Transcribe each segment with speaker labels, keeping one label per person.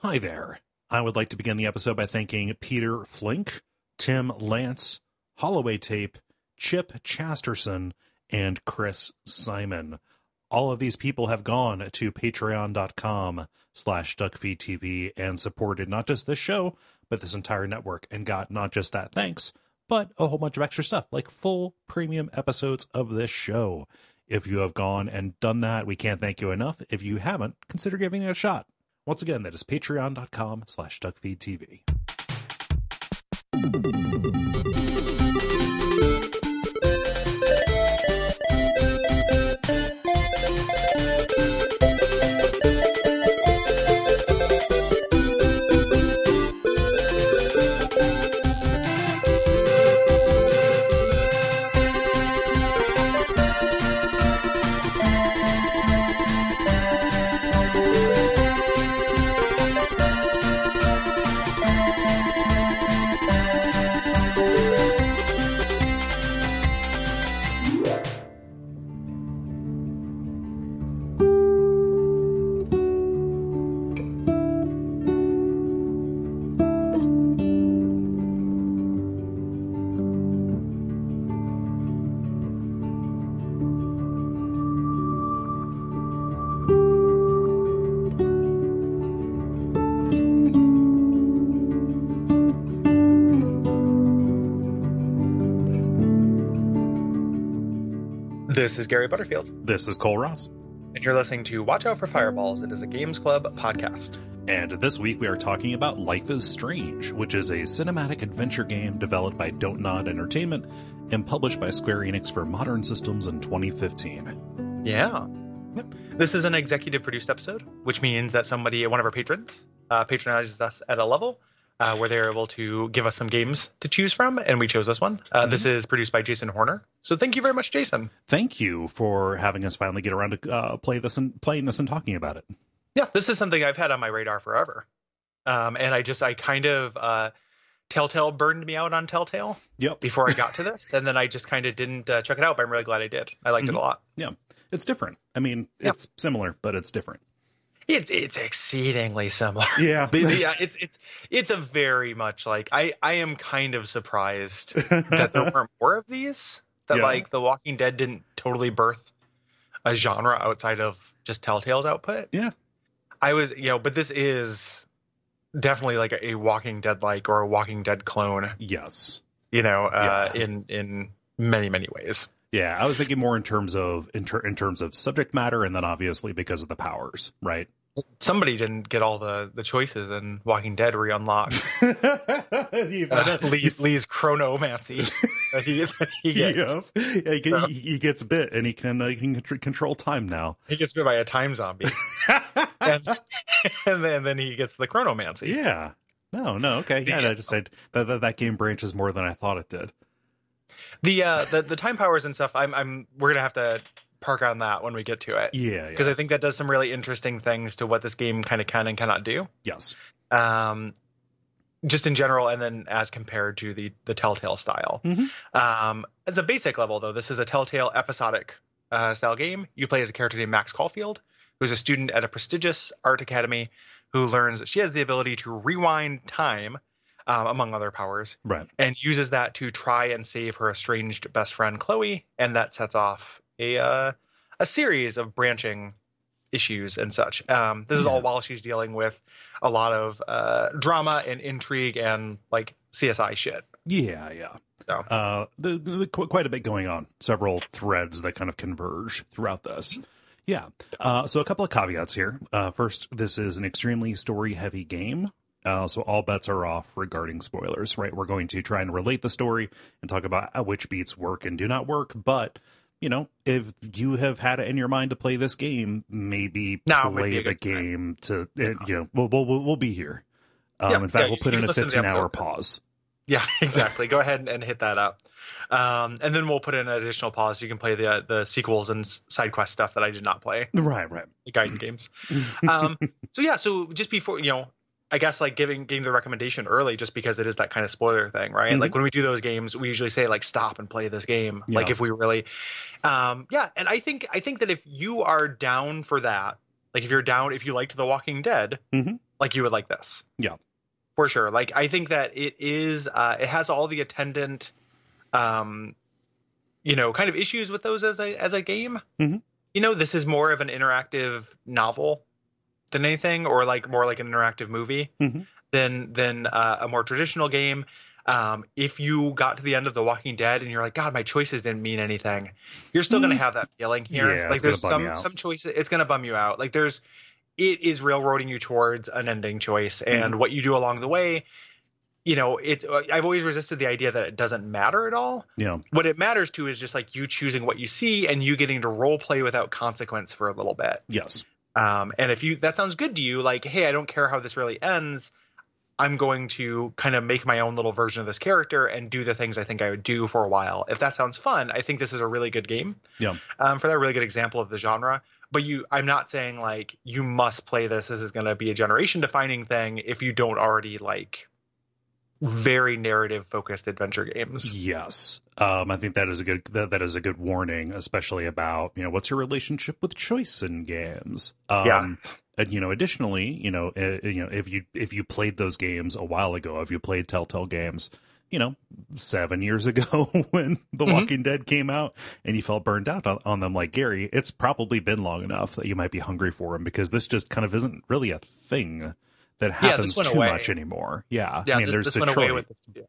Speaker 1: Hi there. I would like to begin the episode by thanking Peter Flink, Tim Lance, Holloway Tape, Chip Chasterson, and Chris Simon. All of these people have gone to patreon.com slash duckfeedtv and supported not just this show, but this entire network and got not just that thanks, but a whole bunch of extra stuff like full premium episodes of this show. If you have gone and done that, we can't thank you enough. If you haven't, consider giving it a shot. Once again, that is patreon.com slash duckfeedtv.
Speaker 2: This is Gary Butterfield,
Speaker 1: This is Cole Ross.
Speaker 2: and you're listening to Watch Out for Fireballs. It is a Games Club podcast.
Speaker 1: And this week we are talking about Life is Strange, which is a cinematic adventure game developed by Don't Nod Entertainment and published by Square Enix for modern systems in 2015.
Speaker 2: Yeah. Yep. This is an executive produced episode, which means that somebody, one of our patrons, uh, patronizes us at a level uh, where they're able to give us some games to choose from, and we chose this one. Uh, This is produced by Jason Horner. So thank you very much, Jason.
Speaker 1: Thank you for having us finally get around to uh, play this and playing this and talking about it.
Speaker 2: Yeah, this is something I've had on my radar forever. Um, and I just, I kind of, uh, Telltale burned me out on Telltale
Speaker 1: Yep.
Speaker 2: before I got to this, and then I just kind of didn't uh, check it out, but I'm really glad I did. I liked
Speaker 1: Mhm.
Speaker 2: it a lot.
Speaker 1: It's different. I mean,
Speaker 2: Yeah.
Speaker 1: it's similar, but it's different.
Speaker 2: It, it's exceedingly similar.
Speaker 1: Yeah.
Speaker 2: But yeah, it's it's it's a very much like I I am kind of surprised that there weren't more of these. That
Speaker 1: Yeah.
Speaker 2: like The Walking Dead didn't totally birth a genre outside of just Telltale's output.
Speaker 1: Yeah.
Speaker 2: I was you know, but this is definitely like a, a Walking Dead like or a Walking Dead clone.
Speaker 1: yes.
Speaker 2: You know, uh,
Speaker 1: Yeah.
Speaker 2: in in many many ways.
Speaker 1: Yeah, I was thinking more in terms of in, ter- in terms of subject matter, and then obviously because of the powers, right?
Speaker 2: Somebody didn't get all the the choices in Walking Dead where you unlock
Speaker 1: you
Speaker 2: uh, Lee's, Lee's chronomancy that he, that he gets.
Speaker 1: Yeah, he, he- he gets bit, and he can uh, he can contr- control time now.
Speaker 2: He gets bit by a time zombie, and, and then, then he gets the chronomancy.
Speaker 1: yeah. No, no, okay. Yeah, I just said that, that that game branches more than I thought it did.
Speaker 2: The uh, the the time powers and stuff. I'm I'm we're gonna have to park on that when we get to it
Speaker 1: Yeah, yeah.
Speaker 2: because I think that does some really interesting things to what this game kind of can and cannot do.
Speaker 1: yes.
Speaker 2: Um, just in general, and then as compared to the the Telltale style.
Speaker 1: Mhm.
Speaker 2: Um, as a basic level, though, this is a Telltale episodic uh, style game. You play as a character named Max Caulfield, who's a student at a prestigious art academy, who learns that she has the ability to rewind time, um, among other powers,
Speaker 1: Right.
Speaker 2: and uses that to try and save her estranged best friend Chloe, and that sets off a uh, a series of branching issues and such. Um, this is all
Speaker 1: Yeah.
Speaker 2: while she's dealing with a lot of uh, drama and intrigue and like CSI shit.
Speaker 1: Yeah, yeah.
Speaker 2: So.
Speaker 1: Uh, the, the, qu- quite a bit going on. Several threads that kind of converge throughout this. Yeah. Uh, so a couple of caveats here. Uh, first, this is an extremely story-heavy game. Uh, so all bets are off regarding spoilers, right? We're going to try and relate the story and talk about uh, which beats work and do not work. But you know, if you have had it in your mind to play this game, maybe
Speaker 2: Now would be
Speaker 1: play
Speaker 2: a
Speaker 1: the
Speaker 2: good time.
Speaker 1: game to uh, you know we'll we'll, we'll, we'll be here. Um,
Speaker 2: Yeah,
Speaker 1: in
Speaker 2: yeah,
Speaker 1: fact, we'll
Speaker 2: you-
Speaker 1: put
Speaker 2: you
Speaker 1: in
Speaker 2: can
Speaker 1: a
Speaker 2: listen to the
Speaker 1: fifteen-hour
Speaker 2: episode.
Speaker 1: pause.
Speaker 2: Yeah, exactly. Go ahead and, and hit that up. Um, and then we'll put in an additional pause. You can play the uh, the sequels and s- side quest stuff that I did not play,
Speaker 1: Right, right.
Speaker 2: the guiding games. Um, so yeah, so just before you know, I guess like giving giving the recommendation early, just because it is that kind of spoiler thing, right?
Speaker 1: Mhm.
Speaker 2: Like when we do those games, we usually say like stop and play this game. Like
Speaker 1: Yeah.
Speaker 2: if we really, um, yeah. And I think I think that if you are down for that, like if you're down, if you liked The Walking Dead,
Speaker 1: Mhm.
Speaker 2: like you would like this.
Speaker 1: Yeah.
Speaker 2: For sure. Like I think that it is uh it has all the attendant um you know, kind of issues with those as a as a game.
Speaker 1: Mhm.
Speaker 2: You know, this is more of an interactive novel than anything or like more like an interactive movie
Speaker 1: Mhm.
Speaker 2: than than uh, a more traditional game. Um, if you got to the end of The Walking Dead and you're like, God, my choices didn't mean anything, you're still gonna have that feeling here.
Speaker 1: Yeah, it's
Speaker 2: like there's
Speaker 1: gonna bum you
Speaker 2: some
Speaker 1: out.
Speaker 2: some choices it's gonna bum you out. Like there's it is railroading you towards an ending choice
Speaker 1: Mm-hmm.
Speaker 2: and what you do along the way you know it's i've always resisted the idea that it doesn't matter at all
Speaker 1: Yeah.
Speaker 2: what it matters to is just like you choosing what you see and you getting to role play without consequence for a little bit
Speaker 1: Yes.
Speaker 2: um, and if you that sounds good to you like hey i don't care how this really ends i'm going to kind of make my own little version of this character and do the things i think i would do for a while if that sounds fun i think this is a really good game
Speaker 1: Yeah.
Speaker 2: um, for that really good example of the genre but you i'm not saying like you must play this this is going to be a generation defining thing if you don't already like very narrative focused adventure games
Speaker 1: Yes. Um, I think that is a good that, that is a good warning, especially about you know what's your relationship with choice in games. Um,
Speaker 2: Yeah.
Speaker 1: And you know, additionally, you know, uh, you know, if you if you played those games a while ago, if you played Telltale games, you know, seven years ago when The
Speaker 2: Mhm.
Speaker 1: Walking Dead came out, and you felt burned out on, on them, like Gary, it's probably been long enough that you might be hungry for them because this just kind of isn't really a thing that
Speaker 2: this
Speaker 1: happens
Speaker 2: went
Speaker 1: too
Speaker 2: away.
Speaker 1: much anymore. Yeah.
Speaker 2: yeah,
Speaker 1: I mean,
Speaker 2: this,
Speaker 1: there's
Speaker 2: this went
Speaker 1: Detroit.
Speaker 2: away with this. Yeah.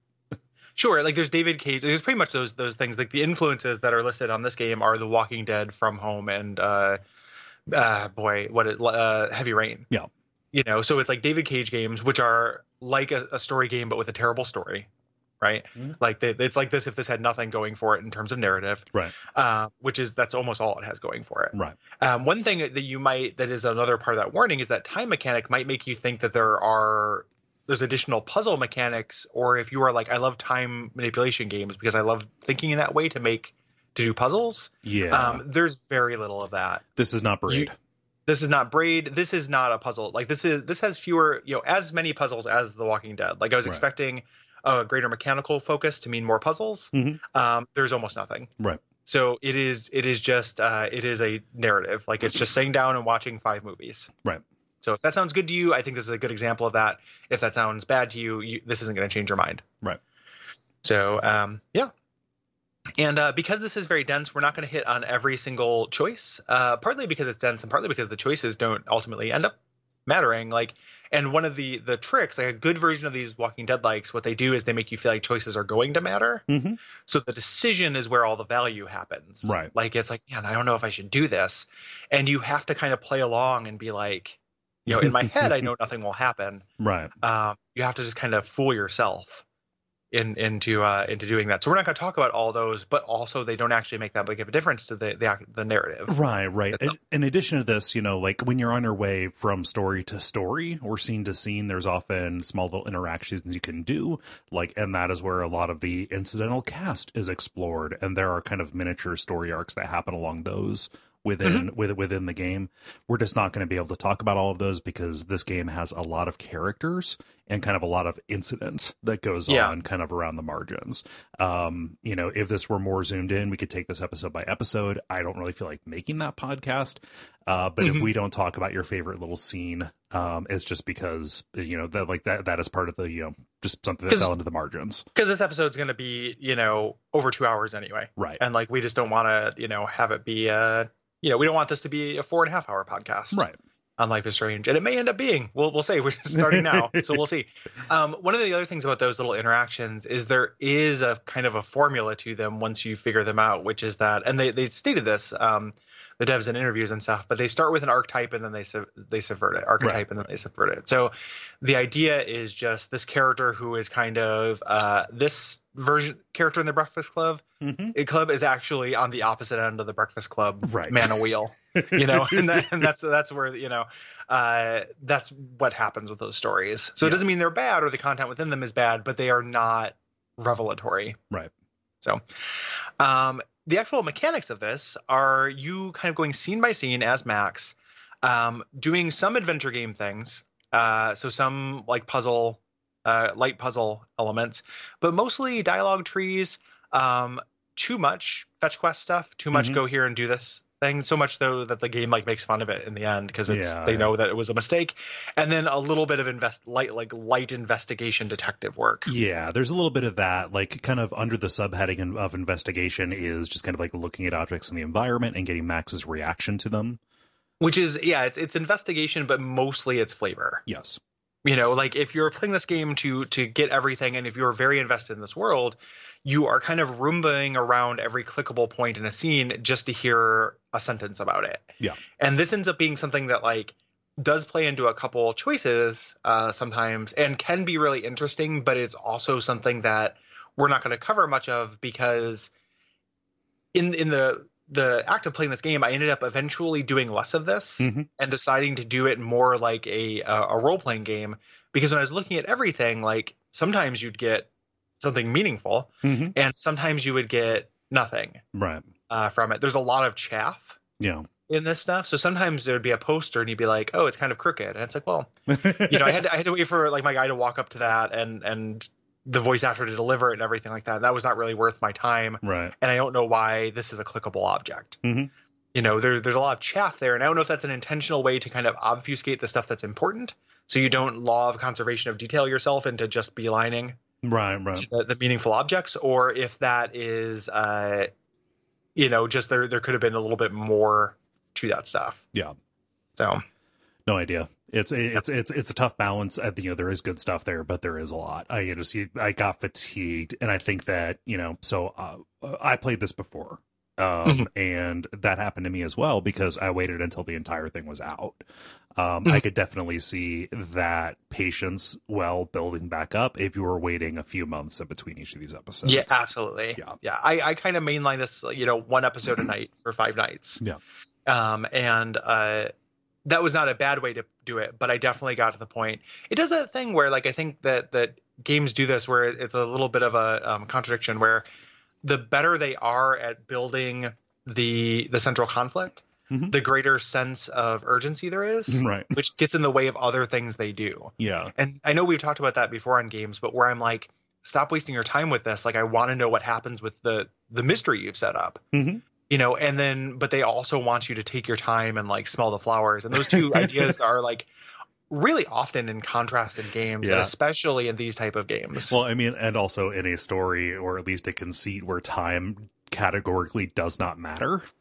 Speaker 2: Sure, like there's David Cage. There's pretty much those those things. Like the influences that are listed on this game are The Walking Dead, From Home, and uh, uh boy, what it, uh, Heavy Rain.
Speaker 1: Yeah.
Speaker 2: you know, so it's like David Cage games, which are like a, a story game but with a terrible story, right?
Speaker 1: Mhm.
Speaker 2: Like they, it's like this if this had nothing going for it in terms of narrative,
Speaker 1: Right.
Speaker 2: Uh, which is that's almost all it has going for it.
Speaker 1: Right.
Speaker 2: Um, one thing that you might that is another part of that warning is that time mechanic might make you think that there are there's additional puzzle mechanics, or if you are like I love time manipulation games because I love thinking in that way to make to do puzzles.
Speaker 1: Yeah.
Speaker 2: Um, there's very little of that.
Speaker 1: this is not Braid.
Speaker 2: This is not braid. This is not a puzzle. Like this is this has fewer you know as many puzzles as The Walking Dead. Like I was
Speaker 1: Right.
Speaker 2: expecting a greater mechanical focus to mean more puzzles.
Speaker 1: Mhm.
Speaker 2: Um, there's almost nothing.
Speaker 1: Right.
Speaker 2: So it is it is just uh, it is a narrative. Like it's just sitting down and watching five movies.
Speaker 1: Right.
Speaker 2: So if that sounds good to you, I think this is a good example of that. If that sounds bad to you, you this isn't going to change your mind.
Speaker 1: Right.
Speaker 2: So um, yeah. And uh, because this is very dense, we're not going to hit on every single choice. Uh, partly because it's dense, and partly because the choices don't ultimately end up mattering. Like, and one of the the tricks, like a good version of these Walking Dead likes, what they do is they make you feel like choices are going to matter.
Speaker 1: Mm-hmm.
Speaker 2: So the decision is where all the value happens.
Speaker 1: Right.
Speaker 2: Like it's like, man, I don't know if I should do this. And you have to kind of play along and be like, you know, in my head, I know nothing will happen.
Speaker 1: Right.
Speaker 2: Um, you have to just kind of fool yourself in into uh, into doing that. So we're not going to talk about all those, but also they don't actually make that big of a difference to the the, act- the narrative.
Speaker 1: Right, right.
Speaker 2: That's
Speaker 1: In, in addition to this, you know, like when you're on your way from story to story or scene to scene, there's often small little interactions you can do. Like, and that is where a lot of the incidental cast is explored, and there are kind of miniature story arcs that happen along those within
Speaker 2: Mm-hmm.
Speaker 1: with, within the game. We're just not going to be able to talk about all of those because this game has a lot of characters and kind of a lot of incident that goes
Speaker 2: Yeah.
Speaker 1: on kind of around the margins um you know if this were more zoomed in we could take this episode by episode i don't really feel like making that podcast uh but if
Speaker 2: Mhm.
Speaker 1: we don't talk about your favorite little scene um it's just because you know that like that that is part of the you know just something that
Speaker 2: 'Cause-
Speaker 1: fell into the margins
Speaker 2: Because this episode's going to be, you know, over two hours anyway,
Speaker 1: right
Speaker 2: and like we just don't want to, you know, have it be, uh, you know, we don't want this to be a four and a half hour podcast.
Speaker 1: right
Speaker 2: on Life is Strange, and it may end up being. We'll we'll say we're just starting now, so we'll see. Um, one of the other things about those little interactions is there is a kind of a formula to them once you figure them out, which is that, and they they stated this, um, the devs in interviews and stuff, but they start with an archetype and then they sub, they subvert it, archetype and then they subvert it. So the idea is just this character who is kind of uh, this version character in the Breakfast Club.
Speaker 1: mm-hmm.
Speaker 2: It club is actually on the opposite end of the Breakfast Club
Speaker 1: right
Speaker 2: man a wheel you know and, that, and that's that's where you know uh that's what happens with those stories so
Speaker 1: Yeah.
Speaker 2: it doesn't mean they're bad or the content within them is bad but they are not revelatory
Speaker 1: Right.
Speaker 2: so um the actual mechanics of this are you kind of going scene by scene as max um doing some adventure game things uh so some like puzzle uh light puzzle elements but mostly dialogue trees um too much fetch quest stuff too much
Speaker 1: Mhm.
Speaker 2: go here and do this thing so much though that the game like makes fun of it in the end because it's
Speaker 1: Yeah,
Speaker 2: they
Speaker 1: yeah.
Speaker 2: know that it was a mistake, and then a little bit of invest light like light investigation detective work.
Speaker 1: Yeah, there's a little bit of that, like kind of under the subheading in- of investigation is just kind of like looking at objects in the environment and getting Max's reaction to them.
Speaker 2: Which is yeah, it's it's investigation, but mostly it's flavor.
Speaker 1: Yes.
Speaker 2: you know like if you're playing this game to to get everything and if you're very invested in this world you are kind of roombaing around every clickable point in a scene just to hear a sentence about it
Speaker 1: Yeah.
Speaker 2: and this ends up being something that like does play into a couple choices uh, sometimes and can be really interesting but it's also something that we're not going to cover much of because in in the the act of playing this game i ended up eventually doing less of this
Speaker 1: Mhm.
Speaker 2: and deciding to do it more like a uh, a role playing game because when i was looking at everything like sometimes you'd get something meaningful
Speaker 1: Mm-hmm.
Speaker 2: and sometimes you would get nothing
Speaker 1: Right.
Speaker 2: uh, from it there's a lot of chaff
Speaker 1: Yeah.
Speaker 2: in this stuff so sometimes there'd be a poster and you'd be like oh it's kind of crooked and it's like well you know, I had to, I had to wait for like my guy to walk up to that and and the voice actor to deliver it and everything like that. That was not really worth my time,
Speaker 1: right.
Speaker 2: and I don't know why this is a clickable object.
Speaker 1: Mhm.
Speaker 2: You know, there, there's a lot of chaff there, and I don't know if that's an intentional way to kind of obfuscate the stuff that's important, so you don't law of conservation of detail yourself into just beelining
Speaker 1: Right. Right.
Speaker 2: to the, the meaningful objects, or if that is, uh, you know, just there there could have been a little bit more to that stuff.
Speaker 1: Yeah.
Speaker 2: So
Speaker 1: No idea. It's it's it's it's a tough balance. I think you know there is good stuff there, but there is a lot. I you just you, I got fatigued, and I think that you know. So uh, I played this before, um, and that happened to me as well because I waited until the entire thing was out. Um, I could definitely see that patience well building back up if you were waiting a few months in between each of these episodes.
Speaker 2: yeah, absolutely.
Speaker 1: uh, Yeah.
Speaker 2: Yeah, I, I kind of mainline this, you know, one episode a night for five nights.
Speaker 1: Yeah.
Speaker 2: Um, and uh, that was not a bad way to do it, but I definitely got to the point. It does that thing where, like, I think that that games do this where it's a little bit of a um, contradiction where the better they are at building the the central conflict,
Speaker 1: Mhm.
Speaker 2: the greater sense of urgency there is,
Speaker 1: Right.
Speaker 2: which gets in the way of other things they do
Speaker 1: Yeah.
Speaker 2: and I know we've talked about that before on games, but where I'm like, stop wasting your time with this. Like, I want to know what happens with the the mystery you've set up,
Speaker 1: Mhm.
Speaker 2: you know. And then, but they also want you to take your time and like smell the flowers. And those two ideas are like really often in contrast in games,
Speaker 1: Yeah.
Speaker 2: and especially in these type of games.
Speaker 1: Well, I mean, and also in a story or at least a conceit where time categorically does not matter. to-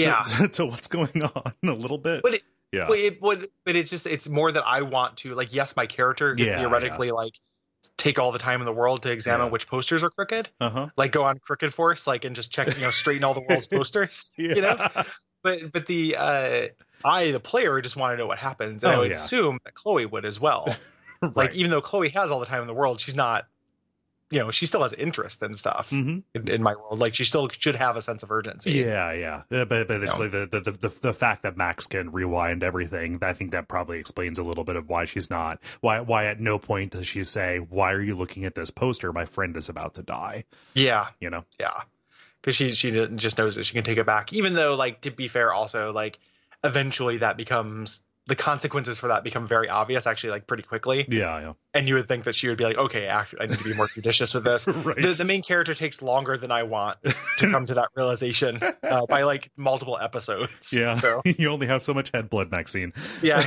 Speaker 2: yeah.
Speaker 1: to, what's going on a little bit.
Speaker 2: But it-
Speaker 1: yeah,
Speaker 2: Well, it would, but it's just it's more that I want to like. Yes, my character could
Speaker 1: Yeah,
Speaker 2: theoretically like take all the time in the world to examine
Speaker 1: Yeah.
Speaker 2: which posters are crooked,
Speaker 1: uh huh.
Speaker 2: like go on Crooked Force, like and just check, you know, straighten all the world's posters,
Speaker 1: Yeah.
Speaker 2: you know. but but the uh I, the player, just want to know what happens. And
Speaker 1: Oh,
Speaker 2: I would
Speaker 1: yeah.
Speaker 2: assume that Chloe would as well.
Speaker 1: right.
Speaker 2: Like even though Chloe has all the time in the world, she's not you know, she still has interest and stuff
Speaker 1: Mhm.
Speaker 2: in, in my world. Like she still should have a sense of urgency.
Speaker 1: Yeah, yeah, Yeah, but but it's
Speaker 2: No.
Speaker 1: like the, the the the fact that Max can rewind everything, I think that probably explains a little bit of why she's not why why at no point does she say why are you looking at this poster? My friend is about to die.
Speaker 2: Yeah.
Speaker 1: You know,
Speaker 2: Yeah. Cause she she didn't- just knows that she can take it back. Even though, like, to be fair, also, like eventually that becomes the consequences for that become very obvious actually like pretty quickly
Speaker 1: yeah,
Speaker 2: and you would think that she would be like okay actually i need to be more judicious with this
Speaker 1: yeah. right.
Speaker 2: the, the main character takes longer than I want to come to that realization uh, by like multiple episodes.
Speaker 1: yeah,
Speaker 2: So
Speaker 1: you only have so much head blood, Maxine.
Speaker 2: yeah,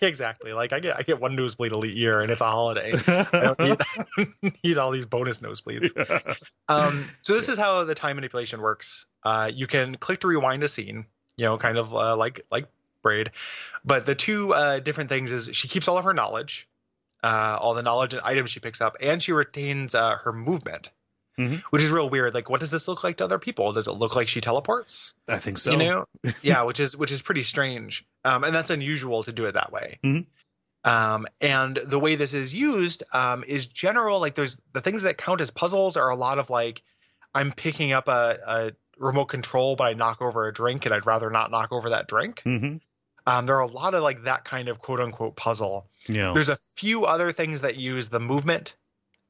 Speaker 2: exactly. Like I get I get one nosebleed a year, and it's a holiday. I don't need, I don't need all these bonus nosebleeds. Um, so this is how the time manipulation works. Uh, you can click to rewind a scene, you know, kind of uh, like like braid. But the two uh, different things is she keeps all of her knowledge, uh, all the knowledge and items she picks up, and she retains uh, her movement,
Speaker 1: Mhm.
Speaker 2: which is real weird. Like, what does this look like to other people? Does it look like she teleports?
Speaker 1: I think so.
Speaker 2: you know yeah which is which is pretty strange um and that's unusual to do it that way
Speaker 1: Mhm.
Speaker 2: um and the way this is used um is general like there's the things that count as puzzles are a lot of like i'm picking up a, a remote control but i knock over a drink and i'd rather not knock over that drink
Speaker 1: Mhm.
Speaker 2: um there are a lot of like that kind of quote unquote puzzle
Speaker 1: Yeah.
Speaker 2: there's a few other things that use the movement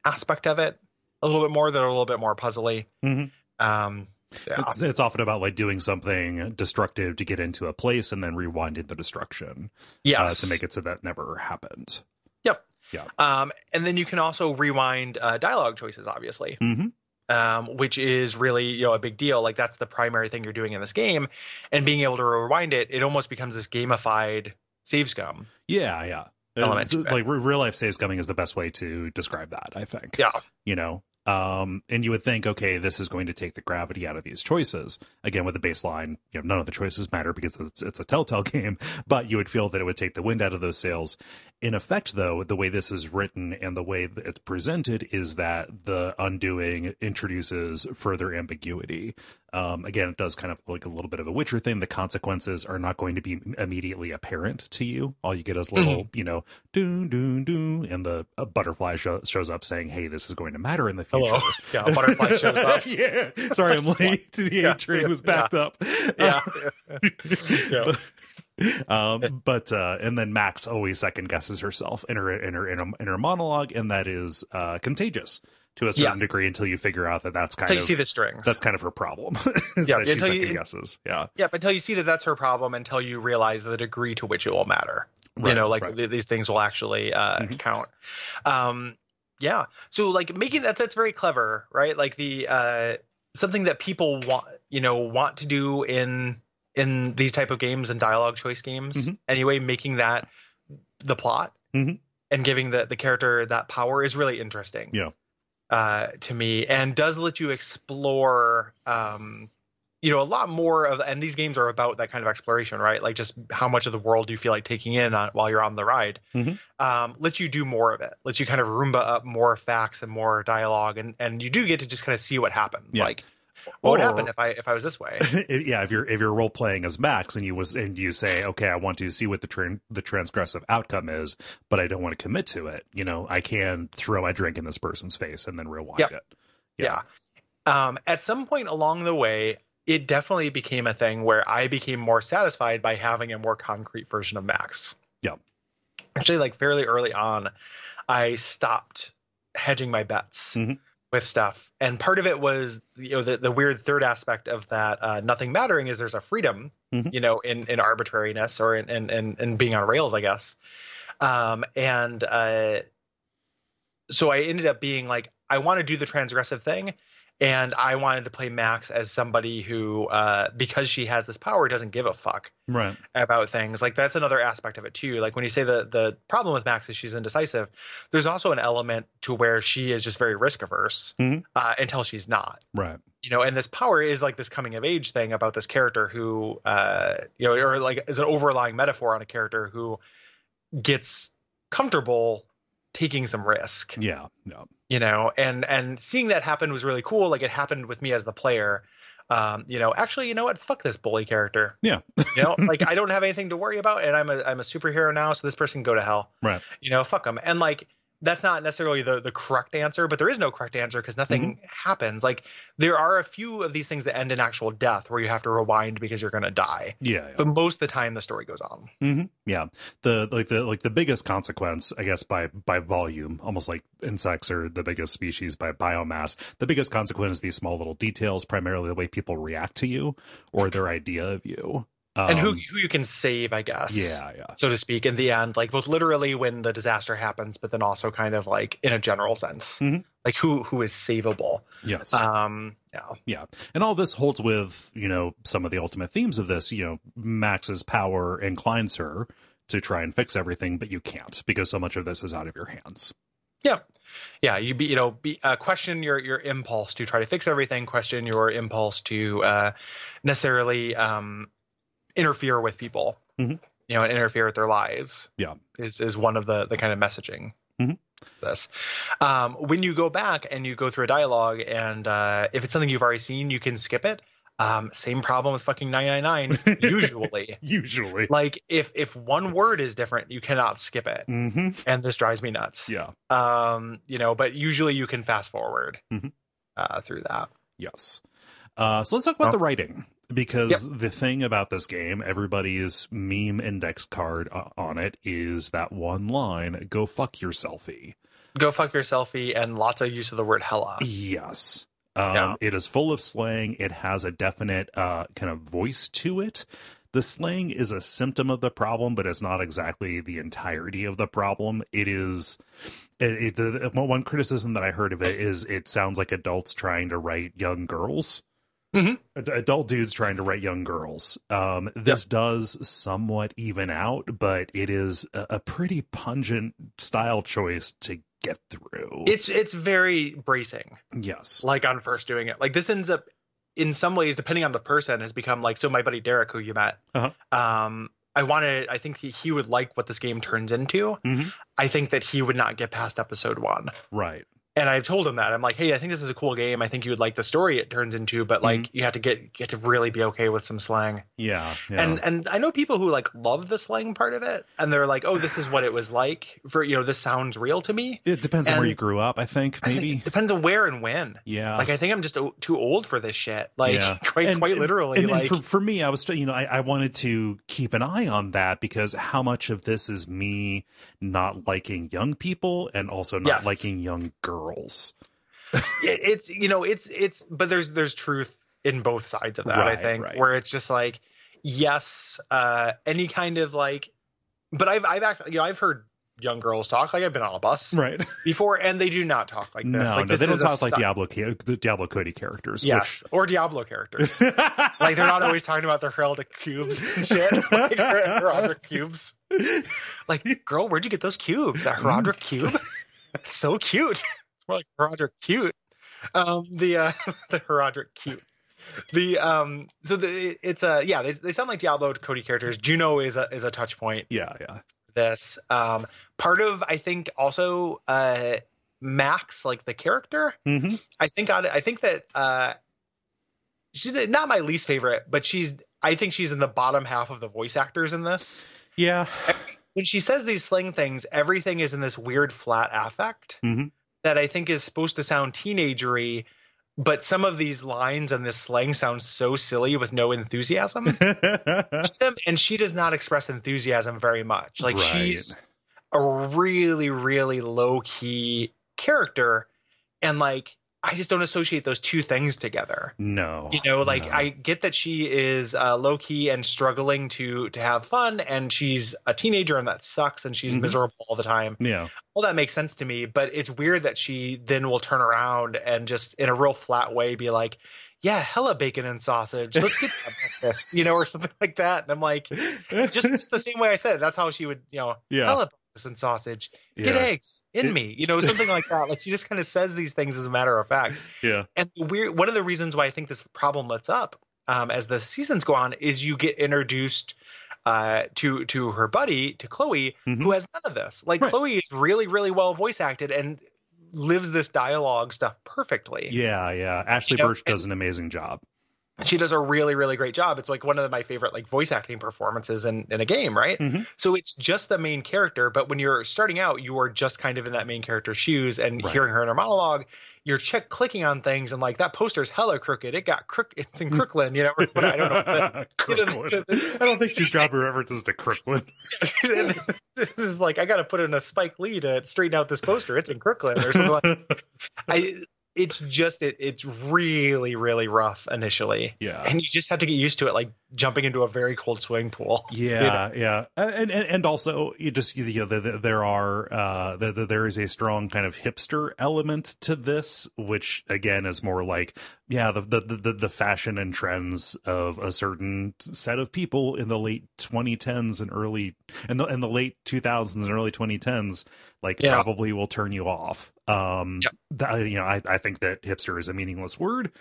Speaker 2: aspect of it a little bit more that are a little bit more puzzly
Speaker 1: Mhm.
Speaker 2: um yeah.
Speaker 1: It's, uh, it's often about like doing something destructive to get into a place and then rewinding the destruction uh,
Speaker 2: Yes.
Speaker 1: to make it so that never happened.
Speaker 2: Yep.
Speaker 1: Yeah.
Speaker 2: Um, and then you can also rewind uh, dialogue choices, obviously.
Speaker 1: hmm
Speaker 2: um, which is really you know a big deal. Like that's the primary thing you're doing in this game, and being able to rewind it, it almost becomes this gamified save scum.
Speaker 1: Yeah, yeah.
Speaker 2: Elements,
Speaker 1: It's,
Speaker 2: right.
Speaker 1: like re- real life saves coming is the best way to describe that, I think.
Speaker 2: Yeah.
Speaker 1: You know, um, and you would think, okay, this is going to take the gravity out of these choices. Again, with the baseline, you know, none of the choices matter because it's it's a telltale game. But you would feel that it would take the wind out of those sails. In effect, though, the way this is written and the way that it's presented is that the undoing introduces further ambiguity. Um, again, it does kind of look like a little bit of a Witcher thing. The consequences are not going to be immediately apparent to you. All you get is little,
Speaker 2: Mm-hmm.
Speaker 1: you know, doo doo doo, and the a butterfly sho- shows up saying, "Hey, this is going to matter in the future."
Speaker 2: Hello. yeah. a Butterfly shows up.
Speaker 1: yeah. Sorry, I'm late. The
Speaker 2: Yeah.
Speaker 1: A train was backed up.
Speaker 2: Yeah. Yeah.
Speaker 1: um, but uh, and then Max always second guesses herself in her in her in her, in her monologue, and that is uh, contagious to a certain
Speaker 2: Yes.
Speaker 1: degree until you figure out that that's kind
Speaker 2: Until you
Speaker 1: of
Speaker 2: see the strings.
Speaker 1: that's kind of her problem. is
Speaker 2: Yeah,
Speaker 1: that she
Speaker 2: yeah, until
Speaker 1: second
Speaker 2: you-
Speaker 1: guesses. Yeah,
Speaker 2: Yep, until you see that that's her problem, until you realize the degree to which it will matter. you
Speaker 1: Right,
Speaker 2: know, like
Speaker 1: right.
Speaker 2: th- these things will actually uh,
Speaker 1: Mhm.
Speaker 2: count. Um, yeah, so like making that that's very clever, right? Like the uh, something that people want, you know, want to do in in these type of games and dialogue choice games.
Speaker 1: Mhm.
Speaker 2: Anyway, making that the plot
Speaker 1: Mhm.
Speaker 2: and giving the the character that power is really interesting.
Speaker 1: Yeah.
Speaker 2: uh, to me, and does let you explore. Um, you know a lot more of and these games are about that kind of exploration right like just how much of the world do you feel like taking in on, while you're on the ride
Speaker 1: Mhm.
Speaker 2: um, lets you do more of it lets you kind of roomba up more facts and more dialogue and and you do get to just kind of see what happened
Speaker 1: Yeah.
Speaker 2: like what would
Speaker 1: Or-
Speaker 2: happen if i if i was this way
Speaker 1: If- yeah, if you're if you're role playing as Max and you was and you say, okay, I want to see what the tran the transgressive outcome is, but I don't want to commit to it. You know, I can throw my drink in this person's face and then rewind
Speaker 2: Yep.
Speaker 1: it.
Speaker 2: yeah, Um, at some point along the way it definitely became a thing where i became more satisfied by having a more concrete version of max
Speaker 1: Yeah.
Speaker 2: actually like fairly early on i stopped hedging my bets
Speaker 1: Mhm.
Speaker 2: with stuff and part of it was you know the, the weird third aspect of that uh, nothing mattering is there's a freedom
Speaker 1: Mhm.
Speaker 2: you know in, in arbitrariness or in, in, in, in being on rails i guess um, and uh, so i ended up being like i want to do the transgressive thing and i wanted to play max as somebody who uh, because she has this power doesn't give a fuck
Speaker 1: Right.
Speaker 2: about things like that's another aspect of it too like when you say the the problem with max is she's indecisive there's also an element to where she is just very risk averse
Speaker 1: Mhm.
Speaker 2: uh, until she's not
Speaker 1: Right.
Speaker 2: you know and this power is like this coming of age thing about this character who uh you know or like is an overlying metaphor on a character who gets comfortable taking some risk
Speaker 1: Yeah. No.
Speaker 2: you know and and seeing that happen was really cool like it happened with me as the player um you know actually you know what fuck this bully character
Speaker 1: Yeah.
Speaker 2: you know like i don't have anything to worry about and i'm a i'm a superhero now so this person can go to hell
Speaker 1: Right.
Speaker 2: you know fuck them and like that's not necessarily the the correct answer but there is no correct answer because nothing
Speaker 1: Mm-hmm.
Speaker 2: happens like there are a few of these things that end in actual death where you have to rewind because you're gonna die
Speaker 1: Yeah. yeah.
Speaker 2: but most of the time the story goes on
Speaker 1: hmm Yeah, the like the like the biggest consequence, I guess, by by volume, almost like insects are the biggest species by biomass. The biggest consequence is these small little details, primarily the way people react to you or their idea of you, um,
Speaker 2: and who who you can save i guess
Speaker 1: Yeah, yeah,
Speaker 2: so to speak, in the end, like both literally when the disaster happens, but then also kind of like in a general sense,
Speaker 1: Mhm.
Speaker 2: like who who is savable.
Speaker 1: yes.
Speaker 2: Um, yeah,
Speaker 1: and all this holds with you know some of the ultimate themes of this you know max's power inclines her to try and fix everything but you can't because so much of this is out of your hands
Speaker 2: yeah, you be you know be uh, question your your impulse to try to fix everything, question your impulse to uh, necessarily um, interfere with people,
Speaker 1: Mhm.
Speaker 2: you know, and interfere with their lives.
Speaker 1: Yeah.
Speaker 2: is is one of the the kind of messaging.
Speaker 1: Mhm.
Speaker 2: This, um, when you go back and you go through a dialogue, and uh, if it's something you've already seen, you can skip it. Um, same problem with fucking 999 usually.
Speaker 1: usually
Speaker 2: Like if if one word is different, you cannot skip it,
Speaker 1: hmm
Speaker 2: and this drives me nuts
Speaker 1: yeah
Speaker 2: um you know but usually you can fast forward
Speaker 1: Mhm.
Speaker 2: uh through that
Speaker 1: Yes. Uh, so let's talk about
Speaker 2: Oh.
Speaker 1: the writing because the thing about this game, everybody's meme index card uh, on it is that one line: "Go fuck yourselfie."
Speaker 2: go fuck your selfie and lots of use of the word hella
Speaker 1: Yes. Um,
Speaker 2: Yeah.
Speaker 1: It is full of slang. It has a definite uh, kind of voice to it. The the slang is a symptom of the problem, but it's not exactly the entirety of the problem. It is it, it, the, one criticism that I heard of it is it sounds like adults trying to write young girls.
Speaker 2: Mhm.
Speaker 1: Ad- Adult dudes trying to write young girls. Um, this does somewhat even out, but it is a, a pretty pungent style choice to get through.
Speaker 2: It's it's very bracing.
Speaker 1: yes,
Speaker 2: like on first doing it. Like this ends up in some ways, depending on the person, has become like so. My buddy Derek, who you met,
Speaker 1: Uh-huh.
Speaker 2: um, I wanted. I think he, he would like what this game turns into.
Speaker 1: Mhm.
Speaker 2: I think that he would not get past episode one,
Speaker 1: right.
Speaker 2: and I've told him that. I'm like, hey, I think this is a cool game. I think you would like the story it turns into, but like you have to get you have to really be okay with some slang.
Speaker 1: Yeah, yeah.
Speaker 2: And and I know people who like love the slang part of it, and they're like, oh, this is what it was like for you know this sounds real to me.
Speaker 1: it depends on where
Speaker 2: and-
Speaker 1: you grew up. I think
Speaker 2: I think
Speaker 1: maybe.
Speaker 2: it depends on where and when
Speaker 1: yeah.
Speaker 2: like I think I'm just o- too old for this shit. Like
Speaker 1: Yeah.
Speaker 2: quite
Speaker 1: And-
Speaker 2: quite
Speaker 1: and-
Speaker 2: literally.
Speaker 1: and, and
Speaker 2: like
Speaker 1: for, for me i was you know I, I wanted to keep an eye on that because how much of this is me not liking young people and also not
Speaker 2: Yes.
Speaker 1: liking young girls
Speaker 2: it, it's you know it's it's but there's there's truth in both sides of that. I
Speaker 1: Right,
Speaker 2: think
Speaker 1: right.
Speaker 2: where it's just like yes, uh, any kind of like. But I've I've actually you know I've heard young girls talk like I've been on a bus
Speaker 1: right
Speaker 2: before and they do not talk like this.
Speaker 1: no
Speaker 2: like,
Speaker 1: no
Speaker 2: this
Speaker 1: they don't
Speaker 2: is a
Speaker 1: talk like
Speaker 2: sti-
Speaker 1: diablo Ca- the diablo cody characters
Speaker 2: yes or Diablo characters.
Speaker 1: which...
Speaker 2: like they're not always talking about their heraldic cubes and shit. Like her- heraldic cubes. Like, girl, where'd you get those cubes? That heraldic cube? It's so cute. We're like heraldic cute. Um, the uh, the heraldic cute. The um, so the it's a yeah. They, they sound like Diablo Cody characters. Juno is a is a touch point
Speaker 1: yeah yeah
Speaker 2: this. Um, part of I think also uh, Max, like the character,
Speaker 1: hmm
Speaker 2: I think on I think that uh she's not my least favorite, but she's I think she's in the bottom half of the voice actors in this.
Speaker 1: yeah
Speaker 2: When she says these slang things, everything is in this weird flat affect
Speaker 1: Mhm.
Speaker 2: that I think is supposed to sound teenagery, but some of these lines and this slang sounds so silly with no enthusiasm. them, and she does not express enthusiasm very much. Like
Speaker 1: Right.
Speaker 2: she's a really, really low key character, and like I just don't associate those two things together.
Speaker 1: no
Speaker 2: You know, like
Speaker 1: no.
Speaker 2: I get that she is uh, low key and struggling to to have fun, and she's a teenager, and that sucks, and she's
Speaker 1: Mhm.
Speaker 2: miserable all the time.
Speaker 1: yeah
Speaker 2: All that makes sense to me, but it's weird that she then will turn around and just in a real flat way be like. Yeah, hella bacon and sausage. Let's get that breakfast, you know, or something like that. And I'm like, just, just the same way I said it. That's how she would, you know,
Speaker 1: yeah,
Speaker 2: hella breakfast and sausage. Get
Speaker 1: yeah,
Speaker 2: eggs in
Speaker 1: It-
Speaker 2: me, you know, something like that. Like she just kind of says these things as a matter of fact.
Speaker 1: yeah,
Speaker 2: And the weird, one of the reasons why I think this problem lets up um, as the seasons go on is you get introduced uh, to to her buddy, to Chloe,
Speaker 1: Mhm.
Speaker 2: who has none of this. Like
Speaker 1: Right.
Speaker 2: Chloe is really, really well voice acted and lives this dialogue stuff perfectly.
Speaker 1: yeah, yeah. Ashley
Speaker 2: You know,
Speaker 1: Birch does an amazing job.
Speaker 2: she does a really really great job it's like one of my favorite like voice acting performances in, in a game right
Speaker 1: Mhm.
Speaker 2: so it's just the main character but when you're starting out you are just kind of in that main character's shoes and
Speaker 1: Right.
Speaker 2: hearing her in her monologue you're check clicking on things and like that poster's hella crooked it got crook it's in crooklyn you know or what i don't know but
Speaker 1: Kirkland. I don't think she's dropped her references to Kirkland.
Speaker 2: this is like i gotta put in a spike lee to straighten out this poster it's in crooklyn or something like i it's just it it's really really rough initially
Speaker 1: yeah.
Speaker 2: and you just have to get used to it like jumping into a very cold swimming pool
Speaker 1: Yeah, yeah, and, and and also you just you know the, the, there are uh the, the, there is a strong kind of hipster element to this, which again is more like yeah the the the, the fashion and trends of a certain set of people in the late 2010s and early and the in the late 2000s and early 2010s like
Speaker 2: Yeah.
Speaker 1: probably will turn you off. Um,
Speaker 2: Yep.
Speaker 1: that, you know I I think that hipster is a meaningless word,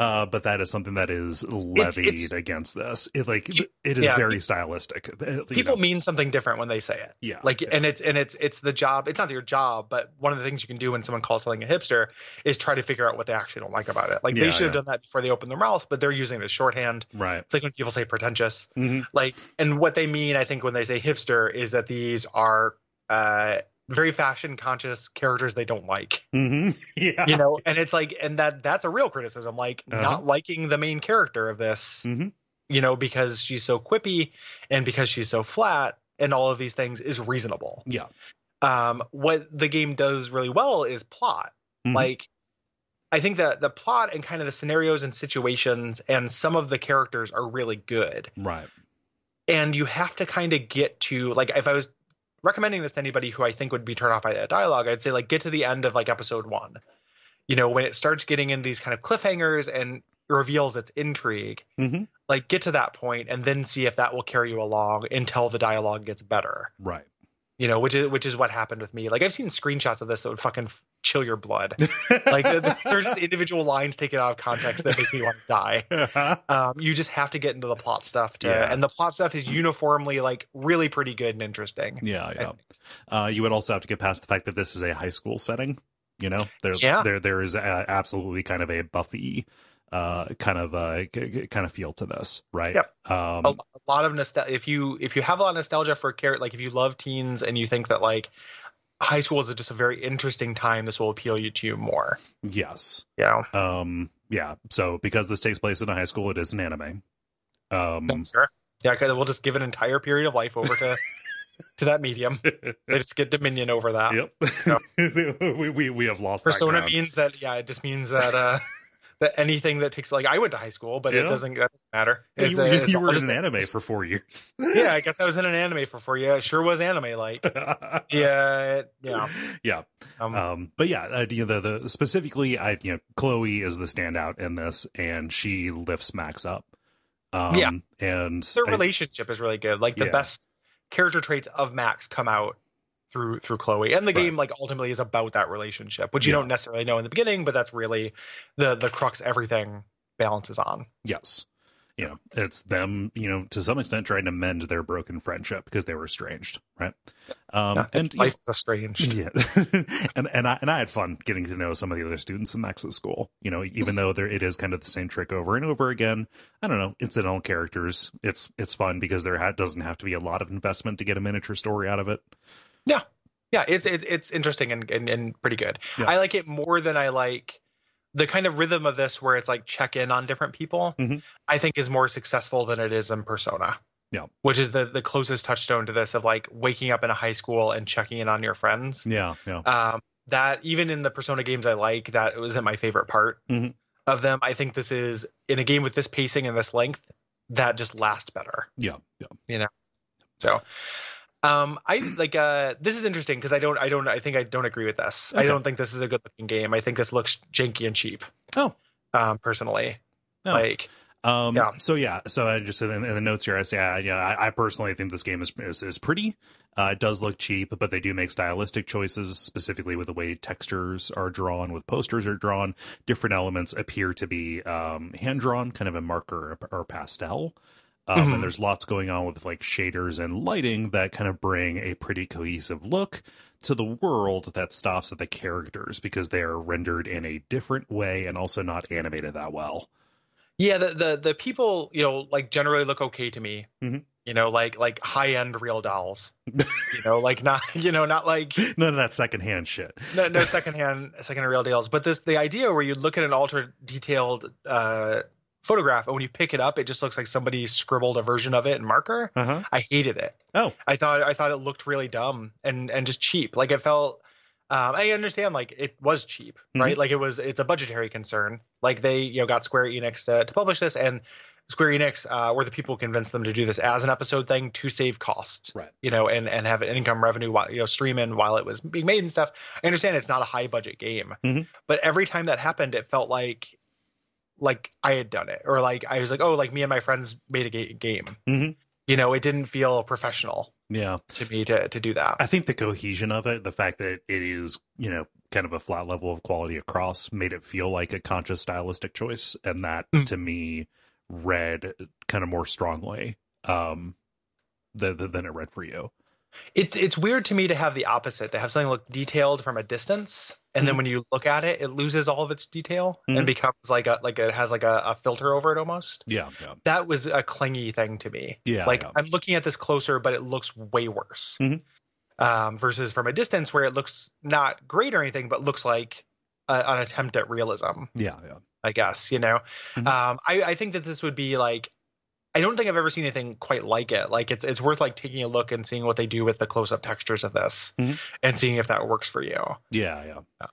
Speaker 1: uh, but that is something that is
Speaker 2: It's-
Speaker 1: levied
Speaker 2: it's-
Speaker 1: against this. It like
Speaker 2: You-
Speaker 1: it is
Speaker 2: yeah.
Speaker 1: very stylistic. You
Speaker 2: people
Speaker 1: know,
Speaker 2: mean something different when they say it
Speaker 1: yeah,
Speaker 2: like and it's and it's it's the job it's not your job but one of the things you can do when someone calls something a hipster is try to figure out what they actually don't like about it like
Speaker 1: Yeah,
Speaker 2: they should have
Speaker 1: yeah.
Speaker 2: done that before they open their mouth but they're using the shorthand
Speaker 1: right.
Speaker 2: it's like when people say pretentious
Speaker 1: Mhm.
Speaker 2: like and what they mean i think when they say hipster is that these are uh very fashion conscious characters they don't like
Speaker 1: Mhm. Yeah.
Speaker 2: you know and it's like and that that's a real criticism like
Speaker 1: Uh-huh.
Speaker 2: not liking the main character of this
Speaker 1: Mhm.
Speaker 2: you know because she's so quippy and because she's so flat and all of these things is reasonable
Speaker 1: Yeah.
Speaker 2: um what the game does really well is plot
Speaker 1: Mhm.
Speaker 2: like i think that the plot and kind of the scenarios and situations and some of the characters are really good
Speaker 1: Right.
Speaker 2: and you have to kind of get to like if I was recommending this to anybody who I think would be turned off by that dialogue, I'd say like get to the end of like episode one. You know, when it starts getting in these kind of cliffhangers and reveals its intrigue,
Speaker 1: Mhm.
Speaker 2: like get to that point and then see if that will carry you along until the dialogue gets better.
Speaker 1: Right.
Speaker 2: You know, which is which is what happened with me. Like I've seen screenshots of this that would fucking f- chill your blood. like there's just individual lines taken out of context that make me want to die um, you just have to get into the plot stuff to,
Speaker 1: Yeah.
Speaker 2: and the plot stuff is uniformly like really pretty good and interesting.
Speaker 1: Yeah, yeah. Uh, you would also have to get past the fact that this is a high school setting. You know, there,
Speaker 2: Yeah.
Speaker 1: there, there is uh absolutely kind of a Buffy uh, kind of uh, g- g- kind of feel to this, right?
Speaker 2: Yep.
Speaker 1: Um,
Speaker 2: A, a lot of nostalgia. If you if you have a lot of nostalgia for character, like if you love teens and you think that like high school is just a very interesting time, this will appeal you to you more.
Speaker 1: Yes.
Speaker 2: You know,
Speaker 1: Um, yeah. So because this takes place in a high school, it is an anime. Um,
Speaker 2: Mm-hmm. sure. Yeah, because we'll just give an entire period of life over to to that medium. They just get dominion over that.
Speaker 1: yep. we, we we have lost
Speaker 2: Uh, Persona
Speaker 1: that ground.
Speaker 2: means that yeah, it just means that uh that anything that takes like I went to high school, but it
Speaker 1: Yeah.
Speaker 2: doesn't that doesn't matter.
Speaker 1: Yeah,
Speaker 2: It's,
Speaker 1: you,
Speaker 2: uh,
Speaker 1: you-
Speaker 2: it's
Speaker 1: you
Speaker 2: all
Speaker 1: were
Speaker 2: just
Speaker 1: in
Speaker 2: a-
Speaker 1: anime for four years.
Speaker 2: yeah, I guess I was in an anime for four years. It sure was anime like. Yeah, it- yeah.
Speaker 1: Yeah.
Speaker 2: Um,
Speaker 1: um but yeah uh, you know, the, the specifically i you know chloe is the standout in this and she lifts max up um
Speaker 2: Yeah.
Speaker 1: and
Speaker 2: their
Speaker 1: I-
Speaker 2: relationship is really good. Like the
Speaker 1: Yeah.
Speaker 2: best character traits of Max come out through through Chloe, and the
Speaker 1: Right.
Speaker 2: game like ultimately is about that relationship, which you
Speaker 1: Yeah.
Speaker 2: don't necessarily know in the beginning, but that's really the the crux everything balances on.
Speaker 1: yes you know it's them you know to some extent trying to mend their broken friendship because they were estranged right um
Speaker 2: Yeah,
Speaker 1: and you know,
Speaker 2: Life is estranged.
Speaker 1: Yeah, and and I and I had fun getting to know some of the other students in Max's school. You know, even though there it is kind of the same trick over and over again. I don't know incidental characters. It's it's fun because there ha- doesn't have to be a lot of investment to get a miniature story out of it.
Speaker 2: Yeah, it's it's it's interesting and and, and pretty good.
Speaker 1: Yeah.
Speaker 2: I like it more than I like the kind of rhythm of this where it's like check in on different people.
Speaker 1: Mhm.
Speaker 2: I think is more successful than it is in Persona.
Speaker 1: Yeah.
Speaker 2: Which is the the closest touchstone to this of like waking up in a high school and checking in on your friends.
Speaker 1: Yeah, yeah,
Speaker 2: Um that even in the Persona games I like, that wasn't my favorite part
Speaker 1: Mhm.
Speaker 2: of them. I think this is in a game with this pacing and this length, that just lasts better.
Speaker 1: yeah, yeah.
Speaker 2: So um I like uh this is interesting because I don't I don't I think I don't agree with this. I
Speaker 1: Okay.
Speaker 2: don't think this is a good looking game. I think this looks janky and cheap.
Speaker 1: Oh.
Speaker 2: Um personally.
Speaker 1: No.
Speaker 2: Like
Speaker 1: Um,
Speaker 2: Yeah.
Speaker 1: So yeah, so I just in, in the notes here, I say, I, you know, I, I personally think this game is is, is pretty. Uh, it does look cheap, but they do make stylistic choices, specifically with the way textures are drawn, with posters are drawn. Different elements appear to be um, hand drawn, kind of a marker or, or pastel. Um,
Speaker 2: Mhm.
Speaker 1: And there's lots going on with like shaders and lighting that kind of bring a pretty cohesive look to the world that stops at the characters because they are rendered in a different way and also not animated that well.
Speaker 2: yeah, the the the people, you know, like generally look okay to me.
Speaker 1: Mhm.
Speaker 2: You know, like like high end real dolls. you know, like not you know, not like
Speaker 1: None of that secondhand shit.
Speaker 2: no, no secondhand second real deals but this the idea where you look at an altered detailed uh photograph and when you pick it up it just looks like somebody scribbled a version of it in marker
Speaker 1: Uh huh.
Speaker 2: i hated it
Speaker 1: Oh.
Speaker 2: i thought i thought it looked really dumb and and just cheap like it felt um i understand like it was cheap
Speaker 1: Mm-hmm.
Speaker 2: right like it was it's a budgetary concern like they you know got square enix to, to publish this and square enix uh were the people who convinced them to do this as an episode thing to save costs
Speaker 1: Right.
Speaker 2: you know, and and have an income revenue while you know stream in while it was being made and stuff. I understand it's not a high budget game,
Speaker 1: Mhm.
Speaker 2: but every time that happened, it felt like like I had done it, or like I was like, oh, like me and my friends made a ga- game.
Speaker 1: Mhm.
Speaker 2: You know, it didn't feel professional
Speaker 1: Yeah.
Speaker 2: to me to to do that.
Speaker 1: I think the cohesion of it, the fact that it is, you know, kind of a flat level of quality across, made it feel like a conscious stylistic choice, and that
Speaker 2: Mm.
Speaker 1: to me read kind of more strongly um, th- th- than it read for you.
Speaker 2: It's it's weird to me to have the opposite, to have something look detailed from a distance, and then
Speaker 1: Mhm.
Speaker 2: when you look at it, it loses all of its detail
Speaker 1: Mhm.
Speaker 2: and becomes like a like it has like a, a filter over it almost.
Speaker 1: Yeah. Yeah.
Speaker 2: That was a clingy thing to me.
Speaker 1: Yeah.
Speaker 2: like
Speaker 1: yeah.
Speaker 2: i'm looking at this closer but it looks way worse
Speaker 1: Mhm.
Speaker 2: um, versus from a distance where it looks not great or anything but looks like a, an attempt at realism
Speaker 1: yeah. Yeah.
Speaker 2: i guess you know
Speaker 1: Mhm.
Speaker 2: um, I, I think that this would be like i don't think i've ever seen anything quite like it like it's, it's worth like taking a look and seeing what they do with the close-up textures of this
Speaker 1: Mhm.
Speaker 2: and seeing if that works for you
Speaker 1: Yeah. Yeah.
Speaker 2: Yeah.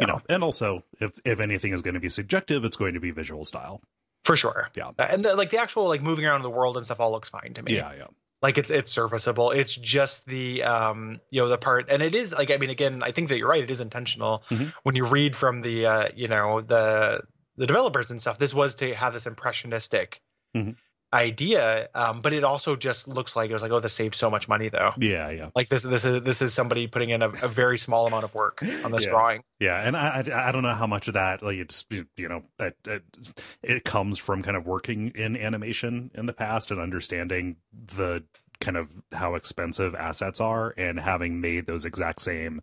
Speaker 1: You know, and also, if if anything is going to be subjective, it's going to be visual style.
Speaker 2: for sure.
Speaker 1: Yeah.
Speaker 2: Uh, and the, like the actual like moving around the world and stuff all looks fine to me.
Speaker 1: Yeah, yeah.
Speaker 2: like it's it's serviceable. It's just the um you know the part, and it is like I mean again I think that you're right. It is intentional
Speaker 1: Mhm.
Speaker 2: when you read from the uh you know the the developers and stuff. This was to have this impressionistic
Speaker 1: Mhm.
Speaker 2: idea, um, but it also just looks like it was like oh this saved so much money though.
Speaker 1: Yeah, yeah.
Speaker 2: Like this this is this is somebody putting in a, a very small amount of work on this
Speaker 1: Yeah.
Speaker 2: drawing.
Speaker 1: Yeah, and I I, I don't know how much of that like it's you you know it, it, it comes from kind of working in animation in the past and understanding the kind of how expensive assets are and having made those exact same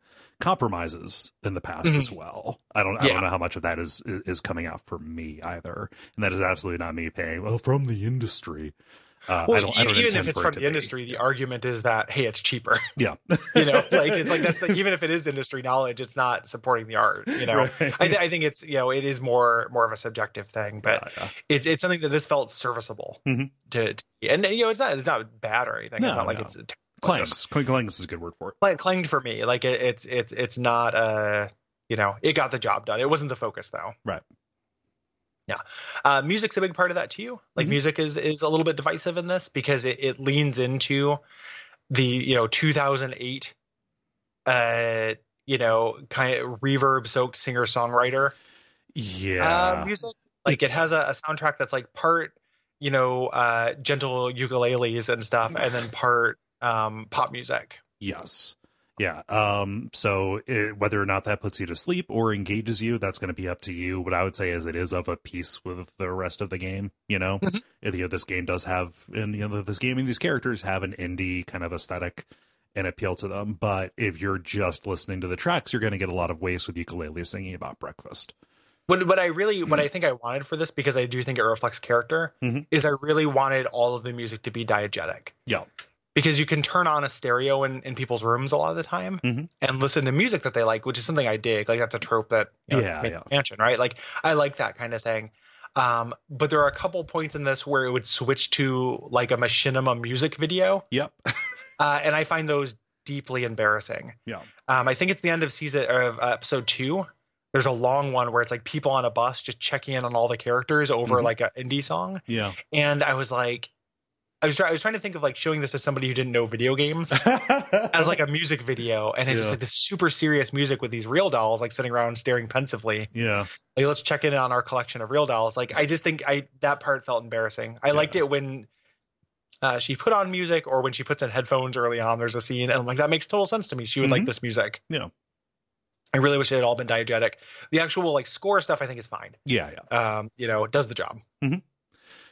Speaker 1: compromises in the past
Speaker 2: Mhm.
Speaker 1: as well. I don't I
Speaker 2: Yeah.
Speaker 1: don't know how much of that is is coming out for me either, and that is absolutely not me paying well from the industry. Uh, I don't, I
Speaker 2: e-
Speaker 1: don't
Speaker 2: even
Speaker 1: intend
Speaker 2: if
Speaker 1: for
Speaker 2: it's
Speaker 1: it
Speaker 2: from
Speaker 1: to
Speaker 2: the
Speaker 1: be.
Speaker 2: industry, the argument is that hey, it's cheaper.
Speaker 1: Yeah,
Speaker 2: you know, like it's like that's like, even if it is industry knowledge, it's not supporting the art. You know,
Speaker 1: Right.
Speaker 2: I, th- I think it's you know it is more more of a subjective thing, but
Speaker 1: Yeah, yeah.
Speaker 2: it's it's something that this felt serviceable
Speaker 1: Mhm.
Speaker 2: to, to and you know it's not it's not bad or anything.
Speaker 1: No,
Speaker 2: it's not like
Speaker 1: no.
Speaker 2: it's it's
Speaker 1: Clangs, clangs is a good word for it.
Speaker 2: clang- clanged for me. Like it, it's it's it's not uh you know it got the job done. It wasn't the focus though.
Speaker 1: Right.
Speaker 2: Yeah, uh, music's a big part of that too. Like
Speaker 1: Mhm.
Speaker 2: music is is a little bit divisive in this because it, it leans into the you know 2008 uh you know kind of reverb soaked singer songwriter
Speaker 1: Yeah,
Speaker 2: uh, music. Like
Speaker 1: It's-
Speaker 2: it has a, a soundtrack that's like part, you know, uh, gentle ukuleles and stuff, and then part um, pop music.
Speaker 1: Yes. Yeah. Um, so it, whether or not that puts you to sleep or engages you, that's going to be up to you. What I would say is it is of a piece with the rest of the game. You know,
Speaker 2: Mhm.
Speaker 1: If, you know, this game does have, and you know, this game and these characters have an indie kind of aesthetic and appeal to them. But if you're just listening to the tracks, you're going to get a lot of waste with ukulele singing about breakfast.
Speaker 2: What what I really what I
Speaker 1: Mm-hmm.
Speaker 2: think I wanted for this because I do think it reflects character
Speaker 1: Mhm.
Speaker 2: is I really wanted all of the music to be diegetic.
Speaker 1: Yeah.
Speaker 2: Because you can turn on a stereo in, in people's rooms a lot of the time
Speaker 1: Mhm.
Speaker 2: and listen to music that they like, which is something I dig. Like that's a trope that you know,
Speaker 1: Yeah,
Speaker 2: Manic
Speaker 1: yeah.
Speaker 2: mansion, right? Like I like that kind of thing. Um, but there are a couple points in this where it would switch to like a machinima music video,
Speaker 1: Yep.
Speaker 2: uh, and I find those deeply embarrassing.
Speaker 1: Yeah.
Speaker 2: Um, I think it's the end of season of uh, episode two. There's a long one where it's like people on a bus just checking in on all the characters over
Speaker 1: Mhm.
Speaker 2: like an indie song,
Speaker 1: Yeah.
Speaker 2: and I was like, I was try- I was trying to think of like showing this to somebody who didn't know video games as like a music video, and it's just
Speaker 1: Yeah.
Speaker 2: like this super serious music with these real dolls like sitting around staring pensively
Speaker 1: yeah.
Speaker 2: like let's check in on our collection of real dolls like i just think i that part felt embarrassing i
Speaker 1: Yeah.
Speaker 2: liked it when uh, she put on music or when she puts in headphones early on there's a scene and i'm like that makes total sense to me she would like
Speaker 1: Mhm.
Speaker 2: this music
Speaker 1: Yeah.
Speaker 2: i really wish it had all been diegetic the actual like score stuff i think is fine
Speaker 1: Yeah. Yeah.
Speaker 2: um you know it does the job
Speaker 1: Mhm.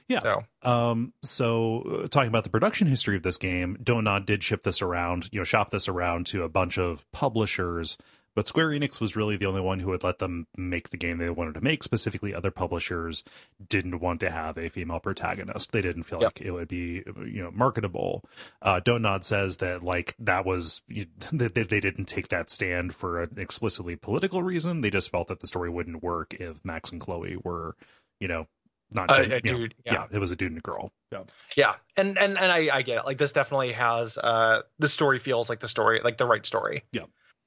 Speaker 1: Yeah.
Speaker 2: so
Speaker 1: Um, so uh, talking about the production history of this game, Donod did ship this around, you know, shop this around to a bunch of publishers, but Square Enix was really the only one who would let them make the game they wanted to make. Specifically, other publishers didn't want to have a female protagonist. They didn't feel
Speaker 2: Yeah.
Speaker 1: like it would be, you know, marketable. Uh, Donod says that like that was you, that they, they didn't take that stand for an explicitly political reason. They just felt that the story wouldn't work if Max and Chloe were, you know, not
Speaker 2: uh,
Speaker 1: gen-
Speaker 2: uh,
Speaker 1: you know,
Speaker 2: dude
Speaker 1: yeah. it was a dude and a girl. Yeah.
Speaker 2: yeah and and and I, I get it like this definitely has uh the story feels like the story like the right story
Speaker 1: Yeah.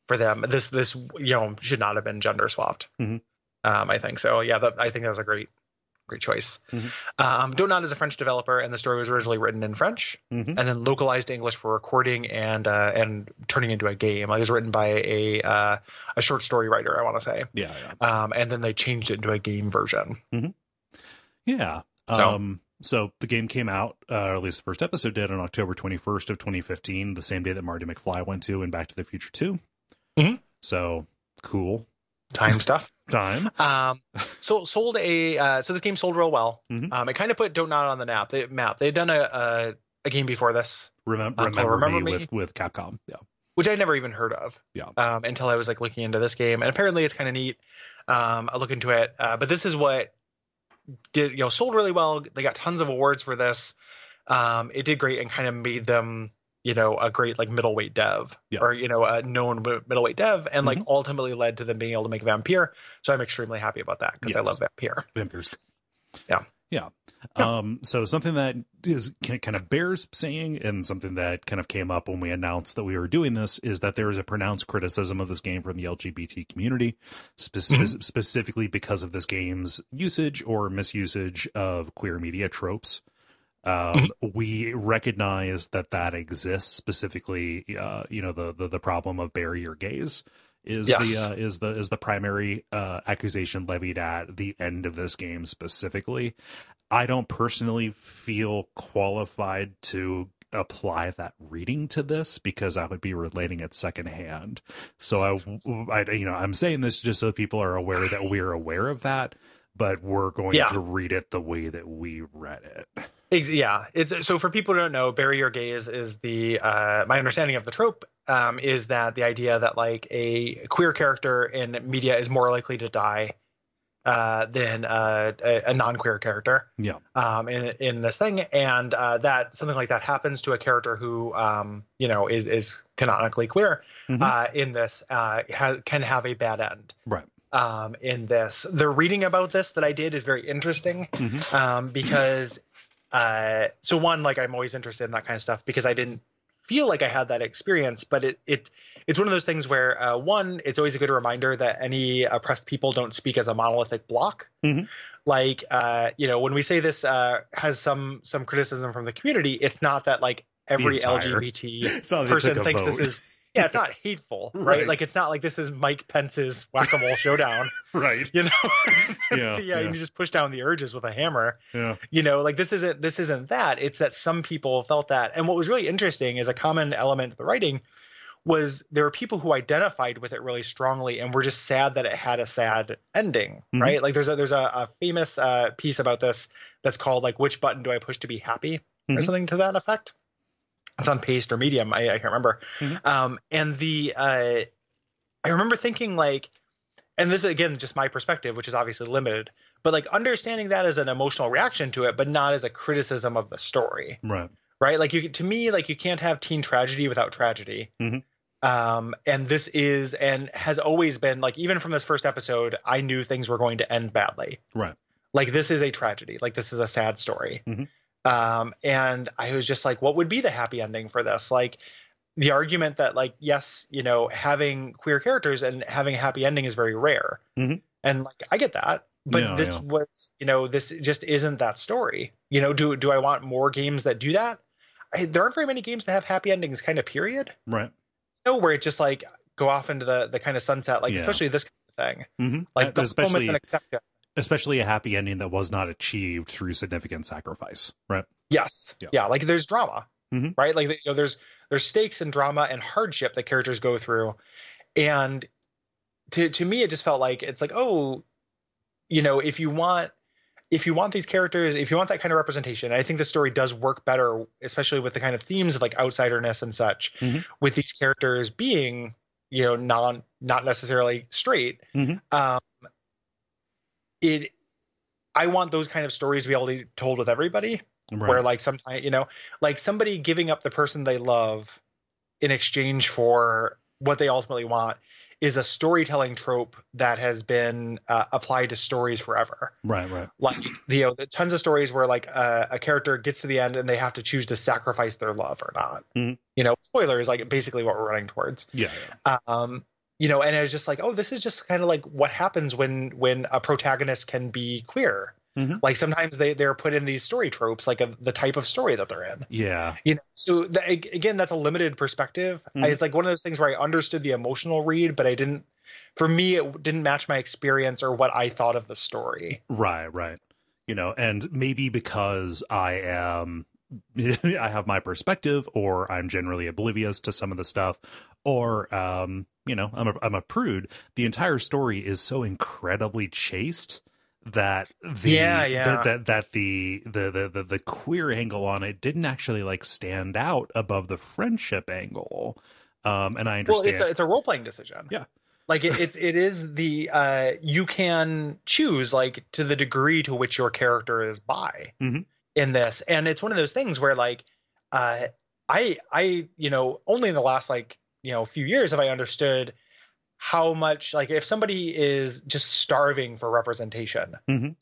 Speaker 2: for them this this you know should not have been gender swapped
Speaker 1: Mhm.
Speaker 2: um i think so yeah that, i think that was a great great choice
Speaker 1: Mhm.
Speaker 2: um donut is a french developer and the story was originally written in french
Speaker 1: Mm-hmm.
Speaker 2: and then localized to english for recording and uh and turning into a game Like, it was written by a uh a short story writer i want to say
Speaker 1: Yeah, yeah,
Speaker 2: um and then they changed it into a game version
Speaker 1: yeah.
Speaker 2: So-
Speaker 1: Um, so the game came out, uh, or at least the first episode did, on October 21st of 2015, the same day that Marty McFly went to and Back to the Future 2. Mm-hmm.
Speaker 2: Mhm.
Speaker 1: So cool
Speaker 2: time stuff
Speaker 1: time.
Speaker 2: Um, so sold a uh, so this game sold real well.
Speaker 1: Mhm.
Speaker 2: Um, it kind of put Donut on the map. They, map. They'd done a, a a game before this,
Speaker 1: Remem-
Speaker 2: Uh,
Speaker 1: remember,
Speaker 2: Remember
Speaker 1: me,
Speaker 2: Me?
Speaker 1: with with Capcom. Yeah.
Speaker 2: which I'd never even heard of.
Speaker 1: Yeah.
Speaker 2: Um, until I was like looking into this game, and apparently it's kind of neat. Um, I look into it, uh, but this is what did you know sold really well. They got tons of awards for this. Um, it did great and kind of made them you know a great like middleweight dev
Speaker 1: Yeah. Mm-hmm.
Speaker 2: or you know a known mi- middleweight dev, and like ultimately led to them being able to make Vampire. So I'm extremely happy about that because I
Speaker 1: Yes.
Speaker 2: love Vampire.
Speaker 1: Vampires.
Speaker 2: Yeah.
Speaker 1: Um, so something that is kind of bears saying, and something that kind of came up when we announced that we were doing this, is that there is a pronounced criticism of this game from the LGBT community, spe-
Speaker 2: Mhm.
Speaker 1: specifically because of this game's usage or misusage of queer media tropes. Um, We recognize that that exists specifically. Uh, you know, the the, the problem of barrier gaze is
Speaker 2: Yes.
Speaker 1: the uh, is the is the primary uh, accusation levied at the end of this game specifically. I don't personally feel qualified to apply that reading to this because I would be relating it secondhand. So I, I you know, I'm saying this just so people are aware that we're aware of that, but we're going
Speaker 2: Yeah.
Speaker 1: to read it the way that we read it.
Speaker 2: Ex- yeah, it's so for people who don't know, barrier gaze is the uh, my understanding of the trope um, is that the idea that like a queer character in media is more likely to die uh, than uh, a, a non-queer character.
Speaker 1: Yeah.
Speaker 2: Um, in in this thing, and uh, that something like that happens to a character who um, you know is is canonically queer
Speaker 1: Mhm.
Speaker 2: uh, in this uh, ha- can have a bad end.
Speaker 1: Right.
Speaker 2: Um, in this, the reading about this that I did is very interesting
Speaker 1: Mhm.
Speaker 2: um, because uh, so one like I'm always interested in that kind of stuff because I didn't feel like I had that experience, but it it it's one of those things where uh, one it's always a good reminder that any oppressed people don't speak as a monolithic block.
Speaker 1: Mhm.
Speaker 2: Like uh, you know when we say this uh, has some some criticism from the community, it's not that like every
Speaker 1: entire-
Speaker 2: LGBT
Speaker 1: So they took
Speaker 2: person
Speaker 1: a
Speaker 2: thinks this
Speaker 1: vote.
Speaker 2: is yeah it's not hateful right?
Speaker 1: Right.
Speaker 2: like it's not like this is Mike Pence's whack a mole showdown
Speaker 1: right.
Speaker 2: you know
Speaker 1: Yeah.
Speaker 2: yeah, and you just push down the urges with a hammer
Speaker 1: yeah.
Speaker 2: you know like this isn't this isn't that it's that some people felt that and what was really interesting is a common element of the writing was there were people who identified with it really strongly and were just sad that it had a sad ending
Speaker 1: Mhm.
Speaker 2: right like there's a there's a, a famous uh, piece about this that's called like which button do i push to be happy or
Speaker 1: Mhm.
Speaker 2: something to that effect it's on paste or medium i, I can't remember
Speaker 1: Mhm.
Speaker 2: um, and the uh, i remember thinking like and this is again just my perspective which is obviously limited but like understanding that as an emotional reaction to it but not as a criticism of the story
Speaker 1: Right.
Speaker 2: right like you to me like you can't have teen tragedy without tragedy
Speaker 1: Mhm.
Speaker 2: um and this is and has always been like even from this first episode i knew things were going to end badly
Speaker 1: Right.
Speaker 2: like this is a tragedy like this is a sad story
Speaker 1: Mhm.
Speaker 2: um and i was just like what would be the happy ending for this like the argument that like yes you know having queer characters and having a happy ending is very rare
Speaker 1: Mhm.
Speaker 2: and like i get that but
Speaker 1: Yeah,
Speaker 2: this
Speaker 1: yeah.
Speaker 2: was you know this just isn't that story you know do do i want more games that do that I, there aren't very many games that have happy endings kind of period
Speaker 1: Right.
Speaker 2: you know, where it just like go off into the the kind of sunset like
Speaker 1: Yeah.
Speaker 2: especially this kind of thing
Speaker 1: Mm-hmm.
Speaker 2: like go home with
Speaker 1: especially
Speaker 2: an acceptance.
Speaker 1: especially a happy ending that was not achieved through significant sacrifice. Right.
Speaker 2: Yes.
Speaker 1: Yeah.
Speaker 2: Yeah. Like there's drama,
Speaker 1: Mhm.
Speaker 2: right? Like you know, there's there's stakes and drama and hardship that characters go through, and to to me, it just felt like it's like oh, you know, if you want if you want these characters, if you want that kind of representation, and I think the story does work better, especially with the kind of themes of like outsiderness and such,
Speaker 1: Mhm.
Speaker 2: with these characters being you know non not necessarily straight.
Speaker 1: Mhm.
Speaker 2: Um, it. I want those kind of stories to be able to be told with everybody,
Speaker 1: Right.
Speaker 2: where like sometimes you know like somebody giving up the person they love in exchange for what they ultimately want is a storytelling trope that has been uh, applied to stories forever
Speaker 1: right. Right.
Speaker 2: like you know the tons of stories where like a, a character gets to the end and they have to choose to sacrifice their love or not
Speaker 1: Mhm.
Speaker 2: you know spoiler is like basically what we're running towards
Speaker 1: Yeah.
Speaker 2: um you know and it was just like oh this is just kind of like what happens when when a protagonist can be queer
Speaker 1: Mhm.
Speaker 2: like sometimes they they're put in these story tropes like of the type of story that they're in
Speaker 1: Yeah.
Speaker 2: you know so that, ag- again that's a limited perspective I,
Speaker 1: Mhm.
Speaker 2: it's like one of those things where i understood the emotional read but i didn't for me it didn't match my experience or what i thought of the story
Speaker 1: Right, right. You know, and maybe because I am I have my perspective or I'm generally oblivious to some of the stuff or um, you know, I'm a I'm a prude, the entire story is so incredibly chaste that the
Speaker 2: Yeah, yeah.
Speaker 1: That, that that the the, the the the queer angle on it didn't actually like stand out above the friendship angle. Um and I
Speaker 2: well
Speaker 1: understand
Speaker 2: it's a, it's a role-playing decision
Speaker 1: Yeah.
Speaker 2: like it, it's it is the uh you can choose like to the degree to which your character is by
Speaker 1: Mhm.
Speaker 2: in this and it's one of those things where like uh i i you know only in the last like you know few years have i understood how much like if somebody is just starving for representation
Speaker 1: Mhm.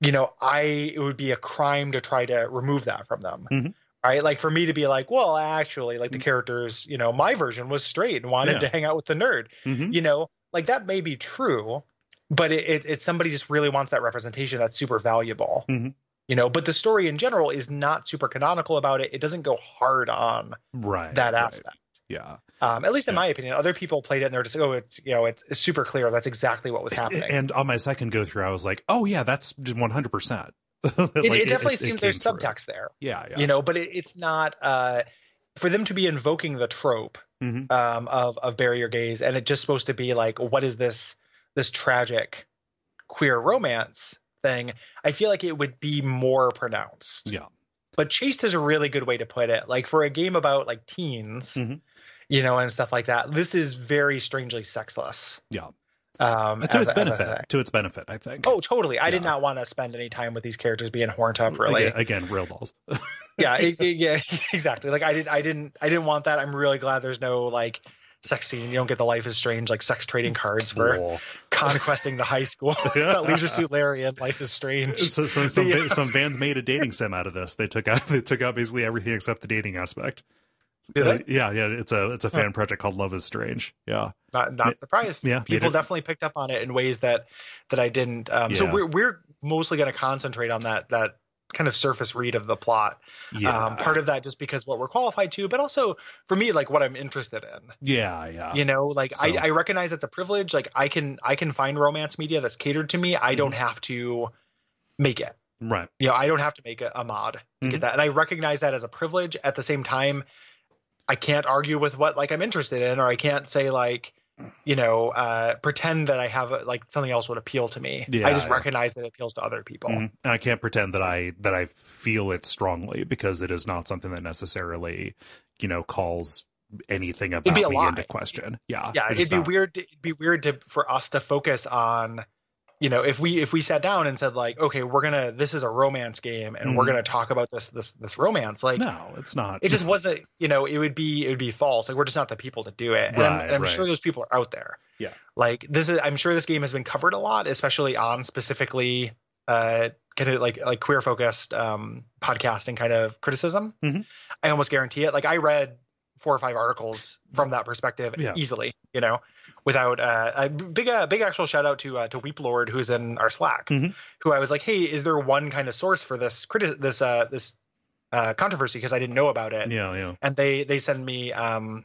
Speaker 2: you know, I it would be a crime to try to remove that from them.
Speaker 1: Mhm.
Speaker 2: Right? Like for me to be like, well, actually, like the characters, you know, my version was straight and wanted
Speaker 1: Mm-hmm. Yeah.
Speaker 2: to hang out with the nerd.
Speaker 1: Mhm.
Speaker 2: You know, like that may be true, but it, it, it's somebody just really wants that representation that's super valuable.
Speaker 1: Mhm.
Speaker 2: You know, but the story in general is not super canonical about it. It doesn't go hard on
Speaker 1: Right.
Speaker 2: that
Speaker 1: right.
Speaker 2: aspect.
Speaker 1: Yeah.
Speaker 2: Um, at least in
Speaker 1: Yeah.
Speaker 2: my opinion, other people played it and they're just, oh, it's you know, it's, it's super clear. That's exactly what was happening.
Speaker 1: And on my second go through, I was like, oh, yeah, that's 100%. Like,
Speaker 2: it, it definitely seems
Speaker 1: came
Speaker 2: there's
Speaker 1: through.
Speaker 2: subtext there.
Speaker 1: Yeah. Yeah.
Speaker 2: you know but it, it's not uh for them to be invoking the trope
Speaker 1: Mhm.
Speaker 2: um of of barrier gaze and it's just supposed to be like what is this this tragic queer romance thing i feel like it would be more pronounced
Speaker 1: Yeah.
Speaker 2: but chaste is a really good way to put it like for a game about like teens
Speaker 1: Mhm.
Speaker 2: you know and stuff like that this is very strangely sexless
Speaker 1: Yeah.
Speaker 2: um
Speaker 1: to
Speaker 2: as
Speaker 1: its
Speaker 2: a- as a
Speaker 1: benefit.
Speaker 2: thing.
Speaker 1: To its benefit, I think.
Speaker 2: oh totally i did
Speaker 1: Yeah.
Speaker 2: not want to spend any time with these characters being horned up really
Speaker 1: Again, again, real balls.
Speaker 2: yeah, it, it- yeah, exactly. Like I didn't, I didn't, I didn't want that. I'm really glad there's no like sex scene. You don't get the Life is Strange like sex trading cards for
Speaker 1: Cool.
Speaker 2: conquesting the high school. that Leisure Suit Larry and Life is Strange.
Speaker 1: So, so some
Speaker 2: Yeah.
Speaker 1: some fans made a dating sim out of this. They took out they took out basically everything except the dating aspect.
Speaker 2: Did
Speaker 1: Uh,
Speaker 2: it?
Speaker 1: yeah, yeah. It's a it's a
Speaker 2: Huh.
Speaker 1: fan project called Love Is Strange. Yeah,
Speaker 2: Not,
Speaker 1: Ma-
Speaker 2: not surprised.
Speaker 1: yeah, they
Speaker 2: people
Speaker 1: did.
Speaker 2: definitely picked up on it in ways that that I didn't. Um, So
Speaker 1: Yeah.
Speaker 2: we're we're mostly going to concentrate on that that kind of surface read of the plot.
Speaker 1: yeah,
Speaker 2: Um, part of that just because what we're qualified to, but also for me, like what I'm interested in.
Speaker 1: yeah, yeah.
Speaker 2: you know like
Speaker 1: Uh, So-
Speaker 2: I, I recognize it's a privilege like i can i can find romance media that's catered to me i don't
Speaker 1: Mm-hmm.
Speaker 2: have to make it
Speaker 1: Right.
Speaker 2: you know i don't have to make a, a mod to
Speaker 1: Mhm.
Speaker 2: get that and i recognize that as a privilege at the same time i can't argue with what like i'm interested in or i can't say like you know uh pretend that i have a, like something else would appeal to me
Speaker 1: Yeah,
Speaker 2: i just
Speaker 1: yeah.
Speaker 2: recognize that it appeals to other people
Speaker 1: Mhm. And I can't pretend that I that I feel it strongly because it is not something that necessarily, you know, calls anything about
Speaker 2: be a
Speaker 1: me
Speaker 2: lie.
Speaker 1: into question. Yeah,
Speaker 2: yeah
Speaker 1: it's
Speaker 2: it'd be
Speaker 1: not-
Speaker 2: weird to, it'd be weird to for us to focus on you know if we if we sat down and said like okay we're gonna this is a romance game and we're
Speaker 1: Mhm.
Speaker 2: gonna talk about this this this romance like
Speaker 1: No, it's not.
Speaker 2: it just wasn't you know it would be it would be false like we're just not the people to do it and i'm,
Speaker 1: Right,
Speaker 2: and I'm
Speaker 1: right.
Speaker 2: sure those people are out there
Speaker 1: Yeah.
Speaker 2: like this is i'm sure this game has been covered a lot especially on specifically uh kind of like like queer focused um podcasting kind of criticism
Speaker 1: Mhm.
Speaker 2: i almost guarantee it like i read four or five articles from that perspective
Speaker 1: Yeah.
Speaker 2: easily you know without uh, a big uh, big actual shout out to uh, to Weep Lord who's in our Slack,
Speaker 1: Mhm.
Speaker 2: who I was like, hey, is there one kind of source for this criti- this uh, this uh, controversy because I didn't know about it,
Speaker 1: yeah, yeah,
Speaker 2: and they they send me um,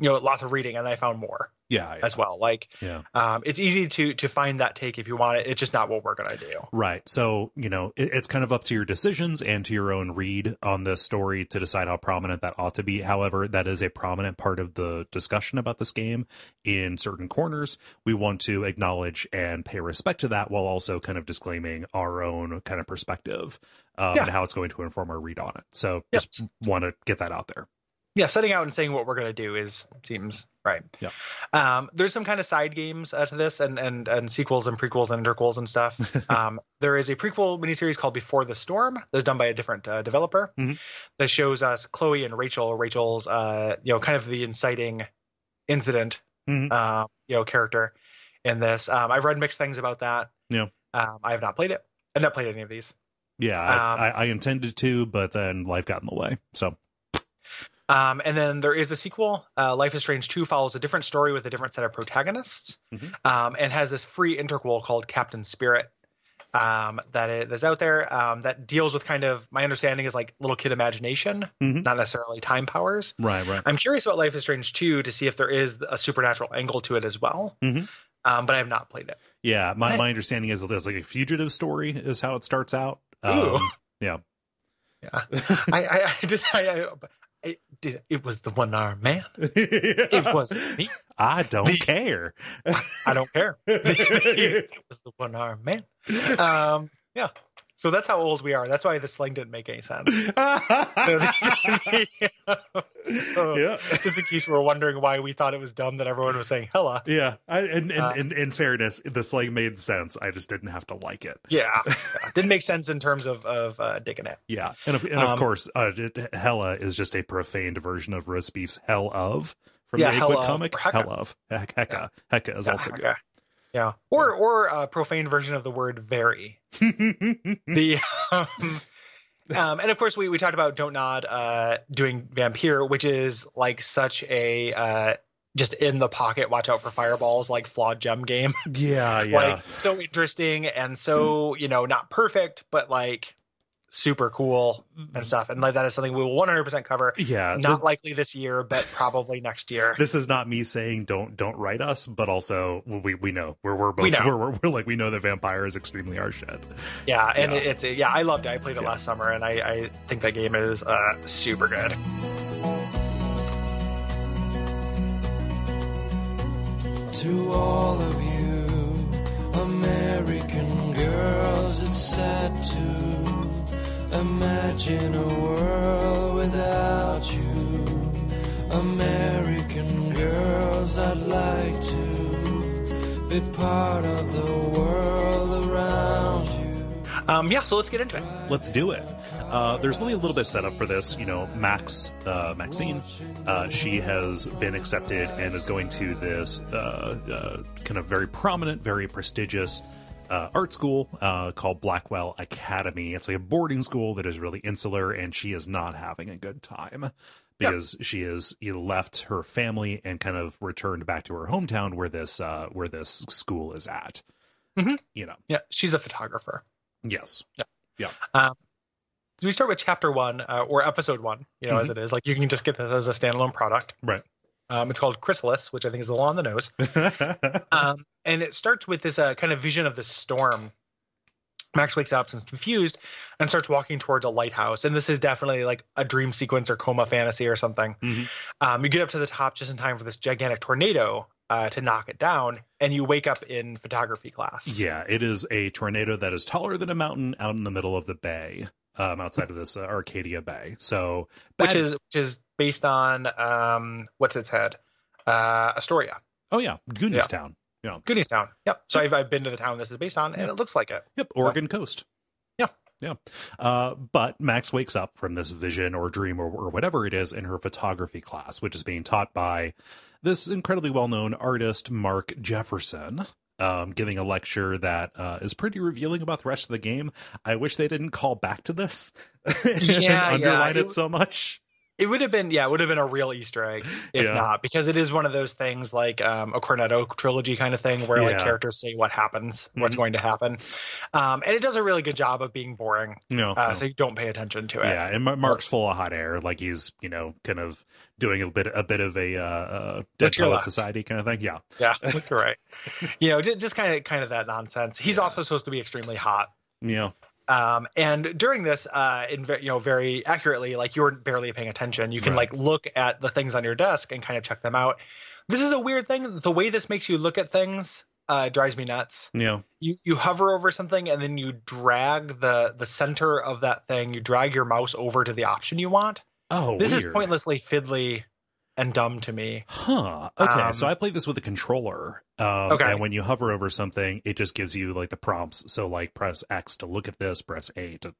Speaker 2: you know lots of reading and I found more
Speaker 1: yeah, yeah.
Speaker 2: as well. Like
Speaker 1: yeah.
Speaker 2: um, it's easy to to find that take if you want it. It's just not what we're gonna do.
Speaker 1: Right. So, you know, it, it's kind of up to your decisions and to your own read on the story to decide how prominent that ought to be. However, that is a prominent part of the discussion about this game in certain corners. We want to acknowledge and pay respect to that while also kind of disclaiming our own kind of perspective um,
Speaker 2: Yeah.
Speaker 1: and how it's going to inform our read on it. So,
Speaker 2: Yep.
Speaker 1: just want to get that out there.
Speaker 2: yeah, setting out and saying what we're going to do is seems right.
Speaker 1: Yeah.
Speaker 2: Um, there's some kind of side games uh, to this, and and and sequels and prequels and interquels and stuff. um, there is a prequel miniseries called Before the Storm that's done by a different uh, developer
Speaker 1: Mhm.
Speaker 2: that shows us Chloe and Rachel. Rachel's, uh, you know, kind of the inciting incident,
Speaker 1: Mhm.
Speaker 2: uh, you know, character in this. Um, I've read mixed things about that.
Speaker 1: Yeah.
Speaker 2: Um, I have not played it. I've not played any of these.
Speaker 1: Yeah.
Speaker 2: Um,
Speaker 1: I, I, I intended to, but then life got in the way. So,
Speaker 2: Um, and then there is a sequel. Uh, Life is Strange 2 follows a different story with a different set of protagonists
Speaker 1: Mhm.
Speaker 2: um, and has this free interquel called Captain Spirit um, that is that's out there um, that deals with kind of, my understanding is like little kid imagination,
Speaker 1: Mhm.
Speaker 2: not necessarily time powers.
Speaker 1: right, right.
Speaker 2: I'm curious about Life is Strange 2 to see if there is a supernatural angle to it as well.
Speaker 1: Mhm.
Speaker 2: Um, but I have not played it.
Speaker 1: Yeah, my,
Speaker 2: But-
Speaker 1: my understanding is that there's like a fugitive story is how it starts out. Um,
Speaker 2: Ooh.
Speaker 1: yeah.
Speaker 2: Yeah. I, I, I just, I, I, it, did, it was the one armed man. It
Speaker 1: it
Speaker 2: was me.
Speaker 1: I don't
Speaker 2: The-
Speaker 1: care.
Speaker 2: I don't care. it was the one armed man. um, yeah. So that's how old we are. That's why the sling didn't make any sense. So the- so
Speaker 1: yeah.
Speaker 2: Just in case we were wondering why we thought it was dumb that everyone was saying hella.
Speaker 1: Yeah, I, and, and,
Speaker 2: Uh,
Speaker 1: in, in fairness, the slang made sense. I just didn't have to like it.
Speaker 2: Yeah, yeah. didn't make sense in terms of of uh, digging it.
Speaker 1: Yeah, and of, and of
Speaker 2: Um,
Speaker 1: course, uh, it- Hella is just a profaned version of roast beef's Hell of from
Speaker 2: Yeah,
Speaker 1: the
Speaker 2: Hell
Speaker 1: Aquid
Speaker 2: of
Speaker 1: comic.
Speaker 2: or Hecka.
Speaker 1: Hell of Heck, Hecka, Hecka is also
Speaker 2: Yeah,
Speaker 1: good.
Speaker 2: okay. Yeah. Or or a profane version of the word very.
Speaker 1: Hmm.
Speaker 2: the um, um, and of course we, we talked about don't nod uh, doing vampire which is like such a uh, just in the pocket watch out for fireballs like flawed gem game
Speaker 1: yeah, yeah.
Speaker 2: like so interesting and so you know not perfect but like super cool and stuff and like that is something we will 100% cover
Speaker 1: yeah.
Speaker 2: not
Speaker 1: This,
Speaker 2: likely this year but probably next year
Speaker 1: this is not me saying don't don't write us, but also we we know. We're we're both
Speaker 2: We know.
Speaker 1: We're, we're, we're like we know that vampire is extremely our shit.
Speaker 2: yeah and
Speaker 1: Yeah.
Speaker 2: it it's a, yeah i loved it i played it
Speaker 1: Yeah.
Speaker 2: last summer and i i think that game is uh super good
Speaker 3: to all of you American girls, it's sad to imagine a world without you. American girls, I'd like to be part of the world around you.
Speaker 2: um yeah so let's get into it
Speaker 1: Let's do it. Uh, there's only a little bit set up for this. You know, Max, uh, Maxine, uh, she has been accepted and is going to this uh, uh, kind of very prominent, very prestigious uh, art school uh, called Blackwell Academy. It's like a boarding school that is really insular, and she is not having a good time because she is you know, left her family and kind of returned back to her hometown where this uh, where this school is at.
Speaker 2: Mhm.
Speaker 1: You know,
Speaker 2: yeah she's a photographer
Speaker 1: yes,
Speaker 2: we start with chapter one uh, or episode one, you know, as it is. Like you can just get this as a standalone product.
Speaker 1: Mm-hmm. Right.
Speaker 2: Um, it's called Chrysalis, which I think is a little on the nose. Um, and it starts with this uh, kind of vision of this storm. Max wakes up and is confused and starts walking towards a lighthouse. And this is definitely like a dream sequence or coma fantasy or something.
Speaker 1: Mhm.
Speaker 2: Um, you get up to the top just in time for this gigantic tornado uh, to knock it down, and you wake up in photography class.
Speaker 1: Yeah, it is a tornado that is taller than a mountain out in the middle of the bay, um, outside of this uh, Arcadia Bay. So,
Speaker 2: Which
Speaker 1: bad-
Speaker 2: is which is based on um, what's its head? Uh, Astoria.
Speaker 1: oh yeah, Goonies
Speaker 2: Yeah.
Speaker 1: Town.
Speaker 2: Goodiestown. Yep. So I've, I've been to the town this is based on, and it looks like it.
Speaker 1: Yep, Oregon coast.
Speaker 2: Yeah.
Speaker 1: yeah. Uh, but Max wakes up from this vision or dream or, or whatever it is in her photography class, which is being taught by this incredibly well-known artist Mark Jefferson. Um, giving a lecture that uh, is pretty revealing about the rest of the game. I wish they didn't call back to this. and
Speaker 2: Yeah, yeah.
Speaker 1: underline
Speaker 2: It-
Speaker 1: it so much.
Speaker 2: It would have been, yeah, it would have been a real Easter egg if
Speaker 1: Yeah.
Speaker 2: not, because it is one of those things like um, a Cornetto trilogy kind of thing where like
Speaker 1: Yeah. Mm-hmm.
Speaker 2: characters say what happens, what's going to happen. Um, and it does a really good job of being boring.
Speaker 1: No,
Speaker 2: Uh,
Speaker 1: no.
Speaker 2: So you don't pay attention to it.
Speaker 1: Yeah, and Mar- Mark's full of hot air, like he's you know kind of doing a bit a bit of a uh, uh, dead
Speaker 2: But you're
Speaker 1: poet
Speaker 2: left.
Speaker 1: society kind of thing. Yeah,
Speaker 2: Yeah. you're right. You know, just, just kind of kind of that nonsense. He's also supposed to be extremely hot.
Speaker 1: yeah,
Speaker 2: Um, and during this, uh, in ve- you know, very accurately, like you're barely paying attention. You can
Speaker 1: Right.
Speaker 2: like look at the things on your desk and kind of check them out. This is a weird thing. The way this makes you look at things uh, drives me nuts.
Speaker 1: yeah,
Speaker 2: You you hover over something and then you drag the the center of that thing. You drag your mouse over to the option you want.
Speaker 1: oh,
Speaker 2: This is
Speaker 1: weird.
Speaker 2: pointlessly fiddly and dumb to me.
Speaker 1: Huh. Okay.
Speaker 2: Um,
Speaker 1: so I played this with a controller. Um,
Speaker 2: Okay.
Speaker 1: And when you hover over something, it just gives you like the prompts. So like press X to look at this, press A to you know,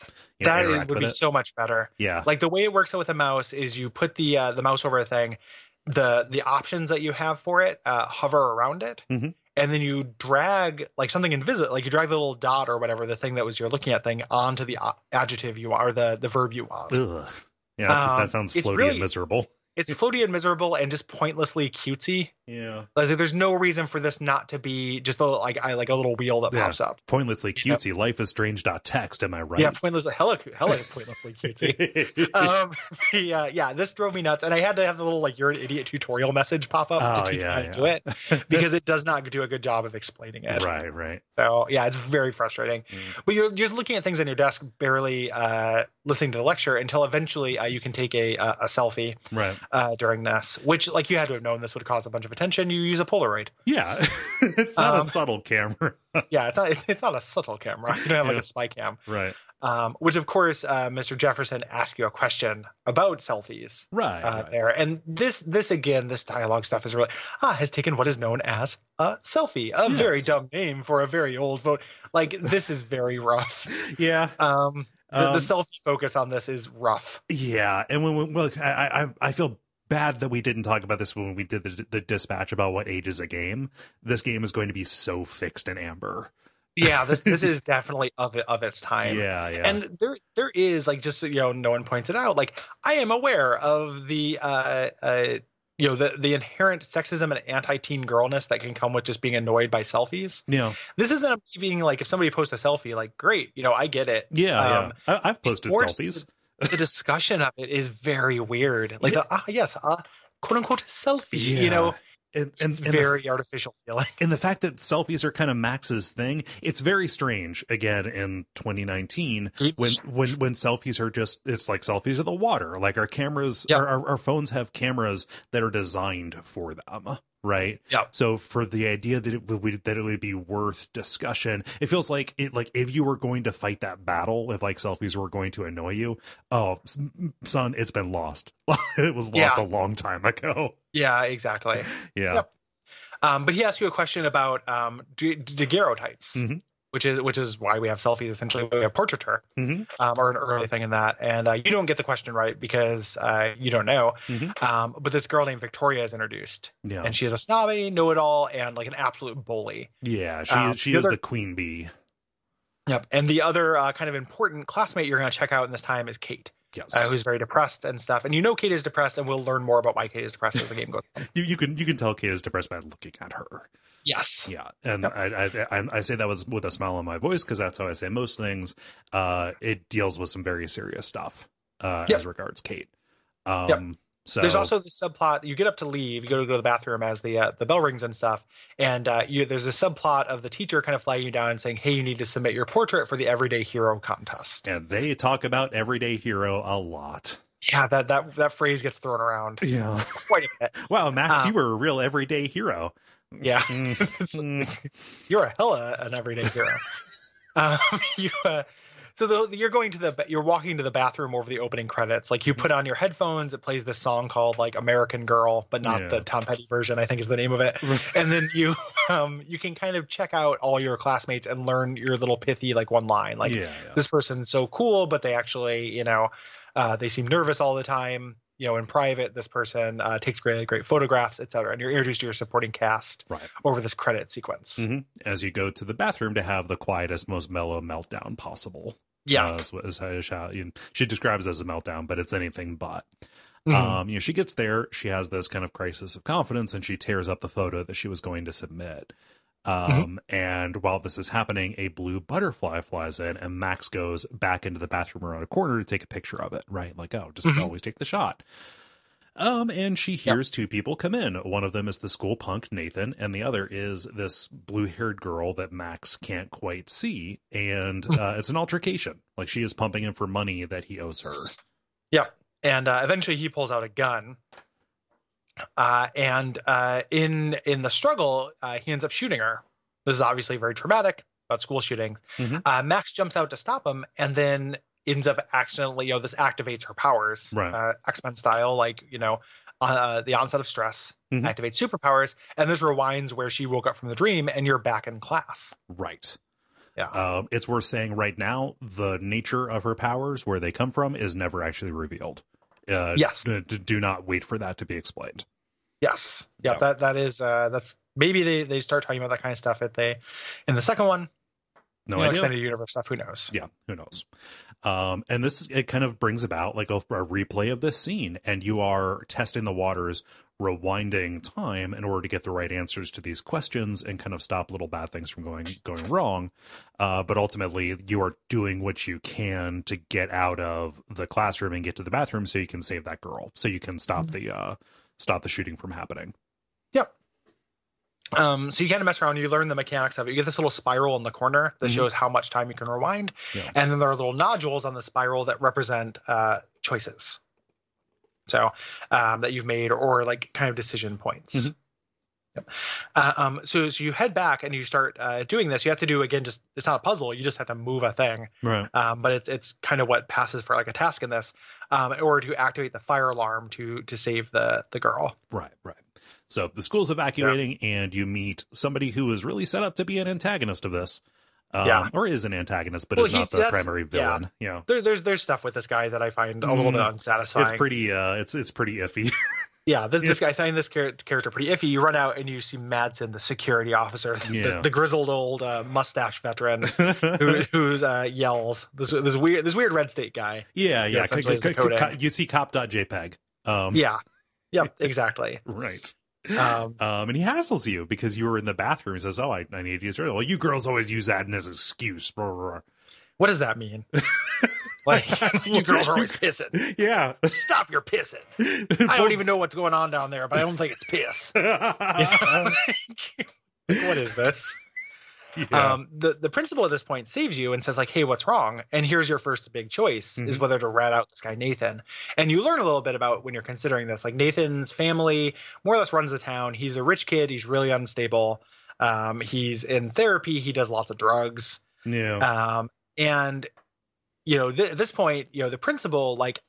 Speaker 2: That
Speaker 1: interact
Speaker 2: would
Speaker 1: with
Speaker 2: be
Speaker 1: it.
Speaker 2: so much better.
Speaker 1: yeah.
Speaker 2: like the way it works out with a mouse is you put the uh, the mouse over a thing the the options that you have for it uh, hover around it
Speaker 1: Mhm.
Speaker 2: and then you drag like something invisible like you drag the little dot or whatever the thing that was you're looking at thing onto the o- adjective you want or the the verb you want
Speaker 1: Ugh. Yeah. that's-
Speaker 2: um,
Speaker 1: that sounds
Speaker 2: it's
Speaker 1: floaty
Speaker 2: really-
Speaker 1: and miserable.
Speaker 2: it's floaty and miserable and just pointlessly cutesy
Speaker 1: Yeah.
Speaker 2: Like, there's no reason for this not to be just a, like I like a little wheel that
Speaker 1: Yeah.
Speaker 2: pops up
Speaker 1: Pointlessly cutesy. Life is strange. Dot text. Am I right?
Speaker 2: yeah pointless hella hella pointlessly cutesy um the, uh, yeah this drove me nuts and i had to have the little like you're an idiot tutorial message pop up
Speaker 1: Oh,
Speaker 2: to teach
Speaker 1: yeah,
Speaker 2: how
Speaker 1: yeah.
Speaker 2: to do it because it does not do a good job of explaining it
Speaker 1: right. Right.
Speaker 2: so yeah it's very frustrating
Speaker 1: Mm.
Speaker 2: but you're just looking at things on your desk barely uh listening to the lecture until eventually uh, you can take a uh, a selfie
Speaker 1: Right.
Speaker 2: uh during this which like you had to have known this would cause a bunch of attention you use a polaroid
Speaker 1: Yeah. it's not a
Speaker 2: Um,
Speaker 1: subtle camera.
Speaker 2: yeah it's not it's, it's not a subtle camera you don't have like
Speaker 1: Yeah.
Speaker 2: a spy cam
Speaker 1: Right.
Speaker 2: um which of course uh mr jefferson asked you a question about selfies
Speaker 1: Right.
Speaker 2: uh,
Speaker 1: right.
Speaker 2: there. And this, this again, this dialogue stuff is really ah has taken what is known as a selfie, a very
Speaker 1: Yes.
Speaker 2: dumb name for a very old vote. Like this is very rough.
Speaker 1: Yeah.
Speaker 2: Um, the,
Speaker 1: Um,
Speaker 2: the selfie focus on this is rough.
Speaker 1: Yeah. And when, when look, I, I I feel bad that we didn't talk about this when we did the, the dispatch about what age is a game. This game is going to be so fixed in amber.
Speaker 2: yeah, this this is definitely of it, of its time.
Speaker 1: Yeah, yeah.
Speaker 2: And there there is like just so you know no one points it out like I am aware of the uh, uh you know the the inherent sexism and anti-teen girlness that can come with just being annoyed by selfies.
Speaker 1: you know,
Speaker 2: This isn't me being like if somebody posts a selfie like great you know I get it.
Speaker 1: yeah,
Speaker 2: Um,
Speaker 1: yeah. I, I've posted
Speaker 2: forced-
Speaker 1: selfies.
Speaker 2: The discussion of it is very weird. Like
Speaker 1: Yeah.
Speaker 2: the, ah yes ah quote unquote selfie
Speaker 1: Yeah.
Speaker 2: you know
Speaker 1: And, and,
Speaker 2: it's
Speaker 1: and the
Speaker 2: very artificial feeling.
Speaker 1: and the fact that selfies are kind of Max's thing, it's very strange again in 2019
Speaker 2: Oops.
Speaker 1: when when when selfies are just it's like selfies of the water. Like our cameras
Speaker 2: Yeah.
Speaker 1: our, our our phones have cameras that are designed for them, right?
Speaker 2: Yeah.
Speaker 1: So for the idea that it would that it would be worth discussion, it feels like it like if you were going to fight that battle, if like selfies were going to annoy you, oh s- son, it's been lost. it was lost
Speaker 2: Yeah.
Speaker 1: a long time ago.
Speaker 2: Yeah, exactly.
Speaker 1: Yeah.
Speaker 2: Yep. Um, but he asked you a question about um, d- d- daguerreotypes,
Speaker 1: Mhm.
Speaker 2: which is which is why we have selfies. Essentially, we have portraiture
Speaker 1: Mhm.
Speaker 2: um, or an early thing in that. And uh, you don't get the question right because uh, you don't know.
Speaker 1: Mhm.
Speaker 2: Um, but this girl named Victoria is introduced,
Speaker 1: Yeah.
Speaker 2: and she is a snobby, know-it-all, and like an absolute bully.
Speaker 1: yeah, she
Speaker 2: Um,
Speaker 1: she
Speaker 2: the
Speaker 1: is
Speaker 2: other-
Speaker 1: the queen bee.
Speaker 2: Yep. And the other uh, kind of important classmate you're going to check out in this time is Kate,
Speaker 1: Yes.
Speaker 2: uh, who's very depressed and stuff. And you know Kate is depressed, and we'll learn more about why Kate is depressed as the game goes. on.
Speaker 1: you, you can you can tell Kate is depressed by looking at her.
Speaker 2: Yes.
Speaker 1: Yeah, and
Speaker 2: Yep.
Speaker 1: I, I I I say that was with a smile on my voice because that's how I say most things. Uh, it deals with some very serious stuff uh,
Speaker 2: Yep.
Speaker 1: as regards Kate. Um, so
Speaker 2: There's also this subplot. You get up to leave. You go to go to the bathroom as the uh, the bell rings and stuff. And uh, you, there's a subplot of the teacher kind of flagging you down and saying, "Hey, you need to submit your portrait for the Everyday Hero contest."
Speaker 1: and they talk about everyday hero a lot.
Speaker 2: Yeah, that that that phrase gets thrown around
Speaker 1: Yeah.
Speaker 2: quite a bit.
Speaker 1: Wow, Max,
Speaker 2: Uh,
Speaker 1: you were a real everyday hero.
Speaker 2: Yeah,
Speaker 1: Mm,
Speaker 2: It's-
Speaker 1: mm.
Speaker 2: you're a hella an everyday hero. um, you. Uh, so the, you're going to the you're walking to the bathroom over the opening credits. Like you put on your headphones, it plays this song called like American Girl, but not
Speaker 1: Yeah.
Speaker 2: the Tom Petty version. I think is the name of it.
Speaker 1: Right.
Speaker 2: and then you um you can kind of check out all your classmates and learn your little pithy like one line like
Speaker 1: yeah, yeah.
Speaker 2: this person's so cool but they actually you know uh, they seem nervous all the time you know in private this person uh, takes great great photographs etc and you're introduced to your supporting cast
Speaker 1: Right.
Speaker 2: over this credit sequence
Speaker 1: Mhm. As you go to the bathroom to have the quietest, most mellow meltdown possible.
Speaker 2: yeah
Speaker 1: uh, is, what- is how she, you know, she describes it as a meltdown, but it's anything but.
Speaker 2: Mhm.
Speaker 1: Um, you know, she gets there, she has this kind of crisis of confidence, and she tears up the photo that she was going to submit. Um, and while this is happening, a blue butterfly flies in, and Max goes back into the bathroom around a corner to take a picture of it. Right, like oh, just
Speaker 2: Mhm.
Speaker 1: always take the shot. Um, and she hears two people come in. One of them is the school punk Nathan, and the other is this blue-haired girl that Max can't quite see. And uh, it's an altercation. Like she is pumping him for money that he owes her.
Speaker 2: and uh, eventually he pulls out a gun uh, and uh, in in the struggle uh, he ends up shooting her this is obviously very traumatic about school shootings
Speaker 1: Mhm.
Speaker 2: uh, max jumps out to stop him and then ends up accidentally you know this activates her powers
Speaker 1: Right.
Speaker 2: uh, x-men style like you know uh, the onset of stress
Speaker 1: Mhm.
Speaker 2: activates superpowers and this rewinds where she woke up from the dream and you're back in class
Speaker 1: Right.
Speaker 2: Yeah.
Speaker 1: Um, it's worth saying right now the nature of her powers, where they come from, is never actually revealed. Uh,
Speaker 2: Yes.
Speaker 1: d- d- do not wait for that to be explained.
Speaker 2: Yes. Yeah,
Speaker 1: Yeah.
Speaker 2: that that is uh that's maybe they they start talking about that kind of stuff if they in the second one,
Speaker 1: No
Speaker 2: you know,
Speaker 1: idea.
Speaker 2: extended universe stuff, who knows.
Speaker 1: yeah who knows um and this it kind of brings about like a, a replay of this scene and you are testing the waters rewinding time in order to get the right answers to these questions and kind of stop little bad things from going going wrong uh but ultimately you are doing what you can to get out of the classroom and get to the bathroom so you can save that girl so you can stop the uh stop the shooting from happening
Speaker 2: Um so you kind of mess around, you learn the mechanics of it. You get this little spiral in the corner that
Speaker 1: Mhm.
Speaker 2: shows how much time you can rewind.
Speaker 1: Yeah.
Speaker 2: And then there are little nodules on the spiral that represent uh choices. So um that you've made or like kind of decision points.
Speaker 1: Mhm.
Speaker 2: Yep. Uh, um, so, so you head back and you start uh, doing this. You have to do again. Just it's not a puzzle. You just have to move a thing.
Speaker 1: right
Speaker 2: um, but it's it's kind of what passes for like a task in this, um, in order to activate the fire alarm to to save the the girl.
Speaker 1: Right, right. So the school's evacuating, and you meet somebody who is really set up to be an antagonist of this, um,
Speaker 2: Yeah.
Speaker 1: or is an antagonist, but
Speaker 2: Well,
Speaker 1: is
Speaker 2: he-
Speaker 1: not the
Speaker 2: that's-
Speaker 1: primary
Speaker 2: yeah.
Speaker 1: villain. Yeah,
Speaker 2: There, there's there's stuff with this guy that I find a little
Speaker 1: Mm.
Speaker 2: bit unsatisfying.
Speaker 1: it's pretty. Uh, it's it's pretty iffy.
Speaker 2: Yeah, this, this
Speaker 1: Yeah.
Speaker 2: guy I find this char- character pretty iffy. You run out and you see Madsen, the security officer,
Speaker 1: Yeah.
Speaker 2: the, the grizzled old uh, mustache veteran who who's, uh, yells. This this weird this weird red state guy.
Speaker 1: yeah, yeah. C-
Speaker 2: essentially
Speaker 1: c-
Speaker 2: it's the
Speaker 1: c-
Speaker 2: codec.
Speaker 1: co- you see cop.jpg. Um,
Speaker 2: Yeah, yep, exactly.
Speaker 1: Right.
Speaker 2: Um,
Speaker 1: Um, and he hassles you because you were in the bathroom. He says, "Oh, I, I need to use your Well, you girls always use that as an excuse. Blah, blah,
Speaker 2: what does that mean? like you girls are always pissing.
Speaker 1: blah. Yeah.
Speaker 2: Stop your pissing. I don't even know what's going on down there, but I don't think it's piss.
Speaker 1: yeah.
Speaker 2: what is this? Um, the the principal at this point saves you and says like, "Hey, what's wrong?" And here's your first big choice is
Speaker 1: Mhm.
Speaker 2: whether to rat out this guy Nathan. And you learn a little bit about when you're considering this. Like Nathan's family more or less runs the town. He's a rich kid. He's really unstable. Um, he's in therapy. He does lots of drugs.
Speaker 1: yeah.
Speaker 2: Um, and you know, th- at this point, you know, the principal like,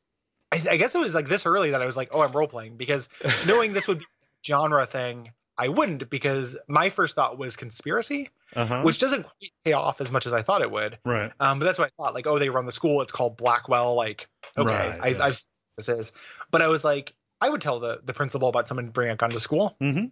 Speaker 2: I, I guess it was like this early that I was like, "Oh, I'm role playing," because knowing this would be a genre thing. I wouldn't because my first thought was conspiracy
Speaker 1: uh-huh.
Speaker 2: which doesn't quite pay off as much as I thought it would.
Speaker 1: right.
Speaker 2: Um, but that's what I thought. Like, oh, they run the school. It's called Blackwell. Like, okay,
Speaker 1: Right,
Speaker 2: I,
Speaker 1: yeah.
Speaker 2: I've seen what this is. But I was like, I would tell the the principal about someone bringing a gun to school.
Speaker 1: Mm-hmm.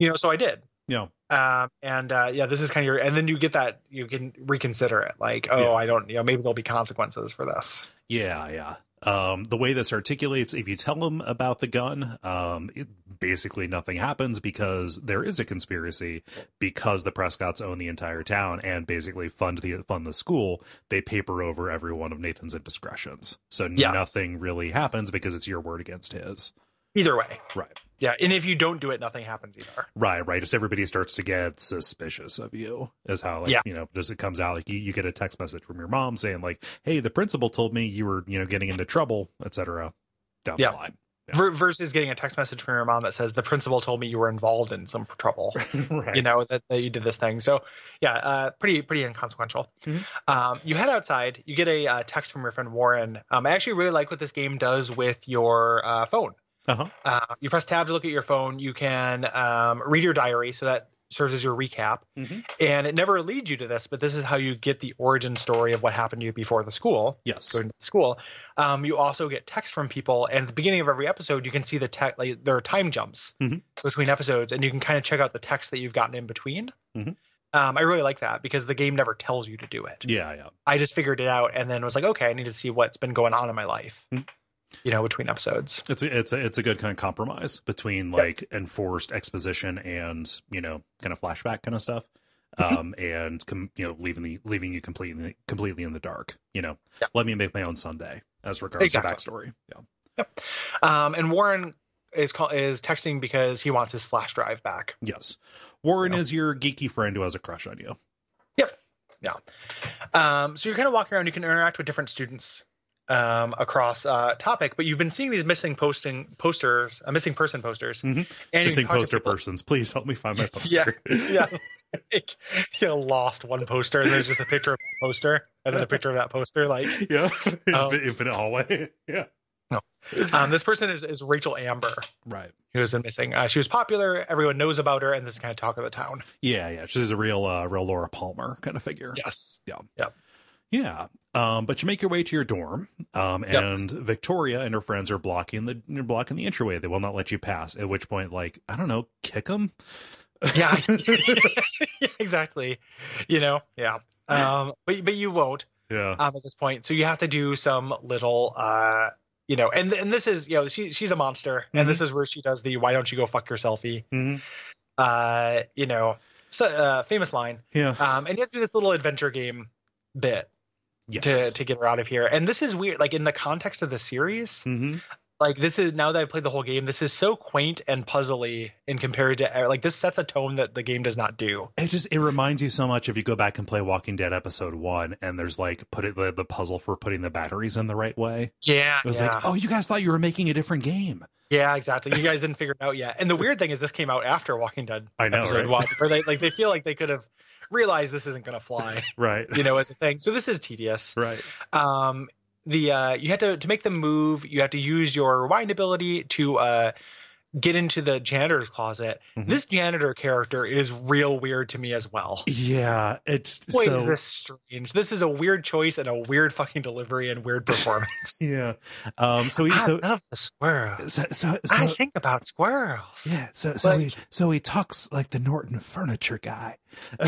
Speaker 2: You know, so I did.
Speaker 1: Yeah.
Speaker 2: Um, and uh, yeah, this is kind of your. And then you get that you can reconsider it. Like, oh,
Speaker 1: Yeah.
Speaker 2: I don't. You know, maybe there'll be consequences for this.
Speaker 1: Yeah, yeah. Um, the way this articulates, if you tell them about the gun, um, it, basically nothing happens because there is a conspiracy. Because the Prescotts own the entire town and basically fund the fund the school, they paper over every one of Nathan's indiscretions. So
Speaker 2: Yes.
Speaker 1: nothing really happens because it's your word against his.
Speaker 2: Either way,
Speaker 1: Right,
Speaker 2: yeah. And if you don't do it, nothing happens either.
Speaker 1: right, right. Just everybody starts to get suspicious of you. Is how like
Speaker 2: Yeah.
Speaker 1: you know just it comes out like you, you get a text message from your mom saying like, "Hey, the principal told me you were you know getting into trouble, etc." Down
Speaker 2: Yeah.
Speaker 1: the line.
Speaker 2: Ver- versus getting a text message from your mom that says the principal told me you were involved in some trouble.
Speaker 1: right.
Speaker 2: you know that, that you did this thing so yeah uh, pretty pretty inconsequential
Speaker 1: Mhm.
Speaker 2: um, you head outside you get a uh, text from your friend warren um, i actually really like what this game does with your uh, phone
Speaker 1: Uh-huh.
Speaker 2: uh, you press tab to look at your phone you can um, read your diary so that serves as your recap
Speaker 1: Mhm.
Speaker 2: and it never leads you to this but this is how you get the origin story of what happened to you before the school
Speaker 1: Yes.
Speaker 2: going to school um, you also get text from people and at the beginning of every episode you can see the text like there are time jumps
Speaker 1: Mhm.
Speaker 2: between episodes and you can kind of check out the text that you've gotten in between
Speaker 1: Mhm.
Speaker 2: um, i really like that because the game never tells you to do it
Speaker 1: Yeah, yeah.
Speaker 2: i just figured it out and then was like okay i need to see what's been going on in my life you know between episodes
Speaker 1: It's a, it's a, it's a good kind of compromise between like enforced exposition and you know kind of flashback kind of stuff,
Speaker 2: Mm-hmm.
Speaker 1: um, and com- you know leaving the leaving you completely completely in the dark. You know,
Speaker 2: Yeah.
Speaker 1: let me make my own Sunday as regards
Speaker 2: Exactly.
Speaker 1: to backstory. Yeah.
Speaker 2: um, and warren is call- is texting because he wants his flash drive back
Speaker 1: Yes. Warren
Speaker 2: Yeah.
Speaker 1: is your geeky friend who has a crush on you.
Speaker 2: Um, so you're kind of walking around. You can interact with different students um, across uh, topic, but you've been seeing these missing posting posters, uh, missing person posters,
Speaker 1: Mhm.
Speaker 2: and you can
Speaker 1: Missing
Speaker 2: talk to
Speaker 1: poster
Speaker 2: people.
Speaker 1: persons. Please help me find my
Speaker 2: Yeah.
Speaker 1: poster.
Speaker 2: Yeah, Like, you lost one poster, and there's just a picture of that poster, and then a picture of that poster. Like
Speaker 1: yeah.
Speaker 2: Um,
Speaker 1: Infin- Infinite hallway. yeah.
Speaker 2: um, this person is is Rachel Amber,
Speaker 1: Right.
Speaker 2: who has been missing. Uh, she was popular. Everyone knows about her, and this is kind of talk of the town.
Speaker 1: Yeah, yeah. She's a real uh, real Laura Palmer kind of figure.
Speaker 2: Yes.
Speaker 1: Yeah. Um, but you make your way to your dorm, um,
Speaker 2: Yep.
Speaker 1: and Victoria and her friends are blocking the they're blocking the entryway. They will not let you pass. At which point, like I don't know, kick them.
Speaker 2: Yeah. yeah. Exactly. You know. Yeah. Um, but but you won't.
Speaker 1: Yeah,
Speaker 2: um, at this point. So you have to do some little, uh, you know, and and this is, you know, she she's a monster,
Speaker 1: Mhm.
Speaker 2: and this is where she does the "Why don't you go fuck your selfie?"
Speaker 1: Mhm.
Speaker 2: Uh, you know, so uh, famous line.
Speaker 1: yeah,
Speaker 2: Um, and you have to do this little adventure game bit
Speaker 1: yes.
Speaker 2: to to get her out of here. And this is weird, like in the context of the series,
Speaker 1: hmm
Speaker 2: like this is now that I played the whole game, this is so quaint and puzzly in compared to uh, like this sets a tone that the game does not do.
Speaker 1: It just it reminds you so much if you go back and play Walking Dead episode one, and there's like put it the, the puzzle for putting the batteries in the right way.
Speaker 2: Yeah,
Speaker 1: It was
Speaker 2: yeah.
Speaker 1: like, oh, you guys thought you were making a different game.
Speaker 2: Yeah, exactly. You guys didn't figure it out yet. And the weird thing is, this came out after Walking Dead
Speaker 1: I know,
Speaker 2: episode
Speaker 1: right?
Speaker 2: one, where they like they feel like they could have realized this isn't going to fly,
Speaker 1: Right,
Speaker 2: you know, as a thing. So this is tedious.
Speaker 1: right.
Speaker 2: Um, the uh, you have to to make the move. You have to use your rewind ability to uh, get into the janitor's closet.
Speaker 1: Mhm.
Speaker 2: This janitor character is real weird to me as well.
Speaker 1: Yeah, it's
Speaker 2: Wait,
Speaker 1: so
Speaker 2: is this strange? This is a weird choice and a weird fucking delivery and weird performance.
Speaker 1: yeah. Um, so we
Speaker 2: I
Speaker 1: so
Speaker 2: love the squirrels.
Speaker 1: so so,
Speaker 2: Ah, I
Speaker 1: so
Speaker 2: think about squirrels.
Speaker 1: yeah, so so
Speaker 2: like-
Speaker 1: he so he talks like the Norton furniture guy.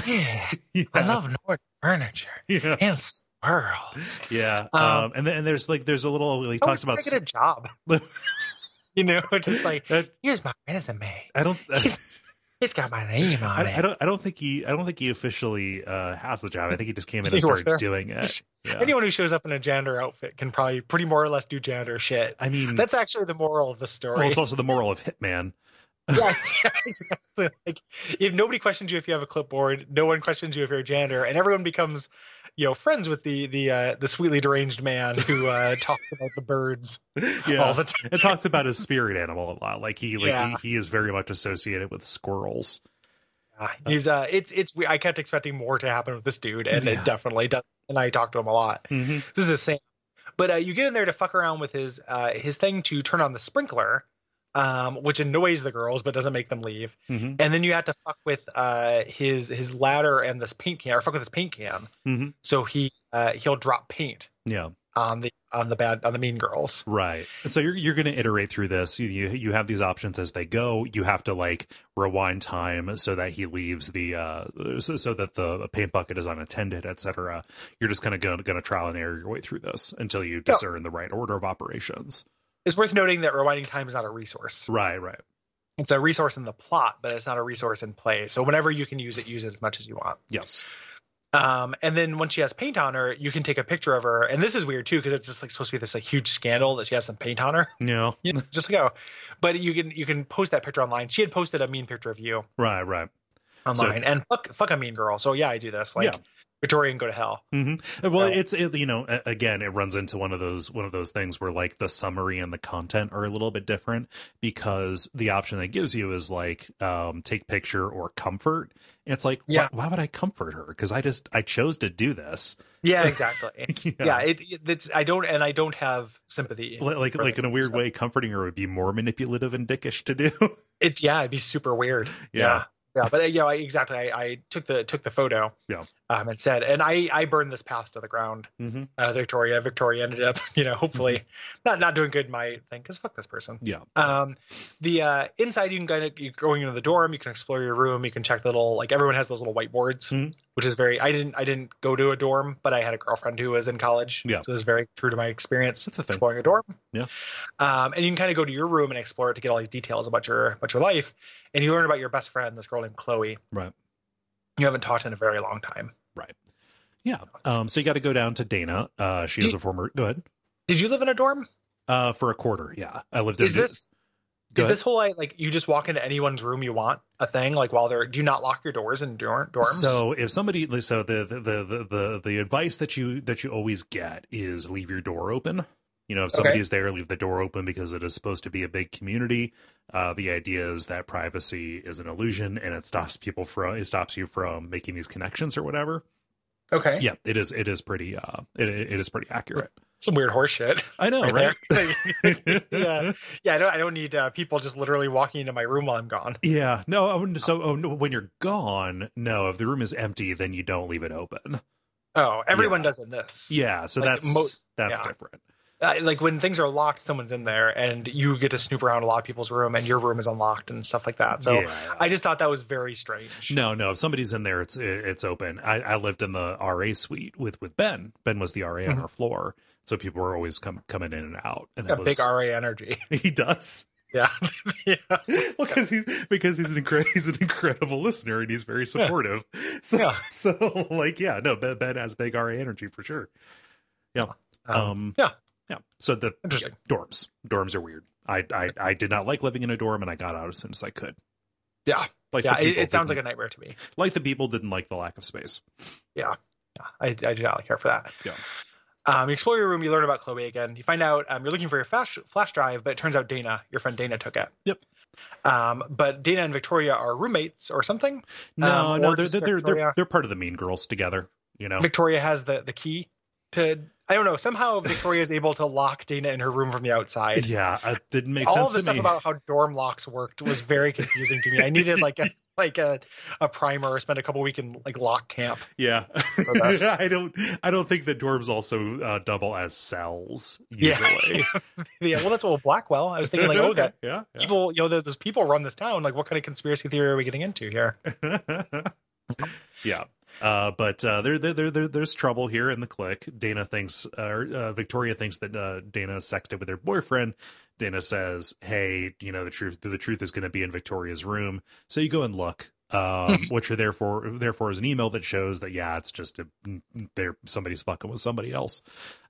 Speaker 2: Yeah,
Speaker 1: Yeah,
Speaker 2: I love Norton furniture
Speaker 1: yeah,
Speaker 2: and squirrels.
Speaker 1: yeah. Um,
Speaker 2: Um,
Speaker 1: and then and there's like there's a little he
Speaker 2: I
Speaker 1: talks
Speaker 2: would
Speaker 1: about
Speaker 2: just get a job. you know, just like
Speaker 1: that-
Speaker 2: here's my resume.
Speaker 1: I don't.
Speaker 2: It's, it's got my name on
Speaker 1: I,
Speaker 2: it.
Speaker 1: I don't. I don't think he. I don't think he officially uh, has the job. I think he just came in
Speaker 2: He
Speaker 1: and
Speaker 2: works
Speaker 1: started doing it. Yeah.
Speaker 2: Anyone who shows up in a janitor outfit can probably pretty more or less do janitor shit.
Speaker 1: I mean,
Speaker 2: That's actually the moral of the story.
Speaker 1: well, it's also the moral of Hitman.
Speaker 2: yeah, yeah, exactly. Like, if nobody questions you if you have a clipboard, no one questions you if you're a janitor, and everyone becomes, you know, friends with the the uh, the sweetly deranged man who uh, talks about the birds
Speaker 1: Yeah.
Speaker 2: all the time.
Speaker 1: it talks about his spirit animal a lot. Like he, like
Speaker 2: Yeah.
Speaker 1: he, he is very much associated with squirrels.
Speaker 2: He's uh, it's it's. we- I kept expecting more to happen with this dude, and
Speaker 1: Yeah.
Speaker 2: it definitely does. And I talked to him a lot. This is a Sam. But uh, you get in there to fuck around with his uh, his thing to turn on the sprinkler, um, which annoys the girls but doesn't make them leave.
Speaker 1: Mhm.
Speaker 2: And then you have to fuck with uh, his his ladder and this paint can, or fuck with his paint can.
Speaker 1: Mhm.
Speaker 2: So he uh, he'll drop paint
Speaker 1: Yeah,
Speaker 2: on the on the bad on the mean girls.
Speaker 1: right. And so you're you're going to iterate through this. You, you you have these options as they go. You have to like rewind time so that he leaves the uh so, so that the paint bucket is unattended, etc. You're just kind of going to trial and error your way through this until you discern the right order of operations.
Speaker 2: It's worth noting that rewinding time is not a resource.
Speaker 1: Right, right.
Speaker 2: It's a resource in the plot, but it's not a resource in play. So whenever you can use it, use it as much as you want.
Speaker 1: Yes.
Speaker 2: Um, and then once she has paint on her, you can take a picture of her. And this is weird too, because it's just like supposed to be this like huge scandal that she has some paint on her.
Speaker 1: Yeah.
Speaker 2: You know, just like oh, but you can you can post that picture online. She had posted a mean picture of you
Speaker 1: Right, right.
Speaker 2: online, and fuck fuck a mean girl. So yeah, I do this. Like
Speaker 1: Yeah.
Speaker 2: Victoria can go to hell.
Speaker 1: hmm Well,
Speaker 2: So-
Speaker 1: it's it, you know a- again it runs into one of those one of those things where like the summary and the content are a little bit different because the option that gives you is like um take picture or comfort. And it's like
Speaker 2: Yeah.
Speaker 1: why, why would I comfort her? Because I just I chose to do this.
Speaker 2: Yeah, exactly.
Speaker 1: You know?
Speaker 2: yeah, it, it- it's I don't and I don't have sympathy.
Speaker 1: Li- Like
Speaker 2: for
Speaker 1: like in a
Speaker 2: them,
Speaker 1: weird
Speaker 2: so.
Speaker 1: way, comforting her would be more manipulative and dickish to do.
Speaker 2: It's yeah, it'd be super weird.
Speaker 1: Yeah.
Speaker 2: yeah, Yeah, but uh, you know I, exactly. I, I took the took the photo.
Speaker 1: Yeah.
Speaker 2: um, and said, and I I burned this path to the ground.
Speaker 1: hmm
Speaker 2: uh, Victoria. Victoria ended up, you know, hopefully
Speaker 1: Mm-hmm.
Speaker 2: not not doing good in my thing because fuck this person.
Speaker 1: Yeah.
Speaker 2: Um, the uh, inside you can kind of you're going into the dorm. You can explore your room. You can check the little like everyone has those little whiteboards,
Speaker 1: Mhm.
Speaker 2: which is very. I didn't I didn't go to a dorm, but I had a girlfriend who was in college.
Speaker 1: Yeah.
Speaker 2: so it was very true to my experience
Speaker 1: That's the thing.
Speaker 2: exploring a dorm.
Speaker 1: Yeah.
Speaker 2: Um, and you can kind of go to your room and explore it to get all these details about your about your life, and you learn about your best friend, this girl named Chloe.
Speaker 1: Right.
Speaker 2: You haven't talked in a very long time.
Speaker 1: Yeah. Um. So you got to go down to Dana. Uh. She
Speaker 2: Do
Speaker 1: is
Speaker 2: you-
Speaker 1: a former. Go ahead.
Speaker 2: Did you live in a dorm?
Speaker 1: Uh. For a quarter. Yeah. I lived in.
Speaker 2: Is this
Speaker 1: Go
Speaker 2: is
Speaker 1: ahead.
Speaker 2: this whole like, like you just walk into anyone's room you want a thing like while they're do you not lock your doors in dorm, dorms?
Speaker 1: So if somebody, so the the, the the the the advice that you that you always get is leave your door open. You know, if somebody
Speaker 2: Okay.
Speaker 1: is there, leave the door open because it is supposed to be a big community. Uh, the idea is that privacy is an illusion, and it stops people from it stops you from making these connections or whatever.
Speaker 2: okay,
Speaker 1: Yeah, it is it is pretty uh it it is pretty accurate.
Speaker 2: some weird horse shit.
Speaker 1: I know, right?
Speaker 2: right there. yeah, yeah. I don't I don't need uh, people just literally walking into my room while I'm gone.
Speaker 1: Yeah, no. I wouldn't- So oh, no, when you're gone, no. If the room is empty, then you don't leave it open.
Speaker 2: Oh, everyone
Speaker 1: Yeah.
Speaker 2: does in this.
Speaker 1: Yeah, so
Speaker 2: Like,
Speaker 1: that's
Speaker 2: mo-
Speaker 1: that's
Speaker 2: yeah.
Speaker 1: different.
Speaker 2: Uh, like when things are locked, someone's in there, and you get to snoop around a lot of people's room, and your room is unlocked and stuff like that. So
Speaker 1: yeah.
Speaker 2: I just thought that was very strange.
Speaker 1: No, no. If somebody's in there, it's it's open. I, I lived in the RA suite with with Ben. Ben was the RA on
Speaker 2: Mhm.
Speaker 1: our floor, so people were always come coming in and out. And
Speaker 2: It's got
Speaker 1: that
Speaker 2: big
Speaker 1: was- Oh,
Speaker 2: RA energy.
Speaker 1: He does.
Speaker 2: Yeah. yeah.
Speaker 1: Well, because he's because he's an incre- he's an incredible listener and he's very supportive. So
Speaker 2: Yeah.
Speaker 1: so like yeah no Ben, ben has big RA energy for sure.
Speaker 2: Um,
Speaker 1: Um
Speaker 2: yeah.
Speaker 1: yeah. So the
Speaker 2: Interesting.
Speaker 1: yeah, dorms dorms are weird. I, I I did not like living in a dorm and I got out as soon as I could.
Speaker 2: yeah.
Speaker 1: Like
Speaker 2: Yeah.
Speaker 1: the
Speaker 2: It,
Speaker 1: people
Speaker 2: it sounds like
Speaker 1: didn't-
Speaker 2: a nightmare to me.
Speaker 1: like the people didn't like the lack of space.
Speaker 2: I, I do not care for that.
Speaker 1: Yeah.
Speaker 2: Um, you explore your room. You learn about Chloe again. You find out um, you're looking for your flash flash drive, but it turns out Dana, your friend Dana, took it.
Speaker 1: Yep.
Speaker 2: Um, but Dana and Victoria are roommates or something.
Speaker 1: No,
Speaker 2: Um,
Speaker 1: no,
Speaker 2: or
Speaker 1: they're
Speaker 2: just
Speaker 1: they're, they're
Speaker 2: Victoria.
Speaker 1: they're they're part of the Mean Girls together. You know,
Speaker 2: Victoria has the the key to I don't know. Somehow Victoria's able to lock Dana in her room from the outside.
Speaker 1: Yeah, uh, it didn't make
Speaker 2: All
Speaker 1: sense
Speaker 2: of the
Speaker 1: to
Speaker 2: stuff
Speaker 1: me.
Speaker 2: about how dorm locks worked was very confusing to me. I needed like a like a, a primer. Spent a couple week in like lock camp.
Speaker 1: yeah,
Speaker 2: that's-
Speaker 1: I don't. I don't think that dorms also uh, double as cells
Speaker 2: Yeah.
Speaker 1: usually.
Speaker 2: Yeah, well, that's old Blackwell. I was thinking like, oh, that
Speaker 1: yeah, yeah.
Speaker 2: people, you know, those people run this town. Like, what kind of conspiracy theory are we getting into here?
Speaker 1: yeah. Uh, but uh, there, there, there, there, there's trouble here in the clique. Dana thinks, or uh, Victoria thinks that uh, Dana sexted with her boyfriend. Dana says, "Hey, you know the truth. The truth is going to be in Victoria's room. So you go and look. Um, which are therefore, therefore, is an email that shows that yeah, it's just a there somebody's fucking with somebody else.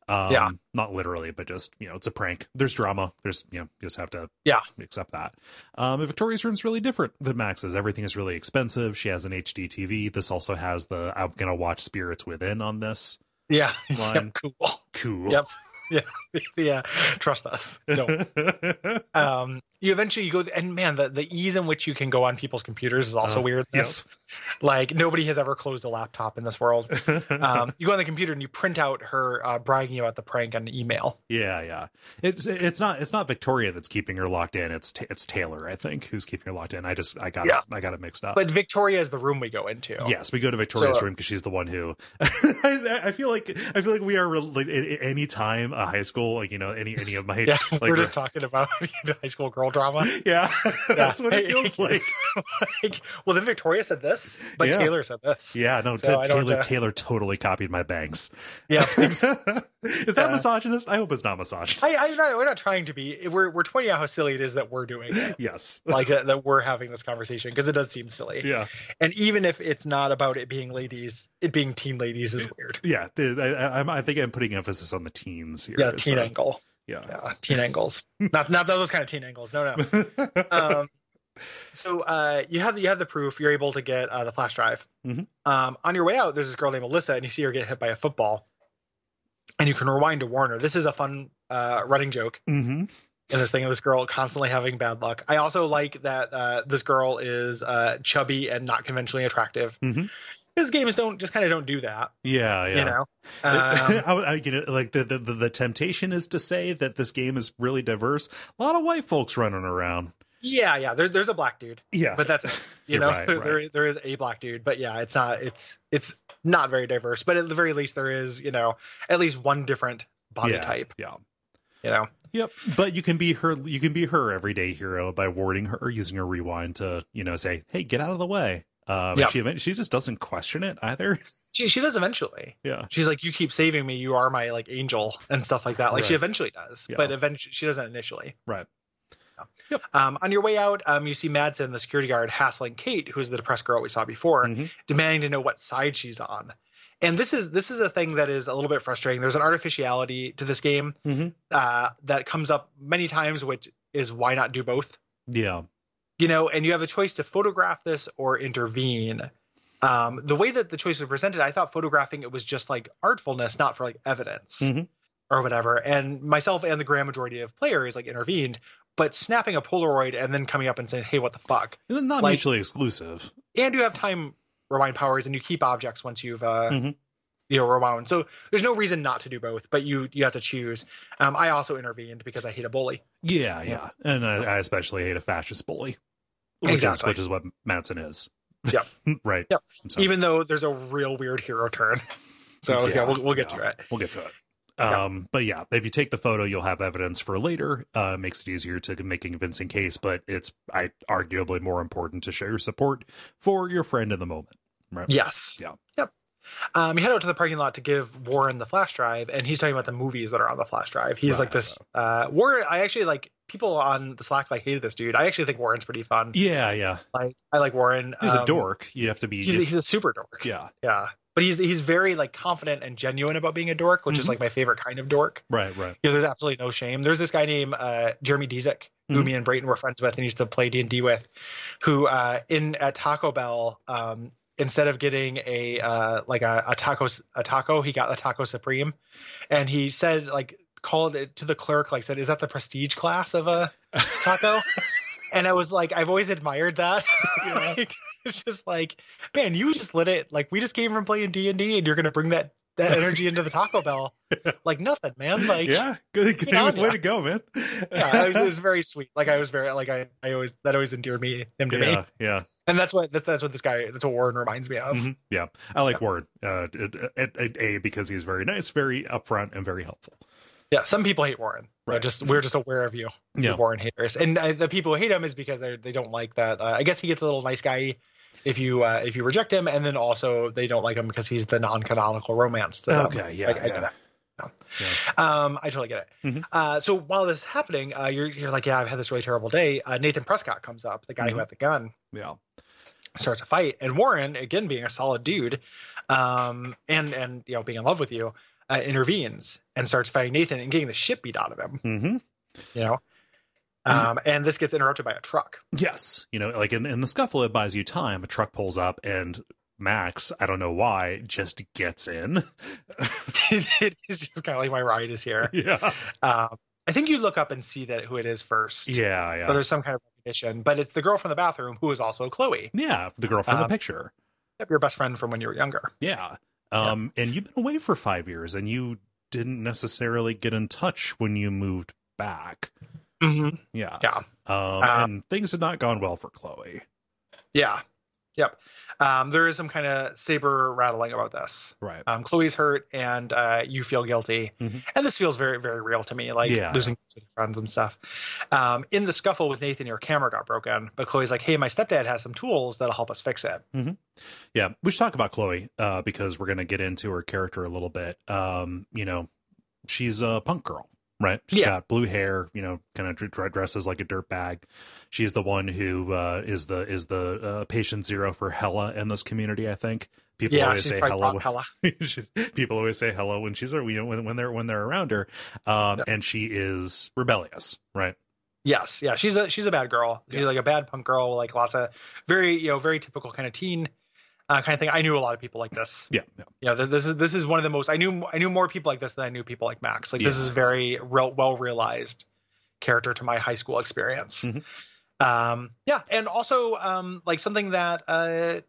Speaker 1: Um,
Speaker 2: Yeah.
Speaker 1: not literally, but just you know, it's a prank. There's drama. There's you know, you just have to
Speaker 2: Yeah.
Speaker 1: accept that. Um, and Victoria's room's really different than Max's. Everything is really expensive. She has an HD TV. This also has the I'm gonna watch Spirits Within on this.
Speaker 2: Yeah,
Speaker 1: One.
Speaker 2: yep, cool.
Speaker 1: Cool.
Speaker 2: Yep. yeah, trust us. No. um you eventually you go and man the, the ease in which you can go on people's computers is also
Speaker 1: Uh,
Speaker 2: weird in this like nobody has ever closed a laptop in this world um you go on the computer and you print out her uh, bragging about the prank on an email
Speaker 1: yeah, yeah. It's it's not it's not Victoria that's keeping her locked in. It's Ta- it's Taylor, I think, who's keeping her locked in. I just I got
Speaker 2: Yeah.
Speaker 1: it, I got it mixed up.
Speaker 2: but victoria is the room we go into
Speaker 1: Yes, we go to Victoria's
Speaker 2: So-
Speaker 1: room because she's the one who. I, I feel like I feel like we are re- like a- a- any time a high school like you know any any of my
Speaker 2: yeah
Speaker 1: like
Speaker 2: we're just talking about high school girl drama
Speaker 1: yeah that's what it
Speaker 2: Hey.
Speaker 1: feels like
Speaker 2: like well then victoria said this but
Speaker 1: Yeah.
Speaker 2: taylor said this
Speaker 1: yeah no
Speaker 2: So
Speaker 1: Ta-
Speaker 2: I don't,
Speaker 1: Taylor
Speaker 2: uh,
Speaker 1: Taylor totally copied my banks
Speaker 2: yeah
Speaker 1: is that
Speaker 2: Uh,
Speaker 1: misogynist I hope it's not misogynist
Speaker 2: I, I'm not, we're not trying to be we're, we're pointing out how silly it is that we're doing it
Speaker 1: yes
Speaker 2: like uh, that we're having this conversation because it does seem silly
Speaker 1: yeah
Speaker 2: and even if it's not about it being ladies it being teen ladies is weird
Speaker 1: yeah th- I, I, I'm- I think I'm putting emphasis on the teens here
Speaker 2: yeah
Speaker 1: is
Speaker 2: teen
Speaker 1: the-
Speaker 2: angle
Speaker 1: yeah
Speaker 2: yeah teen angles not not those kind of teen angles no no um so uh you have you have the proof you're able to get uh, the flash drive
Speaker 1: Mhm.
Speaker 2: um on your way out there's this girl named alyssa and you see her get hit by a football and you can rewind to warn her this is a fun uh running joke
Speaker 1: hmm
Speaker 2: in this thing of this girl constantly having bad luck i also like that uh this girl is uh chubby and not conventionally attractive
Speaker 1: Mhm.
Speaker 2: because games don't just kind of don't do that
Speaker 1: yeah yeah
Speaker 2: you know um,
Speaker 1: I, I, you know, like the, the the the temptation is to say that this game is really diverse. A lot of white folks running around.
Speaker 2: yeah yeah there, there's a black dude
Speaker 1: Yeah,
Speaker 2: but that's it, you
Speaker 1: You're
Speaker 2: know
Speaker 1: right,
Speaker 2: there,
Speaker 1: right.
Speaker 2: there is a black dude but yeah it's not it's it's not very diverse but at the very least there is you know at least one different body
Speaker 1: yeah,
Speaker 2: type
Speaker 1: Yeah.
Speaker 2: you know
Speaker 1: Yep. But you can be her. You can be her everyday hero by warding her, using her rewind to you know say, "Hey, get out of the way." Um,
Speaker 2: Yeah.
Speaker 1: She event- she just doesn't question it either.
Speaker 2: she, she does eventually
Speaker 1: Yeah.
Speaker 2: she's like you keep saving me you are my like angel and stuff like that like she
Speaker 1: Right.
Speaker 2: eventually does
Speaker 1: Yeah.
Speaker 2: but eventually she doesn't initially
Speaker 1: Right.
Speaker 2: um, on your way out um, you see madsen the security guard hassling kate who's the depressed girl we saw before
Speaker 1: Mhm.
Speaker 2: demanding to know what side she's on and this is this is a thing that is a little bit frustrating there's an artificiality to this game
Speaker 1: Mhm.
Speaker 2: uh, that comes up many times which is why not do both
Speaker 1: Yeah.
Speaker 2: you know and you have a choice to photograph this or intervene um, the way that the choice was presented i thought photographing it was just like artfulness not for like evidence
Speaker 1: Mhm.
Speaker 2: or whatever and myself and the grand majority of players like intervened but snapping a polaroid and then coming up and saying hey what the fuck
Speaker 1: It's Not
Speaker 2: Like-
Speaker 1: mutually exclusive.
Speaker 2: and you have time rewind powers and you keep objects once you've uh
Speaker 1: Mhm.
Speaker 2: you know rewound so there's no reason not to do both but you you have to choose um i also intervened because i hate a bully
Speaker 1: Yeah. Yeah.
Speaker 2: Yeah.
Speaker 1: And I, I especially hate a fascist bully. Which Is,
Speaker 2: Exactly.
Speaker 1: which is what Manson is.
Speaker 2: Yep.
Speaker 1: right.
Speaker 2: Yep.
Speaker 1: So-
Speaker 2: even though there's a real weird hero turn so yeah,
Speaker 1: Yeah,
Speaker 2: we'll, we'll get
Speaker 1: yeah.
Speaker 2: to it
Speaker 1: We'll get to it.
Speaker 2: Yeah.
Speaker 1: Um, But yeah, if you take the photo, you'll have evidence for later. Uh, makes it easier to make a convincing case, but it's I arguably more important to show your support for your friend in the moment. Right?
Speaker 2: yes
Speaker 1: Yeah.
Speaker 2: yep um you head out to the parking lot to give warren the flash drive and he's talking about the movies that are on the flash drive he's like
Speaker 1: Right.
Speaker 2: this uh warren i actually like people on the slack like hated this dude i actually think warren's pretty fun
Speaker 1: Yeah. Yeah.
Speaker 2: like i like warren
Speaker 1: He's a
Speaker 2: Um,
Speaker 1: dork. You have to be.
Speaker 2: he's, a- he's a super dork
Speaker 1: yeah.
Speaker 2: Yeah. But he's he's very like confident and genuine about being a dork, which
Speaker 1: Mhm.
Speaker 2: is like my favorite kind of dork.
Speaker 1: Right. Right.
Speaker 2: You know, there's absolutely no shame. There's this guy named uh, Jeremy Dizik, who
Speaker 1: Mhm.
Speaker 2: me and Brayton were friends with and used to play D and D with, who uh, in at Taco Bell, um, instead of getting a uh, like a, a taco a taco, he got a taco supreme, and he said like called it to the clerk like said, "Is that the prestige class of a taco?" and I was like, I've always admired that.
Speaker 1: Yeah.
Speaker 2: like, it's just like, man, you just lit it. Like we just came from playing D and D, and you're gonna bring that that energy into the Taco Bell like nothing, man. Like
Speaker 1: yeah, good, good
Speaker 2: Good on
Speaker 1: way
Speaker 2: ya.
Speaker 1: to go, man.
Speaker 2: yeah, it was, it was very sweet. Like I was very like I, I always that always endeared me him to me,
Speaker 1: yeah, yeah.
Speaker 2: and that's what that's that's what this guy that's what Warren reminds me of.
Speaker 1: Mhm. yeah. I like Warren. Uh, it- it- it- a because he's very nice, very upfront, and very helpful.
Speaker 2: Yeah, some people hate Warren. They're
Speaker 1: Right.
Speaker 2: Just we're just aware of you, you
Speaker 1: Yeah.
Speaker 2: Warren haters, and uh, the people who hate him is because they they don't like that. Uh, I guess he gets a little nice guy if you uh, if you reject him, and then also they don't like him because he's the non canonical romance. To them.
Speaker 1: Okay, yeah,
Speaker 2: Like, I get
Speaker 1: yeah.
Speaker 2: that. Um, I totally get it.
Speaker 1: Mhm.
Speaker 2: Uh, so while this is happening, uh, you're you're like, yeah, I've had this really terrible day. Uh, Nathan Prescott comes up, the guy
Speaker 1: Mhm.
Speaker 2: who had the gun,
Speaker 1: yeah.
Speaker 2: starts a fight, and Warren, again being a solid dude, um, and and you know being in love with you, uh, intervenes and starts fighting Nathan and getting the shit beat out of him.
Speaker 1: Mm-hmm.
Speaker 2: You know, um, and this gets interrupted by a truck.
Speaker 1: Yes, you know, like in, in the scuffle, it buys you time. A truck pulls up, and Max, I don't know why, just gets in.
Speaker 2: it is just kind of like my ride is here.
Speaker 1: yeah,
Speaker 2: Um, I think you look up and see that who it is first.
Speaker 1: yeah, yeah,
Speaker 2: Or there's some kind of recognition, but it's the girl from the bathroom who is also Chloe,
Speaker 1: yeah. The girl from the
Speaker 2: Um,
Speaker 1: picture.
Speaker 2: your best friend from when you were younger.
Speaker 1: Yeah. Um, and you've been away for five years, and you didn't necessarily get in touch when you moved back.
Speaker 2: Mm-hmm.
Speaker 1: Yeah.
Speaker 2: Yeah.
Speaker 1: Um,
Speaker 2: Uh,
Speaker 1: and things had not gone well for Chloe.
Speaker 2: Yeah. Yep. Um, there is some kind of saber rattling about this.
Speaker 1: Right.
Speaker 2: Um, Chloe's hurt, and uh, you feel guilty,
Speaker 1: Mhm.
Speaker 2: and this feels very, very real to me, like
Speaker 1: Yeah.
Speaker 2: losing friends and stuff. Um, in the scuffle with Nathan, your camera got broken, but Chloe's like, "Hey, my stepdad has some tools that'll help us fix it."
Speaker 1: Yeah, we should talk about Chloe uh, because we're going to get into her character a little bit. Um, you know, she's a punk girl, right? She's
Speaker 2: Yeah.
Speaker 1: got blue hair. You know, kind of dr- dresses like a dirt bag. She's the one who uh, is the is the uh, patient zero for Hella in this community. I think people
Speaker 2: yeah,
Speaker 1: always
Speaker 2: she's
Speaker 1: say
Speaker 2: probably
Speaker 1: Hella.
Speaker 2: Hella.
Speaker 1: when- she- people always say Hella when she's you know, when, when they're when they're around her, um,
Speaker 2: Yeah.
Speaker 1: and she is rebellious, right?
Speaker 2: Yes, yeah, she's a she's a bad girl. She's
Speaker 1: Yeah.
Speaker 2: like a bad punk girl, like lots of very you know very typical kind of teen uh, kind of thing. I knew a lot of people like this.
Speaker 1: Yeah, yeah,
Speaker 2: Yeah, th- this is this is one of the most I knew I knew more people like this than I knew people like Max. Like this
Speaker 1: Yeah.
Speaker 2: is very real, well realized character to my high school experience.
Speaker 1: Mhm.
Speaker 2: Um, yeah, and also um, like something that uh,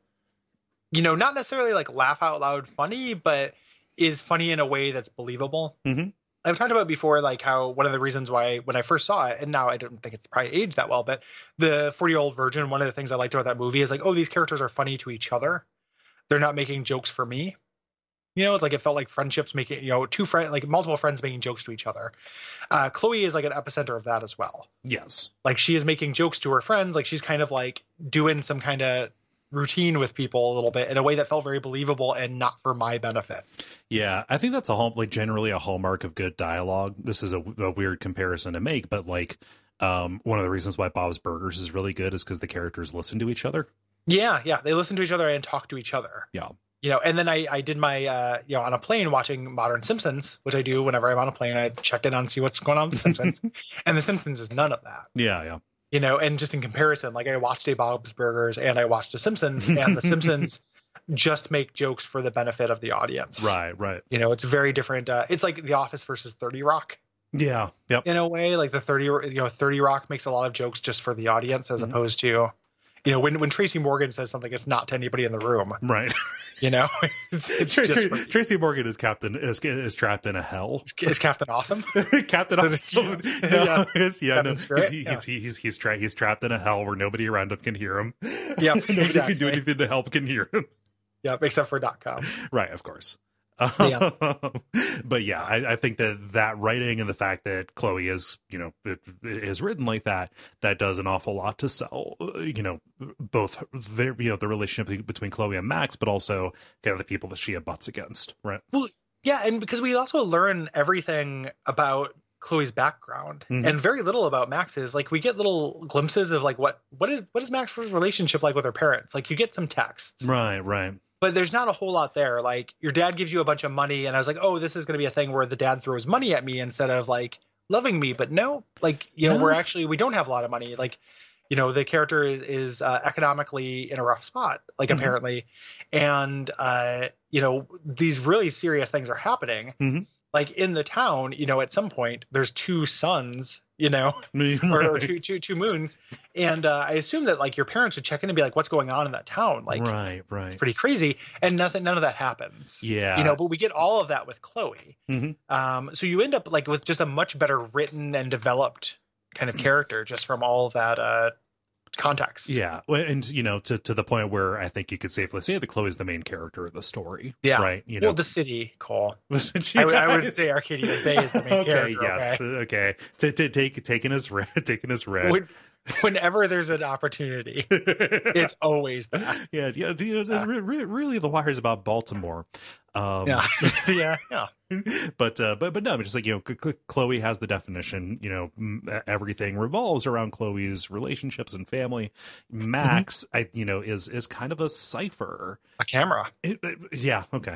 Speaker 2: you know not necessarily like laugh out loud funny, but is funny in a way that's believable.
Speaker 1: Mhm.
Speaker 2: I've talked about before, like how one of the reasons why when I first saw it, and now I don't think it's probably aged that well, but the 40 year old virgin, one of the things I liked about that movie is like, oh, these characters are funny to each other. They're not making jokes for me. You know, it's like it felt like friendships making, you know, two friend like multiple friends making jokes to each other. Uh, Chloe is like an epicenter of that as well.
Speaker 1: yes,
Speaker 2: Like she is making jokes to her friends. Like she's kind of like doing some kind of routine with people a little bit in a way that felt very believable and not for my benefit.
Speaker 1: Yeah, I think that's a hall- like generally a hallmark of good dialogue. This is a, a weird comparison to make, but like um, one of the reasons why Bob's Burgers is really good is because the characters listen to each other.
Speaker 2: Yeah, yeah. They listen to each other and talk to each other.
Speaker 1: Yeah.
Speaker 2: You know, and then I, I did my uh, you know on a plane watching Modern Simpsons, which I do whenever I'm on a plane. I check in on see what's going on with The Simpsons, and The Simpsons is none of that.
Speaker 1: Yeah, yeah,
Speaker 2: You know, and just in comparison, like I watched a Bob's Burgers and I watched The Simpsons, and The Simpsons just make jokes for the benefit of the audience.
Speaker 1: right, right.
Speaker 2: You know, it's very different. Uh, it's like The Office versus Thirty Rock
Speaker 1: Yeah, yep.
Speaker 2: in a way like the 30 you know 30 rock makes a lot of jokes just for the audience as
Speaker 1: Mhm.
Speaker 2: opposed to you know when when tracy morgan says something it's not to anybody in the room
Speaker 1: Right.
Speaker 2: you know it's, it's
Speaker 1: Tra-
Speaker 2: just
Speaker 1: Tra-
Speaker 2: for-
Speaker 1: Tracy Morgan is captain is, is trapped in a hell.
Speaker 2: is- is captain awesome
Speaker 1: captain Awesome.
Speaker 2: Yeah.
Speaker 1: No, is- yeah,
Speaker 2: Captain
Speaker 1: no, he's,
Speaker 2: Spirit,
Speaker 1: he's,
Speaker 2: yeah.
Speaker 1: he's, he's, he's, tra- he's trapped in a hell where nobody around him can hear him.
Speaker 2: Yep,
Speaker 1: nobody can do
Speaker 2: exactly.
Speaker 1: anything to help can hear him.
Speaker 2: yeah except for dot com
Speaker 1: Right, of course.
Speaker 2: Yeah.
Speaker 1: but yeah, I, I think that that writing and the fact that Chloe is, you know, it, it is written like that, that does an awful lot to sell, uh, you know, both their, you know, the relationship between Chloe and Max, but also kind of the people that she abuts against, right?
Speaker 2: yeah and because we also learn everything about chloe's background
Speaker 1: Mhm.
Speaker 2: and very little about max's like we get little glimpses of like what what is what is max's relationship like with her parents like you get some texts
Speaker 1: Right, right.
Speaker 2: but there's not a whole lot there. Like your dad gives you a bunch of money, and I was like, oh, this is going to be a thing where the dad throws money at me instead of like loving me. But no, like you know,
Speaker 1: No.
Speaker 2: we're actually we don't have a lot of money. Like you know, the character is, is uh, economically in a rough spot, like
Speaker 1: Mhm.
Speaker 2: apparently, and uh, you know these really serious things are happening.
Speaker 1: Mhm.
Speaker 2: Like in the town, you know, at some point there's two sons, you know, or, or
Speaker 1: right.
Speaker 2: two two two moons. And uh, I assume that like your parents would check in and be like, "What's going on in that town?" Like,
Speaker 1: right, right.
Speaker 2: it's pretty crazy. And nothing, none of that happens.
Speaker 1: yeah.
Speaker 2: You know, but we get all of that with Chloe.
Speaker 1: Mhm.
Speaker 2: Um, so you end up like with just a much better written and developed kind of character just from all of that uh, context.
Speaker 1: Mm-hmm. Yeah, well, and you know, to to the point where I think you could safely say that Chloe's the main character of the story.
Speaker 2: Yeah.
Speaker 1: right. You know,
Speaker 2: Well, the city, Cole.
Speaker 1: Yes.
Speaker 2: I, would- I would say Arcadia Bay is the main
Speaker 1: okay,
Speaker 2: character.
Speaker 1: yes,
Speaker 2: okay?
Speaker 1: okay. To to take taking his red, taking his red.
Speaker 2: When- whenever there's an opportunity, it's always that.
Speaker 1: yeah, yeah. You know,
Speaker 2: Uh.
Speaker 1: re- re- really, the wire is about Baltimore. Um,
Speaker 2: Yeah, yeah, yeah.
Speaker 1: but uh, but but no, I mean, just like you know, C- C- Chloe has the definition. You know, m- e, everything revolves around Chloe's relationships and family.
Speaker 2: Mm-hmm.
Speaker 1: Max, I you know, is is kind of a cipher.
Speaker 2: A camera.
Speaker 1: It, it- yeah. Okay.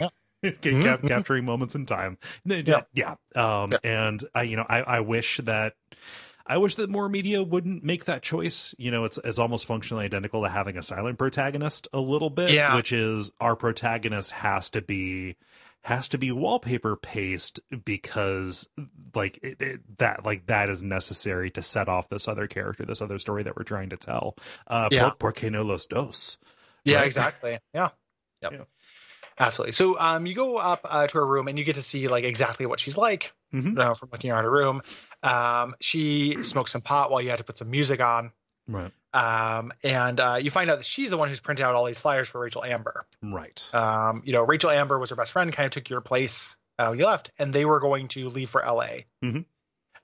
Speaker 2: Yeah.
Speaker 1: Okay,
Speaker 2: Mhm,
Speaker 1: cap-
Speaker 2: mhm.
Speaker 1: capturing moments in time. No,
Speaker 2: Yeah.
Speaker 1: Yeah. Um, And I, you know, I, I wish that. I wish that more media wouldn't make that choice. You know, it's it's almost functionally identical to having a silent protagonist a little bit,
Speaker 2: Yeah.
Speaker 1: which is our protagonist has to be has to be wallpaper paste because like it, it, that like that is necessary to set off this other character, this other story that we're trying to tell. Uh,
Speaker 2: Yeah.
Speaker 1: por, porque no los dos.
Speaker 2: Yeah,
Speaker 1: Right?
Speaker 2: exactly. Yeah. Yep.
Speaker 1: Yeah.
Speaker 2: Absolutely. So um, you go up uh, to her room and you get to see like exactly what she's like
Speaker 1: Mhm.
Speaker 2: uh, from looking around her room. Um, she smokes some pot while you had to put some music on.
Speaker 1: Right.
Speaker 2: Um, and uh, you find out that she's the one who's printed out all these flyers for Rachel Amber.
Speaker 1: Right.
Speaker 2: Um, you know, Rachel Amber was her best friend, kind of took your place uh, when you left, and they were going to leave for LA
Speaker 1: Mhm.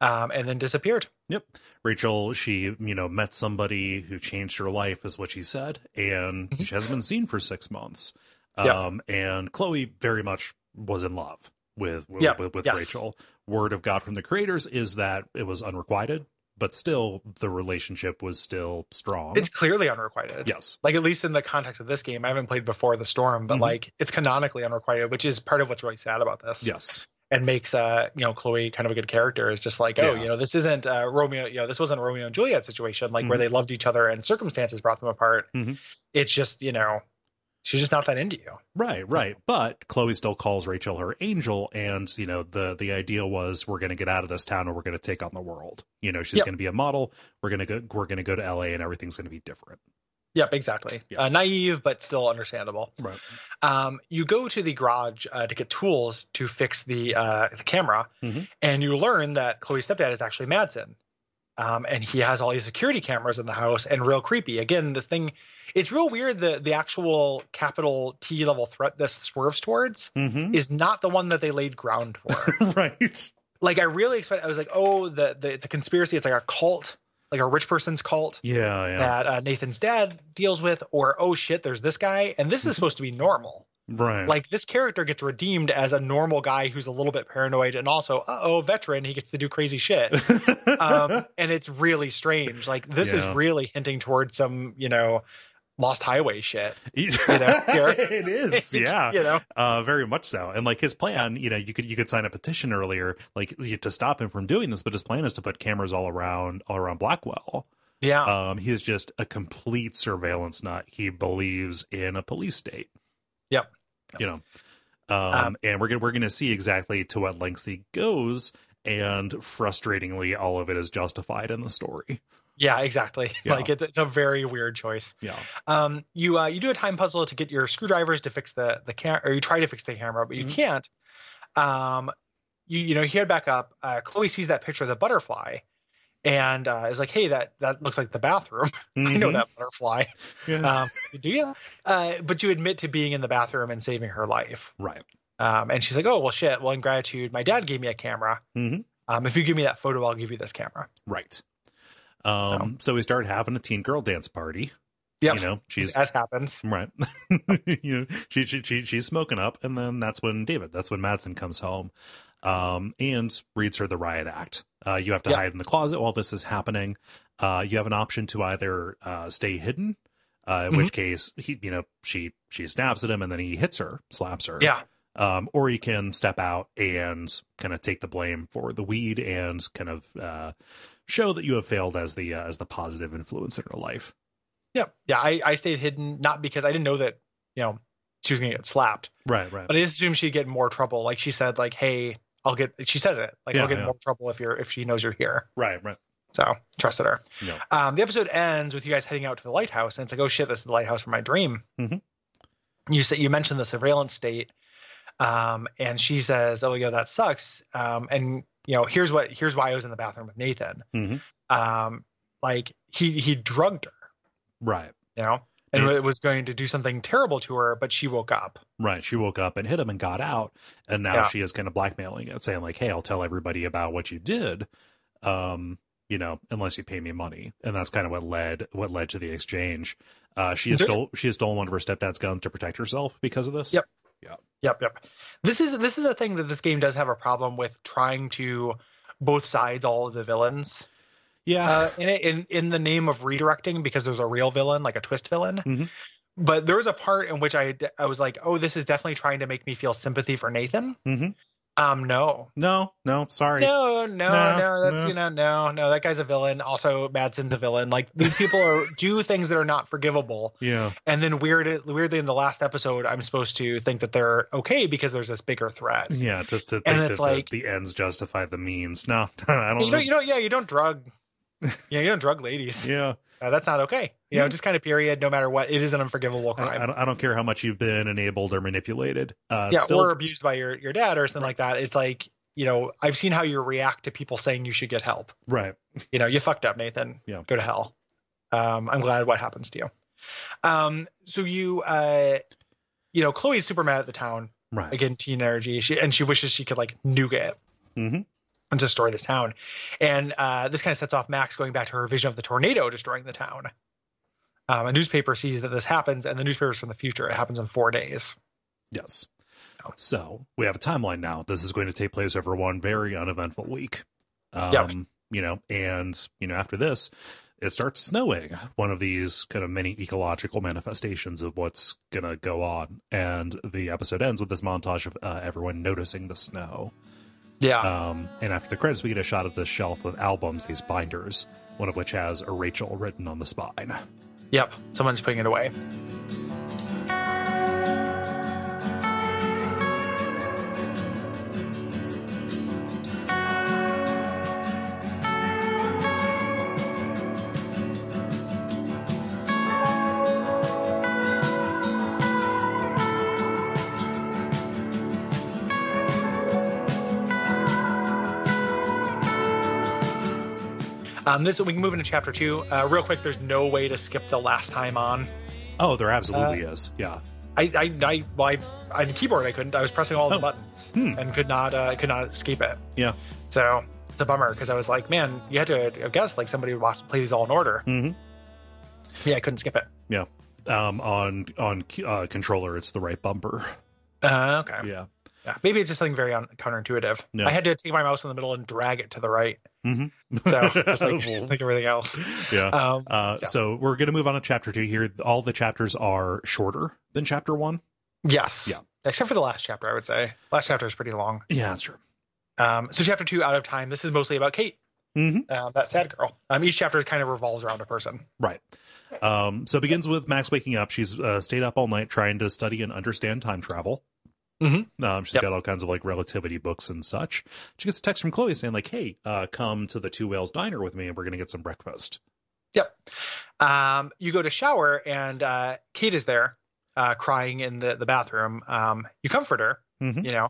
Speaker 2: um, and then disappeared.
Speaker 1: Yep. Rachel, she, you know, met somebody who changed her life, is what she said, and
Speaker 2: Mhm.
Speaker 1: she hasn't been seen for six months.
Speaker 2: Yeah.
Speaker 1: Um, and Chloe very much was in love with with,
Speaker 2: Yeah,
Speaker 1: with, with
Speaker 2: yes.
Speaker 1: Rachel. Word of God from the creators is that it was unrequited, but still the relationship was still strong.
Speaker 2: It's clearly unrequited.
Speaker 1: yes.
Speaker 2: Like at least in the context of this game, I haven't played before the storm, but
Speaker 1: Mhm.
Speaker 2: like it's canonically unrequited, which is part of what's really sad about this.
Speaker 1: Yes.
Speaker 2: and makes uh you know Chloe kind of a good character is just like oh
Speaker 1: Yeah.
Speaker 2: you know this isn't uh, Romeo you know this wasn't a Romeo and Juliet situation like where
Speaker 1: Mhm.
Speaker 2: they loved each other and circumstances brought them apart.
Speaker 1: Mhm.
Speaker 2: It's just you know she's just not that into you.
Speaker 1: Right, right. But Chloe still calls Rachel her angel, and you know the the idea was we're going to get out of this town and we're going to take on the world. You know, she's
Speaker 2: Yep.
Speaker 1: going to be a model. We're going to go. We're going to go to L.A. and everything's going to be different.
Speaker 2: Yep, exactly.
Speaker 1: Yeah.
Speaker 2: Uh, naive but still understandable.
Speaker 1: Right.
Speaker 2: Um, you go to the garage uh, to get tools to fix the uh, the camera,
Speaker 1: Mhm.
Speaker 2: and you learn that Chloe's stepdad is actually Madsen. Um, and he has all these security cameras in the house and real creepy. Again, this thing, it's real weird. The the actual capital T level threat this swerves towards
Speaker 1: Mm-hmm.
Speaker 2: is not the one that they laid ground for.
Speaker 1: right.
Speaker 2: like I really expect, I was like, oh, the, the it's a conspiracy. It's like a cult, like a rich person's cult
Speaker 1: Yeah, yeah.
Speaker 2: that uh, Nathan's dad deals with, or oh shit, there's this guy, and
Speaker 1: Mm-hmm.
Speaker 2: this is supposed to be normal
Speaker 1: right.
Speaker 2: like this character gets redeemed as a normal guy who's a little bit paranoid and also uh-oh veteran he gets to do crazy shit um, and it's really strange like this
Speaker 1: Yeah.
Speaker 2: is really hinting towards some you know lost highway shit know, here.
Speaker 1: it is. Yeah.
Speaker 2: you know
Speaker 1: Uh, very much so. And like his plan, you know, you could you could sign a petition earlier, like you- to stop him from doing this. But his plan is to put cameras all around all around Blackwell.
Speaker 2: yeah
Speaker 1: Um, he is just a complete surveillance nut. He believes in a police state.
Speaker 2: Yep.
Speaker 1: You know, um, and we're gonna we're gonna see exactly to what lengths he goes. And frustratingly, all of it is justified in the story.
Speaker 2: yeah exactly
Speaker 1: yeah.
Speaker 2: like it's, it's a very weird choice
Speaker 1: Yeah.
Speaker 2: um you uh you do a time puzzle to get your screwdrivers to fix the the camera or you try to fix the camera but you
Speaker 1: Mhm.
Speaker 2: can't um you you know you head back up uh chloe sees that picture of the butterfly and uh is like hey that that looks like the bathroom I know
Speaker 1: Mhm.
Speaker 2: that butterfly.
Speaker 1: Yeah.
Speaker 2: Um, do you? Uh, but you admit to being in the bathroom and saving her life.
Speaker 1: right.
Speaker 2: Um, and she's like, oh, well, shit. Well, in gratitude, my dad gave me a camera.
Speaker 1: Mhm.
Speaker 2: Um, if you give me that photo, I'll give you this camera.
Speaker 1: Right. Um, So we started having a teen girl dance party.
Speaker 2: Yep.
Speaker 1: You know, she's
Speaker 2: As happens.
Speaker 1: right. you know, she, she she she's smoking up, and then that's when David, that's when Madsen comes home, um, and reads her the riot act. Uh, you have to
Speaker 2: Yeah.
Speaker 1: hide in the closet while this is happening. Uh, you have an option to either uh, stay hidden, uh, in which case he, you know, she she snaps at him, and then he hits her, slaps her.
Speaker 2: Yeah.
Speaker 1: Um, or you can step out and kind of take the blame for the weed and kind of uh, show that you have failed as the uh, as the positive influence in her life.
Speaker 2: Yeah. Yeah. I, I stayed hidden, not because I didn't know that, you know, she was going to get slapped,
Speaker 1: Right, right,
Speaker 2: but I just assumed she'd get in more trouble. Like she said, like, hey, I'll get. She says it like
Speaker 1: Yeah,
Speaker 2: I'll get in
Speaker 1: yeah.
Speaker 2: more trouble if you're if she knows you're here.
Speaker 1: Right, right.
Speaker 2: So trusted her.
Speaker 1: Yeah.
Speaker 2: Um, the episode ends with you guys heading out to the lighthouse, and it's like, oh shit, this is the lighthouse for my dream.
Speaker 1: Mhm.
Speaker 2: You said you mentioned the surveillance state, um, and she says, oh yeah, that sucks. Um, and you know, here's what here's why I was in the bathroom with Nathan.
Speaker 1: Mhm.
Speaker 2: Um, like he he drugged her,
Speaker 1: Right.
Speaker 2: you know, and
Speaker 1: Yeah.
Speaker 2: it was going to do something terrible to her, but she woke up.
Speaker 1: Right. She woke up and hit him and got out. And now
Speaker 2: Yeah.
Speaker 1: she is kind of blackmailing it, saying, like, hey, I'll tell everybody about what you did. Um, you know, unless you pay me money. And that's kind of what led what led to the exchange. Uh she has
Speaker 2: There-
Speaker 1: stole she has stolen one of her stepdad's guns to protect herself because of this.
Speaker 2: Yep. Yep, yep. This is this is a thing that this game does have a problem with trying to both sides all of the villains.
Speaker 1: Yeah.
Speaker 2: uh, in, it- in in the name of redirecting because there's a real villain like a twist villain
Speaker 1: Mhm.
Speaker 2: but there was a part in which i d- i was like oh this is definitely trying to make me feel sympathy for nathan
Speaker 1: Mhm.
Speaker 2: um no
Speaker 1: No, no, sorry.
Speaker 2: no, no,
Speaker 1: No,
Speaker 2: no, That's
Speaker 1: no.
Speaker 2: you know, no, no. That guy's a villain. Also, Madsen's a villain. Like these people are do things that are not forgivable.
Speaker 1: Yeah.
Speaker 2: And then weird, weirdly, in the last episode, I'm supposed to think that they're okay because there's this bigger threat.
Speaker 1: Yeah. To, to think
Speaker 2: And
Speaker 1: that
Speaker 2: it's
Speaker 1: the-
Speaker 2: like-
Speaker 1: the, ends justify the means. No, I don't
Speaker 2: You
Speaker 1: know.
Speaker 2: don't, you don't, yeah, you don't drug, yeah, you don't drug ladies.
Speaker 1: yeah.
Speaker 2: Uh, that's not okay. You
Speaker 1: Yeah.
Speaker 2: know, just kind of period. No matter what, it is an
Speaker 1: I,
Speaker 2: unforgivable
Speaker 1: I
Speaker 2: crime.
Speaker 1: don't, I don't care how much you've been enabled or manipulated. Uh,
Speaker 2: yeah,
Speaker 1: still,
Speaker 2: or abused by your your dad or something like that. It's like you know, I've seen how you react to people saying you should get help.
Speaker 1: Right.
Speaker 2: You know, you fucked up, Nathan.
Speaker 1: Yeah.
Speaker 2: go to hell. Um, I'm glad what happens to you. Um, so you, uh, you know, Chloe's super mad at the town
Speaker 1: Right.
Speaker 2: again. Teen energy. She and she wishes she could like nuke it.
Speaker 1: Mhm.
Speaker 2: And destroy this town, and uh, this kind of sets off Max going back to her vision of the tornado destroying the town. Um, a newspaper sees that this happens, and the newspaper's from the future. It happens in four days.
Speaker 1: Yes.
Speaker 2: Oh.
Speaker 1: So we have a timeline now. This is going to take place over one very uneventful week. Um,
Speaker 2: Yep.
Speaker 1: You know, and, you know, after this, it starts snowing, one of these kind of many ecological manifestations of what's going to go on. And the episode ends with this montage of uh, everyone noticing the snow.
Speaker 2: Yeah.
Speaker 1: Um, and after the credits, we get a shot of the shelf of albums, these binders, one of which has a Rachel written on the spine.
Speaker 2: Yep, someone's putting it away. Um, this we can move into chapter two uh, real quick. There's no way to skip the last time on.
Speaker 1: Oh, there absolutely
Speaker 2: Uh.
Speaker 1: is. Yeah.
Speaker 2: I I I, well, I on the keyboard I couldn't. I was pressing all
Speaker 1: Oh.
Speaker 2: the buttons
Speaker 1: Hmm.
Speaker 2: and could not uh, could not escape it.
Speaker 1: Yeah.
Speaker 2: So it's a bummer because I was like, man, you had to have guessed like somebody would watch play these all in order.
Speaker 1: Mhm.
Speaker 2: Yeah, I couldn't skip it.
Speaker 1: Um, on on uh, controller, it's the right bumper.
Speaker 2: Uh, okay. Yeah.
Speaker 1: Yeah.
Speaker 2: Maybe it's just something very un- counterintuitive.
Speaker 1: No.
Speaker 2: I had to take my mouse in the middle and drag it to the right.
Speaker 1: Mhm.
Speaker 2: Mm-hmm. So just like, like everything else.
Speaker 1: yeah.
Speaker 2: Um,
Speaker 1: Uh,
Speaker 2: Yeah.
Speaker 1: So we're going to move on to chapter two here. All the chapters are shorter than chapter one.
Speaker 2: yes.
Speaker 1: Yeah.
Speaker 2: Except for the last chapter, I would say. Last chapter is pretty long.
Speaker 1: Yeah, that's true.
Speaker 2: Um, so chapter two, out of time. This is mostly about Kate,
Speaker 1: hmm
Speaker 2: uh, that sad girl. Um, each chapter kind of revolves around a person.
Speaker 1: Right. Um, so it begins with Max waking up. She's uh, stayed up all night trying to study and understand time travel.
Speaker 2: Mhm.
Speaker 1: Um, she's
Speaker 2: Yep.
Speaker 1: got all kinds of like relativity books and such. She gets a text from Chloe saying like, "Hey, uh, come to the Two Whales Diner with me, and we're gonna get some breakfast."
Speaker 2: Um, you go to shower, and uh, Kate is there, uh, crying in the the bathroom. Um, you comfort her,
Speaker 1: Mhm.
Speaker 2: you know,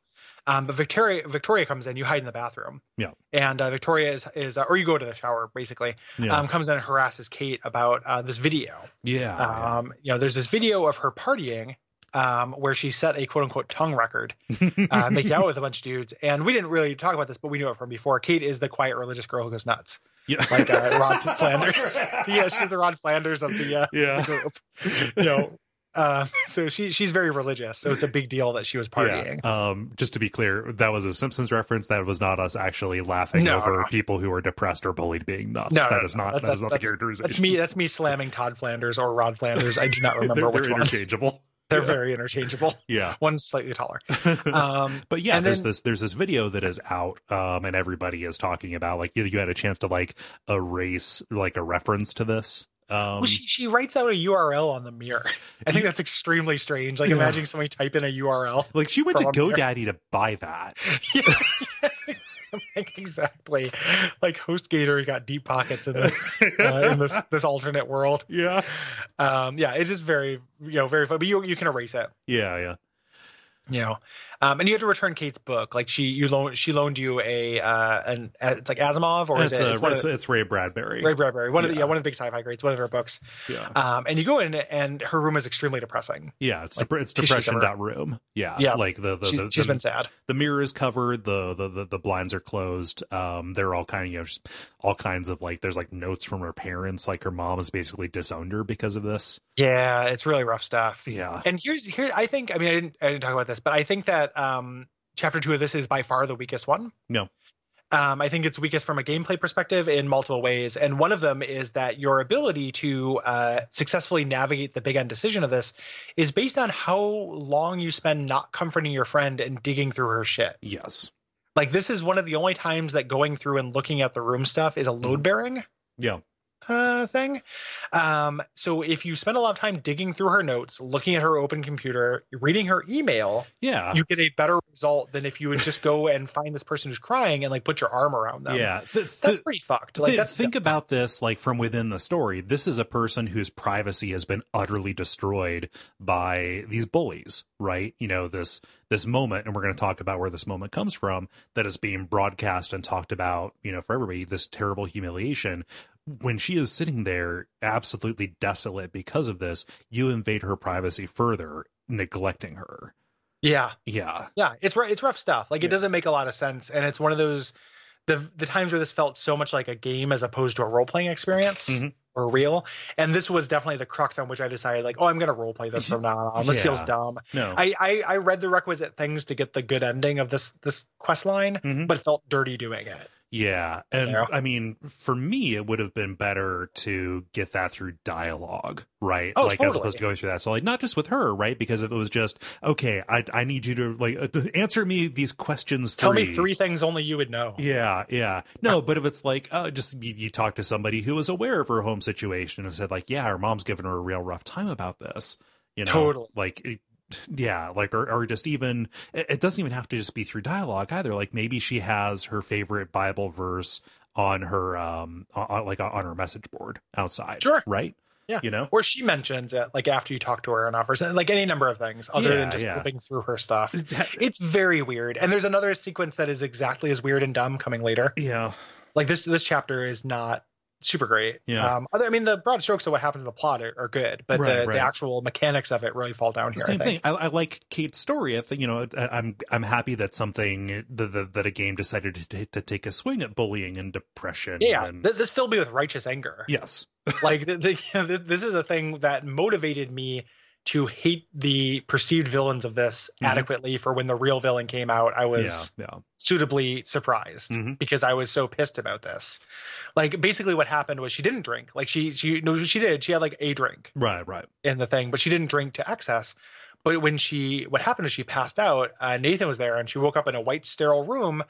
Speaker 2: um, but Victoria Victoria comes in. You hide in the bathroom.
Speaker 1: Yeah.
Speaker 2: And uh, Victoria is is uh, or you go to the shower basically.
Speaker 1: Yeah,
Speaker 2: Um, comes in and harasses Kate about uh, this video.
Speaker 1: Oh, yeah,
Speaker 2: Um, you know, there's this video of her partying. Um, where she set a quote unquote tongue record, uh, making out with a bunch of dudes. And we didn't really talk about this, but we knew it from before. Kate is the quiet religious girl who goes nuts.
Speaker 1: yeah.
Speaker 2: like, uh, Rod Flanders. yeah, she's the Rod Flanders of the, uh, the
Speaker 1: yeah,
Speaker 2: group. You know, uh, so she she's very religious, so it's a big deal that she was partying.
Speaker 1: Yeah. Um, just to be clear, that was a Simpsons reference. That was not us actually laughing
Speaker 2: No,
Speaker 1: over
Speaker 2: no.
Speaker 1: people who are depressed or bullied being nuts.
Speaker 2: No,
Speaker 1: That is
Speaker 2: no, no.
Speaker 1: not
Speaker 2: That-
Speaker 1: that is
Speaker 2: that's-
Speaker 1: not the
Speaker 2: that's-
Speaker 1: characterization.
Speaker 2: That's me. That's me slamming Todd Flanders or Rod Flanders. I do not remember
Speaker 1: they're,
Speaker 2: which
Speaker 1: they're
Speaker 2: one.
Speaker 1: interchangeable.
Speaker 2: They're
Speaker 1: yeah.
Speaker 2: very interchangeable.
Speaker 1: Yeah.
Speaker 2: One's slightly taller. Um,
Speaker 1: But yeah,
Speaker 2: And
Speaker 1: there's
Speaker 2: then-
Speaker 1: this there's this video that is out, um, and everybody is talking about like you, you had a chance to like erase like a reference to this Um,
Speaker 2: well, she, she writes out a URL on the mirror. I think that's extremely strange. Like
Speaker 1: Yeah.
Speaker 2: imagining somebody type in a URL.
Speaker 1: like she went to
Speaker 2: from there.
Speaker 1: GoDaddy to buy that.
Speaker 2: Yeah. like, exactly. Like HostGator got deep pockets in this uh, in this this alternate world.
Speaker 1: yeah,
Speaker 2: Um, yeah, it's just very you know very fun. But you you can erase it.
Speaker 1: yeah, yeah.
Speaker 2: You know, um, and you had to return Kate's book. Like she you loan she loaned you a uh, an it's like Asimov or
Speaker 1: it's,
Speaker 2: is it
Speaker 1: uh,
Speaker 2: it's one
Speaker 1: it's,
Speaker 2: of,
Speaker 1: it's Ray Bradbury.
Speaker 2: Ray Bradbury one of the
Speaker 1: Yeah.
Speaker 2: yeah, one of the big sci-fi greats one of her books.
Speaker 1: yeah,
Speaker 2: Um, and you go in and her room is extremely depressing.
Speaker 1: yeah. It's
Speaker 2: like
Speaker 1: depre- it's
Speaker 2: tissue
Speaker 1: depression
Speaker 2: cover.
Speaker 1: dot room. Yeah,
Speaker 2: Yeah.
Speaker 1: Like the the
Speaker 2: She's,
Speaker 1: the,
Speaker 2: she's
Speaker 1: the,
Speaker 2: been sad.
Speaker 1: the mirror is covered. The, the the the blinds are closed. Um, they're all kind of you know just all kinds of like there's like notes from her parents. Like her mom has basically disowned her because of this.
Speaker 2: Yeah, it's really rough stuff.
Speaker 1: Yeah,
Speaker 2: And here's here I think I mean I didn't I didn't talk about this, but I think that um chapter two of this is by far the weakest one.
Speaker 1: No.
Speaker 2: Um, I think it's weakest from a gameplay perspective in multiple ways, and one of them is that your ability to uh, successfully navigate the big end decision of this is based on how long you spend not comforting your friend and digging through her shit.
Speaker 1: yes,
Speaker 2: Like this is one of the only times that going through and looking at the room stuff is a load bearing
Speaker 1: Mm-hmm. yeah,
Speaker 2: uh, thing. Um, so if you spend a lot of time digging through her notes, looking at her open computer, reading her email,
Speaker 1: yeah.
Speaker 2: you get a better result than if you would just go and find this person who's crying and like put your arm around them.
Speaker 1: yeah, Th- th-
Speaker 2: that's pretty fucked. Like
Speaker 1: Thi-
Speaker 2: that's
Speaker 1: think about this like from within the story. This is a person whose privacy has been utterly destroyed by these bullies, right? You know this this moment, and we're going to talk about where this moment comes from that is being broadcast and talked about, you know, for everybody. This terrible humiliation when she is sitting there absolutely desolate because of this. You invade her privacy further, neglecting her.
Speaker 2: yeah,
Speaker 1: Yeah,
Speaker 2: yeah. It's r- it's rough stuff. Like
Speaker 1: Yeah.
Speaker 2: it doesn't make a lot of sense, and it's one of those the the times where this felt so much like a game as opposed to a role playing experience.
Speaker 1: Mhm.
Speaker 2: Or real, and this was definitely the crux on which I decided, like, oh, I'm gonna role play this from now on. This
Speaker 1: Yeah.
Speaker 2: feels dumb.
Speaker 1: no,
Speaker 2: I, I I read the requisite things to get the good ending of this this quest line,
Speaker 1: Mhm.
Speaker 2: but felt dirty doing it.
Speaker 1: yeah, and
Speaker 2: Yeah.
Speaker 1: I mean, for me, it would have been better to get that through dialogue, right?
Speaker 2: Oh,
Speaker 1: like as
Speaker 2: totally.
Speaker 1: opposed to going through that. So, like, not just with her, right? Because if it was just okay, I I need you to like uh, to answer me these questions.
Speaker 2: Tell me three things only you would know.
Speaker 1: Yeah, yeah. No, but if it's like, uh, just you, you talk to somebody who is aware of her home situation and said, like, yeah, her mom's giving her a real rough time about this, you know,
Speaker 2: Totally.
Speaker 1: like, it- yeah, like, or, or just even, it it doesn't even have to just be through dialogue either. Like, maybe she has her favorite Bible verse on her, um, on- on, like on her message board outside.
Speaker 2: Sure.
Speaker 1: Right.
Speaker 2: Yeah.
Speaker 1: You know,
Speaker 2: Or she mentions it, like after you talk to her enough, or something, like any number of things other
Speaker 1: Yeah,
Speaker 2: than just
Speaker 1: yeah.
Speaker 2: flipping through her stuff. It's very weird. And there's another sequence that is exactly as weird and dumb coming later.
Speaker 1: yeah.
Speaker 2: Like this this chapter is not super great.
Speaker 1: Yeah.
Speaker 2: Um, other, I mean, the broad strokes of what happens in the plot are, are good, but
Speaker 1: Right,
Speaker 2: the,
Speaker 1: right.
Speaker 2: the actual mechanics of it really fall down here.
Speaker 1: Same
Speaker 2: I think.
Speaker 1: thing. I, I like Kate's story. I think you know. I, I'm I'm happy that something that, that, that a game decided to, t- to take a swing at bullying and depression.
Speaker 2: Yeah,
Speaker 1: and-
Speaker 2: th- this filled me with righteous anger.
Speaker 1: yes.
Speaker 2: like the, the, this is a thing that motivated me to hate the perceived villains of this
Speaker 1: Mhm.
Speaker 2: adequately for when the real villain came out i was
Speaker 1: yeah. Yeah.
Speaker 2: suitably surprised
Speaker 1: Mhm.
Speaker 2: because i was so pissed about this like basically what happened was she didn't drink like she she no she did she had like a drink
Speaker 1: Right. Right.
Speaker 2: in the thing but she didn't drink to excess but when she what happened is she passed out uh, nathan was there and she woke up in a white sterile room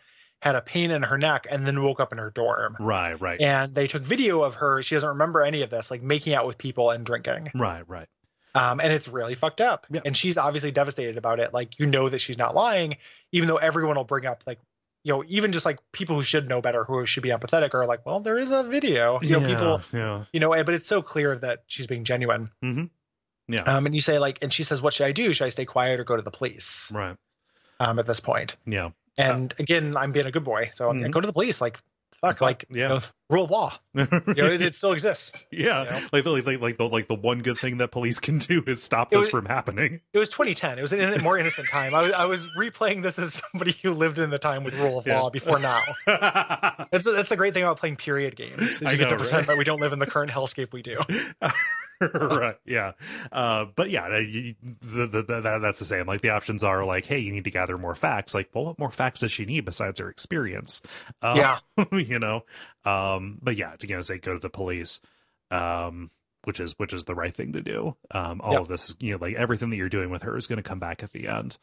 Speaker 2: had a pain in her neck and then woke up in her dorm
Speaker 1: Right. Right.
Speaker 2: and they took video of her she doesn't remember any of this like making out with people and drinking
Speaker 1: Right. Right.
Speaker 2: um, and it's really fucked up
Speaker 1: Yeah.
Speaker 2: and she's obviously devastated about it like you know that she's not lying even though everyone will bring up like you know even just like people who should know better who should be empathetic are like well there is a video you know people
Speaker 1: Yeah.
Speaker 2: you know but it's so clear that she's being genuine
Speaker 1: Mhm. Yeah.
Speaker 2: um, and you say like and she says what should i do should i stay quiet or go to the police
Speaker 1: Right.
Speaker 2: um, at this point
Speaker 1: Yeah.
Speaker 2: and
Speaker 1: Oh.
Speaker 2: again i'm being a good boy so I'm
Speaker 1: Mhm.
Speaker 2: gonna go to the police like fuck like
Speaker 1: Yeah.
Speaker 2: you know, rule of law you know, it, it still exists
Speaker 1: yeah.
Speaker 2: you know?
Speaker 1: Like, the, like, like, like the like the one good thing that police can do is stop
Speaker 2: It
Speaker 1: this
Speaker 2: was-
Speaker 1: from happening.
Speaker 2: It was 2010. It was an in- more innocent time. I was, I was replaying this as somebody who lived in the time with rule of
Speaker 1: Yeah.
Speaker 2: law before now.
Speaker 1: I
Speaker 2: That's the, that's the great thing about playing period games is you
Speaker 1: I
Speaker 2: get
Speaker 1: know,
Speaker 2: to pretend
Speaker 1: right?
Speaker 2: that we don't live in the current hellscape we do.
Speaker 1: right yeah uh but yeah that- you- the, the, the, that, that's the same like the options are like hey you need to gather more facts like well what more facts does she need besides her experience uh, yeah you know um but yeah to you know say go to the police um which is which is the right thing to do um all
Speaker 2: Yep.
Speaker 1: of this you know like everything that you're doing with her is going to come back at the end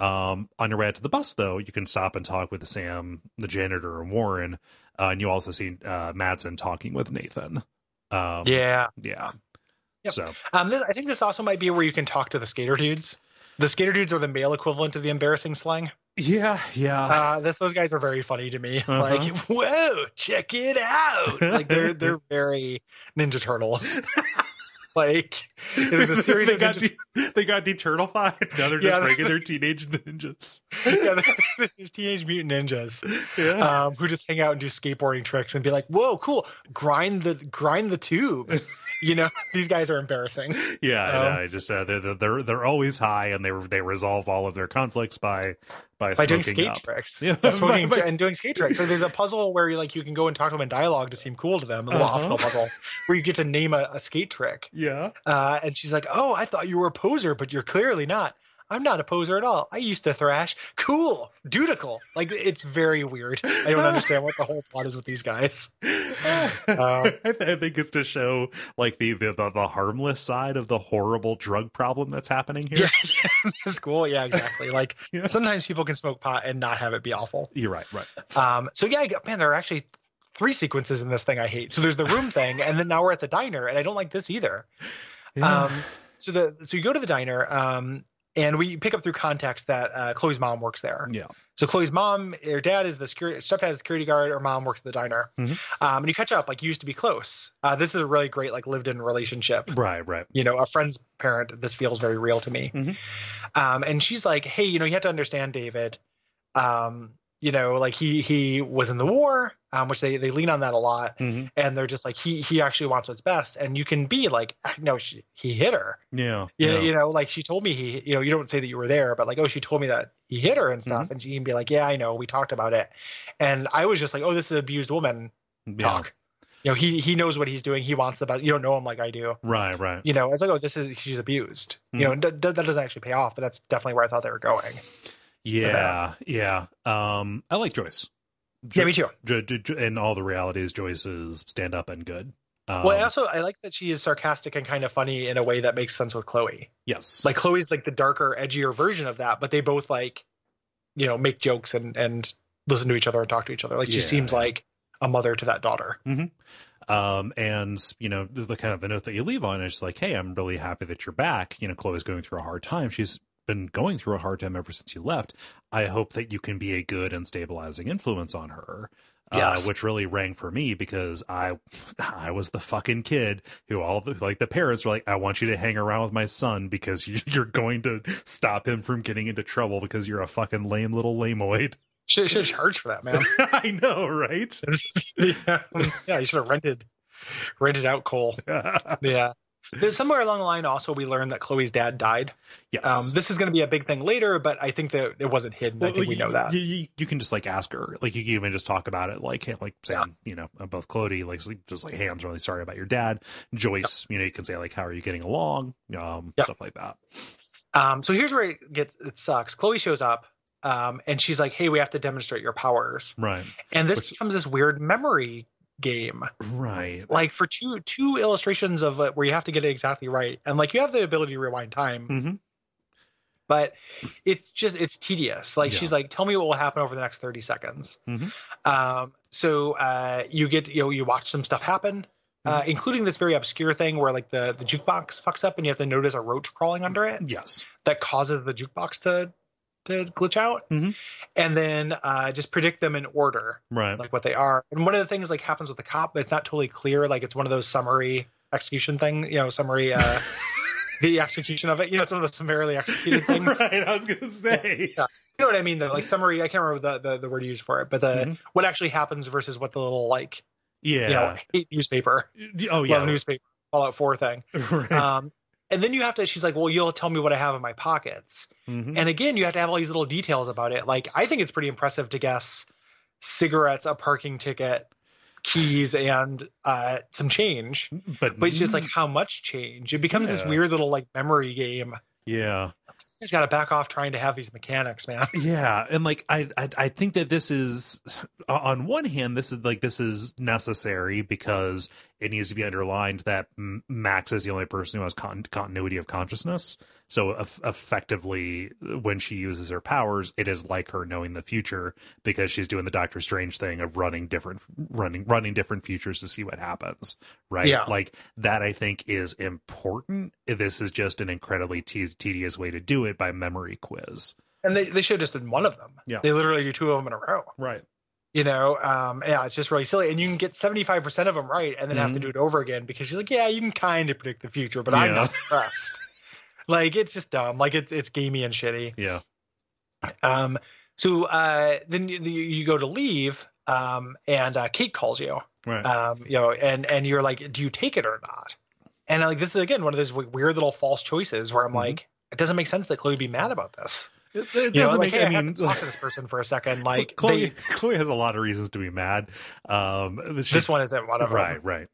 Speaker 1: um on your way out to the bus though you can stop and talk with sam the janitor and warren uh, and you also see uh madsen talking with nathan Um,
Speaker 2: Yeah.
Speaker 1: yeah.
Speaker 2: Yep.
Speaker 1: So
Speaker 2: Um, this, I think this also might be where you can talk to the skater dudes. The skater dudes are the male equivalent of the embarrassing slang.
Speaker 1: yeah, yeah,
Speaker 2: Uh, this those guys are very funny to me.
Speaker 1: Uh-huh.
Speaker 2: Like, whoa, check it out! Like they're they're very Ninja Turtles. like it was a series
Speaker 1: they
Speaker 2: of
Speaker 1: got
Speaker 2: Ninja
Speaker 1: de- they got deturtlefied. Now they're
Speaker 2: Yeah,
Speaker 1: just
Speaker 2: they-
Speaker 1: regular teenage ninjas.
Speaker 2: yeah, they're- they're teenage mutant ninjas
Speaker 1: Yeah.
Speaker 2: um, who just hang out and do skateboarding tricks and be like, "Whoa, cool! Grind the grind the tube." You know, these guys are embarrassing.
Speaker 1: Yeah,
Speaker 2: Um,
Speaker 1: and I just uh, they're they're they're always high, and they they resolve all of their conflicts by by,
Speaker 2: by doing
Speaker 1: smoking
Speaker 2: skate
Speaker 1: up.
Speaker 2: tricks.
Speaker 1: Yeah,
Speaker 2: Yeah, smoking
Speaker 1: by- by-
Speaker 2: and doing skate tricks. So there's a puzzle where you like you can go and talk to them in dialogue to seem cool to them, a little
Speaker 1: Uh-huh.
Speaker 2: optional puzzle where you get to name a, a skate trick.
Speaker 1: Yeah,
Speaker 2: Uh, and she's like, "Oh, I thought you were a poser, but you're clearly not." I'm not a poser at all. I used to thrash. Cool, dutical. Like it's very weird. I don't understand what the whole plot is with these guys. Uh, um,
Speaker 1: I, th- I think it's to show like the, the the the harmless side of the horrible drug problem that's happening here.
Speaker 2: Yeah, it's cool. Yeah, exactly. Like
Speaker 1: Yeah.
Speaker 2: sometimes people can smoke pot and not have it be awful.
Speaker 1: You're right, right.
Speaker 2: Um, so yeah, I got- man, there are actually three sequences in this thing I hate. So there's the room thing, and then now we're at the diner, and I don't like this either.
Speaker 1: Yeah.
Speaker 2: Um, so the so you go to the diner, um, and we pick up through context that uh, Chloe's mom works there.
Speaker 1: yeah,
Speaker 2: So Chloe's mom, her dad is the security, stepdad is the security guard, her mom works at the diner.
Speaker 1: Mhm.
Speaker 2: Um, and you catch up, like you used to be close. Uh, this is a really great like lived in relationship
Speaker 1: right, right.
Speaker 2: you know, a friend's parent. This feels very real to me.
Speaker 1: Mhm.
Speaker 2: Um, and she's like, hey, you know, you have to understand, David. Um, you know, like he he was in the war, um, which they they lean on that a lot,
Speaker 1: Mhm.
Speaker 2: and they're just like he he actually wants what's best, and you can be like, "Ah, no, she, he hit her.
Speaker 1: Yeah,
Speaker 2: You,
Speaker 1: yeah,
Speaker 2: you know, like she told me he, you know, you don't say that you were there, but like, oh, she told me that he hit her and stuff,
Speaker 1: Mm-hmm.
Speaker 2: and she can be like, yeah, I know, we talked about it, and I was just like, oh, this is an abused woman
Speaker 1: yeah.
Speaker 2: talk. You know, he he knows what he's doing. He wants the best. You don't know him like I do
Speaker 1: Right, right.
Speaker 2: you know, it's like, oh, this is she's abused.
Speaker 1: Mhm.
Speaker 2: You know, and d- d- that doesn't actually pay off, but that's definitely where I thought they were going.
Speaker 1: Yeah, yeah. Um, I like Joyce.
Speaker 2: yeah, me too.
Speaker 1: Jo- Jo- Jo- and all the realities, Joyce is stand up and good. Um,
Speaker 2: well, I also I like that she is sarcastic and kind of funny in a way that makes sense with Chloe.
Speaker 1: yes,
Speaker 2: Like Chloe's like the darker, edgier version of that, but they both like, you know, make jokes and and listen to each other and talk to each other. Like she
Speaker 1: Yeah.
Speaker 2: seems like a mother to that daughter.
Speaker 1: um and you know the the kind of the note that you leave on is like hey i'm really happy that you're back you know chloe's going through a hard time she's been going through a hard time ever since you left i hope that you can be a good and stabilizing influence on her uh,
Speaker 2: Yes.
Speaker 1: which really rang for me because i i was the fucking kid who all the like the parents were like i want you to hang around with my son because you- you're going to stop him from getting into trouble because you're a fucking lame little lameoid
Speaker 2: Should should charge for that, man.
Speaker 1: i know right
Speaker 2: yeah, yeah, you should have rented rented out Cole. Yeah. There's somewhere along the line also we learned that Chloe's dad died.
Speaker 1: yes
Speaker 2: Um, this is going to be a big thing later, but I think that it wasn't hidden. I
Speaker 1: Well,
Speaker 2: think we
Speaker 1: you-
Speaker 2: know that.
Speaker 1: You, you, you can just like ask her, like you can even just talk about it, like hey, like Sam, you know, above Clody, like s- just like, hey, I'm really sorry about your dad. Joyce, you know, you can say like, how are you getting along, um,
Speaker 2: Yeah.
Speaker 1: stuff like that.
Speaker 2: Um, so here's where it gets it sucks. Chloe shows up, um, and she's like, "Hey, we have to demonstrate your powers,"
Speaker 1: Right,
Speaker 2: and this
Speaker 1: Which-
Speaker 2: becomes this weird memory game.
Speaker 1: right,
Speaker 2: Like for two two illustrations of it where you have to get it exactly right, and like you have the ability to rewind time,
Speaker 1: hmm
Speaker 2: but it's just it's tedious like
Speaker 1: Yeah.
Speaker 2: she's like tell me what will happen over the next 30 seconds
Speaker 1: Mhm.
Speaker 2: um, so uh, you get you know you watch some stuff happen uh, including this very obscure thing where like the, the jukebox fucks up and you have to notice a roach crawling under it
Speaker 1: yes,
Speaker 2: that causes the jukebox to to glitch out
Speaker 1: Mhm.
Speaker 2: and then uh, just predict them in order
Speaker 1: right,
Speaker 2: like what they are and one of the things like happens with the cop but it's not totally clear like it's one of those summary execution thing you know summary uh, the execution of it you know it's one of those summarily executed things
Speaker 1: right. I was gonna say,
Speaker 2: Yeah. you know what I mean though, like summary. I can't remember the the, the word used for it, but the
Speaker 1: Mhm.
Speaker 2: what actually happens versus what the little like
Speaker 1: yeah,
Speaker 2: you know hate newspaper,
Speaker 1: oh
Speaker 2: yeah.
Speaker 1: yeah,
Speaker 2: newspaper Fallout Four thing.
Speaker 1: right.
Speaker 2: Um, and then you have to. She's like, well, you'll tell me what I have in my pockets.
Speaker 1: Mhm.
Speaker 2: And again, you have to have all these little details about it. Like I think it's pretty impressive to guess cigarettes, a parking ticket, keys, and uh, some change.
Speaker 1: but
Speaker 2: But it's just like how much change? It becomes this
Speaker 1: Mm-hmm. Yeah.
Speaker 2: weird little like memory game
Speaker 1: yeah,
Speaker 2: he's got to back off trying to have these mechanics, man.
Speaker 1: Yeah, and like I, I I think that this is on one hand this is like this is necessary because it needs to be underlined that M- Max is the only person who has con- continuity of consciousness. So eff effectively when she uses her powers, it is like her knowing the future because she's doing the Doctor Strange thing of running different running running different futures to see what happens, right?
Speaker 2: Yeah.
Speaker 1: Like that I think is important. This is just an incredibly te- tedious way to do it by memory quiz.
Speaker 2: And they, they should have just done one of them.
Speaker 1: Yeah.
Speaker 2: They literally do two of them in a row.
Speaker 1: Right.
Speaker 2: You know, um, yeah, it's just really silly. And you can get 75% of them right and then have to
Speaker 1: Mhm.
Speaker 2: do it over again because she's like, yeah, you can kind of predict the future, but I'm
Speaker 1: Yeah.
Speaker 2: not impressed. like, it's just dumb. Like, it's, it's gamey and shitty.
Speaker 1: Yeah.
Speaker 2: Um, so uh, then you, you you go to leave, um, and uh, Kate calls you,
Speaker 1: Right.
Speaker 2: um, you know, and and you're like, do you take it or not? And I'm like, this is again one of those w- weird little false choices where I'm
Speaker 1: Mhm.
Speaker 2: like, it doesn't make sense that Chloe would be mad about this.
Speaker 1: It, it
Speaker 2: You know,
Speaker 1: doesn't
Speaker 2: like,
Speaker 1: make.
Speaker 2: hey, I,
Speaker 1: I
Speaker 2: have
Speaker 1: mean,
Speaker 2: to talk to this person for a second. Like,
Speaker 1: Chloe.
Speaker 2: they,
Speaker 1: Chloe has a lot of reasons to be mad. Um, she-
Speaker 2: this one isn't one of them.
Speaker 1: Right. Right.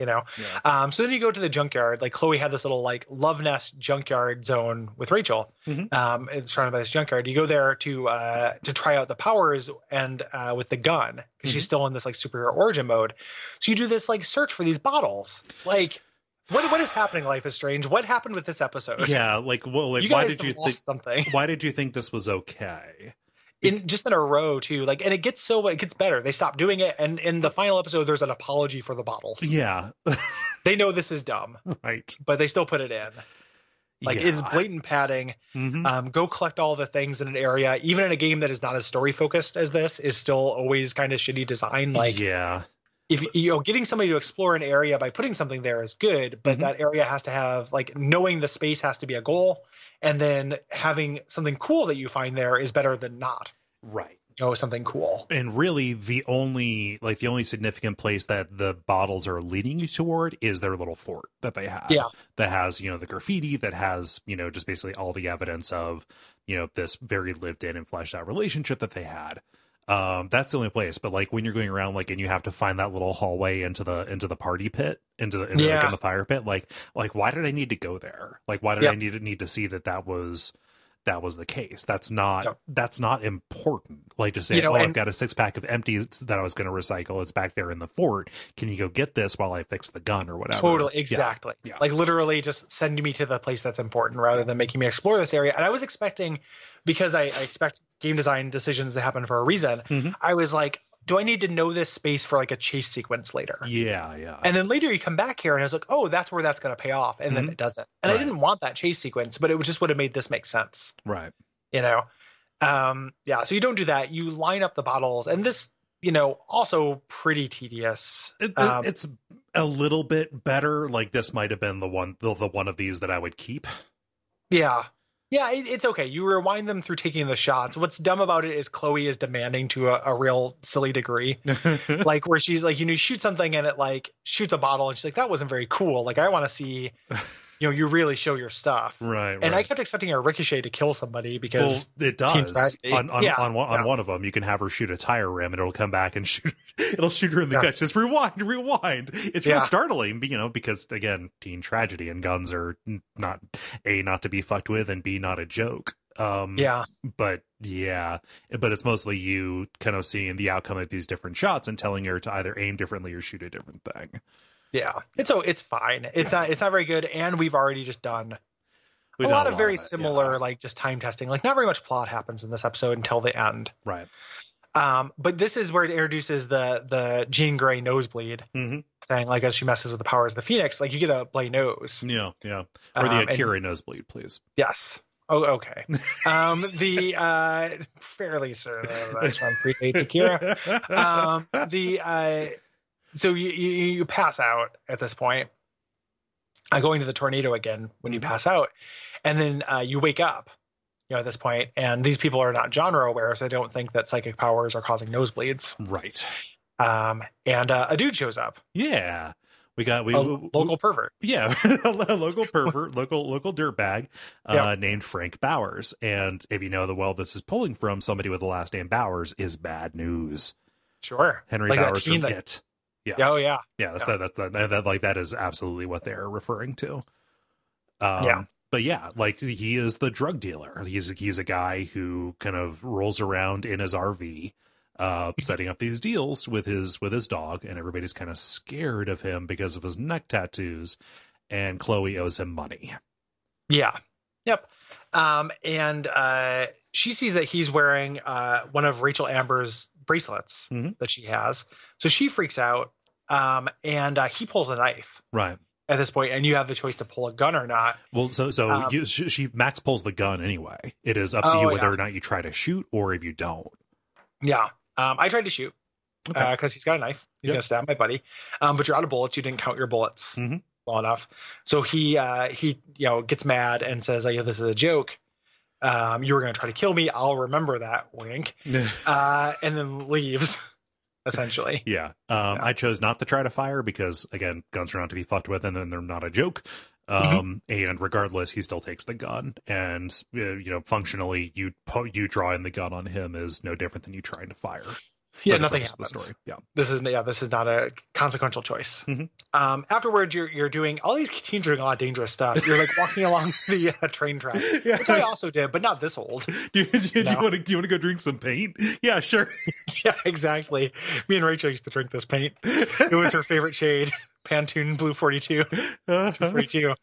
Speaker 2: You know.
Speaker 1: Yeah.
Speaker 2: Um, so then you go to the junkyard. Like Chloe had this little like love nest junkyard zone with Rachel.
Speaker 1: Mhm.
Speaker 2: Um, it's surrounded by this junkyard. You go there to uh, to try out the powers and uh, with the gun because
Speaker 1: Mm-hmm.
Speaker 2: she's still in this like superhero origin mode. So you do this like search for these bottles. Like, what what is happening? Life is strange. What happened with this episode?
Speaker 1: Yeah. Like, well, like,
Speaker 2: you
Speaker 1: why
Speaker 2: guys
Speaker 1: did you
Speaker 2: have
Speaker 1: think?
Speaker 2: lost something
Speaker 1: Why did you think this was okay?
Speaker 2: in just in a row too. Like, and it gets so it gets better. They stop doing it, and in the final episode, there's an apology for the bottles.
Speaker 1: Yeah.
Speaker 2: They know this is dumb,
Speaker 1: Right.
Speaker 2: but they still put it in. Like it's
Speaker 1: Yeah.
Speaker 2: blatant padding.
Speaker 1: Mhm.
Speaker 2: um, go collect all the things in an area even in a game that is not as story focused as this is still always kind of shitty design like
Speaker 1: yeah.
Speaker 2: if you know getting somebody to explore an area by putting something there is good but
Speaker 1: Mhm.
Speaker 2: that area has to have like knowing the space has to be a goal and then having something cool that you find there is better than not
Speaker 1: Right.
Speaker 2: you know something cool
Speaker 1: and really the only like the only significant place that the bottles are leading you toward is their little fort that they have
Speaker 2: Yeah.
Speaker 1: that has you know the graffiti that has you know just basically all the evidence of you know this very lived in and fleshed out relationship that they had um that's the only place but like when you're going around like and you have to find that little hallway into the into the party pit into the into, like,
Speaker 2: Yeah.
Speaker 1: in the fire pit like like why did i need to go there like why did
Speaker 2: Yeah.
Speaker 1: i need to need to see that that was that was the case. That's not
Speaker 2: No.
Speaker 1: that's not important. Like to say,
Speaker 2: You know,
Speaker 1: oh, I've
Speaker 2: and-
Speaker 1: got a six pack of empties that I was going to recycle. It's back there in the fort. Can you go get this while I fix the gun or whatever?
Speaker 2: Totally,
Speaker 1: Yeah.
Speaker 2: exactly.
Speaker 1: Yeah.
Speaker 2: Like literally, just send me to the place that's important rather than making me explore this area. And I was expecting, because I, I expect game design decisions to happen for a reason.
Speaker 1: Mhm.
Speaker 2: I was like, do I need to know this space for like a chase sequence later?
Speaker 1: Yeah, yeah,
Speaker 2: And then later you come back here and I was like, oh, that's where that's going to pay off, and then
Speaker 1: Mhm.
Speaker 2: it doesn't. And
Speaker 1: Right.
Speaker 2: I didn't want that chase sequence, but it would- just would have made this make sense,
Speaker 1: right.
Speaker 2: you know? Um, yeah. So you don't do that. You line up the bottles, and this, you know, also pretty tedious.
Speaker 1: It, it-
Speaker 2: Um,
Speaker 1: it's a little bit better. Like this might have been the one, the, the one of these that I would keep.
Speaker 2: Yeah. Yeah, it, it's okay. You rewind them through taking the shots. What's dumb about it is Chloe is demanding to a, a real silly degree, like where she's like, you know, shoot something and it like shoots a bottle, and she's like, that wasn't very cool. Like, I want to see, you know, you really show your stuff.
Speaker 1: right,
Speaker 2: And I
Speaker 1: right.
Speaker 2: kept expecting a ricochet to kill somebody
Speaker 1: well,
Speaker 2: because
Speaker 1: it
Speaker 2: Teen
Speaker 1: does
Speaker 2: Tragedy.
Speaker 1: on on,
Speaker 2: Yeah,
Speaker 1: on, one,
Speaker 2: yeah.
Speaker 1: on one of them. You can have her shoot a tire rim, and it'll come back and shoot. It'll shoot her in the
Speaker 2: Yeah.
Speaker 1: gut. Just rewind, rewind. It's
Speaker 2: Yeah.
Speaker 1: real startling, you know, because again, teen tragedy and guns are n- not a not to be fucked with, and b not a joke. Um,
Speaker 2: yeah,
Speaker 1: but yeah, but it's mostly you kind of seeing the outcome of these different shots and telling her to either aim differently or shoot a different thing.
Speaker 2: yeah, it's oh, it's fine. It's not, it's not very good. And we've already just done
Speaker 1: We've
Speaker 2: a
Speaker 1: done
Speaker 2: lot of very
Speaker 1: it, yeah.
Speaker 2: similar, like just time testing. Like, not very much plot happens in this episode until the end.
Speaker 1: right?
Speaker 2: Um, but this is where it introduces the the Jean Grey nosebleed
Speaker 1: Mhm.
Speaker 2: thing, like as she messes with the powers of the Phoenix, like you get a blay nose.
Speaker 1: Yeah, yeah. Or the
Speaker 2: Um, and-
Speaker 1: Akira nosebleed, please.
Speaker 2: yes. Oh, okay. um, the uh, fairly certain that this one predates Akira. Um, the uh, so you, you you pass out at this point. Uh, going to the tornado again when
Speaker 1: Mm-hmm.
Speaker 2: you pass out, and then uh, you wake up. You know, at this point, and these people are not genre aware, so I don't think that psychic powers are causing nosebleeds.
Speaker 1: right.
Speaker 2: Um, and uh, a dude shows up,
Speaker 1: Yeah. We got we
Speaker 2: a local pervert.
Speaker 1: yeah, a local pervert, local local dirtbag uh,
Speaker 2: Yeah.
Speaker 1: named Frank Bowers. And if you know the well this is pulling from, somebody with the last name Bowers is bad news.
Speaker 2: Sure.
Speaker 1: Henry
Speaker 2: Like that
Speaker 1: Bowers
Speaker 2: teen
Speaker 1: from
Speaker 2: that-
Speaker 1: It.
Speaker 2: Yeah. Oh yeah.
Speaker 1: Yeah, that's That, that's that, that like that is absolutely what they're referring to. Um,
Speaker 2: Yeah.
Speaker 1: but yeah, like he is the drug dealer. He's he's a guy who kind of rolls around in his RV, uh, setting up these deals with his with his dog, and everybody's kind of scared of him because of his neck tattoos. And Chloe owes him money.
Speaker 2: Yeah. Yep. Um, and uh, she sees that he's wearing uh, one of Rachel Amber's bracelets
Speaker 1: Mhm.
Speaker 2: that she has. So she freaks out. Um, and uh, he pulls a knife
Speaker 1: Right.
Speaker 2: at this point, and you have the choice to pull a gun or not.
Speaker 1: Well, so so
Speaker 2: Um,
Speaker 1: you, she, she Max pulls the gun anyway. It is up to
Speaker 2: Oh,
Speaker 1: you whether
Speaker 2: yeah.
Speaker 1: or not you try to shoot or if you don't.
Speaker 2: Yeah. Um, I tried to shoot
Speaker 1: Okay.
Speaker 2: because he's got a knife. He's
Speaker 1: Yep.
Speaker 2: gonna stab my buddy. Um, but you're out of bullets. You didn't count your bullets
Speaker 1: Mhm.
Speaker 2: well enough. So he uh, he you know gets mad and says, "I know this is a joke. Um, you were gonna try to kill me. I'll remember that." Wink. Uh, and then leaves. Essentially.
Speaker 1: Yeah. Um, I chose not to try to fire because, again, guns are not to be fucked with and then they're not a joke.
Speaker 2: Mm-hmm.
Speaker 1: Um, And regardless, he still takes the gun. And, uh, you know, functionally, you po- you drawing the gun on him is no different than you trying to fire.
Speaker 2: Yeah.
Speaker 1: for the
Speaker 2: Nothing
Speaker 1: purpose of
Speaker 2: happens.
Speaker 1: The story. Yeah.
Speaker 2: This is yeah. This is not a consequential choice.
Speaker 1: Mhm.
Speaker 2: Um, afterwards, you're you're doing all these teens are doing a lot of dangerous stuff. You're like walking along the uh, train track, which I also did, but not this old.
Speaker 1: do you, do
Speaker 2: No.
Speaker 1: you want to do you want to go drink some paint? Yeah, sure.
Speaker 2: Yeah, exactly. Me and Rachel used to drink this paint. It was her favorite shade, Pantone Blue 42,
Speaker 1: Uh-huh.
Speaker 2: 42. The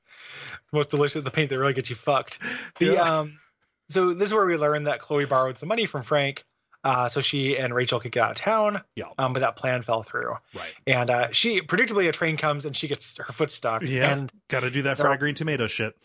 Speaker 2: most delicious, the paint that really gets you fucked. The
Speaker 1: Yeah.
Speaker 2: um, so this is where we learned that Chloe borrowed some money from Frank, uh, so she and Rachel could get out of town.
Speaker 1: Yeah.
Speaker 2: Um, but that plan fell through,
Speaker 1: Right.
Speaker 2: and uh, she predictably a train comes and she gets her foot stuck.
Speaker 1: Yeah.
Speaker 2: And
Speaker 1: Got to do that fried green tomato shit.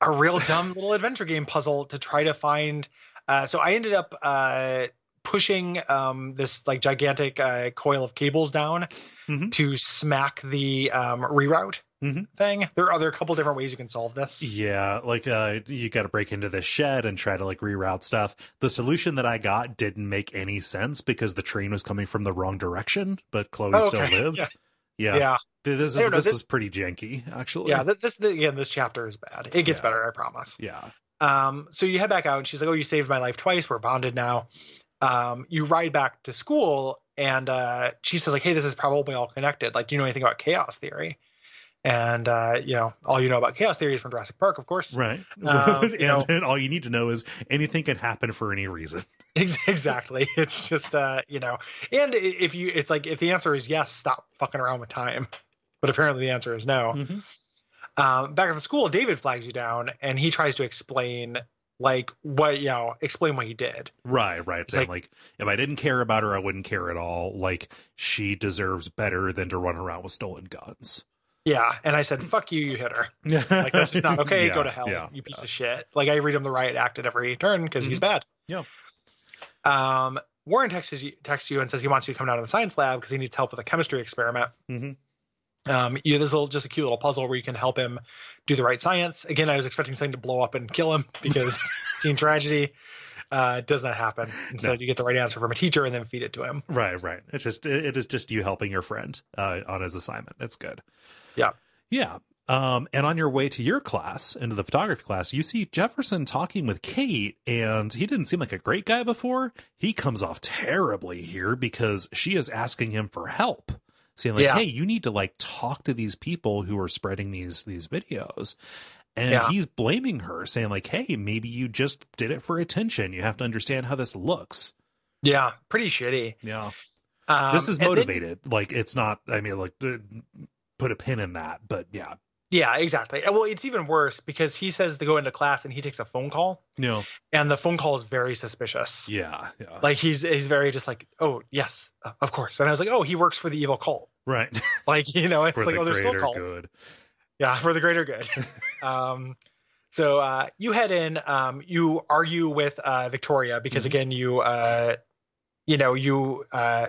Speaker 2: a real dumb little adventure game puzzle to try to find. Uh, so I ended up uh, pushing um, this like gigantic uh, coil of cables down
Speaker 1: Mhm.
Speaker 2: to smack the um, reroute
Speaker 1: Mhm.
Speaker 2: thing. There are other a couple different ways you can solve this.
Speaker 1: Yeah, like uh you got to break into the shed and try to like reroute stuff. The solution that I got didn't make any sense because the train was coming from the wrong direction, but Chloe
Speaker 2: Oh,
Speaker 1: still
Speaker 2: okay.
Speaker 1: lived.
Speaker 2: Yeah.
Speaker 1: Yeah.
Speaker 2: Yeah, yeah.
Speaker 1: Th- This is,
Speaker 2: I
Speaker 1: this,
Speaker 2: don't know, this-
Speaker 1: was pretty janky actually.
Speaker 2: th- this th- again, this chapter is bad. It gets
Speaker 1: Yeah.
Speaker 2: better, I promise.
Speaker 1: yeah.
Speaker 2: Um, so you head back out, and she's like, "Oh, you saved my life twice. We're bonded now." Um, you ride back to school, and uh, she says, "Like, hey, this is probably all connected. Like, do you know anything about chaos theory?" And uh, you know, all you know about chaos theory is from Jurassic Park, of course.
Speaker 1: Right.
Speaker 2: Um, you
Speaker 1: and
Speaker 2: know-
Speaker 1: then all you need to know is anything can happen for any reason.
Speaker 2: Ex- exactly. It's just uh, you know, and i- if you, it's like if the answer is yes, stop fucking around with time. But apparently, the answer is no. um, back at the school, David flags you down, and he tries to explain like what you know, explain what he did.
Speaker 1: Right, right.
Speaker 2: It's
Speaker 1: Saying like, if I didn't care about her, I wouldn't care at all. Like she deserves better than to run around with stolen guns.
Speaker 2: Yeah, and I said, "Fuck you, you hit her."
Speaker 1: Yeah.
Speaker 2: Like that's just not okay. Go to hell,
Speaker 1: Yeah.
Speaker 2: you piece of shit. Like I read him the riot act at every turn because he's bad.
Speaker 1: Mm-hmm. Yeah.
Speaker 2: Um, Warren texts you, texts you and says he wants you to come down to the science lab because he needs help with a chemistry experiment.
Speaker 1: Mhm.
Speaker 2: Um, you this little just a cute little puzzle where you can help him do the right science. Again, I was expecting something to blow up and kill him because teen tragedy uh, does not happen. Instead, you get the right answer from a teacher and then feed it to him.
Speaker 1: Right, right. It's just it it is just you helping your friend uh, on his assignment. That's good.
Speaker 2: Yeah.
Speaker 1: yeah. Um, and on your way to your class, into the photography class, you see Jefferson talking with Kate, and he didn't seem like a great guy before. He comes off terribly here because she is asking him for help, saying like,
Speaker 2: Yeah.
Speaker 1: "Hey, you need to like talk to these people who are spreading these these videos." And
Speaker 2: Yeah.
Speaker 1: he's blaming her, saying like, "Hey, maybe you just did it for attention. You have to understand how this looks."
Speaker 2: Yeah, pretty shitty.
Speaker 1: Yeah
Speaker 2: Um,
Speaker 1: this is
Speaker 2: and then-
Speaker 1: motivated like it's not i mean like uh, put a pin in that but yeah
Speaker 2: Yeah, exactly. And, Well, it's even worse because he says to go into class and he takes a phone call,
Speaker 1: no
Speaker 2: and the phone call is very suspicious.
Speaker 1: yeah yeah
Speaker 2: Like he's he's very just like, oh yes, uh, of course. And I was like, oh, he works for the evil cult.
Speaker 1: right
Speaker 2: Like you know, it's
Speaker 1: for
Speaker 2: like
Speaker 1: the
Speaker 2: oh, there's still
Speaker 1: greater
Speaker 2: cult.
Speaker 1: good
Speaker 2: Yeah, for the greater good. um, so uh, you head in. Um, you argue with uh, Victoria because
Speaker 1: Mhm.
Speaker 2: again, you uh, you know you uh,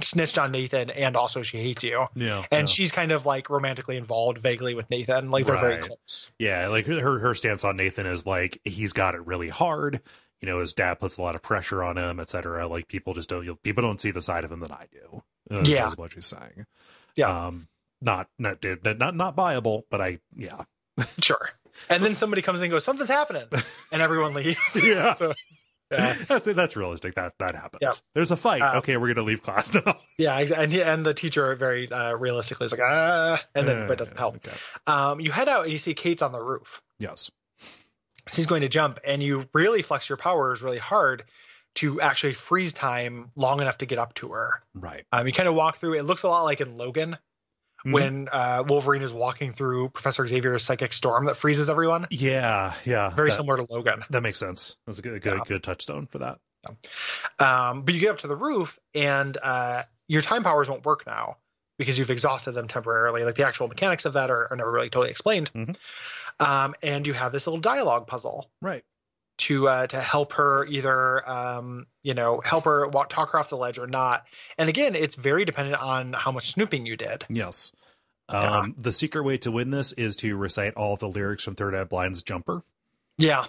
Speaker 2: snitched on Nathan, and also she hates you.
Speaker 1: yeah
Speaker 2: And
Speaker 1: yeah.
Speaker 2: she's kind of like romantically involved vaguely with Nathan. Like they're very
Speaker 1: Right.
Speaker 2: close.
Speaker 1: yeah like her her stance on nathan is like he's got it really hard you know his dad puts a lot of pressure on him etc like people just don't you people don't see the side of him that i do uh,
Speaker 2: Yeah.
Speaker 1: is what she's saying
Speaker 2: Yeah.
Speaker 1: um not not not not viable but i yeah
Speaker 2: Sure. And then somebody comes in and goes, something's happening. And everyone leaves.
Speaker 1: yeah
Speaker 2: So, yeah,
Speaker 1: that's it that's realistic that that happens
Speaker 2: Yeah.
Speaker 1: there's a fight
Speaker 2: Uh,
Speaker 1: okay we're gonna leave class now
Speaker 2: yeah. exa- And, he- and the teacher very uh, realistically is like, ah, and then, but it doesn't help.
Speaker 1: okay.
Speaker 2: Um, you head out and you see Kate's on the roof.
Speaker 1: yes
Speaker 2: So he's going to jump, and you really flex your powers really hard to actually freeze time long enough to get up to her.
Speaker 1: Right.
Speaker 2: Um, you kind of walk through. It looks a lot like in Logan
Speaker 1: Mhm.
Speaker 2: when uh, Wolverine is walking through Professor Xavier's psychic storm that freezes everyone.
Speaker 1: Yeah, yeah.
Speaker 2: Very
Speaker 1: that,
Speaker 2: similar to Logan.
Speaker 1: That makes sense. That's a good, good,
Speaker 2: Yeah.
Speaker 1: good touchstone for that.
Speaker 2: Um, but you get up to the roof, and uh, your time powers won't work now because you've exhausted them temporarily. Like the actual mechanics of that are, are never really totally explained.
Speaker 1: Mhm.
Speaker 2: Um, and you have this little dialogue puzzle
Speaker 1: Right.
Speaker 2: to uh, to help her either um, you know help her walk, talk her off the ledge or not. And again, it's very dependent on how much snooping you did.
Speaker 1: Yes.
Speaker 2: Yeah.
Speaker 1: Um, The secret way to win this is to recite all the lyrics from Third Eye Blind's Jumper.
Speaker 2: Yeah,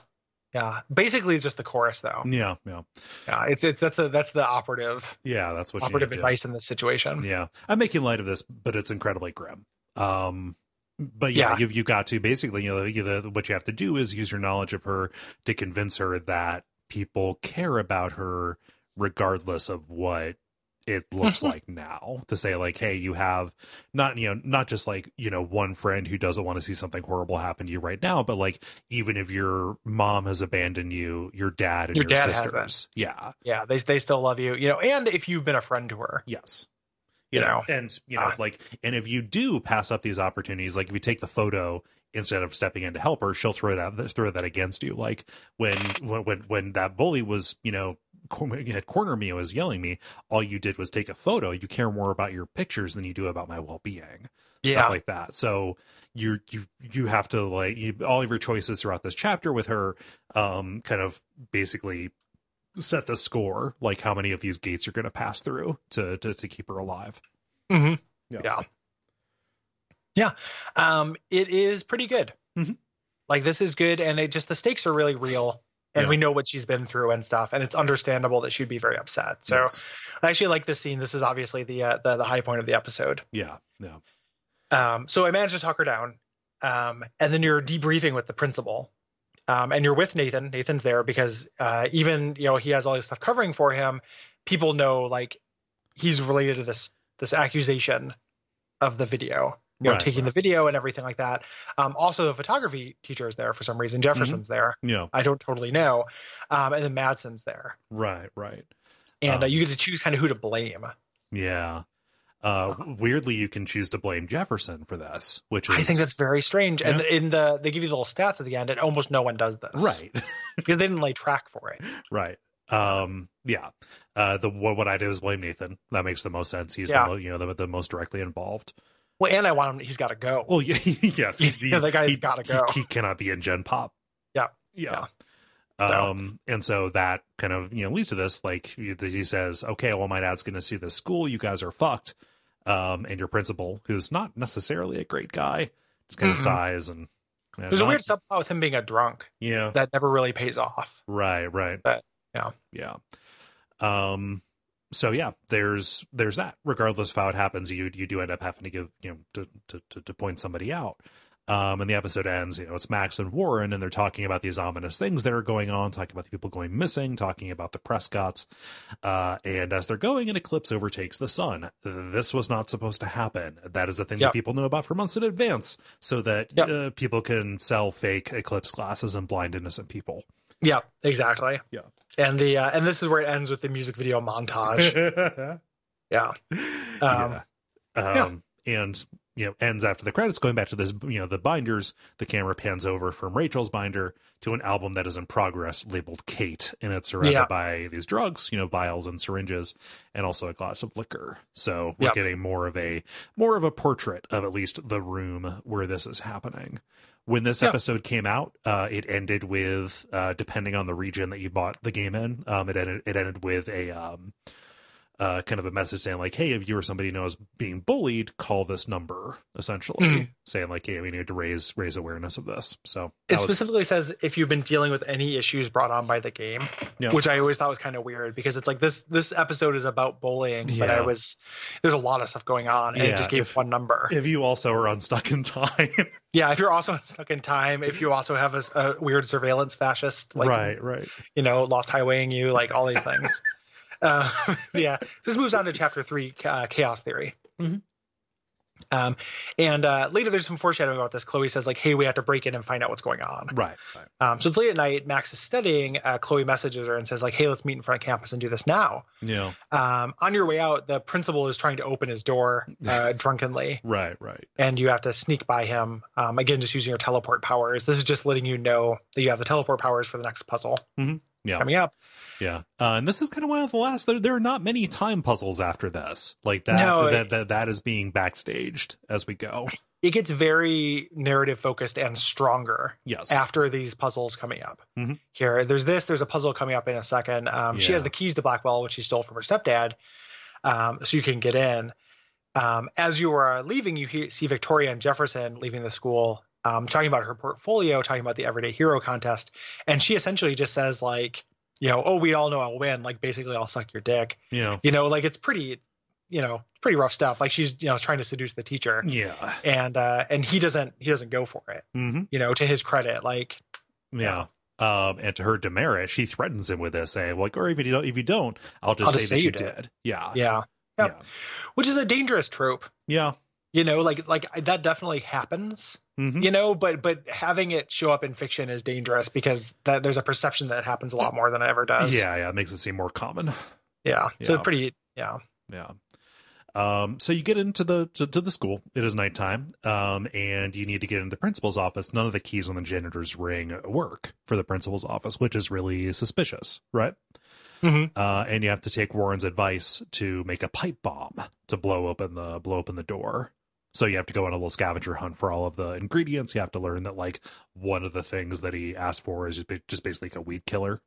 Speaker 2: yeah. Basically, it's just the chorus though.
Speaker 1: Yeah, yeah,
Speaker 2: Yeah, it's it's that's the that's the operative
Speaker 1: yeah. That's what you
Speaker 2: operative
Speaker 1: need to do.
Speaker 2: advice in this situation.
Speaker 1: Yeah, I'm making light of this, but it's incredibly grim. Um, but yeah,
Speaker 2: Yeah.
Speaker 1: you've you got to basically, you know, you, the, what you have to do is use your knowledge of her to convince her that people care about her, regardless of what it looks like now. To say like, hey, you have not you know not just like you know one friend who doesn't want to see something horrible happen to you right now, but like even if your mom has abandoned you, your dad and your,
Speaker 2: Your dad hasn't.
Speaker 1: sisters, yeah,
Speaker 2: Yeah, they they still love you, you know. And if you've been a friend to her,
Speaker 1: Yes. You
Speaker 2: You
Speaker 1: know,
Speaker 2: know?
Speaker 1: and you know,
Speaker 2: Ah.
Speaker 1: like, and if you do pass up these opportunities, like if you take the photo instead of stepping in to help her, she'll throw that throw that against you. Like when when when, when that bully was, you know, cor- had cornered me and was yelling me, all you did was take a photo. You care more about your pictures than you do about my well being
Speaker 2: yeah,
Speaker 1: stuff like that. So you you you have to like you, all of your choices throughout this chapter with her, um, kind of basically set the score, like how many of these gates you're going to pass through to, to to keep her alive.
Speaker 2: hmm
Speaker 1: Yeah.
Speaker 2: Yeah. yeah. Um, it is pretty good.
Speaker 1: Mhm.
Speaker 2: Like this is good, and it just the stakes are really real, and
Speaker 1: Yeah.
Speaker 2: we know what she's been through and stuff, and it's understandable that she'd be very upset. So
Speaker 1: Yes.
Speaker 2: I actually like this scene. This is obviously the uh, the, the high point of the episode.
Speaker 1: yeah, yeah,
Speaker 2: Um, so I managed to talk her down, um, and then you're debriefing with the principal, um, and you're with Nathan. Nathan's there because uh, even you know he has all this stuff covering for him. People know like he's related to this this accusation of the video, you know,
Speaker 1: Right,
Speaker 2: taking
Speaker 1: right.
Speaker 2: the video and everything like that. Um, also, the photography teacher is there for some reason.
Speaker 1: Mm-hmm.
Speaker 2: Jefferson's there.
Speaker 1: yeah.
Speaker 2: I don't totally know, um, and then Madsen's there,
Speaker 1: Right, right.
Speaker 2: and
Speaker 1: Um,
Speaker 2: uh, you get to choose kind of who to blame.
Speaker 1: Yeah. Uh, weirdly, you can choose to blame Jefferson for this, which is
Speaker 2: Uh-huh. I think that's very strange. And
Speaker 1: Yeah.
Speaker 2: in the they give you the little stats at the end, and almost no one does this.
Speaker 1: right.
Speaker 2: because they didn't lay track for it.
Speaker 1: Right. Um. Yeah. Uh. The what, what I do is blame Nathan. That makes the most sense. He's
Speaker 2: Yeah.
Speaker 1: the mo- you know the, the most directly involved.
Speaker 2: Well, and I want him. He's got to go.
Speaker 1: Well, yeah, yes,
Speaker 2: Yeah, the guy's gotta
Speaker 1: he-
Speaker 2: go.
Speaker 1: He, cannot be in Gen Pop.
Speaker 2: Yeah,
Speaker 1: yeah.
Speaker 2: No.
Speaker 1: Um, and so that kind of you know leads to this. Like you- he says, okay, well, my dad's going to see this school. You guys are fucked. Um, and your principal, who's not necessarily a great guy, just kind of
Speaker 2: Mm-mm.
Speaker 1: sighs and yeah,
Speaker 2: There's a
Speaker 1: not-
Speaker 2: weird subplot with him being a drunk
Speaker 1: yeah,
Speaker 2: that never really pays off.
Speaker 1: right, right,
Speaker 2: But, yeah.
Speaker 1: yeah. Um, so yeah, there's there's that. Regardless of how it happens, you you do end up having to give you know to to to, to point somebody out. Um, and the episode ends, you know, it's Max and Warren, and they're talking about these ominous things that are going on, talking about the people going missing, talking about the Prescotts. Uh, and as they're going, an eclipse overtakes the sun. This was not supposed to happen. That is a thing
Speaker 2: Yeah.
Speaker 1: that people know about for months in advance so that
Speaker 2: Yeah.
Speaker 1: uh, people can sell fake eclipse glasses and blind innocent people.
Speaker 2: Yeah, exactly.
Speaker 1: Yeah.
Speaker 2: And the uh, and this is where it ends with the music video montage. Um, yeah.
Speaker 1: yeah. Um, and you know, ends after the credits, going back to this, you know, the binders. The camera pans over from Rachel's binder to an album that is in progress, labeled Kate, and it's surrounded
Speaker 2: Yeah.
Speaker 1: by these drugs, you know, vials and syringes, and also a glass of liquor. So we're
Speaker 2: Yeah.
Speaker 1: getting more of a more of a portrait of at least the room where this is happening. When this
Speaker 2: Yeah.
Speaker 1: episode came out, uh, it ended with, uh, depending on the region that you bought the game in, um, it ended it ended with a um, uh, kind of a message saying like, "Hey, if you or somebody knows being bullied, call this number." Essentially,
Speaker 2: Mm.
Speaker 1: saying like, "Hey, we need to raise raise awareness of this." So
Speaker 2: It
Speaker 1: that was-
Speaker 2: specifically says if you've been dealing with any issues brought on by the game,
Speaker 1: Yeah.
Speaker 2: which I always thought was kind of weird because it's like this this episode is about bullying, but
Speaker 1: Yeah.
Speaker 2: I was there's a lot of stuff going on, and
Speaker 1: Yeah,
Speaker 2: it just gave
Speaker 1: if-
Speaker 2: one number.
Speaker 1: if you also are unstuck in time,
Speaker 2: yeah, if you're also stuck in time, if you also have a, s- a weird surveillance fascist like
Speaker 1: right, right,
Speaker 2: you know, lost highwaying you, like all these things. Um, uh, yeah, this moves on to chapter three, uh, chaos theory.
Speaker 1: Mhm.
Speaker 2: Um, and uh, later, there's some foreshadowing about this. Chloe says, like, hey, we have to break in and find out what's going on.
Speaker 1: Right. right.
Speaker 2: Um, so it's late at night. Max is studying. Uh, Chloe messages her and says, like, hey, let's meet in front of campus and do this now.
Speaker 1: Yeah.
Speaker 2: Um, on your way out, the principal is trying to open his door uh, drunkenly,
Speaker 1: Right. Right.
Speaker 2: and you have to sneak by him. Um, again, just using your teleport powers. This is just letting you know that you have the teleport powers for the next puzzle
Speaker 1: Yeah.
Speaker 2: coming up.
Speaker 1: Yeah, uh, and this is kind of one of the last. There, there are not many time puzzles after this. Like that,
Speaker 2: No,
Speaker 1: that,
Speaker 2: it-
Speaker 1: that that is being backstaged as we go.
Speaker 2: It gets very narrative focused and stronger
Speaker 1: Yes,
Speaker 2: after these puzzles coming up.
Speaker 1: Mhm.
Speaker 2: Here, there's this. There's a puzzle coming up in a second. Um, She
Speaker 1: Yeah.
Speaker 2: has the keys to Blackwell, which she stole from her stepdad, um, so you can get in. Um, as you are leaving, you hear, see Victoria and Jefferson leaving the school, um, talking about her portfolio, talking about the Everyday Hero contest, and she essentially just says like, you know, oh, we all know I'll win. Like basically, I'll suck your dick.
Speaker 1: you know,
Speaker 2: You know, like it's pretty, you know, pretty rough stuff. Like she's you know trying to seduce the teacher,
Speaker 1: yeah,
Speaker 2: and uh, and he doesn't he doesn't go for it.
Speaker 1: hmm
Speaker 2: You know, to his credit, like
Speaker 1: yeah. Um, and to her demerit, she threatens him with this, saying like, "Or if you don't, if you don't, I'll just, say, that you did." Yeah,
Speaker 2: yeah
Speaker 1: yeah,
Speaker 2: which is a dangerous trope
Speaker 1: yeah.
Speaker 2: you know like like I- that definitely happens
Speaker 1: hmm
Speaker 2: you know but but having it show up in fiction is dangerous because that there's a perception that it happens a lot more than it ever does
Speaker 1: yeah, yeah. It makes it seem more common.
Speaker 2: yeah so
Speaker 1: Yeah.
Speaker 2: pretty yeah
Speaker 1: Yeah. Um, so you get into the to, to the school. It is nighttime, um, and you need to get into the principal's office. None of the keys on the janitor's ring work for the principal's office, which is really suspicious, right?
Speaker 2: Mhm.
Speaker 1: Uh, and you have to take Warren's advice to make a pipe bomb to blow open the blow open the door. So you have to go on a little scavenger hunt for all of the ingredients. You have to learn that like one of the things that he asked for is just, ba- just basically like a weed killer.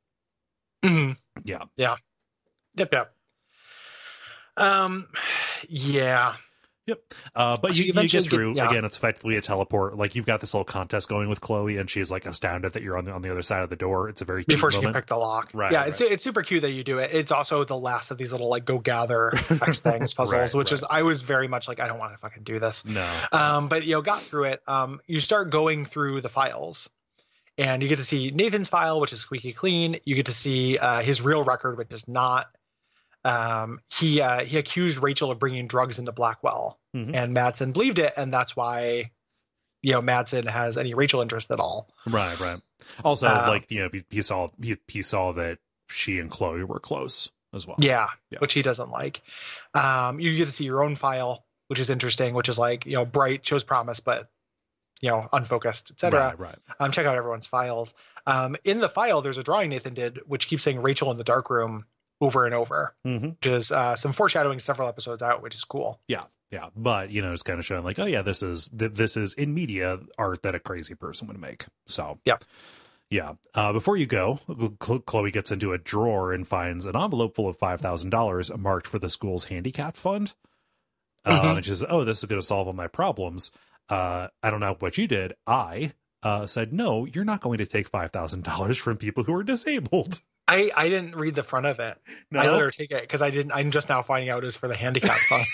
Speaker 2: Mhm.
Speaker 1: Yeah.
Speaker 2: yeah yep yep um yeah
Speaker 1: Uh, but you,
Speaker 2: So you
Speaker 1: you,
Speaker 2: eventually
Speaker 1: get
Speaker 2: get-
Speaker 1: through
Speaker 2: yeah.
Speaker 1: again. It's effectively a teleport. Like you've got this little contest going with Chloe, and she's like astounded that you're on the on the other side of the door. It's a very cute
Speaker 2: before she can
Speaker 1: moment.
Speaker 2: pick the lock
Speaker 1: Right,
Speaker 2: yeah it's it's super cute that you do it it's also the last of these little like go gather x things puzzles
Speaker 1: Right,
Speaker 2: which is i was very much like i don't want to fucking do this
Speaker 1: no,
Speaker 2: um, but you know got through it um, you start going through the files and you get to see nathan's file which is squeaky clean you get to see uh, his real record which is not um, he uh, he accused rachel of bringing drugs into blackwell
Speaker 1: Mhm.
Speaker 2: and madsen believed it and that's why you know madsen has any rachel interest at all
Speaker 1: right, right. Also,
Speaker 2: uh,
Speaker 1: like you know, he, he saw he, he saw that she and Chloe were close as well.
Speaker 2: yeah,
Speaker 1: Yeah.
Speaker 2: which he doesn't like um, you get to see your own file which is interesting which is like you know bright shows promise but you know unfocused etc
Speaker 1: right, right.
Speaker 2: um, check out everyone's files. Um, in the file, there's a drawing Nathan did, which keeps saying Rachel in the dark room over and over,
Speaker 1: hmm
Speaker 2: which is uh, some foreshadowing several episodes out, which is cool.
Speaker 1: Yeah, but you know, it's kind of showing like, oh yeah, this is th- this is in media art that a crazy person would make. So
Speaker 2: Yeah.
Speaker 1: yeah. Uh, before you go, Cl- Chloe gets into a drawer and finds an envelope full of five thousand dollars marked for the school's handicap fund. Uh,
Speaker 2: Mhm.
Speaker 1: and she says, "Oh, this is going to solve all my problems." Uh, I don't know what you did. I uh, said, "No, you're not going to take five thousand dollars from people who are disabled."
Speaker 2: I, I didn't read the front of it. I let her take it because I didn't. I'm just now finding out it was for the handicap fund.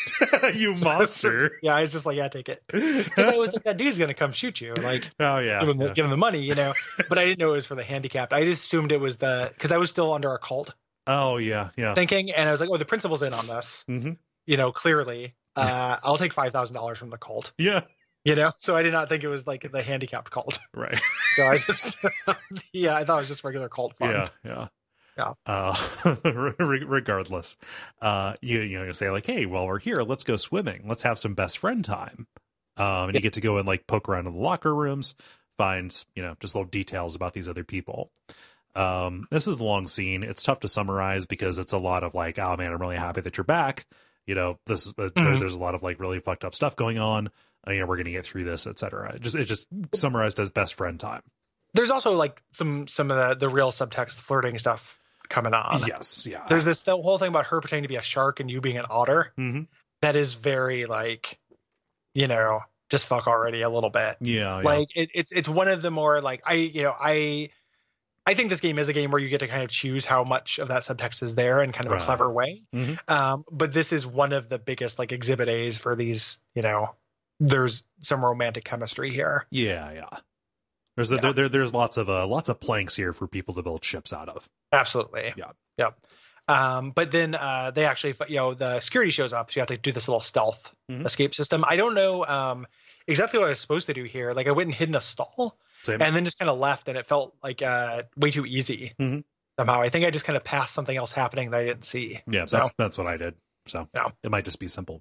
Speaker 1: you
Speaker 2: So it's just-
Speaker 1: monster.
Speaker 2: yeah, I was just like, yeah, take it because I was like, that dude's gonna come shoot you. Like,
Speaker 1: oh yeah,
Speaker 2: give him, the,
Speaker 1: yeah.
Speaker 2: give him the money, you know. But I didn't know it was for the handicapped. I just assumed it was the because I was still under a cult
Speaker 1: oh yeah, yeah.
Speaker 2: thinking, and I was like, oh, the principal's in on this,
Speaker 1: Mhm.
Speaker 2: you know. Clearly,
Speaker 1: Mm-hmm.
Speaker 2: uh, I'll take five thousand dollars from the cult.
Speaker 1: Yeah.
Speaker 2: you know so i did not think it was like the handicapped cult
Speaker 1: Right.
Speaker 2: so i just yeah i thought it was just regular cult fund
Speaker 1: Yeah, yeah,
Speaker 2: Yeah.
Speaker 1: Uh, re- regardless, uh, you you know you say like, hey, while we're here, let's go swimming. Let's have some best friend time. Um, and you get to go and like poke around in the locker rooms, find you know just little details about these other people. Um, this is a long scene. It's tough to summarize because it's a lot of like, oh man, I'm really happy that you're back. You know, this is- uh, there,
Speaker 2: Mhm.
Speaker 1: there's a lot of like really fucked up stuff going on. Uh, you know, we're gonna get through this, etc. It Just it just summarized as best friend time.
Speaker 2: there's also like some some of the the real subtext flirting stuff coming on
Speaker 1: Yes, yeah.
Speaker 2: there's this the whole thing about her pretending to be a shark and you being an otter
Speaker 1: hmm
Speaker 2: that is very like you know just fuck already a little bit
Speaker 1: Yeah, Oh, yeah.
Speaker 2: like it, it's it's one of the more like i you know i i think this game is a game where you get to kind of choose how much of that subtext is there in kind of
Speaker 1: Right.
Speaker 2: a clever way
Speaker 1: Mhm.
Speaker 2: um but this is one of the biggest like exhibit a's for these you know there's some romantic chemistry here
Speaker 1: Yeah, yeah. There's
Speaker 2: Yeah.
Speaker 1: There, there, there's lots of uh, lots of planks here for people to build ships out of.
Speaker 2: absolutely
Speaker 1: Yeah.
Speaker 2: yep Um, but then uh, they actually, you know, the security shows up, so you have to do this little stealth
Speaker 1: Mhm.
Speaker 2: escape system. I don't know um, exactly what I was supposed to do here. Like I went and hid in a stall,
Speaker 1: Same.
Speaker 2: and then just kind of left, and it felt like uh, way too easy
Speaker 1: Mhm.
Speaker 2: somehow. I think I just kind of passed something else happening that I didn't see.
Speaker 1: yeah,
Speaker 2: so-
Speaker 1: that's that's what I did. So
Speaker 2: Yeah.
Speaker 1: it might just be simple.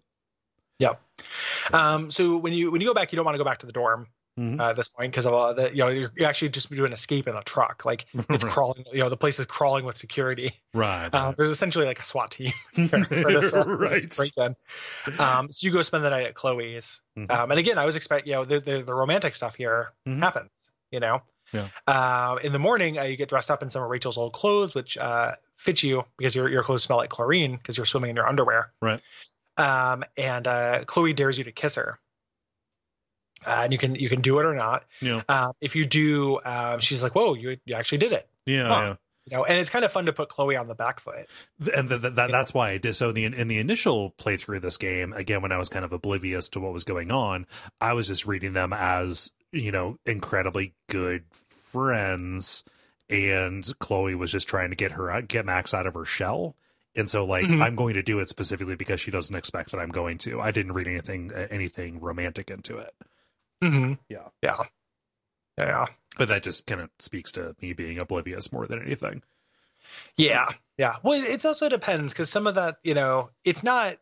Speaker 2: Um, so when you when you go back, you don't want to go back to the dorm
Speaker 1: Mhm.
Speaker 2: uh, at this point because of all the you know you're, you're actually just doing escape in a truck. Like it's
Speaker 1: Right.
Speaker 2: crawling, you know, the place is crawling with security.
Speaker 1: Right.
Speaker 2: Uh, there's essentially like a SWAT team for this, uh,
Speaker 1: right.
Speaker 2: this break-in. Um, so you go spend the night at Chloe's,
Speaker 1: Mhm.
Speaker 2: um, and again, I was expecting you know the, the the romantic stuff here
Speaker 1: Mhm.
Speaker 2: happens, you know.
Speaker 1: Yeah.
Speaker 2: Uh, in the morning, uh, you get dressed up in some of Rachel's old clothes, which uh, fit you because your your clothes smell like chlorine because you're swimming in your underwear.
Speaker 1: Right.
Speaker 2: Um, and uh, Chloe dares you to kiss her. Uh, and you can you can do it or not.
Speaker 1: Yeah.
Speaker 2: Uh, if you do, um, she's like, "Whoa, you, you actually did it!"
Speaker 1: Yeah.
Speaker 2: Huh.
Speaker 1: yeah.
Speaker 2: You know, and it's kind of fun to put Chloe on the back foot.
Speaker 1: Th- and th- th- that,
Speaker 2: Yeah.
Speaker 1: that's why I did so. In the in the initial playthrough of this game, again, when I was kind of oblivious to what was going on, I was just reading them as you know incredibly good friends, and Chloe was just trying to get her out, get Max out of her shell. And so, like,
Speaker 2: Mhm.
Speaker 1: I'm going to do it specifically because she doesn't expect that I'm going to. I didn't read anything anything romantic into it,
Speaker 2: Mm-hmm.
Speaker 1: Yeah.
Speaker 2: Yeah. Yeah.
Speaker 1: but that just kind of speaks to me being oblivious more than anything.
Speaker 2: Yeah. Yeah. Well, it also depends because some of that, you know, it's not,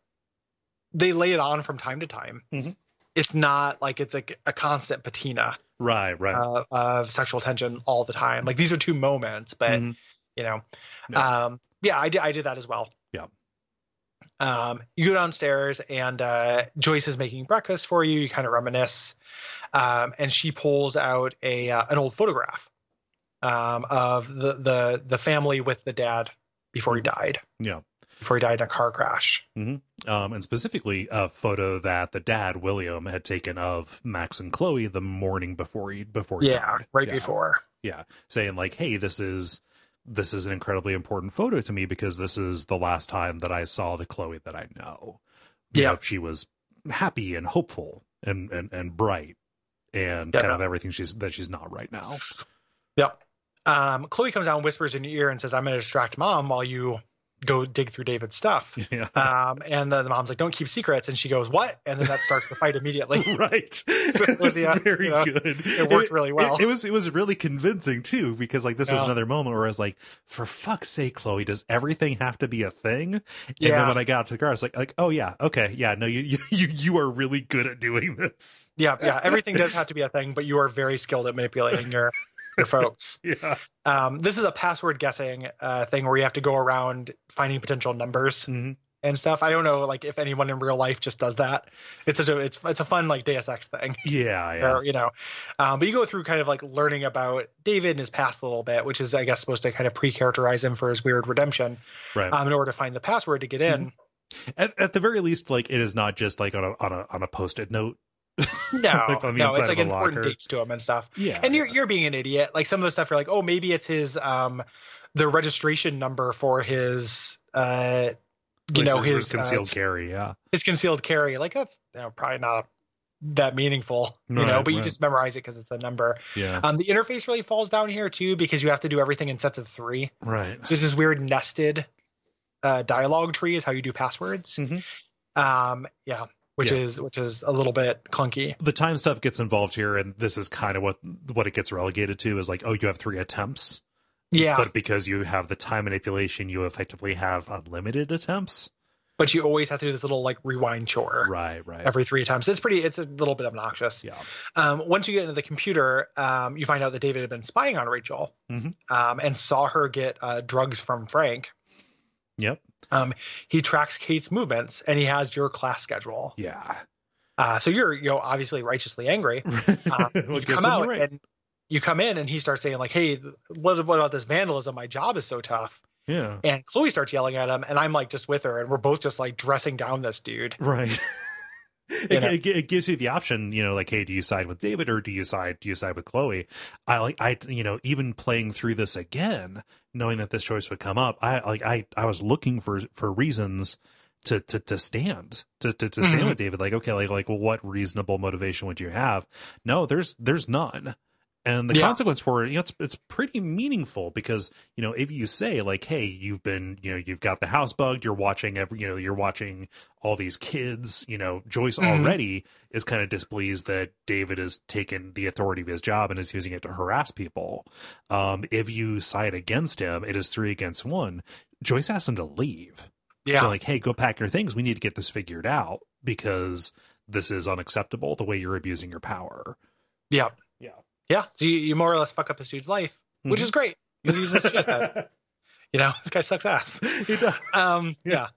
Speaker 2: they lay it on from time to time.
Speaker 1: Mhm.
Speaker 2: It's not like it's like a constant patina
Speaker 1: Right. Right.
Speaker 2: uh, of sexual tension all the time. Like these are two moments, but,
Speaker 1: Mhm.
Speaker 2: you know,
Speaker 1: Yeah.
Speaker 2: um, yeah, I did, I did that as well.
Speaker 1: Yeah.
Speaker 2: Um, you go downstairs and uh, Joyce is making breakfast for you. You kind of reminisce. um, and she pulls out a uh, an old photograph um, of the, the the family with the dad before he
Speaker 1: Mm-hmm.
Speaker 2: died.
Speaker 1: Yeah.
Speaker 2: before he died in a car crash.
Speaker 1: um, and specifically a photo that the dad William had taken of Max and Chloe the morning before he before he
Speaker 2: Yeah,
Speaker 1: died.
Speaker 2: right
Speaker 1: Yeah.
Speaker 2: before.
Speaker 1: saying like, "Hey, this is this is an incredibly important photo to me because this is the last time that I saw the Chloe that I know." You
Speaker 2: Yeah.
Speaker 1: know, she was happy and hopeful and and and bright and
Speaker 2: Yeah,
Speaker 1: kind
Speaker 2: no.
Speaker 1: of everything she's that she's not right now.
Speaker 2: Yep. Um, Chloe comes out and whispers in your ear and says, "I'm going to distract mom while you go dig through David's stuff."
Speaker 1: yeah.
Speaker 2: Um, and then the mom's like, "Don't keep secrets," and she goes, "What?" And then that starts the fight immediately.
Speaker 1: right. it's
Speaker 2: yeah,
Speaker 1: very
Speaker 2: you know,
Speaker 1: good.
Speaker 2: It worked really well.
Speaker 1: It, it was it was really convincing too because like this was
Speaker 2: Yeah.
Speaker 1: another moment where I was like, for fuck's sake, Chloe, does everything have to be a thing? And then
Speaker 2: Yeah.
Speaker 1: when I got out to the car, I was like, like, oh yeah, okay, yeah, no, you you you, you are really good at doing this.
Speaker 2: yeah, yeah. Everything does have to be a thing, but you are very skilled at manipulating your your folks.
Speaker 1: Yeah,
Speaker 2: um, this is a password guessing uh, thing where you have to go around finding potential numbers
Speaker 1: Mhm.
Speaker 2: and stuff. I don't know, like if anyone in real life just does that. It's such a it's it's a fun like Deus Ex thing,
Speaker 1: yeah, yeah.
Speaker 2: or you know, um, but you go through kind of like learning about David and his past a little bit, which is I guess supposed to kind of pre-characterize him for his weird redemption,
Speaker 1: Right.
Speaker 2: um, in order to find the password to get in.
Speaker 1: At, at the very least, like it is not just like on a on a on a post-it note.
Speaker 2: No,
Speaker 1: Like, on the
Speaker 2: no,
Speaker 1: inside
Speaker 2: it's like
Speaker 1: of a
Speaker 2: important
Speaker 1: locker.
Speaker 2: dates to him and stuff.
Speaker 1: Yeah,
Speaker 2: And you're you're being an idiot. Like some of the stuff you're like, oh, maybe it's his um the registration number for his uh you know his
Speaker 1: concealed
Speaker 2: uh,
Speaker 1: carry. Yeah,
Speaker 2: his concealed carry. Like that's you know, probably not that meaningful, you know.
Speaker 1: Right,
Speaker 2: But you
Speaker 1: right.
Speaker 2: just memorize it because it's a number.
Speaker 1: yeah,
Speaker 2: Um, the interface really falls down here too because you have to do everything in sets of three.
Speaker 1: right.
Speaker 2: So it's this weird nested uh, dialogue tree is how you do passwords.
Speaker 1: Mhm.
Speaker 2: Um, yeah, which
Speaker 1: Yeah.
Speaker 2: is which is a little bit clunky.
Speaker 1: the time stuff gets involved here and this is kind of what what it gets relegated to is like oh you have three attempts
Speaker 2: Yeah, but,
Speaker 1: but because you have the time manipulation you effectively have unlimited attempts
Speaker 2: you always have to do this little like rewind chore.
Speaker 1: right right
Speaker 2: Every three times, it's pretty. It's a little bit obnoxious.
Speaker 1: yeah
Speaker 2: um, once you get into the computer, um, you find out that David had been spying on Rachel
Speaker 1: Mhm.
Speaker 2: um, and saw her get uh, drugs from Frank.
Speaker 1: yep
Speaker 2: Um, he tracks Kate's movements and he has your class schedule.
Speaker 1: yeah
Speaker 2: Uh, so you're, you know, obviously righteously angry. Uh,
Speaker 1: Well,
Speaker 2: you
Speaker 1: guess
Speaker 2: come
Speaker 1: what?
Speaker 2: out
Speaker 1: You're right.
Speaker 2: and you come in and he starts saying like, "Hey, th- what, what about this vandalism? My job is so tough."
Speaker 1: yeah
Speaker 2: And Chloe starts yelling at him, and I'm like just with her, and we're both just like dressing down this dude.
Speaker 1: right it,
Speaker 2: know.
Speaker 1: it, it gives you the option you know like hey do you side with david or do you side do you side with chloe i like i you know even playing through this again knowing that this choice would come up i like i i was looking for for reasons to to to stand to to, to stand
Speaker 2: Mhm.
Speaker 1: with david like okay like like what reasonable motivation would you have no there's there's none and the
Speaker 2: Yeah.
Speaker 1: consequence for it, you know, it's it's pretty meaningful because you know if you say like, hey, you've been, you know, you've got the house bugged, you're watching every, you know, you're watching all these kids, you know, Joyce
Speaker 2: Mhm.
Speaker 1: already is kind of displeased that David has taken the authority of his job and is using it to harass people. Um, if you side against him, it is three against one. Joyce asks him to leave.
Speaker 2: Yeah.
Speaker 1: So like, hey, go pack your things. We need to get this figured out because this is unacceptable the way you're abusing your power.
Speaker 2: yeah.
Speaker 1: Yeah.
Speaker 2: Yeah. So you, you more or less fuck up this dude's life, which
Speaker 1: Mhm.
Speaker 2: is great. He's using his shit. You know, this guy sucks ass.
Speaker 1: he does.
Speaker 2: um
Speaker 1: Yeah.
Speaker 2: yeah,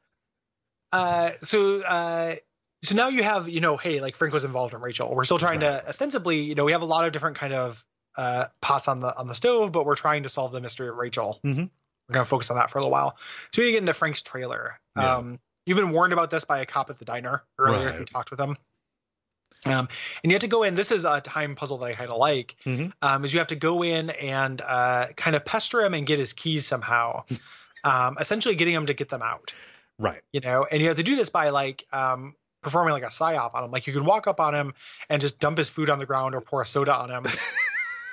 Speaker 2: uh so uh so now you have you know hey like frank was involved in rachel we're still trying
Speaker 1: Right.
Speaker 2: to ostensibly you know we have a lot of different kind of uh pots on the on the stove but we're trying to solve the mystery of rachel
Speaker 1: Mhm.
Speaker 2: we're going to focus on that for a little while so you get into frank's trailer
Speaker 1: Yeah.
Speaker 2: um you've been warned about this by a cop at the diner earlier if you
Speaker 1: Right.
Speaker 2: talked with him um and you have to go in this is a time puzzle that i kind of like
Speaker 1: Mhm.
Speaker 2: um is you have to go in and uh kind of pester him and get his keys somehow um essentially getting him to get them out
Speaker 1: Right.
Speaker 2: you know, and you have to do this by like um, performing like a psyop on him. Like you can walk up on him and just dump his food on the ground or pour a soda on him.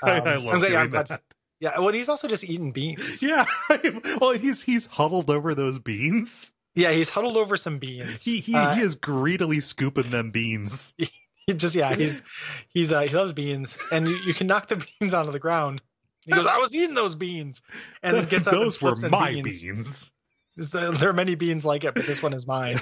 Speaker 1: I- I
Speaker 2: Um,
Speaker 1: love
Speaker 2: I'm glad-
Speaker 1: doing
Speaker 2: yeah, I'm glad-
Speaker 1: that.
Speaker 2: Yeah, well, he's also just eating beans.
Speaker 1: Yeah. well, he's he's huddled over those beans.
Speaker 2: Yeah, he's huddled over some beans.
Speaker 1: He he,
Speaker 2: Uh,
Speaker 1: he is greedily scooping them beans.
Speaker 2: he just yeah, he's he's uh, he loves beans, and you, you can knock the beans onto the ground. He goes, "I was eating those beans," and then gets up and
Speaker 1: those
Speaker 2: slips
Speaker 1: were
Speaker 2: in
Speaker 1: my
Speaker 2: beans.
Speaker 1: beans.
Speaker 2: There are many beans like it, but this one is mine.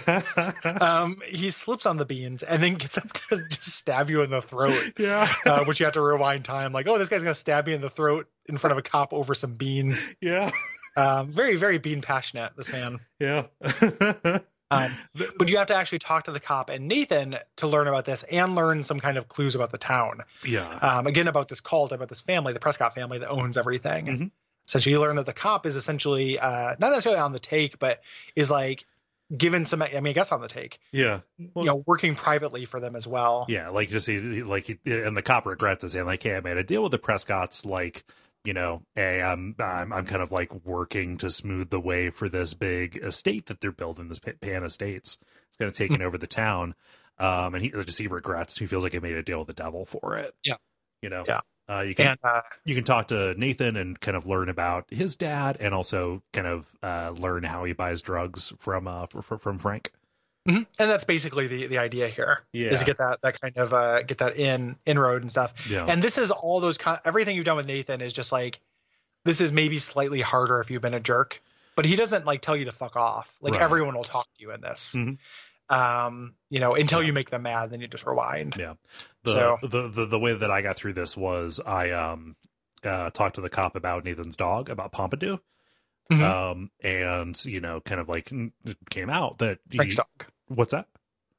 Speaker 2: Um, he slips on the beans and then gets up to just stab you in the throat.
Speaker 1: yeah.
Speaker 2: uh, which you have to rewind time. Like, oh, this guy's gonna stab me in the throat in front of a cop over some beans.
Speaker 1: Yeah.
Speaker 2: Um, very, very bean passionate, this man.
Speaker 1: Yeah.
Speaker 2: Um,
Speaker 1: The-
Speaker 2: but you have to actually talk to the cop and Nathan to learn about this and learn some kind of clues about the town.
Speaker 1: yeah.
Speaker 2: Um, again, about this cult, about this family, the Prescott family that owns everything.
Speaker 1: Mhm.
Speaker 2: Essentially, you learn that the cop is essentially uh, not necessarily on the take, but is like given some. I mean, I guess on the take,
Speaker 1: yeah. Well-
Speaker 2: you know, working privately for them as well.
Speaker 1: Yeah, like just he- he- like he- and the cop regrets it, saying like, "Hey, I made a deal with the Prescotts. Like, you know, hey, I'm I'm I'm kind of like working to smooth the way for this big estate that they're building. This Pa- Pan Estates. It's kind of taking
Speaker 2: Hmm.
Speaker 1: over the town. Um, and he just he regrets. He feels like he made a deal with the devil for it.
Speaker 2: Yeah.
Speaker 1: you know.
Speaker 2: Yeah.
Speaker 1: Uh, you can
Speaker 2: And uh,
Speaker 1: you can talk to Nathan and kind of learn about his dad, and also kind of uh, learn how he buys drugs from uh from, from Frank.
Speaker 2: Mhm. And that's basically the the idea here is
Speaker 1: Yeah.
Speaker 2: to get that that kind of uh, get that in inroad and stuff.
Speaker 1: Yeah,
Speaker 2: And this is all those con- everything you've done with Nathan is just like this is maybe slightly harder if you've been a jerk, but he doesn't like tell you to fuck off. Like
Speaker 1: Right.
Speaker 2: everyone will talk to you in this.
Speaker 1: Mhm.
Speaker 2: Um, you know, until
Speaker 1: Yeah.
Speaker 2: you make them mad, then you just rewind.
Speaker 1: Yeah. the,
Speaker 2: So-
Speaker 1: the the the way that I got through this was I um uh talked to the cop about Nathan's dog about Pompadour.
Speaker 2: Mhm.
Speaker 1: Um and you know kind of like n- it came out that
Speaker 2: Frank's
Speaker 1: he-
Speaker 2: dog.
Speaker 1: what's that?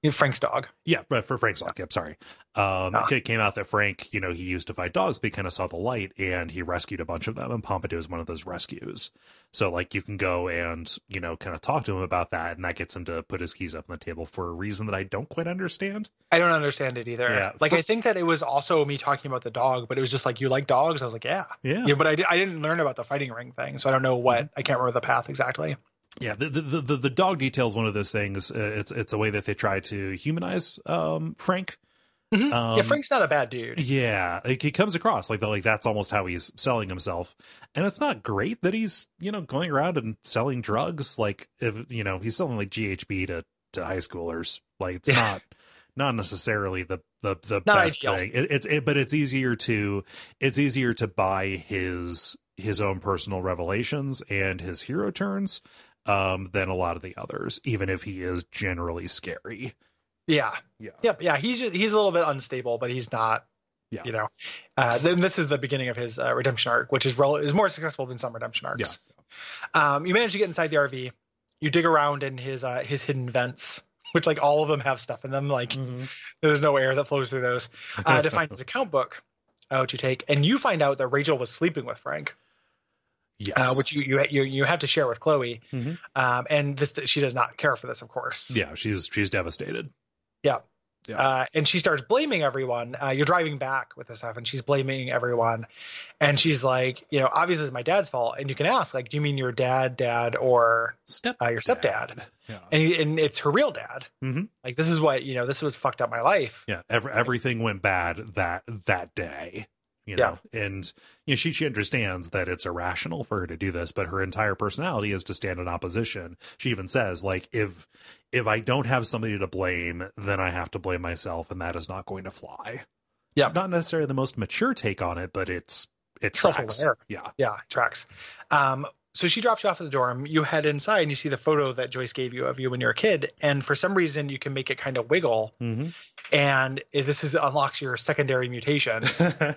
Speaker 2: Yeah, Frank's dog.
Speaker 1: Yeah, but for Frank's dog. Yep, sorry. Um
Speaker 2: Ah.
Speaker 1: it came out that Frank, you know, he used to fight dogs, but he kind of saw the light and he rescued a bunch of them and Pompadour is one of those rescues. So like you can go and, you know, kind of talk to him about that and that gets him to put his keys up on the table for a reason that I don't quite understand.
Speaker 2: I don't understand it either.
Speaker 1: Yeah.
Speaker 2: Like
Speaker 1: For-
Speaker 2: I think that it was also me talking about the dog, but it was just like you like dogs. I was like, yeah.
Speaker 1: Yeah.
Speaker 2: Yeah, but I, di- I didn't learn about the fighting ring thing, so I don't know what
Speaker 1: Mm-hmm.
Speaker 2: I can't remember the path exactly.
Speaker 1: Yeah, the the the, the, the dog detail is one of those things. Uh, it's it's a way that they try to humanize um, Frank.
Speaker 2: Mhm.
Speaker 1: Um,
Speaker 2: yeah, Frank's not a bad dude.
Speaker 1: Yeah, like he comes across like like that's almost how he's selling himself, and it's not great that he's you know going around and selling drugs. Like if you know he's selling like GHB to to high schoolers. Like it's
Speaker 2: Yeah.
Speaker 1: not not necessarily the the the
Speaker 2: Not
Speaker 1: best
Speaker 2: ideal.
Speaker 1: thing. It, it's it, but it's easier to it's easier to buy his his own personal revelations and his hero turns um than a lot of the others even if he is generally scary
Speaker 2: Yeah.
Speaker 1: Yeah.
Speaker 2: Yep. Yeah. He's just, he's a little bit unstable, but he's not.
Speaker 1: Yeah.
Speaker 2: You know, uh, then this is the beginning of his uh, redemption arc, which is rel- is more successful than some redemption arcs. Um, you manage to get inside the RV. You dig around in his uh, his hidden vents, which like all of them have stuff in them. Like
Speaker 1: Mm-hmm.
Speaker 2: there's no air that flows through those. Uh, to find his account book, uh, which you take, and you find out that Rachel was sleeping with Frank,
Speaker 1: yes
Speaker 2: uh, which you you you you have to share with Chloe.
Speaker 1: Mhm.
Speaker 2: Um, and this she does not care for this, of course.
Speaker 1: yeah she's she's devastated Yeah.
Speaker 2: Uh, and she starts blaming everyone. Uh, you're driving back with this stuff, and she's blaming everyone. And she's like, you know, obviously it's my dad's fault. And you can ask, like, do you mean your dad, dad, or
Speaker 1: step
Speaker 2: uh, your stepdad?
Speaker 1: yeah
Speaker 2: And, you- and it's her real dad.
Speaker 1: Mhm.
Speaker 2: Like, this is what, you know, this was fucked up my life.
Speaker 1: yeah ev- everything went bad that that day you know and you know she she understands that it's irrational for her to do this but her entire personality is to stand in opposition she even says like if if i don't have somebody to blame then i have to blame myself and that is not going to fly
Speaker 2: Yeah.
Speaker 1: not necessarily the most mature take on it but it's it
Speaker 2: Self-aware.
Speaker 1: tracks yeah
Speaker 2: Yeah, it tracks. Um, so she drops you off at the dorm. You head inside and you see the photo that Joyce gave you of you when you were a kid. And for some reason, you can make it kind of wiggle.
Speaker 1: hmm
Speaker 2: And this is unlocks your secondary mutation,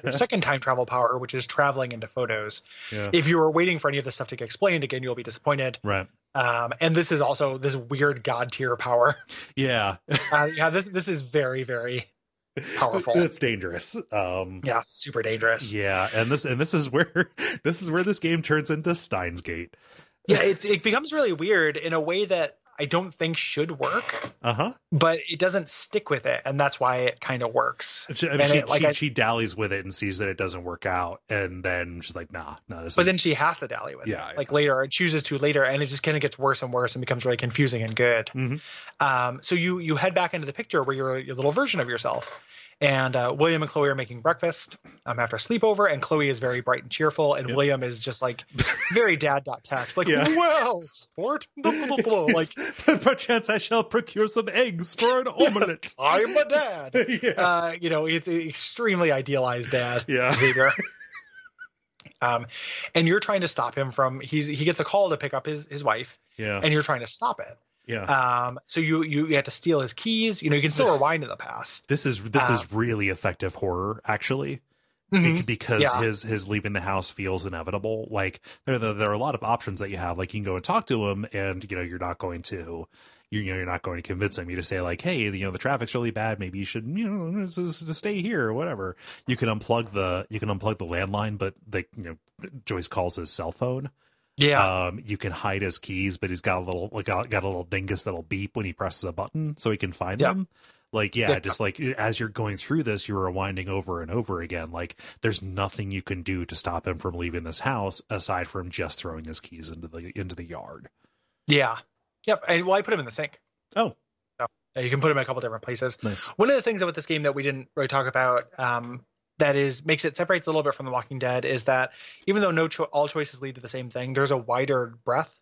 Speaker 2: your second time travel power, which is traveling into photos.
Speaker 1: yeah
Speaker 2: If you were waiting for any of this stuff to get explained, again, you'll be disappointed.
Speaker 1: right
Speaker 2: Um, and this is also this weird god tier power.
Speaker 1: yeah
Speaker 2: Uh, yeah, this this is very very Powerful.
Speaker 1: it's dangerous um
Speaker 2: yeah super dangerous.
Speaker 1: yeah and this and this is where this is where this game turns into steins gate
Speaker 2: Yeah, it it becomes really weird in a way that I don't think should work.
Speaker 1: uh-huh
Speaker 2: but it doesn't stick with it and that's why it kind of works
Speaker 1: She, I mean,
Speaker 2: And
Speaker 1: she,
Speaker 2: it, like
Speaker 1: she,
Speaker 2: I-
Speaker 1: she dallies with it and sees that it doesn't work out, and then she's like, "Nah, no, this
Speaker 2: but
Speaker 1: is
Speaker 2: then she has to dally with
Speaker 1: Yeah,
Speaker 2: it like later or chooses to later and it just kind of gets worse and worse and becomes really confusing and good
Speaker 1: Mhm.
Speaker 2: um, so you you head back into the picture where you're your little version of yourself and uh, william and chloe are making breakfast um, after a sleepover and chloe is very bright and cheerful and
Speaker 1: Yeah.
Speaker 2: william is just like very dad dot text like
Speaker 1: Yeah.
Speaker 2: well sport like
Speaker 1: like perchance I shall procure some eggs for an omelet."
Speaker 2: i'm a dad
Speaker 1: yeah,
Speaker 2: uh, you know it's an extremely idealized dad
Speaker 1: yeah,
Speaker 2: behavior. um, and you're trying to stop him from he's he gets a call to pick up his his wife,
Speaker 1: yeah,
Speaker 2: and you're trying to stop it.
Speaker 1: yeah.
Speaker 2: Um, so you you, you have to steal his keys. You know you can still rewind to the past.
Speaker 1: this is this
Speaker 2: uh,
Speaker 1: is really effective horror, actually.
Speaker 2: Mhm.
Speaker 1: bec- because
Speaker 2: Yeah.
Speaker 1: his his leaving the house feels inevitable. Like there, there there are a lot of options that you have. Like you can go and talk to him, and you know you're not going to. You you know, you're not going to convince him. You just say like, "Hey, you know the traffic's really bad. Maybe you should you know just, just stay here or whatever." You can unplug the you can unplug the landline, but they you know Joyce calls his cell phone.
Speaker 2: Yeah,
Speaker 1: Um, you can hide his keys, but he's got a little like got got a little dingus that'll beep when he presses a button, so he can find
Speaker 2: Yeah.
Speaker 1: them. Like yeah,
Speaker 2: Yeah.
Speaker 1: just like as you're going through this, you're rewinding over and over again. Like there's nothing you can do to stop him from leaving this house aside from just throwing his keys into the into the yard.
Speaker 2: yeah, yep. And well, I put him in the sink.
Speaker 1: Oh.
Speaker 2: So, uh, you can put him in a couple different places.
Speaker 1: Nice.
Speaker 2: One of the things about this game that we didn't really talk about. Um, that is makes it separates a little bit from The Walking Dead is that even though no cho- all choices lead to the same thing, there's a wider breadth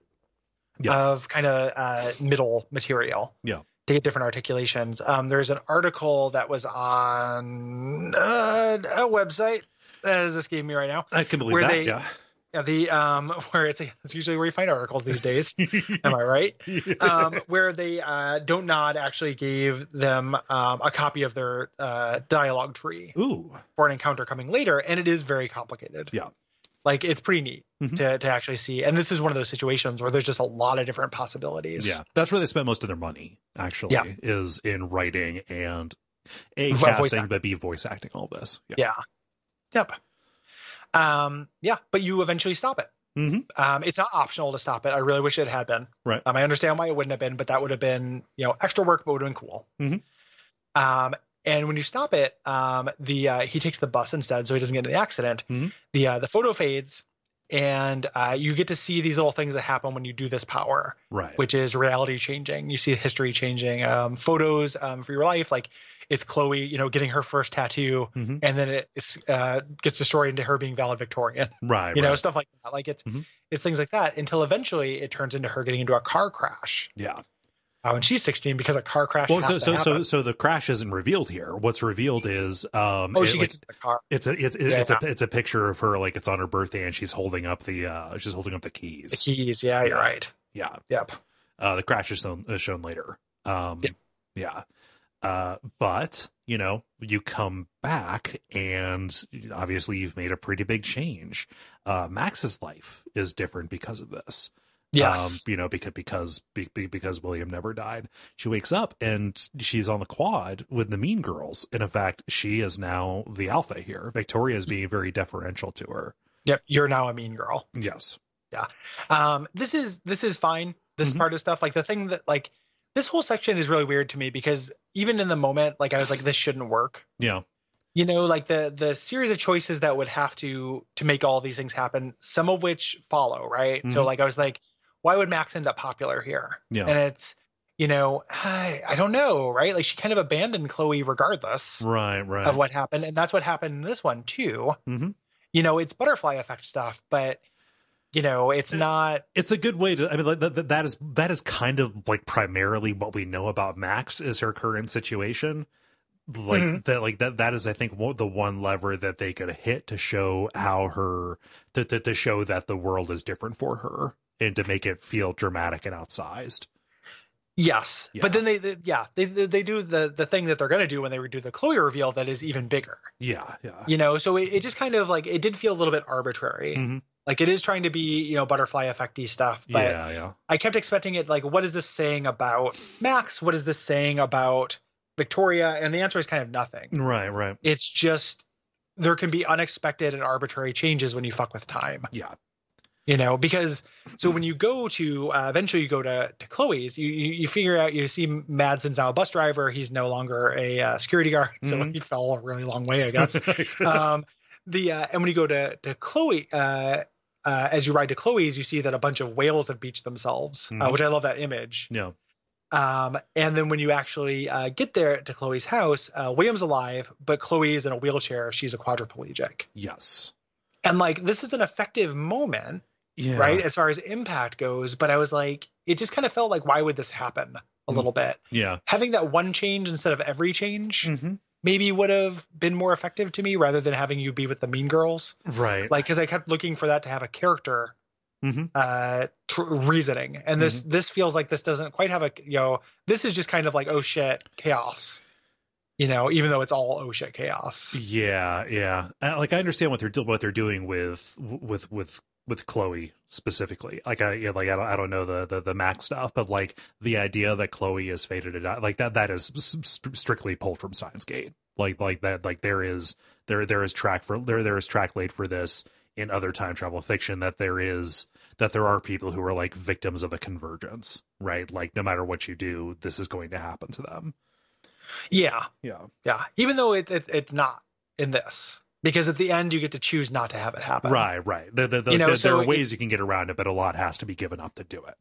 Speaker 1: Yeah.
Speaker 2: of kind of uh, middle material.
Speaker 1: Yeah.
Speaker 2: To get different articulations. Um, there's an article that was on uh, a website that is escaping me right now.
Speaker 1: I can believe
Speaker 2: Were
Speaker 1: that.
Speaker 2: they-
Speaker 1: yeah.
Speaker 2: Yeah, the um, where it's it's usually where you find articles these days. Am I right? Um, where they uh, don't nod actually gave them um, a copy of their uh, dialogue tree
Speaker 1: Ooh.
Speaker 2: for an encounter coming later, and it is very complicated.
Speaker 1: Yeah.
Speaker 2: Like it's pretty neat
Speaker 1: Mhm.
Speaker 2: to to actually see. And this is one of those situations where there's just a lot of different possibilities.
Speaker 1: Yeah, that's where they spent most of their money. Actually,
Speaker 2: Yeah.
Speaker 1: is in writing and a
Speaker 2: Vo- voice
Speaker 1: casting,
Speaker 2: acting.
Speaker 1: but b voice acting. All this. Yeah.
Speaker 2: Yeah. Yep. Um, yeah, but you eventually stop it.
Speaker 1: Mhm.
Speaker 2: Um, it's not optional to stop it. I really wish it had been.
Speaker 1: Right.
Speaker 2: Um, I understand why it wouldn't have been, but that would have been, you know, extra work, but would have been cool.
Speaker 1: Mhm.
Speaker 2: Um, and when you stop it, um, the uh, he takes the bus instead, so he doesn't get in the accident.
Speaker 1: Mhm.
Speaker 2: The uh, the photo fades, and uh, you get to see these little things that happen when you do this power
Speaker 1: Right.
Speaker 2: which is reality changing. You see history changing, um, photos um, for your life. Like it's Chloe, you know, getting her first tattoo,
Speaker 1: Mhm.
Speaker 2: and then it it's, uh, gets destroyed into her being valedictorian.
Speaker 1: right.
Speaker 2: You
Speaker 1: right.
Speaker 2: know, stuff like that. Like it's
Speaker 1: Mhm.
Speaker 2: it's things like that until eventually it turns into her getting into a car crash
Speaker 1: yeah.
Speaker 2: uh, when she's 16 because a car crash.
Speaker 1: well
Speaker 2: has
Speaker 1: so
Speaker 2: to
Speaker 1: so so
Speaker 2: happen.
Speaker 1: so the crash isn't revealed here what's revealed is um
Speaker 2: oh,
Speaker 1: it,
Speaker 2: she
Speaker 1: like,
Speaker 2: gets into the car.
Speaker 1: it's a it's it-
Speaker 2: Yeah.
Speaker 1: it's a it's a picture of her like it's on her birthday and she's holding up the uh she's holding up the keys
Speaker 2: The keys. Yeah, you're
Speaker 1: Yeah.
Speaker 2: right.
Speaker 1: yeah
Speaker 2: Yep.
Speaker 1: uh the crash is shown, is shown later um
Speaker 2: Yeah.
Speaker 1: yeah uh but you know you come back and obviously you've made a pretty big change uh max's life is different because of this
Speaker 2: Yes.
Speaker 1: um, you know, because because be- be- because William never died. She wakes up and she's on the quad with the Mean Girls, and in fact, she is now the alpha here. Victoria is being very deferential to her.
Speaker 2: yep. You're now a mean girl.
Speaker 1: Yes,
Speaker 2: um this is this is fine this
Speaker 1: Mhm.
Speaker 2: part of stuff like the thing that like this whole section is really weird to me because even in the moment like i was like this shouldn't work
Speaker 1: yeah,
Speaker 2: you know like the the series of choices that would have to to make all these things happen some of which follow right so
Speaker 1: Mhm.
Speaker 2: like i was like why would max end up popular here
Speaker 1: yeah,
Speaker 2: and it's you know, I, I don't know, right? Like she kind of abandoned Chloe regardless
Speaker 1: Right, right.
Speaker 2: of what happened, and that's what happened in this one too.
Speaker 1: Mhm.
Speaker 2: You know, it's butterfly effect stuff, but you know, it's
Speaker 1: Eh.
Speaker 2: not
Speaker 1: it's a good way to i mean like, that, that is that is kind of like primarily what we know about max is her current situation like
Speaker 2: Mhm.
Speaker 1: that like that that is i think one- the one lever that they could hit to show how her to, to, to show that the world is different for her and to make it feel dramatic and outsized
Speaker 2: Yes,
Speaker 1: Yeah.
Speaker 2: but then they, they yeah they they they do the the thing that they're gonna do when they do the Chloe reveal that is even bigger,
Speaker 1: yeah yeah
Speaker 2: you know. So it, it just kind of like it did feel a little bit arbitrary.
Speaker 1: Mhm.
Speaker 2: Like it is trying to be you know butterfly effecty stuff, but
Speaker 1: yeah yeah
Speaker 2: I kept expecting it like what is this saying about Max? What is this saying about Victoria? And the answer is kind of nothing.
Speaker 1: right right
Speaker 2: It's just there can be unexpected and arbitrary changes when you fuck with time
Speaker 1: yeah
Speaker 2: you know because so when you go to uh, eventually you go to, to chloe's you, you you figure out you see madsen's now a bus driver he's no longer a uh, security guard so
Speaker 1: Mhm.
Speaker 2: he fell a really long way i guess um the uh, and when you go to to chloe uh uh, as you ride to Chloe's, you see that a bunch of whales have beached themselves, uh,
Speaker 1: Mhm.
Speaker 2: which I love that image.
Speaker 1: no
Speaker 2: Um, and then when you actually uh, get there to Chloe's house, uh, William's alive, but Chloe is in a wheelchair. She's a quadriplegic.
Speaker 1: yes
Speaker 2: And like, this is an effective moment
Speaker 1: yeah
Speaker 2: right as far as impact goes but i was like it just kind of felt like why would this happen a
Speaker 1: Mm.
Speaker 2: little bit
Speaker 1: yeah
Speaker 2: having that one change instead of every change
Speaker 1: hmm
Speaker 2: maybe would have been more effective to me rather than having you be with the mean girls
Speaker 1: right
Speaker 2: like because i kept looking for that to have a character
Speaker 1: Mhm.
Speaker 2: uh tr- reasoning and this
Speaker 1: Mm-hmm.
Speaker 2: this feels like this doesn't quite have a you know this is just kind of like oh shit chaos you know even though it's all oh shit chaos
Speaker 1: Yeah, yeah. Uh, Like I understand what they're what they're doing with with with with Chloe specifically. Like I yeah, like I don't I don't know the, the the Max stuff, but like the idea that Chloe is fated to die, like that that is s- s- strictly pulled from Science Gate. Like like that like there is there there is track for there there is track laid for this in other time travel fiction that there is that there are people who are like victims of a convergence, right? Like no matter what you do, this is going to happen to them.
Speaker 2: yeah
Speaker 1: Yeah.
Speaker 2: yeah even though it, it it's not in this because at the end you get to choose not to have it happen
Speaker 1: right, right. There, there, there,
Speaker 2: You know,
Speaker 1: there,
Speaker 2: so
Speaker 1: are
Speaker 2: it-
Speaker 1: ways you can get around it, but a lot has to be given up to do it.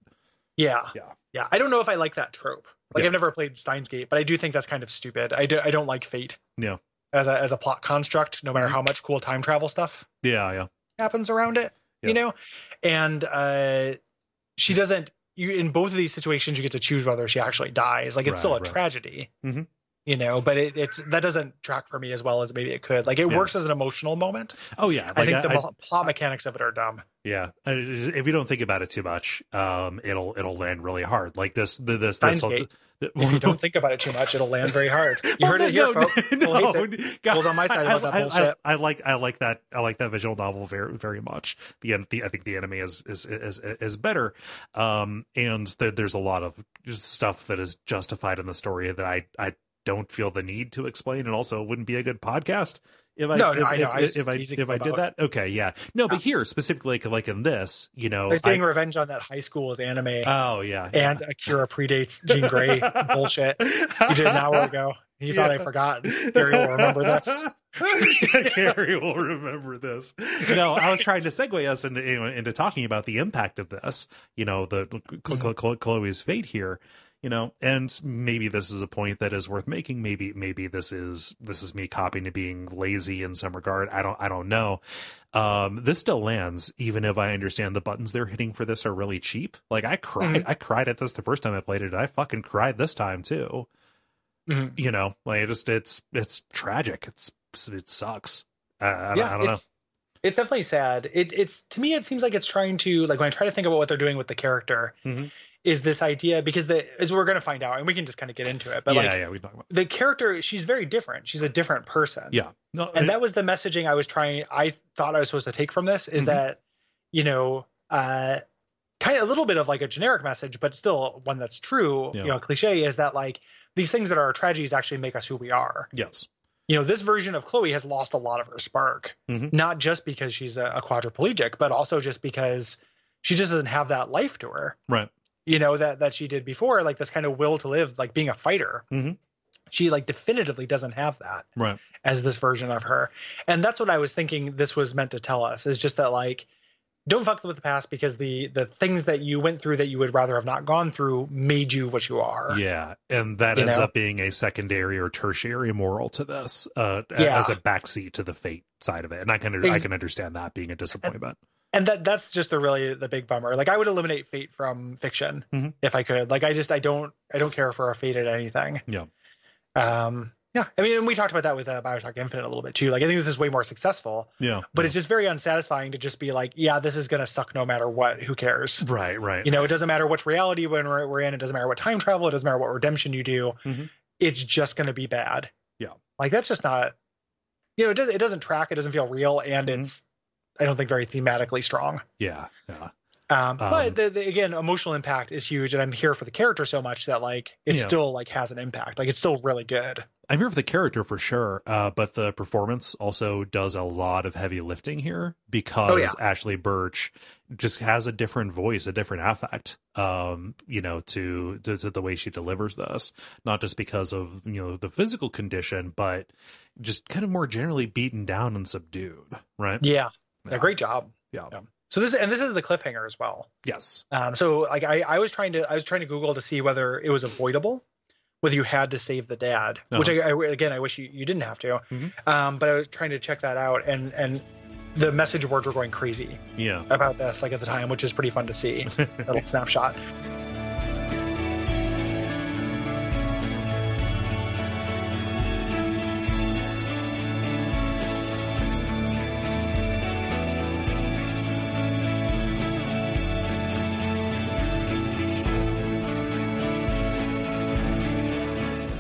Speaker 2: Yeah.
Speaker 1: Yeah.
Speaker 2: Yeah. I don't know if I like that trope. Like
Speaker 1: Yeah.
Speaker 2: I've never played Steins Gate, but I do think that's kind of stupid. I do I don't like fate.
Speaker 1: Yeah.
Speaker 2: As a as a plot construct, no matter
Speaker 1: Mhm.
Speaker 2: how much cool time travel stuff
Speaker 1: Yeah, yeah,
Speaker 2: happens around it.
Speaker 1: Yeah.
Speaker 2: You know? And uh she doesn't you in both of these situations you get to choose whether she actually dies. Like it's
Speaker 1: Right,
Speaker 2: still a
Speaker 1: right.
Speaker 2: tragedy.
Speaker 1: Mhm.
Speaker 2: You know, but it, it's that doesn't track for me as well as maybe it could. Like it
Speaker 1: Yeah.
Speaker 2: works as an emotional moment.
Speaker 1: Oh yeah,
Speaker 2: I
Speaker 1: like,
Speaker 2: think the mo- plot mechanics of it are dumb.
Speaker 1: yeah. I- If you don't think about it too much, um, it'll it'll land really hard. Like this, the, this,
Speaker 2: Steins
Speaker 1: this.
Speaker 2: Gate. If you don't think about it too much, it'll land very hard. You heard it here,
Speaker 1: Oh, no,
Speaker 2: folks.
Speaker 1: No,
Speaker 2: Well, hates it.
Speaker 1: God,
Speaker 2: Bulls on my side
Speaker 1: I,
Speaker 2: about that
Speaker 1: I- I-
Speaker 2: bullshit.
Speaker 1: I, like I like that I like that visual novel very very much. The, en- the I think the enemy is is is is better. Um, and there, there's a lot of just stuff that is justified in the story that I I don't feel the need to explain, and also it wouldn't be a good podcast if I
Speaker 2: No,
Speaker 1: if,
Speaker 2: no, I know. I
Speaker 1: if,
Speaker 2: was just
Speaker 1: if I
Speaker 2: teasing
Speaker 1: if I
Speaker 2: about
Speaker 1: did
Speaker 2: it.
Speaker 1: that. Okay, yeah, no, but here specifically like, like in this, you know,
Speaker 2: I was
Speaker 1: Oh, I-
Speaker 2: getting revenge on that high school is anime,
Speaker 1: oh yeah, yeah.
Speaker 2: and Akira predates Jean Grey bullshit. You did an hour ago. You thought I
Speaker 1: Yeah.
Speaker 2: forgot. Gary will remember this.
Speaker 1: Gary will remember this. No, I was trying to segue us into you know, into talking about the impact of this. You know, the Chlo- Chlo- Chlo- Chloe's fate here. You know, and maybe this is a point that is worth making. Maybe maybe this is this is me copying and being lazy in some regard. I don't I don't know. Um, this still lands, even if I understand the buttons they're hitting for this are really cheap. Like I cried, I cried at this the first time I played it. And I fucking cried this time too
Speaker 2: Mhm.
Speaker 1: you know like it just it's it's tragic it's it sucks uh, I, don't, I don't know
Speaker 2: it's, it's definitely sad. It, it's to me, it seems like it's trying to like when I try to think about what they're doing with the character.
Speaker 1: Mhm.
Speaker 2: Is this idea because the as we're going to find out, and we can just kind of get into it. But
Speaker 1: yeah
Speaker 2: like
Speaker 1: yeah we talk about
Speaker 2: the character, she's very different. She's a different person.
Speaker 1: yeah no
Speaker 2: and that was the messaging I was trying. I thought I was supposed to take from this is
Speaker 1: Mhm.
Speaker 2: that, you know, uh, kind of a little bit of like a generic message, but still one that's true.
Speaker 1: Yeah.
Speaker 2: You know, cliche is that like these things that are our tragedies actually make us who we are.
Speaker 1: yes
Speaker 2: You know, this version of Chloe has lost a lot of her spark,
Speaker 1: Mhm.
Speaker 2: not just because she's a, a quadriplegic, but also just because she just doesn't have that life to her
Speaker 1: right
Speaker 2: you know that that she did before like this kind of will to live like being a fighter
Speaker 1: Mhm.
Speaker 2: she like definitively doesn't have that
Speaker 1: Right.
Speaker 2: as this version of her and that's what i was thinking this was meant to tell us is just that like don't fuck with the past because the the things that you went through that you would rather have not gone through made you what you are.
Speaker 1: Yeah, and that
Speaker 2: You
Speaker 1: ends
Speaker 2: know?
Speaker 1: up being a secondary or tertiary moral to this, uh, a-
Speaker 2: Yeah.
Speaker 1: as a backseat to the fate side of it. And I can I
Speaker 2: Ex-
Speaker 1: can understand that being a disappointment.
Speaker 2: And that that's just the really the big bummer. Like I would eliminate fate from fiction
Speaker 1: Mhm.
Speaker 2: if I could. Like I just I don't I don't care for a fate at anything.
Speaker 1: Yeah.
Speaker 2: Um yeah, I mean, and we talked about that with uh, Bioshock Infinite a little bit too. Like, I think this is way more successful,
Speaker 1: Yeah,
Speaker 2: but it's just very unsatisfying to just be like, yeah, this is gonna suck no matter what. Who cares?
Speaker 1: right, right.
Speaker 2: you know it doesn't matter which reality when we're, we're in it doesn't matter what time travel it doesn't matter what redemption you do
Speaker 1: Mhm.
Speaker 2: it's just going to be bad
Speaker 1: Yeah.
Speaker 2: like that's just not you know it, does, it doesn't track it doesn't feel real and
Speaker 1: Mhm.
Speaker 2: it's i don't think very thematically strong
Speaker 1: yeah, yeah,
Speaker 2: um,
Speaker 1: Um,
Speaker 2: but the, the, again emotional impact is huge and i'm here for the character so much that like it
Speaker 1: Yeah.
Speaker 2: still like has an impact like it's still really good
Speaker 1: I'm here for the character for sure, uh, but the performance also does a lot of heavy lifting here because
Speaker 2: Oh, yeah.
Speaker 1: Ashley Birch just has a different voice, a different affect, um, you know, to, to to the way she delivers this. Not just because of you know the physical condition, but just kind of more generally beaten down and subdued, right?
Speaker 2: yeah,
Speaker 1: Yeah.
Speaker 2: yeah. great job
Speaker 1: Yeah.
Speaker 2: so this and this is the cliffhanger as well
Speaker 1: Yes.
Speaker 2: Um, so like I, I was trying to I was trying to Google to see whether it was avoidable, whether you had to save the dad,
Speaker 1: Uh-huh.
Speaker 2: which I, I again I wish you, you didn't have to.
Speaker 1: Mhm.
Speaker 2: Um, but I was trying to check that out and and the message boards were going crazy
Speaker 1: Yeah.
Speaker 2: about this like at the time, which is pretty fun to see. that little snapshot.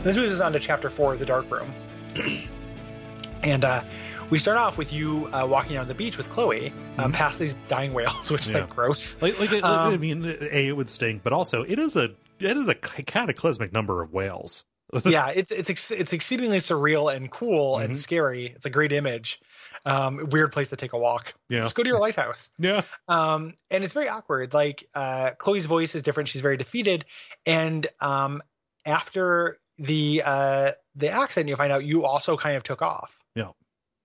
Speaker 2: This moves us on to chapter four, the dark room, and uh, we start off with you uh, walking on the beach with Chloe uh,
Speaker 1: Mhm.
Speaker 2: past these dying whales, which is
Speaker 1: Yeah.
Speaker 2: like gross.
Speaker 1: Like, like, like, I
Speaker 2: Um,
Speaker 1: mean, a it would stink, but also it is a it is a cataclysmic number of whales.
Speaker 2: yeah, it's it's ex- it's exceedingly surreal and cool
Speaker 1: Mhm.
Speaker 2: and scary. It's a great image. Um, weird place to take a walk.
Speaker 1: Yeah.
Speaker 2: Just go to your lighthouse.
Speaker 1: Yeah.
Speaker 2: Um, and it's very awkward. Like uh, Chloe's voice is different. She's very defeated. And um, after the uh, the accident, you find out you also kind of took off.
Speaker 1: Yeah.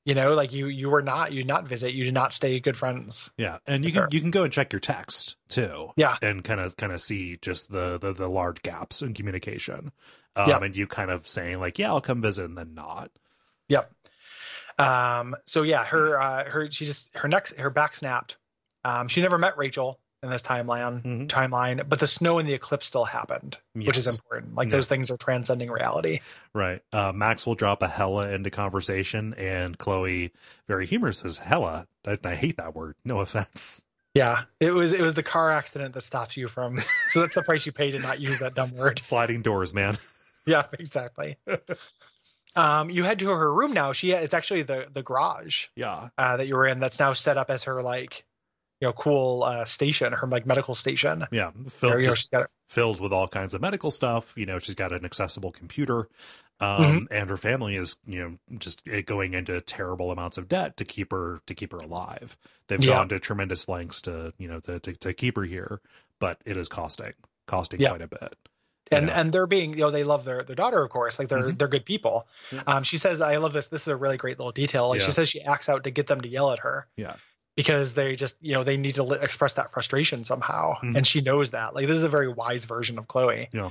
Speaker 2: You know, like you you were not you did not visit. You did not stay good friends.
Speaker 1: Yeah, and you
Speaker 2: Sure.
Speaker 1: can you can go and check your text too.
Speaker 2: Yeah.
Speaker 1: and kind of kind of see just the, the the large gaps in communication. Um,
Speaker 2: Yeah.
Speaker 1: and you kind of saying like, yeah, I'll come visit, and then not.
Speaker 2: Yep. Um, so yeah, her uh, her she just her neck her back snapped. Um, she never met Rachel in this timeline
Speaker 1: Mhm.
Speaker 2: Mm-hmm. timeline, but the snow and the eclipse still happened, which is
Speaker 1: Yes.
Speaker 2: important. Like
Speaker 1: Yeah.
Speaker 2: those things are transcending reality.
Speaker 1: Right. Uh, Max will drop a hella into conversation, and Chloe very humorous says hella. I, I hate that word. No offense.
Speaker 2: Yeah, it was it was the car accident that stops you from. So that's the price you pay to not use that dumb word.
Speaker 1: Sliding doors, man.
Speaker 2: Yeah, exactly. Um, you head to her room now. She it's actually the the garage
Speaker 1: Yeah.
Speaker 2: uh, that you were in that's now set up as her like you know cool uh, station, her like medical station.
Speaker 1: Yeah.
Speaker 2: There
Speaker 1: Filled,
Speaker 2: you go,
Speaker 1: just
Speaker 2: she's got it.
Speaker 1: filled with all kinds of medical stuff. You know, she's got an accessible computer. Um,
Speaker 2: Mm-hmm.
Speaker 1: and her family is, you know, just eh, going into terrible amounts of debt to keep her, to keep her alive. They've
Speaker 2: Yeah.
Speaker 1: gone to tremendous lengths to, you know, to, to, to keep her here, but it is costing, costing
Speaker 2: Yeah.
Speaker 1: quite a bit. you
Speaker 2: and
Speaker 1: know?
Speaker 2: and they're being you know they love their their daughter of course like they're
Speaker 1: Mhm.
Speaker 2: they're good people
Speaker 1: Yeah.
Speaker 2: um she says i love this this is a really great little detail like
Speaker 1: Mm-hmm. Yeah.
Speaker 2: she says she acts out to get them to yell at her
Speaker 1: Yeah.
Speaker 2: because they just you know they need to li- express that frustration somehow
Speaker 1: Mhm.
Speaker 2: and she knows that like this is a very wise version of chloe
Speaker 1: Yeah.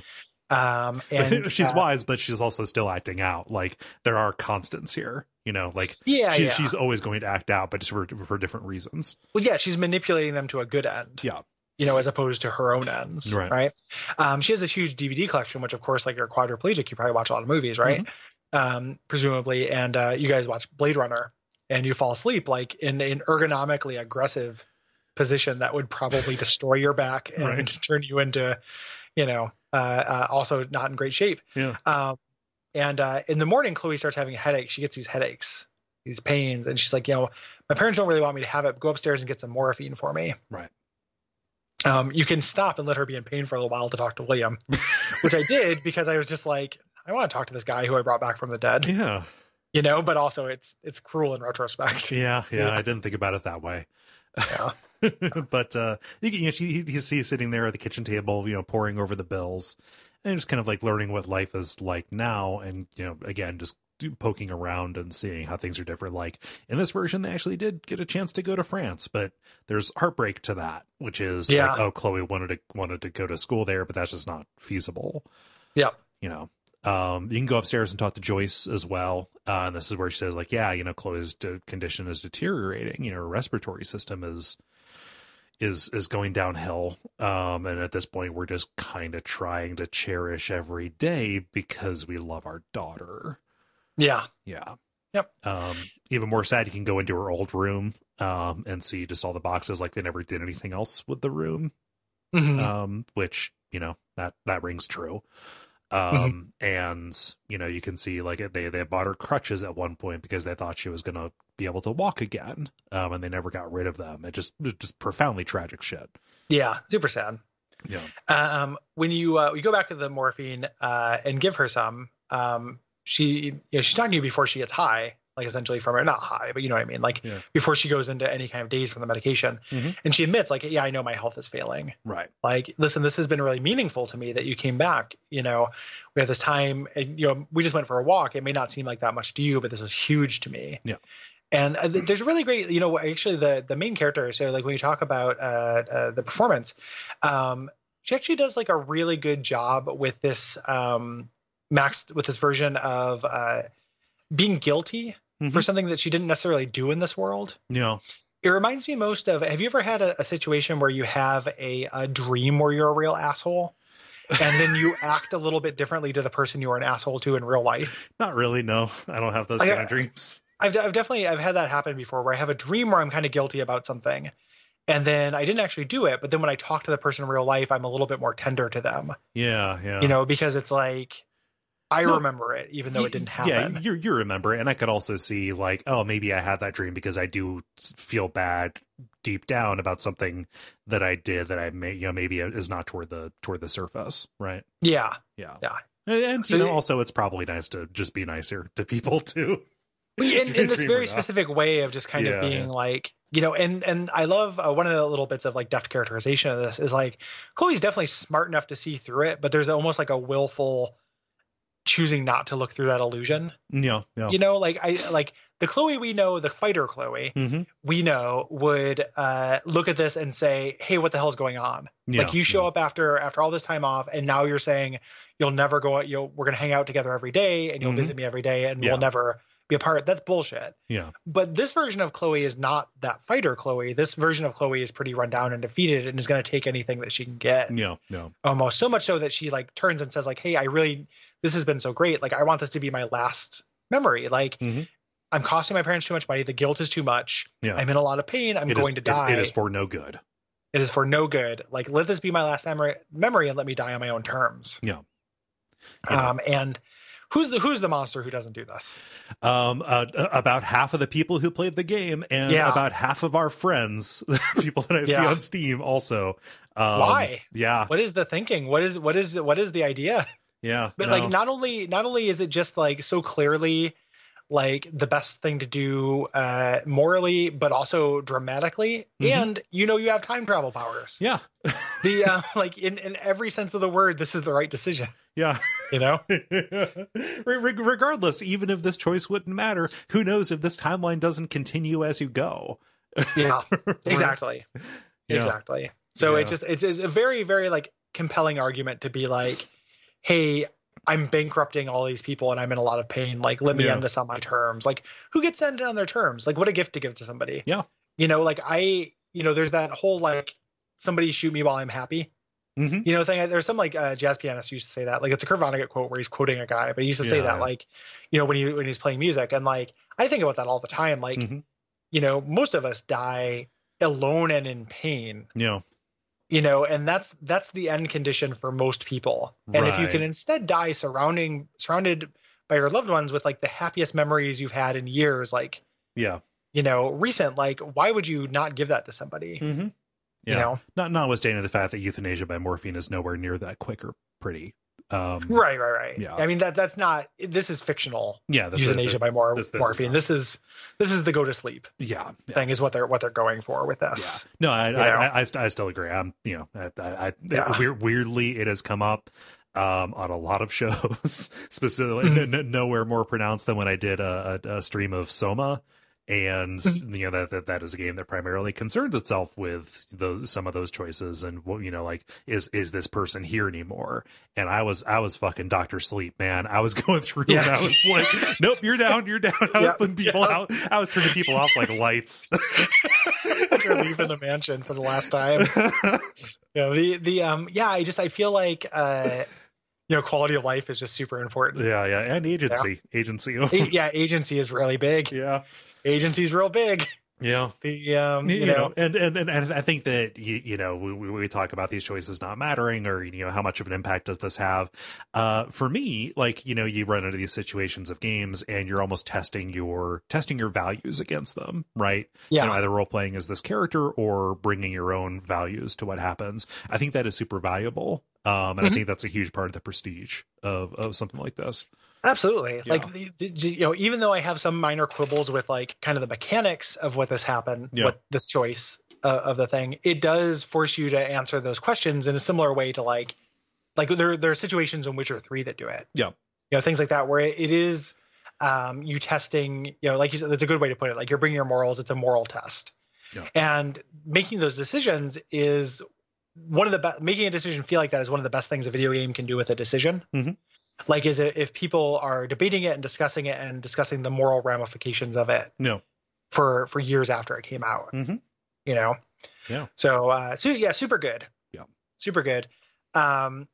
Speaker 2: um and
Speaker 1: she's
Speaker 2: uh,
Speaker 1: wise, but she's also still acting out. Like there are constants here, you know, like
Speaker 2: yeah,
Speaker 1: she,
Speaker 2: yeah.
Speaker 1: she's always going to act out, but just for, for different reasons.
Speaker 2: well, yeah she's manipulating them to a good end
Speaker 1: Yeah.
Speaker 2: you know as opposed to her own ends
Speaker 1: Right.
Speaker 2: right, um she has a huge dvd collection which of course like you're quadriplegic you probably watch a lot of movies right
Speaker 1: Mm-hmm.
Speaker 2: um presumably and uh you guys watch blade runner and you fall asleep like in an ergonomically aggressive position that would probably destroy your back and
Speaker 1: Right.
Speaker 2: turn you into you know uh, uh also not in great shape
Speaker 1: Yeah.
Speaker 2: um and uh in the morning chloe starts having a headache she gets these headaches these pains and she's like you know my parents don't really want me to have it go upstairs and get some morphine for me
Speaker 1: Right.
Speaker 2: um, you can stop and let her be in pain for a little while to talk to William, which I did because I was just like, I want to talk to this guy who I brought back from the dead,
Speaker 1: Yeah.
Speaker 2: you know. But also, it's it's cruel in retrospect.
Speaker 1: Yeah, yeah,
Speaker 2: Yeah.
Speaker 1: I didn't think about it that way.
Speaker 2: Yeah.
Speaker 1: but uh, you, can- you know, she, he's, he's sitting there at the kitchen table, you know, pouring over the bills, and just kind of like learning what life is like now, and you know, again, just do- poking around and seeing how things are different. Like in this version, they actually did get a chance to go to France, but there's heartbreak to that, which is
Speaker 2: Yeah.
Speaker 1: like, oh, Chloe wanted to wanted to go to school there, but that's just not feasible.
Speaker 2: Yeah.
Speaker 1: You know, um, you can go upstairs and talk to Joyce as well. Uh, and this is where she says, like, yeah, you know, Chloe's de- condition is deteriorating. You know, her respiratory system is is is going downhill. Um, and at this point, we're just kind of trying to cherish every day because we love our daughter.
Speaker 2: Yeah.
Speaker 1: Yeah.
Speaker 2: Yep.
Speaker 1: Um, even more sad, you can go into her old room um, and see just all the boxes. Like they never did anything else with the room
Speaker 2: Mhm.
Speaker 1: um, which you know that that rings true.
Speaker 2: Mm-hmm.
Speaker 1: Um, and you know you can see like they they bought her crutches at one point because they thought she was gonna be able to walk again, um, and they never got rid of them. It just it just profoundly tragic shit.
Speaker 2: yeah. Super sad.
Speaker 1: Yeah,
Speaker 2: Um, when you uh, you go back to the morphine uh, and give her some, um, she you know, she's talking to you before she gets high, like essentially from her not high, but you know what I mean, like
Speaker 1: Yeah.
Speaker 2: before she goes into any kind of days from the medication.
Speaker 1: Mhm.
Speaker 2: And she admits, like, yeah, I know my health is failing.
Speaker 1: right.
Speaker 2: Like, listen, this has been really meaningful to me that you came back. You know, we had this time, and you know, we just went for a walk. It may not seem like that much to you, but this was huge to me.
Speaker 1: Yeah.
Speaker 2: And uh, th- there's really great, you know, actually the the main character. So like when you talk about uh, uh, the performance, um, she actually does like a really good job with this um, max with this version of uh, being guilty for
Speaker 1: Mhm.
Speaker 2: something that she didn't necessarily do in this world
Speaker 1: You know,
Speaker 2: it reminds me most of have you ever had a, a situation where you have a, a dream where you're a real asshole and then you act a little bit differently to the person you were an asshole to in real life
Speaker 1: not really. No, I don't have those
Speaker 2: I-
Speaker 1: kind of dreams.
Speaker 2: I've, I've definitely i've had that happen before where i have a dream where i'm kind of guilty about something and then i didn't actually do it but then when i talk to the person in real life i'm a little bit more tender to them
Speaker 1: Yeah, yeah.
Speaker 2: you know because it's like i
Speaker 1: No.
Speaker 2: remember it even though
Speaker 1: Y-
Speaker 2: it didn't
Speaker 1: Yeah,
Speaker 2: happen
Speaker 1: you you remember, it. and I could also see like, oh, maybe I had that dream because I do s- feel bad deep down about something that I did that I may, you know, maybe it is not toward the toward the surface, right?
Speaker 2: yeah
Speaker 1: Yeah,
Speaker 2: Yeah.
Speaker 1: And, and,
Speaker 2: So
Speaker 1: you know,
Speaker 2: you-
Speaker 1: also it's probably nice to just be nicer to people too.
Speaker 2: in, in this
Speaker 1: Dream or
Speaker 2: very
Speaker 1: not.
Speaker 2: specific way of just kind
Speaker 1: Yeah,
Speaker 2: of being
Speaker 1: yeah.
Speaker 2: like you know and and i love uh, one of the little bits of like deft characterization of this is like chloe's definitely smart enough to see through it but there's almost like a willful choosing not to look through that illusion
Speaker 1: Yeah, yeah.
Speaker 2: you know like i like the chloe we know the fighter chloe
Speaker 1: mm-hmm.
Speaker 2: we know would uh look at this and say hey what the hell's going on
Speaker 1: yeah
Speaker 2: like you show up after after all this time off, and now you're saying you'll never go out. You'll we're gonna hang out together every day, and you'll
Speaker 1: Mhm.
Speaker 2: visit me every day, and
Speaker 1: Yeah.
Speaker 2: we'll never be apart. That's bullshit.
Speaker 1: Yeah.
Speaker 2: But this version of Chloe is not that fighter Chloe. This version of Chloe is pretty run down and defeated, and is gonna take anything that she can get.
Speaker 1: Yeah, yeah.
Speaker 2: Almost so much so that she like turns and says like, "Hey, I really this has been so great. Like I want this to be my last memory. Like."
Speaker 1: Mhm.
Speaker 2: I'm costing my parents too much money. The guilt is too much.
Speaker 1: Yeah.
Speaker 2: I'm in a lot of pain. I'm
Speaker 1: It
Speaker 2: going
Speaker 1: is-
Speaker 2: to
Speaker 1: it-
Speaker 2: die
Speaker 1: It is for no good.
Speaker 2: it is for no good like let this be my last memory memory and let me die on my own terms
Speaker 1: Yeah.
Speaker 2: um and who's the who's the monster who doesn't do this
Speaker 1: Um, uh, about half of the people who played the game, and
Speaker 2: Yeah.
Speaker 1: about half of our friends, people that I see
Speaker 2: Yeah.
Speaker 1: on Steam, also. Um,
Speaker 2: Why?
Speaker 1: Yeah,
Speaker 2: what is the thinking what is what is what is the idea
Speaker 1: yeah.
Speaker 2: but
Speaker 1: no.
Speaker 2: like not only not only is it just like so clearly like the best thing to do uh morally but also dramatically
Speaker 1: Mhm.
Speaker 2: and you know you have time travel powers
Speaker 1: Yeah,
Speaker 2: the uh, like in in every sense of the word this is the right decision
Speaker 1: yeah.
Speaker 2: you know
Speaker 1: Re- re- Regardless, even if this choice wouldn't matter, who knows if this timeline doesn't continue as you go?
Speaker 2: yeah exactly
Speaker 1: Yeah.
Speaker 2: exactly so
Speaker 1: Yeah.
Speaker 2: it just it's, it's a very very like compelling argument to be like hey i'm bankrupting all these people and i'm in a lot of pain like let me
Speaker 1: Yeah.
Speaker 2: end this on my terms like who gets to end it on their terms like what a gift to give to somebody
Speaker 1: Yeah.
Speaker 2: you know like i you know there's that whole like somebody shoot me while i'm happy
Speaker 1: Mhm.
Speaker 2: you know thing there's some like uh, jazz pianist used to say that like it's a kurt vonnegut quote where he's quoting a guy but he used to say
Speaker 1: Yeah,
Speaker 2: that
Speaker 1: yeah.
Speaker 2: like you know when he when he's playing music and like i think about that all the time like
Speaker 1: Mhm.
Speaker 2: you know most of us die alone and in pain
Speaker 1: Yeah,
Speaker 2: you know and that's that's the end condition for most people and if you
Speaker 1: Right.
Speaker 2: can instead die surrounding surrounded by your loved ones with like the happiest memories you've had in years like
Speaker 1: yeah.
Speaker 2: you know recent like why would you not give that to somebody
Speaker 1: Mm-hmm. Yeah.
Speaker 2: you know
Speaker 1: Not notwithstanding the fact that euthanasia by morphine is nowhere near that quick or pretty. Um,
Speaker 2: right right right
Speaker 1: Yeah.
Speaker 2: i mean that that's not this is fictional
Speaker 1: Yeah, that's
Speaker 2: euthanasia by mor-
Speaker 1: this- this is
Speaker 2: morphine
Speaker 1: not-
Speaker 2: this is this is the go to sleep
Speaker 1: yeah, yeah.
Speaker 2: thing is what they're what they're going for with
Speaker 1: Yeah.
Speaker 2: this
Speaker 1: No, I,
Speaker 2: You
Speaker 1: I,
Speaker 2: know?
Speaker 1: I, I, st- I still agree. I'm, you know, I, I, I
Speaker 2: Yeah.
Speaker 1: weir- weirdly, it has come up um, on a lot of shows, specifically
Speaker 2: Hmm.
Speaker 1: n- n- nowhere more pronounced than when I did a, a, a stream of Soma. And
Speaker 2: Hmm.
Speaker 1: you know that, that that is a game that primarily concerns itself with those some of those choices and what you know like is is this person here anymore? And I was I was fucking Doctor Sleep, man. I was going through
Speaker 2: Yeah.
Speaker 1: and I was like, nope, you're down, you're down. I was
Speaker 2: Yeah,
Speaker 1: putting people
Speaker 2: yeah.
Speaker 1: out, I was turning people off like lights.
Speaker 2: They're leaving the mansion for the last time. Yeah, the the um yeah, I just I feel like uh you know, quality of life is just super important.
Speaker 1: Yeah, yeah, and agency, agency.
Speaker 2: A- Yeah, agency is really big.
Speaker 1: yeah,
Speaker 2: Agency's real big.
Speaker 1: yeah.
Speaker 2: The um
Speaker 1: You know, and, and and and I think that you, you know we, we we talk about these choices not mattering, or you know how much of an impact does this have? Uh, for me, like you know, you run into these situations of games, and you're almost testing your testing your values against them, right?
Speaker 2: yeah.
Speaker 1: you know, either role playing as this character or bringing your own values to what happens. I think that is super valuable, um, and I
Speaker 2: Mhm.
Speaker 1: think that's a huge part of the prestige of of something like this.
Speaker 2: Absolutely.
Speaker 1: Yeah.
Speaker 2: Like the, the, you know, even though I have some minor quibbles with like kind of the mechanics of what this happened,
Speaker 1: Yeah.
Speaker 2: what this choice uh, of the thing, it does force you to answer those questions in a similar way to like, like there there are situations in Witcher three that do it.
Speaker 1: Yeah.
Speaker 2: You know, things like that where it, it is um, you testing. You know, like you said, that's a good way to put it. Like you're bringing your morals. It's a moral test.
Speaker 1: Yeah.
Speaker 2: And making those decisions is one of the best. Making a decision feel like that is one of the best things a video game can do with a decision like is it if people are debating it and discussing it and discussing the moral ramifications of it
Speaker 1: No,
Speaker 2: for for years after it came out
Speaker 1: Mhm.
Speaker 2: you know
Speaker 1: Yeah.
Speaker 2: so uh so yeah super good
Speaker 1: Yeah.
Speaker 2: super good um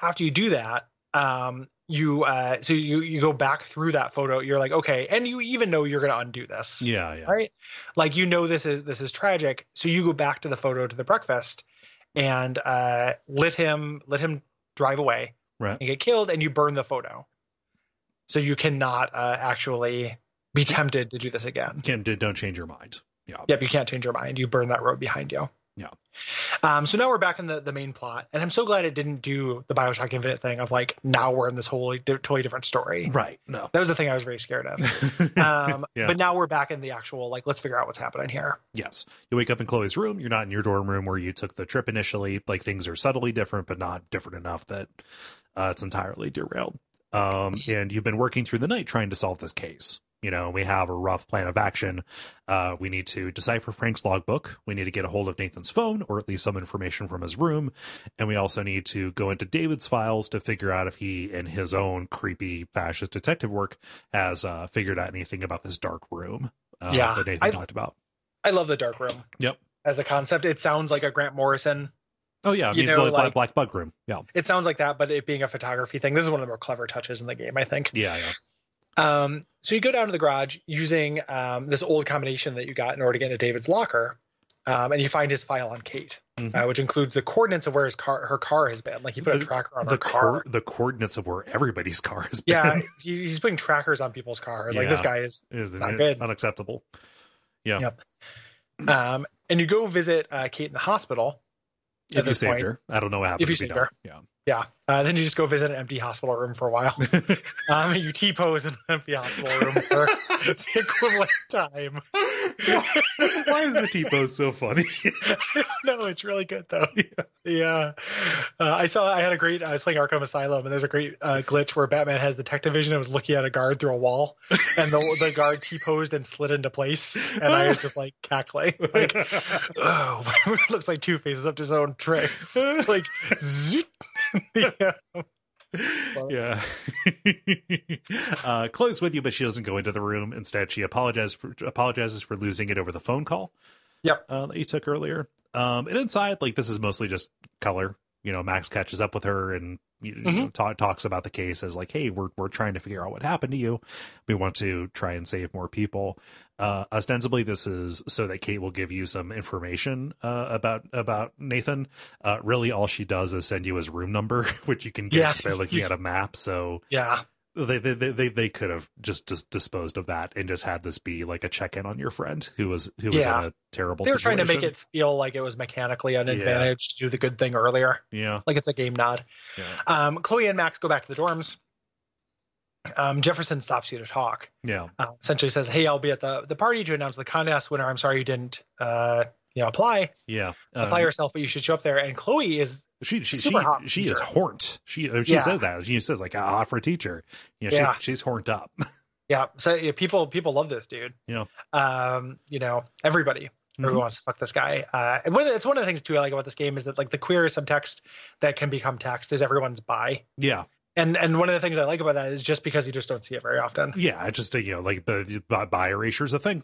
Speaker 2: after you do that um you uh so you you go back through that photo you're like okay and you even know you're gonna undo this
Speaker 1: yeah, yeah,
Speaker 2: right like you know this is this is tragic so you go back to the photo to the breakfast and uh let him let him drive away
Speaker 1: Right.
Speaker 2: and get killed and you burn the photo so you cannot uh, actually be tempted to do this again
Speaker 1: Can't don't change your mind. Yeah,
Speaker 2: yep you can't change your mind you burn that road behind you
Speaker 1: Yeah.
Speaker 2: um so now we're back in the the main plot and i'm so glad it didn't do the bioshock infinite thing of like now we're in this whole di- totally different story
Speaker 1: right. No,
Speaker 2: that was the thing i was very scared of um
Speaker 1: Yeah.
Speaker 2: but now we're back in the actual like let's figure out what's happening here
Speaker 1: Yes. You wake up in Chloe's room. You're not in your dorm room where you took the trip initially. Like things are subtly different, but not different enough that uh, it's entirely derailed. Um,
Speaker 2: Mm.
Speaker 1: and you've been working through the night trying to solve this case. You know, we have a rough plan of action. Uh, we need to decipher Frank's logbook. We need to get a hold of Nathan's phone or at least some information from his room. And we also need to go into David's files to figure out if he, in his own creepy fascist detective work, has uh, figured out anything about this dark room uh,
Speaker 2: Yeah.
Speaker 1: that Nathan
Speaker 2: I-
Speaker 1: talked about.
Speaker 2: I love the dark room.
Speaker 1: Yep.
Speaker 2: As a concept, it sounds like a Grant Morrison.
Speaker 1: Oh yeah, I
Speaker 2: You
Speaker 1: mean, it's
Speaker 2: know,
Speaker 1: like, Bla-
Speaker 2: like-
Speaker 1: Black Bug Room. Yeah,
Speaker 2: It sounds like that, but it being a photography thing. This is one of the more clever touches in the game, I think.
Speaker 1: yeah, yeah.
Speaker 2: Um, so you go down to the garage using um, this old combination that you got in order to get into David's locker, um, and you find his file on Kate,
Speaker 1: Mhm.
Speaker 2: uh, which includes the coordinates of where his car, her car has been. Like he put
Speaker 1: The-
Speaker 2: a tracker on
Speaker 1: The
Speaker 2: her car.
Speaker 1: cor- the coordinates of where everybody's car is.
Speaker 2: yeah, he, he's putting trackers on people's cars. Like this
Speaker 1: Yeah.
Speaker 2: guy is.
Speaker 1: is
Speaker 2: Not good.
Speaker 1: unacceptable.
Speaker 2: Um, and you go visit uh, Kate in the hospital. At
Speaker 1: If you
Speaker 2: this
Speaker 1: saved
Speaker 2: point-
Speaker 1: her, I don't know what happens
Speaker 2: If you
Speaker 1: if you
Speaker 2: saved
Speaker 1: don't.
Speaker 2: her. Yeah. Uh, then you just go visit an empty hospital room for a while. Um, you T pose in an empty hospital room for the equivalent time.
Speaker 1: Yeah. Why is the T-pose so funny?
Speaker 2: no, it's really good though.
Speaker 1: Yeah.
Speaker 2: Yeah. Uh, I saw, I had a great, I was playing Arkham Asylum and there's a great uh, glitch where Batman has detective vision and was looking at a guard through a wall and the, the guard T posed and slid into place. And I was just like cackling. Like, oh, it looks like Two Faces up to his own tricks. Like, zoot. yeah.
Speaker 1: yeah. uh, Chloe's with you, but she doesn't go into the room. Instead, she apologizes for, apologizes for losing it over the phone call.
Speaker 2: Yep.
Speaker 1: Uh, that you took earlier. Um, and inside, like this is mostly just color. You know, Max catches up with her and you know,
Speaker 2: Mhm.
Speaker 1: ta- talks about the case as like, hey, we're we're trying to figure out what happened to you. We want to try and save more people. Uh, ostensibly, this is so that Kate will give you some information uh, about about Nathan. Uh, really, all she does is send you his room number, which you can get
Speaker 2: Yeah.
Speaker 1: just by looking at a map. So
Speaker 2: Yeah.
Speaker 1: they they they they, they could have just, just disposed of that and just had this be like a check in on your friend who was who was
Speaker 2: Yeah.
Speaker 1: in a terrible.
Speaker 2: They were
Speaker 1: situation.
Speaker 2: trying to make it feel like it was mechanically an
Speaker 1: Yeah.
Speaker 2: advantage to do the good thing earlier.
Speaker 1: Yeah.
Speaker 2: Like it's a game nod.
Speaker 1: Yeah.
Speaker 2: Um, Chloe and Max go back to the dorms. Um, Jefferson stops you to talk.
Speaker 1: Yeah.
Speaker 2: Uh, essentially says, "Hey, I'll be at the the party to announce the contest winner. I'm sorry you didn't, uh, you know, apply
Speaker 1: Yeah. Uh-huh. Um,
Speaker 2: apply yourself, but you should show up there." And Chloe is
Speaker 1: She she she,
Speaker 2: Super hot
Speaker 1: she is
Speaker 2: teacher.
Speaker 1: hornt. She uh, she
Speaker 2: Yeah.
Speaker 1: says that. She says like ah hot for a teacher. You know,
Speaker 2: Yeah.
Speaker 1: she, she's horned up.
Speaker 2: Yeah. So yeah, people people love this dude.
Speaker 1: Yeah.
Speaker 2: Um, you know, everybody. Everyone
Speaker 1: Mhm.
Speaker 2: wants to fuck this guy. Uh, and one of the, it's one of the things too I like about this game is that like the queer subtext that can become text is everyone's bi.
Speaker 1: yeah.
Speaker 2: And and one of the things I like about that is just because you just don't see it very often.
Speaker 1: Yeah. I Just uh, you know like the bi- bi erasure is a thing.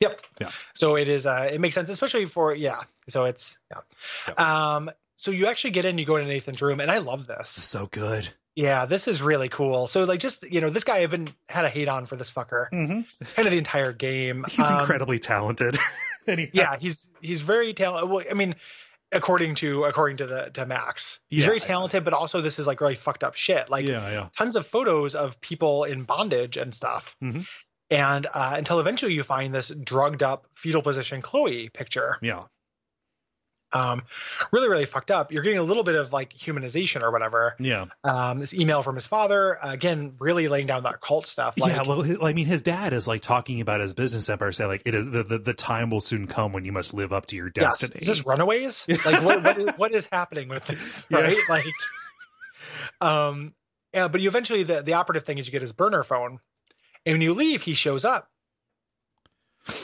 Speaker 2: Yep.
Speaker 1: Yeah.
Speaker 2: So it is. Uh, it makes sense, especially for yeah. So it's yeah. Um. So you actually get in, you go into Nathan's room, and I love this.
Speaker 1: So good.
Speaker 2: Yeah, this is really cool. So like, just you know, this guy I've been had a hate on for this fucker
Speaker 1: hmm
Speaker 2: kind of the entire game.
Speaker 1: He's
Speaker 2: Mm-hmm. Um,
Speaker 1: incredibly talented. and he,
Speaker 2: Yeah, he's he's very talented. Well, I mean, according to according to the to Max, he's
Speaker 1: Yeah.
Speaker 2: very talented, but also this is like really fucked up shit. Like
Speaker 1: yeah. Yeah.
Speaker 2: tons of photos of people in bondage and stuff.
Speaker 1: Mhm.
Speaker 2: And uh, until eventually you find this drugged up fetal position Chloe picture.
Speaker 1: Yeah.
Speaker 2: Um, really, really fucked up. You're getting a little bit of like humanization or whatever.
Speaker 1: Yeah.
Speaker 2: Um, this email from his father, uh, again, really laying down that cult stuff. Like,
Speaker 1: yeah, well, hi- I mean, his dad is like talking about his business empire, saying like, "It is the, the the time will soon come when you must live up to your
Speaker 2: yes,
Speaker 1: destiny."
Speaker 2: is this Runaways? like, what, what, is, what is happening with this?
Speaker 1: Yeah.
Speaker 2: Right? Like, um, yeah, but you eventually, the, the operative thing is you get his burner phone, and when you leave, he shows up.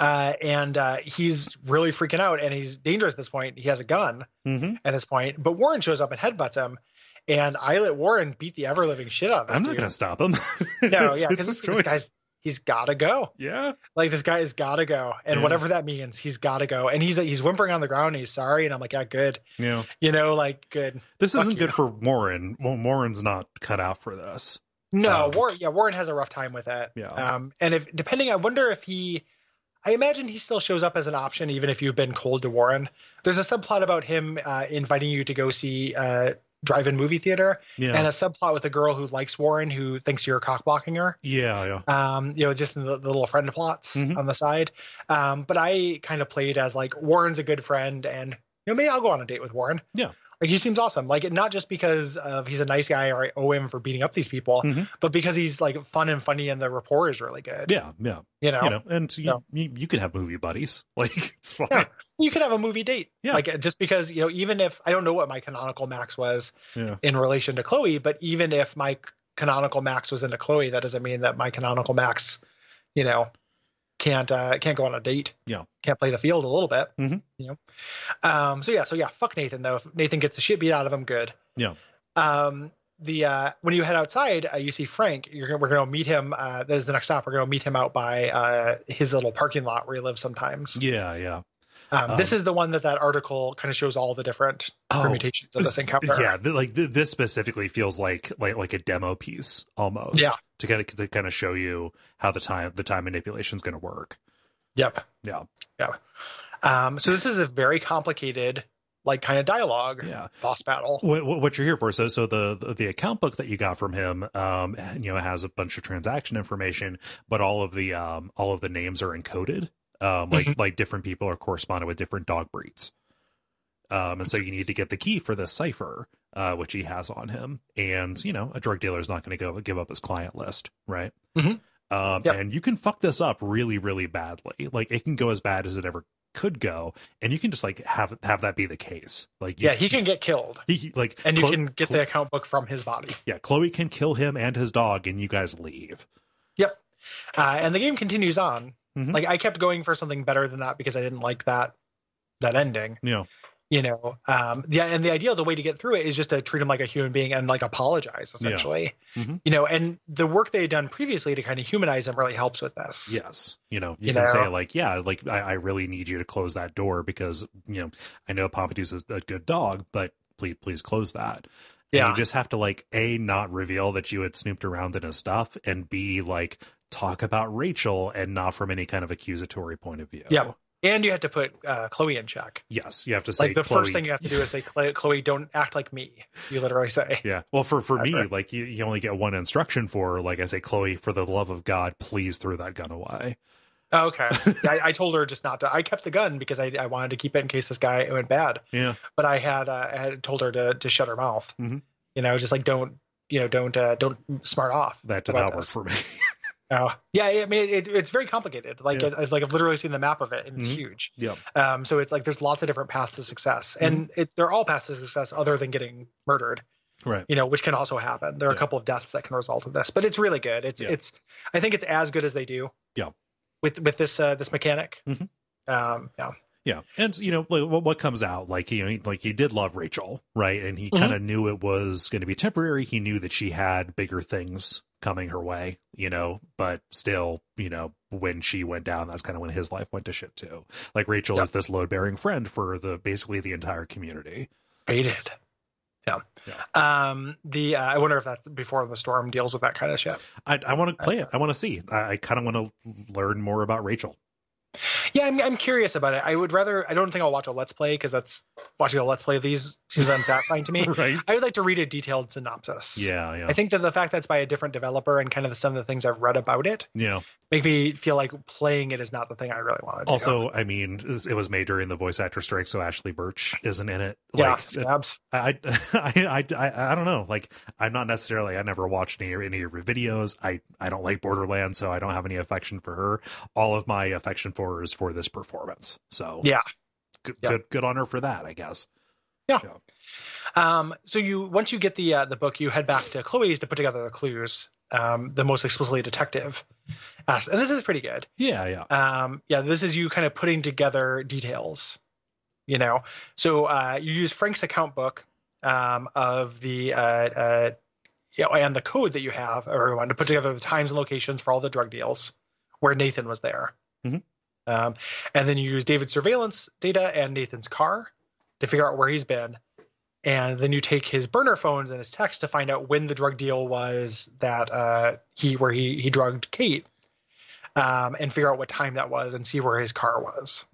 Speaker 2: Uh, and uh, he's really freaking out, and he's dangerous at this point. He has a gun
Speaker 1: Mhm.
Speaker 2: at this point, but Warren shows up and headbutts him, and I let Warren beat the ever living shit out of this
Speaker 1: I'm not
Speaker 2: dude.
Speaker 1: going to stop him. it's
Speaker 2: no,
Speaker 1: his, it's
Speaker 2: yeah, because
Speaker 1: his
Speaker 2: this,
Speaker 1: choice.
Speaker 2: this guy's he's gotta go.
Speaker 1: yeah,
Speaker 2: Like this guy has gotta go, and
Speaker 1: Yeah.
Speaker 2: whatever that means, he's gotta go. And he's he's whimpering on the ground, and he's sorry, and I'm like, yeah, good.
Speaker 1: yeah.
Speaker 2: You know, like good.
Speaker 1: This
Speaker 2: Fuck
Speaker 1: isn't
Speaker 2: you.
Speaker 1: good for Warren. Well, Warren's not cut out for this.
Speaker 2: No,
Speaker 1: Um, Oh.
Speaker 2: Warren. Yeah, Warren has a rough time with it.
Speaker 1: Yeah.
Speaker 2: Um, and if depending, I wonder if he. I imagine he still shows up as an option, even if you've been cold to Warren. There's a subplot about him uh, inviting you to go see uh, drive-in movie theater,
Speaker 1: Yeah,
Speaker 2: and uh, a subplot with a girl who likes Warren who thinks you're cock-blocking her.
Speaker 1: yeah, yeah.
Speaker 2: um you know just in the, the little friend plots
Speaker 1: Mhm.
Speaker 2: on the side um but i kind of played as like warren's a good friend and you know maybe i'll go on a date with warren
Speaker 1: Yeah.
Speaker 2: like he seems awesome like not just because of he's a nice guy or i owe him for beating up these people
Speaker 1: Mhm.
Speaker 2: but because he's like fun and funny and the rapport is really good
Speaker 1: Yeah, yeah,
Speaker 2: you know
Speaker 1: you know, and you,
Speaker 2: No.
Speaker 1: you, you can have movie buddies. Like it's fine.
Speaker 2: Yeah. you could have a movie date
Speaker 1: Yeah.
Speaker 2: like just because you know even if i don't know what my canonical max was
Speaker 1: Yeah.
Speaker 2: in relation to chloe but even if my canonical max was into chloe that doesn't mean that my canonical max you know can't uh can't go on a date
Speaker 1: Yeah.
Speaker 2: can't play the field a little bit
Speaker 1: Mhm.
Speaker 2: you know um so yeah so yeah fuck nathan though if nathan gets the shit beat out of him good
Speaker 1: Yeah.
Speaker 2: um the uh when you head outside uh, you see frank you're gonna we're gonna meet him uh that is the next stop we're gonna meet him out by uh his little parking lot where he lives sometimes
Speaker 1: yeah, yeah.
Speaker 2: um, this
Speaker 1: Um,
Speaker 2: is the one that that article kind of shows all the different
Speaker 1: Oh,
Speaker 2: permutations of this encounter.
Speaker 1: Yeah, th- like th- this specifically feels like like like a demo piece almost.
Speaker 2: Yeah.
Speaker 1: to kind of to kind of show you how the time the time manipulation is going to work.
Speaker 2: Yep.
Speaker 1: Yeah.
Speaker 2: Um, so this is a very complicated, like, kind of dialogue
Speaker 1: Yeah.
Speaker 2: boss battle.
Speaker 1: What, what what you're here for? So so the the- the account book that you got from him, um, you know, has a bunch of transaction information, but all of the um all of the names are encoded. Um, like
Speaker 2: Mm-hmm.
Speaker 1: like different people are corresponded with different dog breeds. Um, and so you need to get the key for this cipher, uh, which he has on him. And you know, a drug dealer is not going to go give up his client list, right?
Speaker 2: Mhm.
Speaker 1: Um,
Speaker 2: Yep.
Speaker 1: and you can fuck this up really really badly. Like it can go as bad as it ever could go, and you can just like have have that be the case. Like you,
Speaker 2: Yeah, he can get killed,
Speaker 1: he, he- like
Speaker 2: and you
Speaker 1: Chlo-
Speaker 2: can get
Speaker 1: Chlo-
Speaker 2: the account book from his body.
Speaker 1: yeah chloe can kill him and his dog and you guys leave
Speaker 2: Uh, and the game continues on.
Speaker 1: Mhm.
Speaker 2: Like, I kept going for something better than that because I didn't like that that ending.
Speaker 1: you know
Speaker 2: You know, um, yeah. And the idea, the way to get through it is just to treat him like a human being and like apologize,
Speaker 1: Yeah.
Speaker 2: essentially.
Speaker 1: Mhm.
Speaker 2: You know, and the work they had done previously to kind of humanize him really helps with this.
Speaker 1: yes you know you,
Speaker 2: You
Speaker 1: can
Speaker 2: know.
Speaker 1: say like yeah like I, I really need you to close that door because you know i know pompadour's is a good dog but please please close that And
Speaker 2: Yeah.
Speaker 1: you just have to like a not reveal that you had snooped around in his stuff and b like talk about rachel and not from any kind of accusatory point of view
Speaker 2: Yeah. and you had to put uh, Chloe in check.
Speaker 1: yes you have to say
Speaker 2: Like the
Speaker 1: Chloe-
Speaker 2: first thing you have to do is say, "Chlo- "Chloe, don't act like me." You literally say,
Speaker 1: Yeah. Well, for for me,
Speaker 2: Ever.
Speaker 1: like you, you only get one instruction for, like I say, Chloe, for the love of God, please throw that gun away.
Speaker 2: oh, "Okay." Yeah, I, I told her just not to. I kept the gun because I, I wanted to keep it in case this guy went bad.
Speaker 1: Yeah.
Speaker 2: But I had uh, I had told her to to shut her mouth.
Speaker 1: Mhm.
Speaker 2: You know, just like don't you know don't uh, don't smart off.
Speaker 1: That did
Speaker 2: about
Speaker 1: not work
Speaker 2: this.
Speaker 1: for me.
Speaker 2: Oh, yeah. I mean, it, it's very complicated. Like,
Speaker 1: Yeah.
Speaker 2: it, it's like I've literally seen the map of it, and it's
Speaker 1: Mhm.
Speaker 2: huge.
Speaker 1: Yeah. Mm-hmm.
Speaker 2: Um, so it's like there's lots of different paths to success, and it, they're all paths to success, other than getting murdered.
Speaker 1: Right.
Speaker 2: You know, which can also happen. There are
Speaker 1: Yeah.
Speaker 2: a couple of deaths that can result of this, but it's really good. It's
Speaker 1: Yeah.
Speaker 2: it's. I think it's as good as they do.
Speaker 1: Yeah.
Speaker 2: With with this uh, this mechanic.
Speaker 1: Mhm.
Speaker 2: Um, yeah.
Speaker 1: Yeah, and you know like, what what comes out like you know he- like he did love Rachel, right? And he
Speaker 2: Mhm.
Speaker 1: kind of knew it was going to be temporary. He knew that she had bigger things coming her way, you know. But still, you know, when she went down, that's kind of when his life went to shit too. Like Rachel
Speaker 2: Yeah.
Speaker 1: is this load bearing friend for the basically the entire community.
Speaker 2: Baited. Yeah. Um, the uh, I wonder if that's before the storm deals with that kind of shit.
Speaker 1: I I want to play
Speaker 2: Uh,
Speaker 1: it. I want to see. I, I kind of want to learn more about Rachel.
Speaker 2: Yeah, I'm, I'm curious about it. I would rather. I don't think I'll watch a let's play because that's watching a let's play of these seems unsatisfying to me.
Speaker 1: Right?
Speaker 2: I would like to read a detailed synopsis.
Speaker 1: Yeah, yeah,
Speaker 2: I think that the fact that it's by a different developer and kind of the, some of the things I've read about it
Speaker 1: yeah.
Speaker 2: make me feel like playing it is not the thing I really want to do.
Speaker 1: Also, I mean, it was made during the voice actor strike, so Ashley Birch isn't in it.
Speaker 2: yeah,
Speaker 1: Like,
Speaker 2: stabs.
Speaker 1: I, I, I, I, I don't know. Like, I'm not necessarily. I never watched any any of her videos. I, I don't like Borderlands, so I don't have any affection for her. All of my affection for her is for this performance. So
Speaker 2: Yeah.
Speaker 1: good,
Speaker 2: Yeah.
Speaker 1: good, good on her for that. I guess.
Speaker 2: Um, so you once you get the uh, the book, you head back to Chloe's to put together the clues. Um, the most explicitly detective, as- and this is pretty good.
Speaker 1: Yeah, yeah,
Speaker 2: um, yeah, this is you kind of putting together details, you know. So uh, you use Frank's account book um, of the uh, uh, you know, and the code that you have, everyone, to put together the times and locations for all the drug deals where Nathan was there.
Speaker 1: Mhm.
Speaker 2: Um, and then you use David's surveillance data and Nathan's car to figure out where he's been. And then you take his burner phones and his text to find out when the drug deal was that uh, he where he he drugged Kate um, and figure out what time that was and see where his car was.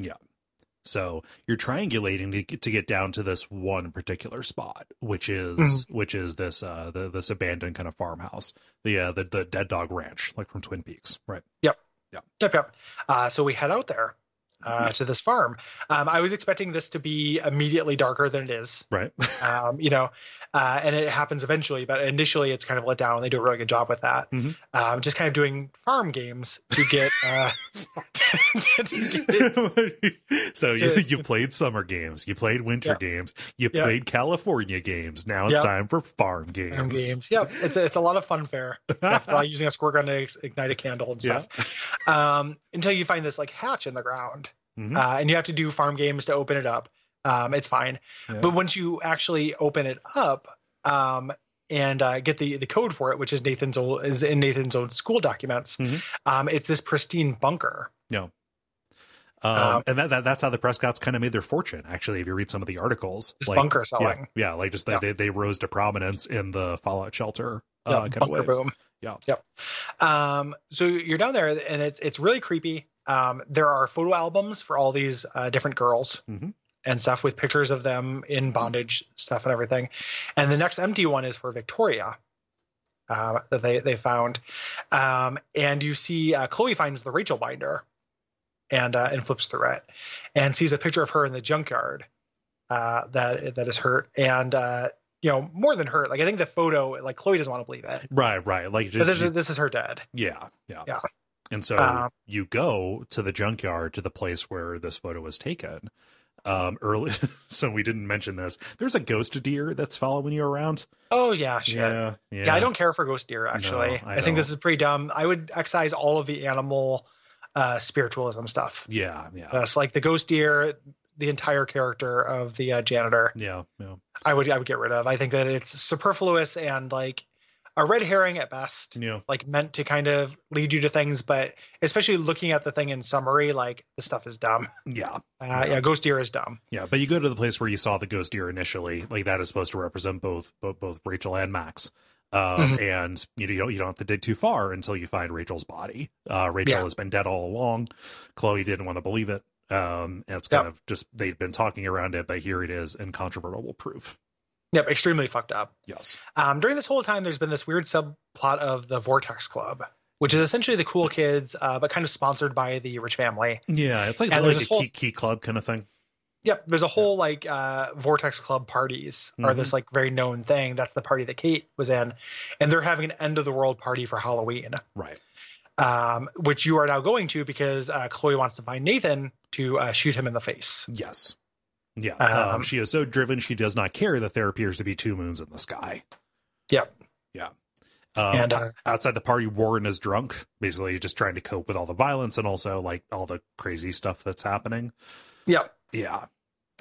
Speaker 1: So you're triangulating to get, to get down to this one particular spot, which is
Speaker 2: Mm-hmm.
Speaker 1: which is this uh the, this abandoned kind of farmhouse, the uh the, the Dead Dog Ranch, like from Twin Peaks, right?
Speaker 2: Yep, yep. Uh, so we head out there uh, to this farm. Um, I was expecting this to be immediately darker than it is,
Speaker 1: Right.
Speaker 2: um, you know, uh, and it happens eventually, but initially it's kind of let down. and They do a really good job with that.
Speaker 1: Mhm.
Speaker 2: Um, just kind of doing farm games to get. Uh, to- to get
Speaker 1: so you,
Speaker 2: To-
Speaker 1: you played summer games, you played winter
Speaker 2: Yeah.
Speaker 1: games, you
Speaker 2: Yeah.
Speaker 1: played California games. Now it's
Speaker 2: Yeah.
Speaker 1: time for farm games.
Speaker 2: farm games. Yep, it's a, it's a lot of fun fare. After all, using a squirt gun to ex- ignite a candle and
Speaker 1: Yeah.
Speaker 2: stuff. Um, until you find this like hatch in the ground.
Speaker 1: Mhm.
Speaker 2: uh, and you have to do farm games to open it up. Um, it's fine,
Speaker 1: Yeah.
Speaker 2: but once you actually open it up um, and uh, get the the code for it, which is Nathan's old, is in Nathan's old school documents,
Speaker 1: Mhm.
Speaker 2: um, it's this pristine bunker.
Speaker 1: Um,
Speaker 2: Um,
Speaker 1: and that, that that's how the Prescotts kind of made their fortune. Actually, if you read some of the articles,
Speaker 2: This bunker selling,
Speaker 1: Yeah, yeah, like just
Speaker 2: Yeah.
Speaker 1: They, they rose to prominence in the Fallout shelter
Speaker 2: Yeah,
Speaker 1: uh, kind of
Speaker 2: bunker
Speaker 1: way.
Speaker 2: boom.
Speaker 1: Yeah.
Speaker 2: Yep. Um, so you're down there, and it's it's really creepy. Um, there are photo albums for all these uh, different girls
Speaker 1: Mhm.
Speaker 2: and stuff with pictures of them
Speaker 1: Mm-hmm.
Speaker 2: in bondage stuff and everything. And the next empty one is for Victoria um, that they they found. Um, and you see uh, Chloe finds the Rachel binder and uh, and flips through it and sees a picture of her in the junkyard uh, that that is hurt and. Uh, you know, more than hurt. Like I think the photo, like Chloe doesn't want to believe it.
Speaker 1: Right, right. Like
Speaker 2: But
Speaker 1: she-
Speaker 2: this
Speaker 1: she-
Speaker 2: is this is her dad.
Speaker 1: Yeah, yeah,
Speaker 2: Yeah.
Speaker 1: And so
Speaker 2: Um,
Speaker 1: you go to the junkyard to the place where this photo was taken. Um, early, so we didn't mention this. There's a ghost deer that's following you around.
Speaker 2: Oh yeah, shit. Yeah,
Speaker 1: Yeah, yeah,
Speaker 2: I don't care for ghost deer actually.
Speaker 1: No, I
Speaker 2: I, think this
Speaker 1: don't.
Speaker 2: is pretty dumb. I would excise all of the animal uh spiritualism stuff.
Speaker 1: Yeah, yeah,
Speaker 2: That's like the ghost deer, the entire character of the uh, janitor.
Speaker 1: yeah, yeah,
Speaker 2: I would I would get rid of. I think that it's superfluous and like a red herring at best.
Speaker 1: yeah.
Speaker 2: Like meant to kind of lead you to things, but especially looking at the thing in summary, like this stuff is dumb.
Speaker 1: yeah.
Speaker 2: Uh,
Speaker 1: Yeah.
Speaker 2: yeah, ghost deer is dumb.
Speaker 1: Yeah, but you go to the place where you saw the ghost deer initially. Like that is supposed to represent both both, both Rachel and Max. Um,
Speaker 2: Mm-hmm.
Speaker 1: And you know you don't, you don't have to dig too far until you find Rachel's body. Uh, Rachel
Speaker 2: Yeah.
Speaker 1: has been dead all along. Chloe didn't want to believe it. Um, and it's kind
Speaker 2: Yeah.
Speaker 1: of just they've been talking around it, but here it is incontrovertible proof.
Speaker 2: Yep, extremely fucked up.
Speaker 1: Yes.
Speaker 2: Um, during this whole time, there's been this weird subplot of the Vortex Club, which is essentially the cool kids, uh, but kind of sponsored by the rich family.
Speaker 1: Yeah, it's like,
Speaker 2: And
Speaker 1: like
Speaker 2: there's
Speaker 1: a
Speaker 2: this whole-
Speaker 1: key, key club kind of thing.
Speaker 2: Yep, there's a whole like uh, Vortex Club parties are this like very known thing. That's the party that Kate was in, and they're having an end of the world party for Halloween.
Speaker 1: Right.
Speaker 2: um, which you are now going to because uh, Chloe wants to find Nathan to uh, shoot him in the face.
Speaker 1: Yes. Yeah. Um,
Speaker 2: Um,
Speaker 1: she is so driven, she does not care that there appears to be two moons in the sky.
Speaker 2: Yep.
Speaker 1: Yeah. Um,
Speaker 2: And, uh,
Speaker 1: outside the party, Warren is drunk, basically just trying to cope with all the violence and also like all the crazy stuff that's happening.
Speaker 2: Yep.
Speaker 1: Yeah.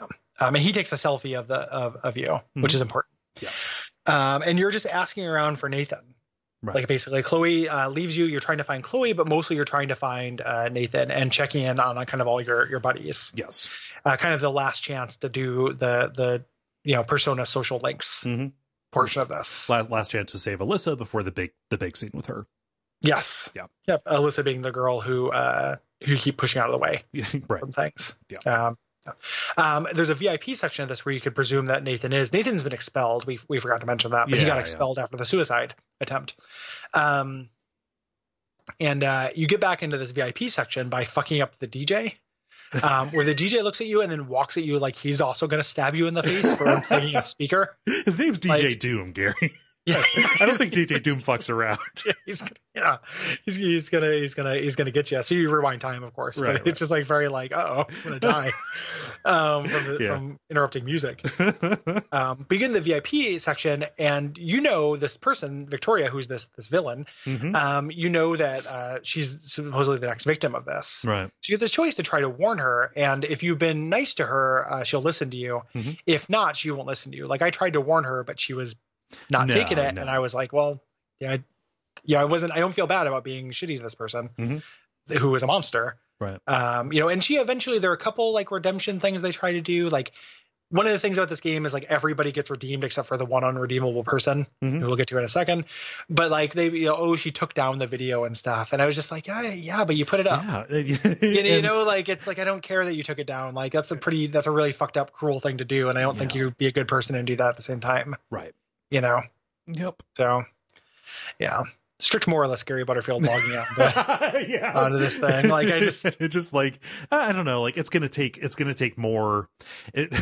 Speaker 2: Um, and he takes a selfie of the of, of you,
Speaker 1: Mhm.
Speaker 2: which is important.
Speaker 1: Yes.
Speaker 2: Um, and you're just asking around for Nathan.
Speaker 1: Right.
Speaker 2: Like basically, Chloe uh, leaves you. You're trying to find Chloe, but mostly you're trying to find uh, Nathan and checking in on uh, kind of all your your buddies.
Speaker 1: Yes.
Speaker 2: Uh, kind of the last chance to do the the you know persona social links
Speaker 1: Mhm.
Speaker 2: portion of this.
Speaker 1: Last last chance to save Alyssa before the big the big scene with her.
Speaker 2: Yes.
Speaker 1: Yeah.
Speaker 2: Yep. Alyssa being the girl who uh, who you keep pushing out of the way.
Speaker 1: right.
Speaker 2: from things.
Speaker 1: Yeah.
Speaker 2: Um, um, there's a VIP section of this where you could presume that Nathan is. Nathan's been expelled. We we forgot to mention that, but
Speaker 1: Yeah,
Speaker 2: he got
Speaker 1: yeah.
Speaker 2: expelled after the suicide attempt. Um, and uh, you get back into this VIP section by fucking up the DJ, um, where the DJ looks at you and then walks at you like he's also going to stab you in the face for playing a speaker.
Speaker 1: His name's DJ
Speaker 2: Like-
Speaker 1: Doom, Gary.
Speaker 2: Yeah,
Speaker 1: I don't think DJ Doom fucks around.
Speaker 2: Yeah, he's gonna, yeah, he's he's gonna he's gonna he's gonna get you. So you rewind time, of course,
Speaker 1: Right,
Speaker 2: but
Speaker 1: right.
Speaker 2: it's just like very like, oh, I'm gonna die um, from, the,
Speaker 1: Yeah.
Speaker 2: from interrupting music. Um, begin the VIP section, and you know this person, Victoria, who's this this villain.
Speaker 1: Mhm.
Speaker 2: Um, you know that uh, she's supposedly the next victim of this.
Speaker 1: Right.
Speaker 2: So you have this choice to try to warn her, and if you've been nice to her, uh, she'll listen to you.
Speaker 1: Mhm.
Speaker 2: If not, she won't listen to you. Like I tried to warn her, but she was not
Speaker 1: No,
Speaker 2: taking it,
Speaker 1: no.
Speaker 2: and I was like, well, yeah, I, yeah, I wasn't. I don't feel bad about being shitty to this person
Speaker 1: Mhm.
Speaker 2: who is a monster,
Speaker 1: Right.
Speaker 2: Um, you know, and she eventually there are a couple like redemption things they try to do, like. One of the things about this game is like everybody gets redeemed except for the one unredeemable person
Speaker 1: Mhm.
Speaker 2: who we'll get to in a second. But like they, you know, oh, she took down the video and stuff, and I was just like, yeah, yeah, but you put it up
Speaker 1: Yeah.
Speaker 2: you know, you
Speaker 1: And-
Speaker 2: know, like it's like I don't care that you took it down. Like that's a pretty, that's a really fucked up, cruel thing to do, and I don't think
Speaker 1: Yeah.
Speaker 2: you'd be a good person and do that at the same time.
Speaker 1: right.
Speaker 2: You know,
Speaker 1: Yep.
Speaker 2: so yeah, strict moralist Gary Butterfield logging out. But
Speaker 1: yeah.
Speaker 2: onto this thing. Like, I just-
Speaker 1: It just like I don't know. Like it's gonna take it's gonna take more. It,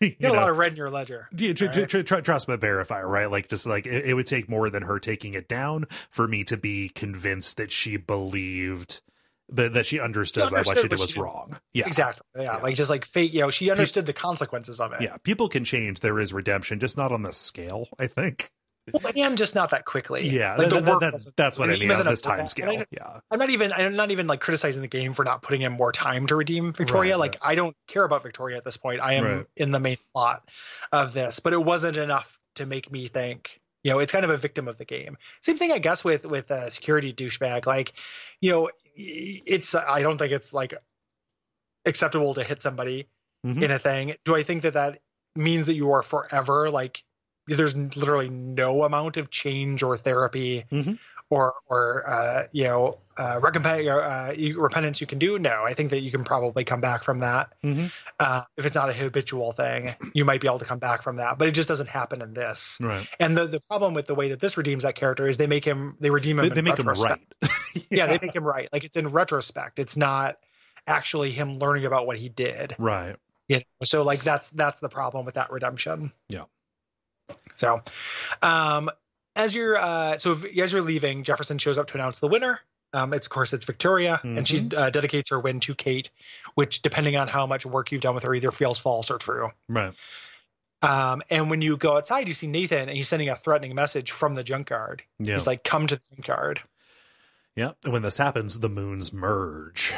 Speaker 1: you
Speaker 2: you get a
Speaker 1: know,
Speaker 2: lot of red in your ledger.
Speaker 1: Yeah, tr-
Speaker 2: All
Speaker 1: tr-
Speaker 2: right.
Speaker 1: tr- tr- trust but verify, right? Like, just like it, it would take more than her taking it down for me to be convinced that she believed that that she understood,
Speaker 2: She
Speaker 1: that what she
Speaker 2: understood
Speaker 1: did
Speaker 2: what
Speaker 1: was
Speaker 2: she did.
Speaker 1: wrong. Yeah,
Speaker 2: Exactly. Yeah.
Speaker 1: Yeah.
Speaker 2: like just like fake. You know, she understood the consequences of it.
Speaker 1: Yeah, people can change. There is redemption, just not on the scale. I think.
Speaker 2: Well, and just not that quickly.
Speaker 1: Yeah,
Speaker 2: like
Speaker 1: that- that-
Speaker 2: work
Speaker 1: that-
Speaker 2: wasn't-
Speaker 1: that's what I
Speaker 2: it
Speaker 1: mean on
Speaker 2: wasn't a-
Speaker 1: this time
Speaker 2: and I
Speaker 1: scale. Yeah,
Speaker 2: I'm not even I'm not even like criticizing the game for not putting in more time to redeem Victoria.
Speaker 1: Right,
Speaker 2: like I don't care about Victoria at this point. I am
Speaker 1: Right.
Speaker 2: in the main plot of this, but it wasn't enough to make me think. You know, it's kind of a victim of the game. Same thing, I guess, with with uh, security douchebag. Like, you know, it's I don't think it's like acceptable to hit somebody
Speaker 1: Mhm.
Speaker 2: in a thing. Do I think that that means that you are forever like? There's literally no amount of change or therapy
Speaker 1: Mhm.
Speaker 2: or or uh, you know uh, recompense uh, you- repentance you can do. No, I think that you can probably come back from that.
Speaker 1: Mhm.
Speaker 2: Uh, if it's not a habitual thing, you might be able to come back from that. But it just doesn't happen in this.
Speaker 1: right.
Speaker 2: And the the problem with the way that this redeems that character is they make him they redeem him.
Speaker 1: They,
Speaker 2: in
Speaker 1: they make them
Speaker 2: retrospect.
Speaker 1: right.
Speaker 2: Yeah. they make him right. Like it's in retrospect. It's not actually him learning about what he did
Speaker 1: right.
Speaker 2: you know so like that's that's the problem with that redemption
Speaker 1: Yeah.
Speaker 2: so um as you're uh so if- as you're leaving jefferson shows up to announce the winner um it's of course it's victoria and she
Speaker 1: Mm-hmm.
Speaker 2: uh, dedicates her win to kate which depending on how much work you've done with her either feels false or true
Speaker 1: Right.
Speaker 2: um and when you go outside you see nathan and he's sending a threatening message from the junkyard
Speaker 1: Yeah.
Speaker 2: he's like come to the junkyard
Speaker 1: Yeah. And when this happens, the moons merge.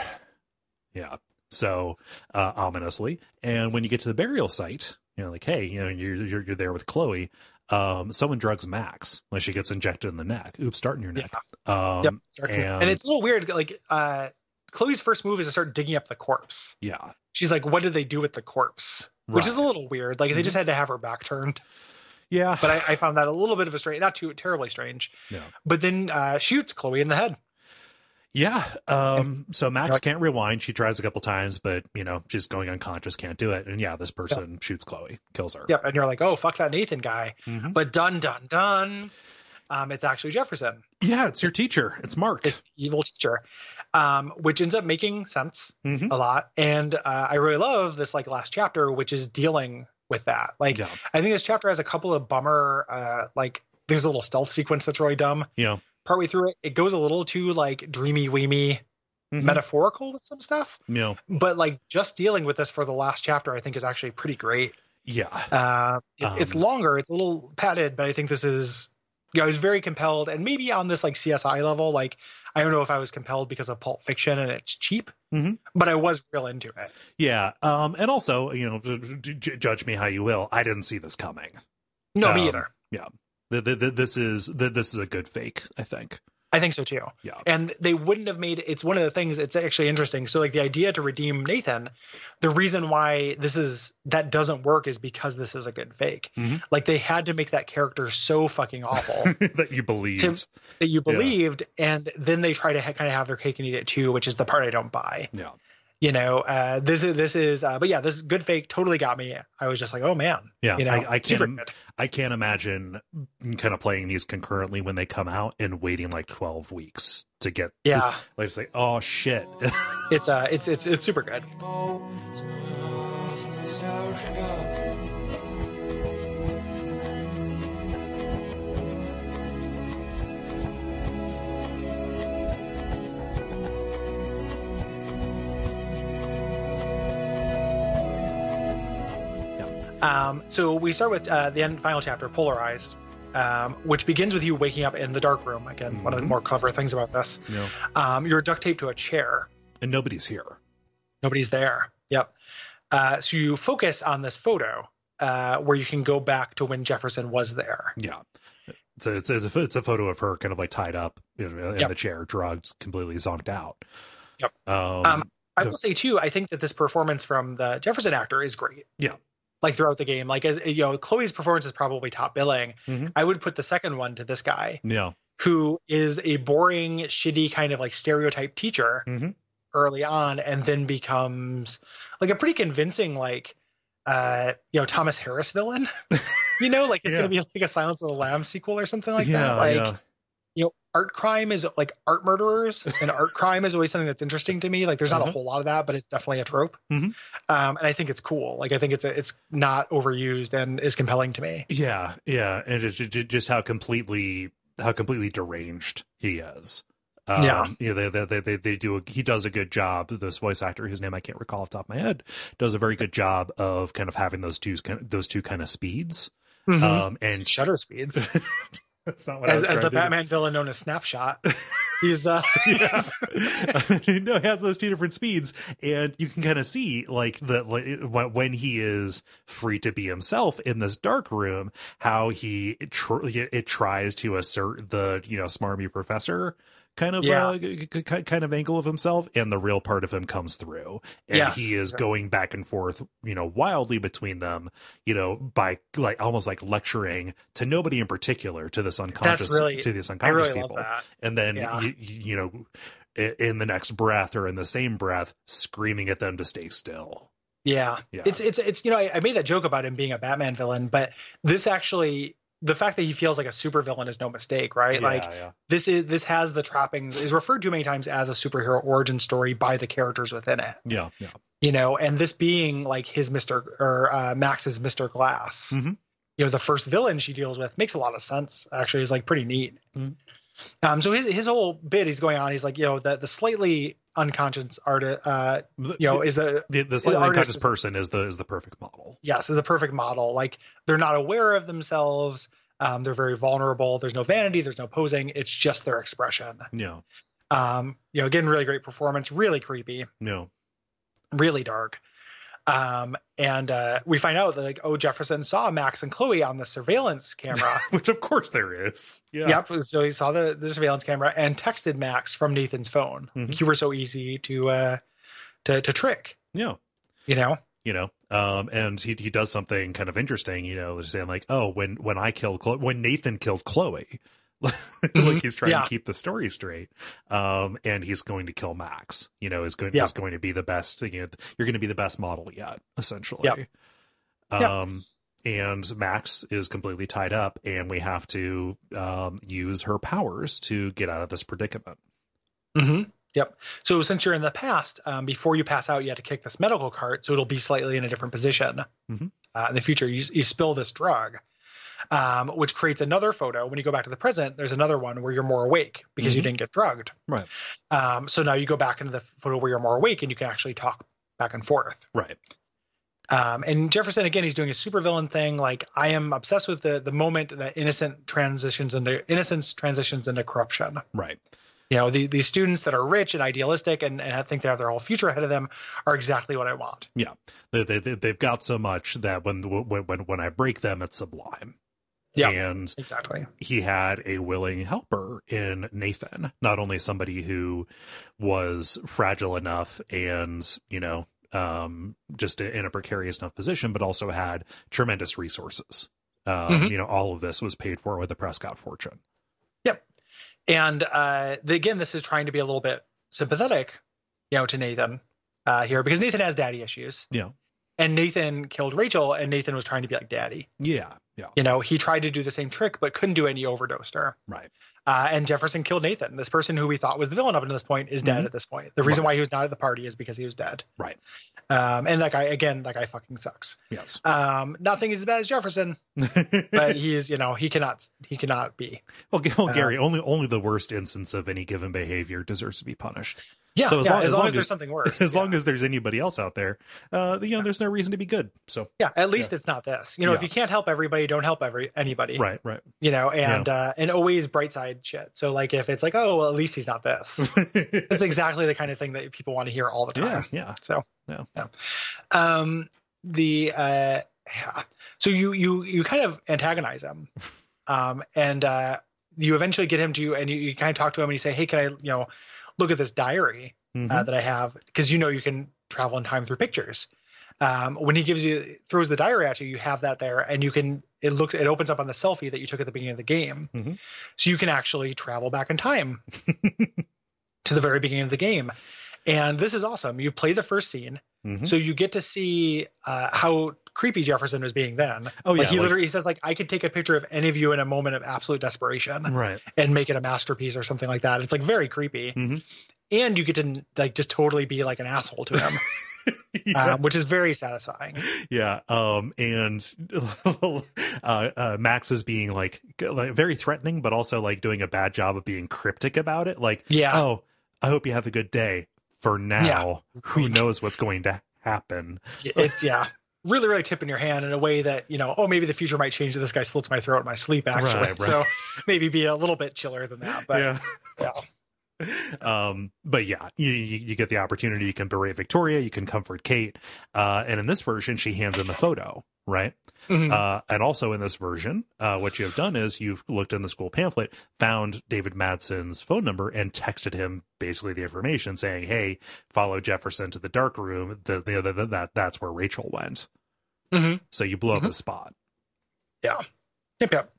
Speaker 1: Yeah. So uh, ominously, and when you get to the burial site, you know, like, hey, you know, you're you're, you're there with Chloe. Um, someone drugs Max when she gets injected in the neck. Oops, dart in your neck. Um,
Speaker 2: Yep, Sorry.
Speaker 1: and-
Speaker 2: and it's a little weird like uh chloe's first move is to start digging up the corpse
Speaker 1: yeah,
Speaker 2: she's like, "What did they do with the corpse?" Which is a
Speaker 1: Right. Mm-hmm.
Speaker 2: little weird. Like they just had to have her back turned.
Speaker 1: yeah,
Speaker 2: But I, I found that a little bit of a strange, not too terribly strange.
Speaker 1: Yeah.
Speaker 2: But then uh, shoots Chloe in the head.
Speaker 1: yeah. Um, so Max
Speaker 2: Right.
Speaker 1: can't rewind. She tries a couple times, but you know, she's going unconscious, can't do it. And yeah, this person shoots Chloe, kills her.
Speaker 2: Yep. And you're like, "Oh fuck that Nathan guy."
Speaker 1: Mhm.
Speaker 2: But dun dun dun, um, it's actually Jefferson,
Speaker 1: Yeah, it's your teacher. It's Mark.
Speaker 2: it's the evil teacher, um, which ends up making sense
Speaker 1: Mhm.
Speaker 2: a lot. And uh, I really love this like last chapter, which is dealing with that. Like
Speaker 1: Yeah.
Speaker 2: I think this chapter has a couple of bummer, uh, like there's a little stealth sequence that's really dumb.
Speaker 1: Yeah.
Speaker 2: partway through it, it goes a little too like dreamy weamy
Speaker 1: Mhm.
Speaker 2: metaphorical with some stuff.
Speaker 1: No.
Speaker 2: But like just dealing with this for the last chapter, I think is actually pretty great.
Speaker 1: Yeah.
Speaker 2: Uh, it-
Speaker 1: Um,
Speaker 2: it's longer, it's a little padded, but I think this is. Yeah, I was very compelled, and maybe on this like CSI level, like I don't know if I was compelled because of Pulp Fiction and it's cheap,
Speaker 1: Mhm.
Speaker 2: but I was real into it.
Speaker 1: Yeah. Um, and also, you know, j- j- j- judge me how you will. I didn't see this coming.
Speaker 2: No,
Speaker 1: Um,
Speaker 2: me either.
Speaker 1: Th- th- th- this is th- this is a good fake. I think.
Speaker 2: I think so too.
Speaker 1: Yeah.
Speaker 2: And they wouldn't have made it's one of the things it's actually interesting. So like the idea to redeem Nathan, the reason why this is that doesn't work is because this is a good fake.
Speaker 1: Mhm.
Speaker 2: Like they had to make that character so fucking awful
Speaker 1: that you believed.
Speaker 2: Tim- that you
Speaker 1: Yeah.
Speaker 2: believed and then they try to ha- kind of have their cake and eat it too, which is the part I don't buy.
Speaker 1: Yeah.
Speaker 2: You know, uh this is this is uh but yeah, this good fake totally got me. I was just like, "Oh man."
Speaker 1: Yeah.
Speaker 2: You know,
Speaker 1: I, I
Speaker 2: super
Speaker 1: can't.
Speaker 2: good.
Speaker 1: I can't imagine kind of playing these concurrently when they come out and waiting like twelve weeks to get. to-
Speaker 2: Yeah.
Speaker 1: like it's like oh shit.
Speaker 2: It's uh it's it's it's super good.
Speaker 3: Oh,
Speaker 2: Um, so we start with uh, the end final chapter, Polarized, um, which begins with you waking up in the dark room. Again, one of the
Speaker 1: Mhm.
Speaker 2: more clever things about this.
Speaker 1: no.
Speaker 2: Um, you're duct taped to a chair.
Speaker 1: And nobody's here.
Speaker 2: Nobody's there. Yep. Uh, so you focus on this photo uh, where you can go back to when Jefferson was there.
Speaker 1: Yeah. So it's it's a, it's a photo of her kind of like tied up in, in
Speaker 2: Yep.
Speaker 1: the chair, drugged, completely zonked out.
Speaker 2: Yep.
Speaker 1: Um,
Speaker 2: Um, I
Speaker 1: Yeah.
Speaker 2: will say too, I think that this performance from the Jefferson actor is great.
Speaker 1: Yeah.
Speaker 2: Like throughout the game, like as you know, Chloe's performance is probably top billing.
Speaker 1: Mhm.
Speaker 2: I would put the second one to this guy.
Speaker 1: yeah.
Speaker 2: who is a boring, shitty kind of like stereotype teacher
Speaker 1: Mhm.
Speaker 2: early on, and then becomes like a pretty convincing like uh you know Thomas Harris villain. you know, like it's
Speaker 1: Yeah.
Speaker 2: gonna be like a Silence of the Lambs sequel or something like
Speaker 1: yeah,
Speaker 2: that. Like
Speaker 1: yeah.
Speaker 2: you know, art crime is like art murderers, and art crime is always something that's interesting to me. Like there's not
Speaker 1: Mhm.
Speaker 2: a whole lot of that, but it's definitely a trope.
Speaker 1: Mhm.
Speaker 2: Um, and I think it's cool. Like I think it's a, it's not overused and is compelling to me.
Speaker 1: Yeah, yeah, and it's ju- ju- just how completely how completely deranged he is. Um,
Speaker 2: Yeah.
Speaker 1: you know, they, they, they, they do. A, he does a good job. This voice actor, whose name I can't recall off the top of my head, does a very good job of kind of having those two kind those two kind of speeds.
Speaker 2: Mm-hmm.
Speaker 1: Um, and
Speaker 2: shutter speeds.
Speaker 1: that's not what I
Speaker 2: as,
Speaker 1: was
Speaker 2: as
Speaker 1: trying
Speaker 2: the
Speaker 1: to do.
Speaker 2: Batman villain known as Snapshot. He's uh,
Speaker 1: Yeah. no, it has those two different speeds, and you can kind of see like that like, when- when he is free to be himself in this dark room, how he it, tr- it tries to assert the you know smarmy professor kind of
Speaker 2: Yeah.
Speaker 1: uh, k- k- kind of angle of himself, and the real part of him comes through, and
Speaker 2: Yes.
Speaker 1: he is going back and forth you know wildly between them, you know by like almost like lecturing to nobody in particular to this unconscious
Speaker 2: really-
Speaker 1: to this
Speaker 2: I
Speaker 1: unconscious
Speaker 2: really love
Speaker 1: people
Speaker 2: that.
Speaker 1: and then
Speaker 2: Yeah.
Speaker 1: you, you know i- in the next breath or in the same breath screaming at them to stay still
Speaker 2: Yeah.
Speaker 1: yeah
Speaker 2: it's it's it's you know I, I made that joke about him being a Batman villain, but this actually the fact that he feels like a supervillain is no mistake, right?
Speaker 1: Yeah,
Speaker 2: Like
Speaker 1: yeah.
Speaker 2: this is this has the trappings is referred to many times as a superhero origin story by the characters within it,
Speaker 1: yeah yeah
Speaker 2: you know, and this being like his Mister or uh, Max's Mister Glass,
Speaker 1: Mhm.
Speaker 2: you know, the first villain she deals with makes a lot of sense. Actually, is like pretty neat.
Speaker 1: Mhm.
Speaker 2: Um, so his his whole bit he's going on. He's like, you know, the the slightly unconscious artist, uh,
Speaker 1: the,
Speaker 2: you know, is a
Speaker 1: the, the slightly
Speaker 2: artist
Speaker 1: unconscious
Speaker 2: is-
Speaker 1: person is the is the perfect model
Speaker 2: yes is the perfect model like they're not aware of themselves um, they're very vulnerable there's no vanity there's no posing it's just their expression
Speaker 1: yeah
Speaker 2: um, you know again really great performance really creepy
Speaker 1: no
Speaker 2: really dark um, and uh, we find out that like oh jefferson saw max and chloe on the surveillance camera
Speaker 1: which of course there is yeah
Speaker 2: yep so he saw the, the surveillance camera and texted max from nathan's phone
Speaker 1: Mhm.
Speaker 2: you were so easy to uh to, to trick
Speaker 1: yeah
Speaker 2: you know
Speaker 1: you know um and he, he does something kind of interesting you know saying like oh when when i killed chloe when nathan killed chloe like
Speaker 2: Mhm.
Speaker 1: he's trying
Speaker 2: Yeah.
Speaker 1: to keep the story straight um and he's going to kill max you know is going
Speaker 2: Yeah.
Speaker 1: is going to be the best you know you're going to be the best model yet essentially
Speaker 2: Yeah.
Speaker 1: um and max is completely tied up and we have to um use her powers to get out of this predicament
Speaker 2: hmm Yep. So since you're in the past, um, before you pass out, you have to kick this medical cart, so it'll be slightly in a different position.
Speaker 1: Mhm.
Speaker 2: Uh, in the future, you, you spill this drug, um, which creates another photo. When you go back to the present, there's another one where you're more awake because you didn't get drugged.
Speaker 1: Right.
Speaker 2: Um, so now you go back into the photo where you're more awake and you can actually talk back and forth.
Speaker 1: Right.
Speaker 2: Um, and Jefferson again, he's doing a supervillain thing. Like I am obsessed with the the moment that innocent transitions into innocence transitions into corruption.
Speaker 1: Right.
Speaker 2: You know, the, these students that are rich and idealistic and, and I think they have their whole future ahead of them are exactly what I want.
Speaker 1: Yeah. They, they, they, they've got so much that when, when, when, when I break them, it's sublime.
Speaker 2: Yeah.
Speaker 1: And
Speaker 2: Exactly.
Speaker 1: he had a willing helper in Nathan, not only somebody who was fragile enough and, you know, um, just in a precarious enough position, but also had tremendous resources. Um,
Speaker 2: Mhm.
Speaker 1: You know, all of this was paid for with a Prescott fortune.
Speaker 2: And uh, the, again, this is trying to be a little bit sympathetic, you know, to Nathan uh, here because Nathan has daddy issues.
Speaker 1: Yeah.
Speaker 2: And Nathan killed Rachel, and Nathan was trying to be like daddy.
Speaker 1: Yeah. Yeah.
Speaker 2: You know, he tried to do the same trick, but couldn't do any overdosed her.
Speaker 1: Right.
Speaker 2: Uh, and Jefferson killed Nathan. This person who we thought was the villain up until this point is dead
Speaker 1: Mhm.
Speaker 2: at this point. The reason why he was not at the party is because he was dead.
Speaker 1: Right.
Speaker 2: Um, and that guy again, that guy fucking sucks.
Speaker 1: Yes.
Speaker 2: Um, not saying he's as bad as Jefferson, but he is. You know, he cannot. He cannot be.
Speaker 1: well, G-
Speaker 2: uh,
Speaker 1: well, Gary, only only the worst instance of any given behavior deserves to be punished.
Speaker 2: Yeah.
Speaker 1: So as
Speaker 2: yeah,
Speaker 1: long-
Speaker 2: as,
Speaker 1: as
Speaker 2: long
Speaker 1: long
Speaker 2: as, there's
Speaker 1: as-
Speaker 2: something worse.
Speaker 1: As
Speaker 2: yeah.
Speaker 1: long as there's anybody else out there, uh, you know, there's no reason to be good. So
Speaker 2: Yeah, at least it's not this. You know, if
Speaker 1: Yeah.
Speaker 2: you can't help everybody, don't help every anybody.
Speaker 1: right, right.
Speaker 2: You know, and uh, and always bright side shit. So like if it's like, oh well, at least he's not this. That's exactly the kind of thing that people want to hear all the time.
Speaker 1: yeah, yeah.
Speaker 2: So
Speaker 1: No.
Speaker 2: Um, the uh, so you you you kind of antagonize him, um, and uh, you eventually get him to and you, you kind of talk to him and you say, hey, can I you know look at this diary?
Speaker 1: Mhm.
Speaker 2: uh, that I have because you know you can travel in time through pictures. Um, when he gives you throws the diary at you, you have that there, and you can it looks it opens up on the selfie that you took at the beginning of the game,
Speaker 1: Mhm.
Speaker 2: so you can actually travel back in time to the very beginning of the game. And this is awesome. You play the first scene,
Speaker 1: Mhm.
Speaker 2: so you get to see uh, how creepy Jefferson was being then.
Speaker 1: Oh yeah,
Speaker 2: like he
Speaker 1: like-
Speaker 2: literally he says like I could take a picture of any of you in a moment of absolute desperation
Speaker 1: right.
Speaker 2: and make it a masterpiece or something like that. It's like very creepy.
Speaker 1: Mhm.
Speaker 2: And you get to like just totally be like an asshole to him,
Speaker 1: Yeah.
Speaker 2: um, which is very satisfying.
Speaker 1: yeah um and uh, uh max is being like, g- like very threatening but also like doing a bad job of being cryptic about it like
Speaker 2: Yeah.
Speaker 1: oh i hope you have a good day for now who knows what's going to happen
Speaker 2: It's yeah, really really tipping your hand in a way that you know oh maybe the future might change. This guy slits my throat in my sleep actually,
Speaker 1: Right, right.
Speaker 2: so maybe be a little bit chiller than that. But
Speaker 1: yeah
Speaker 2: yeah,
Speaker 1: um but yeah you, you you get the opportunity you can berate victoria you can comfort kate uh and in this version she hands in the photo right
Speaker 2: Mhm.
Speaker 1: Uh, and also in this version, uh, what you have done is you've looked in the school pamphlet, found David Madsen's phone number, and texted him basically the information saying, "Hey, follow Jefferson to the dark room. The, the, the, the- that that's where Rachel went."
Speaker 2: Mhm.
Speaker 1: So you blow
Speaker 2: Mhm.
Speaker 1: up the spot,
Speaker 2: yep, yep.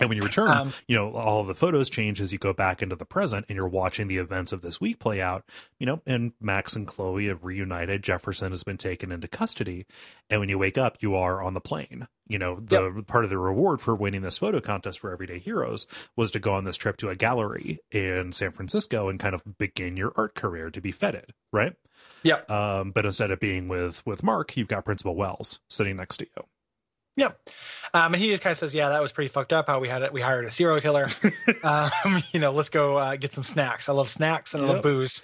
Speaker 1: and when you return,
Speaker 2: Um,
Speaker 1: you know all of the photos change as you go back into the present, and you're watching the events of this week play out. You know, and Max and Chloe have reunited. Jefferson has been taken into custody, and when you wake up, you are on the plane. You know, the part of the reward for winning this photo contest for Everyday Heroes was to go on this trip to a gallery in San Francisco and kind of begin your art career to be feted, right?
Speaker 2: Yep.
Speaker 1: Um, but instead of being with with Mark, you've got Principal Wells sitting next to you.
Speaker 2: Um, and he just kind of says, "Yeah, that was pretty fucked up. How we had it, we hired a serial killer. um, you know, let's go uh, get some snacks. I love snacks and I
Speaker 1: Yep.
Speaker 2: love booze.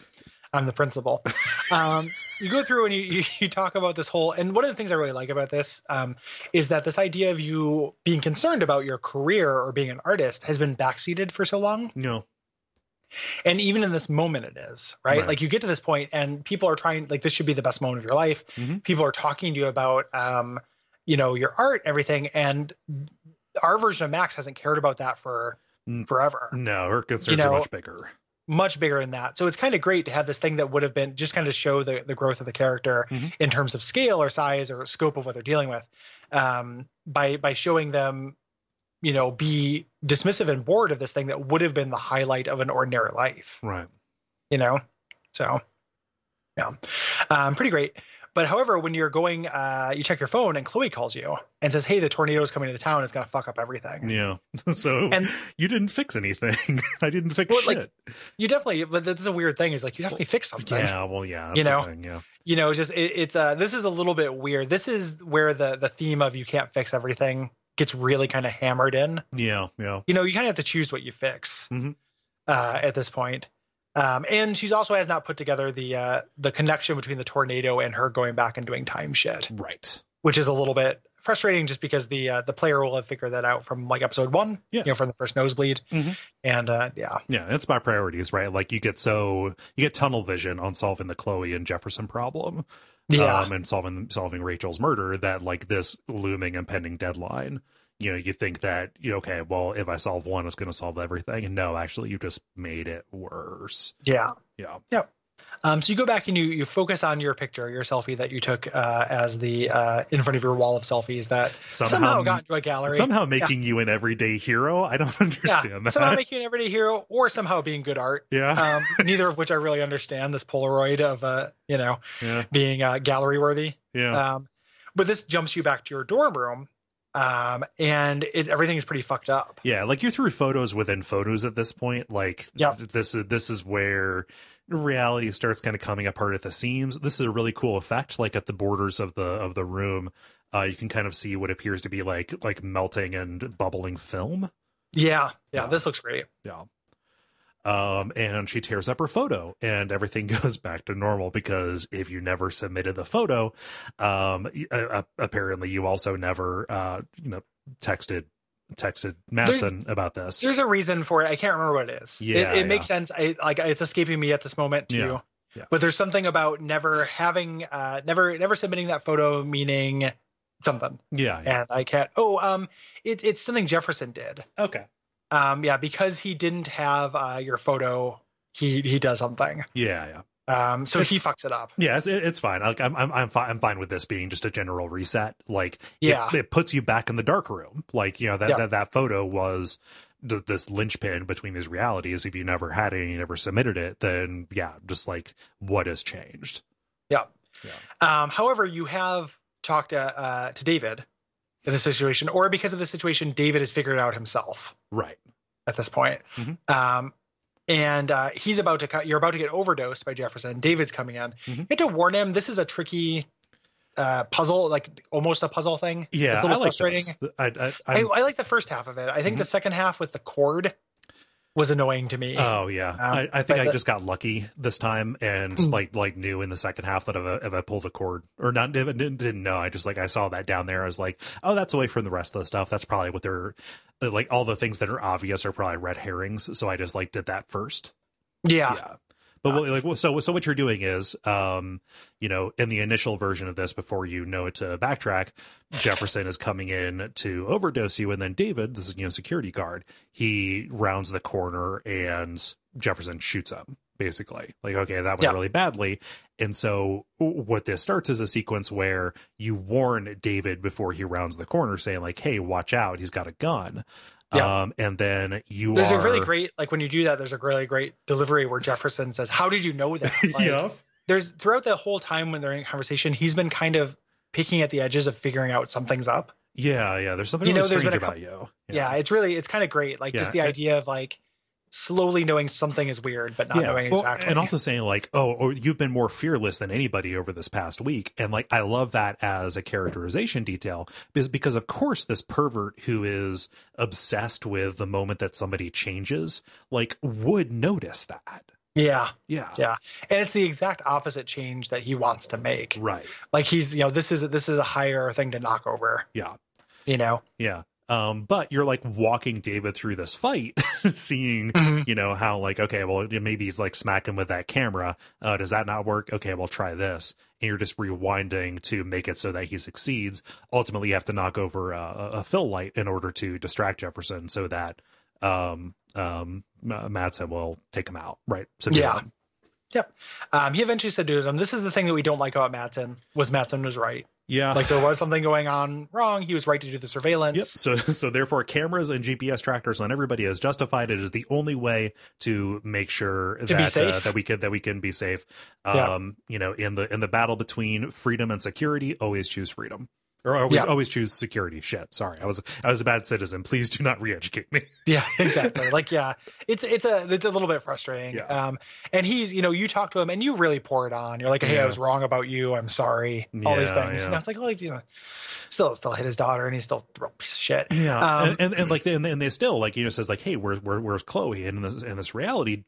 Speaker 2: I'm the principal." Um, you go through and you, you you talk about this whole. And one of the things I really like about this um, is that this idea of you being concerned about your career or being an artist has been backseated for so long,
Speaker 1: No,
Speaker 2: and even in this moment, it is right.
Speaker 1: Right.
Speaker 2: Like you get to this point, and people are trying. Like this should be the best moment of your life.
Speaker 1: Mhm.
Speaker 2: People are talking to you about. Um, you know your art everything and our version of max hasn't cared about that for
Speaker 1: Mm.
Speaker 2: forever
Speaker 1: no, her concerns
Speaker 2: know,
Speaker 1: are much bigger.
Speaker 2: much bigger than that. So it's kind of great to have this thing that would have been just kind of show the, the growth of the character
Speaker 1: Mhm.
Speaker 2: in terms of scale or size or scope of what they're dealing with um, by by showing them, you know, be dismissive and bored of this thing that would have been the highlight of an ordinary life,
Speaker 1: Right.
Speaker 2: you know. So, yeah, um, pretty great. But however, when you're going, uh, you check your phone and Chloe calls you and says, "Hey, the tornado's coming to the town. It's gonna fuck up everything."
Speaker 1: Yeah. so
Speaker 2: And-
Speaker 1: you didn't fix anything. I didn't fix
Speaker 2: Well,
Speaker 1: shit.
Speaker 2: like, You definitely, but that's a weird thing. Is like you definitely fix something.
Speaker 1: yeah. Well, yeah.
Speaker 2: you
Speaker 1: that's the
Speaker 2: know,
Speaker 1: thing, yeah.
Speaker 2: you know it's just it, it's uh this is a little bit weird this is where the the theme of you can't fix everything gets really kind of hammered in.
Speaker 1: Yeah, yeah.
Speaker 2: You know, you kind of have to choose what you fix
Speaker 1: Mhm.
Speaker 2: uh, at this point. Um, and she's also has not put together the uh, the connection between the tornado and her going back and doing time shit,
Speaker 1: Right.
Speaker 2: which is a little bit frustrating just because the uh, the player will have figured that out from like episode one,
Speaker 1: Yeah.
Speaker 2: you know, from the first nosebleed,
Speaker 1: Mhm.
Speaker 2: and uh, yeah,
Speaker 1: Yeah, that's my priorities, right? Like you get so you get tunnel vision on solving the Chloe and Jefferson problem.
Speaker 2: yeah,
Speaker 1: um, and solving solving Rachel's murder that like this looming impending deadline. You know, you think that you know, okay, well, if I solve one, it's going to solve everything. And no, actually, you just made it worse.
Speaker 2: yeah.
Speaker 1: Yeah,
Speaker 2: Um, so you go back and you you focus on your picture, your selfie that you took uh, as the uh, in front of your wall of selfies that somehow,
Speaker 1: somehow
Speaker 2: got
Speaker 1: somehow,
Speaker 2: into a gallery.
Speaker 1: making you an everyday hero. I don't understand that.
Speaker 2: somehow making you an everyday hero, or somehow being good art.
Speaker 1: yeah,
Speaker 2: Um, neither of which I really understand. This Polaroid of uh, you know
Speaker 1: yeah,
Speaker 2: being uh, gallery worthy.
Speaker 1: yeah,
Speaker 2: Um, but this jumps you back to your dorm room, um, and it, everything's pretty fucked up.
Speaker 1: yeah. Like you're through photos within photos at this point. Like
Speaker 2: Yeah.
Speaker 1: this is this is where reality starts kind of coming apart at the seams. This is a really cool effect. Like at the borders of the of the room, uh, you can kind of see what appears to be like like melting and bubbling film.
Speaker 2: Yeah, yeah,
Speaker 1: Yeah.
Speaker 2: this looks great.
Speaker 1: Yeah. Um, and she tears up her photo, and everything goes back to normal because if you never submitted the photo, um, y- uh, uh, apparently you also never, uh, you know, texted texted Matson about this.
Speaker 2: There's a reason for it. I can't remember what it is.
Speaker 1: Yeah,
Speaker 2: it, it
Speaker 1: yeah.
Speaker 2: makes sense. I like it's escaping me at this moment too.
Speaker 1: Yeah, yeah.
Speaker 2: But there's something about never having, uh, never, never submitting that photo, meaning something.
Speaker 1: Yeah. yeah.
Speaker 2: And I can't. Oh, um, it, it's something Jefferson did.
Speaker 1: Okay.
Speaker 2: Um, yeah, because he didn't have uh, your photo, he he does something.
Speaker 1: Yeah. Yeah.
Speaker 2: Um, so he
Speaker 1: It's-
Speaker 2: fucks it up.
Speaker 1: Yeah, it's, it- it's fine. Like, I'm, I'm, I'm fine. I'm fine with this being just a general reset. Like, it-
Speaker 2: Yeah.
Speaker 1: it, puts you back in the dark room. Like, you know that
Speaker 2: Yeah.
Speaker 1: that, that photo was th- this linchpin between these realities. If you never had it, and you never submitted it, then yeah, just like what has changed?
Speaker 2: Um, however, you have talked to, uh, to David in this situation, or because of this situation, David has figured it out himself
Speaker 1: Right.
Speaker 2: at this point.
Speaker 1: Mhm.
Speaker 2: Um, and uh, he's about to cut. You're about to get overdosed by Jefferson. David's coming in.
Speaker 1: Mhm.
Speaker 2: You have to warn him. This is a tricky uh, puzzle, like almost a puzzle thing.
Speaker 1: Yeah,
Speaker 2: It's a
Speaker 1: I
Speaker 2: little
Speaker 1: like this.
Speaker 2: frustrating.
Speaker 1: I, I,
Speaker 2: I,
Speaker 1: I'm- Mm-hmm.
Speaker 2: I like the first half of it. I think the second half with the cord was annoying to me.
Speaker 1: Oh yeah, I, I
Speaker 2: Uh, but
Speaker 1: think I
Speaker 2: the-
Speaker 1: just got lucky this time, and
Speaker 2: Mm.
Speaker 1: like like knew in the second half that if I, if I pulled a cord or not, if I didn't, didn't know. I just like I saw that down there. I was like, oh, that's away from the rest of the stuff. That's probably what they're like. All the things that are obvious are probably red herrings. So I just like did that first.
Speaker 2: yeah.
Speaker 1: But what, like, well, so so what you're doing is, um, you know, in the initial version of this, before you know it to backtrack, Jefferson is coming in to overdose you, and then David, this is you know security guard, he rounds the corner and Jefferson shoots him. Basically, like okay, that went
Speaker 2: Yeah.
Speaker 1: really badly, and so w- what this starts is a sequence where you warn David before he rounds the corner, saying like, "Hey, watch out, he's got a gun."
Speaker 2: Yeah.
Speaker 1: Um, and then you
Speaker 2: There's
Speaker 1: are
Speaker 2: a really great like when you do that. There's a really great delivery where Jefferson says, "How did you know that?" Like,
Speaker 1: yeah,
Speaker 2: There's throughout the whole time when they're in conversation, he's been kind of picking at the edges of figuring out something's up.
Speaker 1: yeah, yeah. There's something
Speaker 2: You know,
Speaker 1: really
Speaker 2: there's
Speaker 1: strange
Speaker 2: been a
Speaker 1: about you.
Speaker 2: Yeah, it's really it's kind of great. Like just the
Speaker 1: Yeah, it-
Speaker 2: idea of like slowly knowing something is weird, but not knowing
Speaker 1: well,
Speaker 2: exactly.
Speaker 1: And also saying like, oh, or you've been more fearless than anybody over this past week. And like, I love that as a characterization detail because, because of course this pervert who is obsessed with the moment that somebody changes, like would notice that.
Speaker 2: yeah,
Speaker 1: Yeah.
Speaker 2: Yeah. and it's the exact opposite change that he wants to make.
Speaker 1: Right.
Speaker 2: Like he's you know this is this is a higher thing to knock over.
Speaker 1: Yeah.
Speaker 2: You know.
Speaker 1: Yeah. Um, but you're like walking David through this fight, seeing
Speaker 2: Mhm.
Speaker 1: you know how like okay well maybe it's like smack him with that camera uh does that not work okay well try this and you're just rewinding to make it so that he succeeds ultimately you have to knock over a, a- a fill light in order to distract jefferson so that um um Ma- matson will take him out right so
Speaker 2: Yeah. Um, he eventually said to him, "This is the thing that we don't like about Matson. Was Matson was right.
Speaker 1: yeah
Speaker 2: Like there was something going on wrong. He was right to do the surveillance.
Speaker 1: Yep. So, so therefore, cameras and GPS trackers on everybody is justified. It is the only way to make sure
Speaker 2: be
Speaker 1: that uh,
Speaker 2: safe.
Speaker 1: that we can that we can be safe.
Speaker 2: Yeah.
Speaker 1: Um, you know, in the in the battle between freedom and security, always choose freedom. Or always
Speaker 2: Yeah.
Speaker 1: always choose security. Shit. Sorry. I was I was a bad citizen. Please do not re-educate me.
Speaker 2: Yeah, exactly. like, yeah, it's it's a it's a little bit frustrating.
Speaker 1: Yeah.
Speaker 2: Um, and he's, you know, you talk to him and you really pour it on. You're like, hey,
Speaker 1: Yeah.
Speaker 2: I was wrong about you. I'm sorry. All these
Speaker 1: Yeah,
Speaker 2: things.
Speaker 1: yeah.
Speaker 2: And it's like, well, like, you know, still still hit his daughter and he's still a real piece of shit.
Speaker 1: Yeah,
Speaker 2: Um,
Speaker 1: and, and and like and, and they still like you know says like, hey, where's where, where's Chloe? And in this in this reality,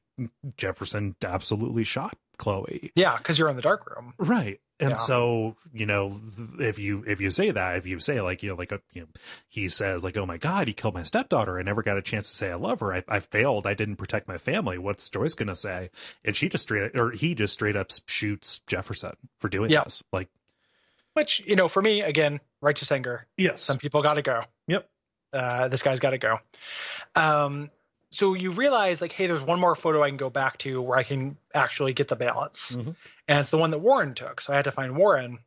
Speaker 1: Jefferson absolutely shot Chloe.
Speaker 2: Yeah, because you're in the dark room.
Speaker 1: Right. And
Speaker 2: Yeah.
Speaker 1: so you know, th- if you if you say that, if you say like you know like uh, you know, he says like, oh my god, he killed my stepdaughter. I never got a chance to say I love her. I, I failed. I didn't protect my family. What's Joyce gonna say? And she just straight or he just straight up shoots Jefferson for doing
Speaker 2: Yeah.
Speaker 1: this. Like
Speaker 2: Which, you know, for me, again, righteous anger.
Speaker 1: yes,
Speaker 2: Some people got to go.
Speaker 1: Yep.
Speaker 2: Uh, this guy's got to go. Um, so you realize, like, hey, there's one more photo I can go back to where I can actually get the balance,
Speaker 1: Mhm.
Speaker 2: and it's the one that Warren took. So I had to find Warren.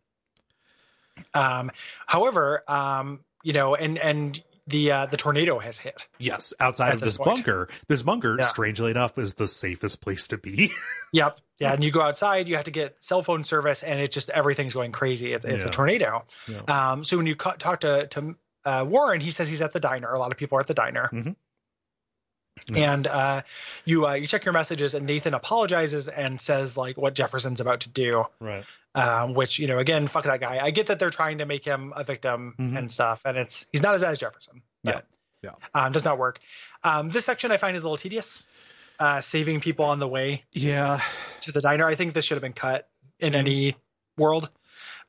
Speaker 2: Um, however, um, you know, and and the uh, the tornado has hit.
Speaker 1: yes. Outside
Speaker 2: At
Speaker 1: of
Speaker 2: this
Speaker 1: this
Speaker 2: point.
Speaker 1: bunker, this bunker,
Speaker 2: Yeah.
Speaker 1: strangely enough, is the safest place to be.
Speaker 2: Yep. Yeah, and you go outside, you have to get cell phone service, and it's just everything's going crazy. It's, it's
Speaker 1: Yeah.
Speaker 2: a tornado.
Speaker 1: Yeah.
Speaker 2: Um, so when you co- talk to to uh, Warren, he says he's at the diner. A lot of people are at the diner.
Speaker 1: Mhm. Mm-hmm. Yeah.
Speaker 2: And uh, you uh, you check your messages, and Nathan apologizes and says like what Jefferson's about to do,
Speaker 1: right.
Speaker 2: um, which you know again, fuck that guy. I get that they're trying to make him a victim
Speaker 1: Mhm.
Speaker 2: and stuff, and it's he's not as bad as Jefferson. But,
Speaker 1: Yeah.
Speaker 2: Um, does not work. Um, this section I find is a little tedious. Uh, saving people on the way
Speaker 1: Yeah.
Speaker 2: to the diner. I think this should have been cut in any world.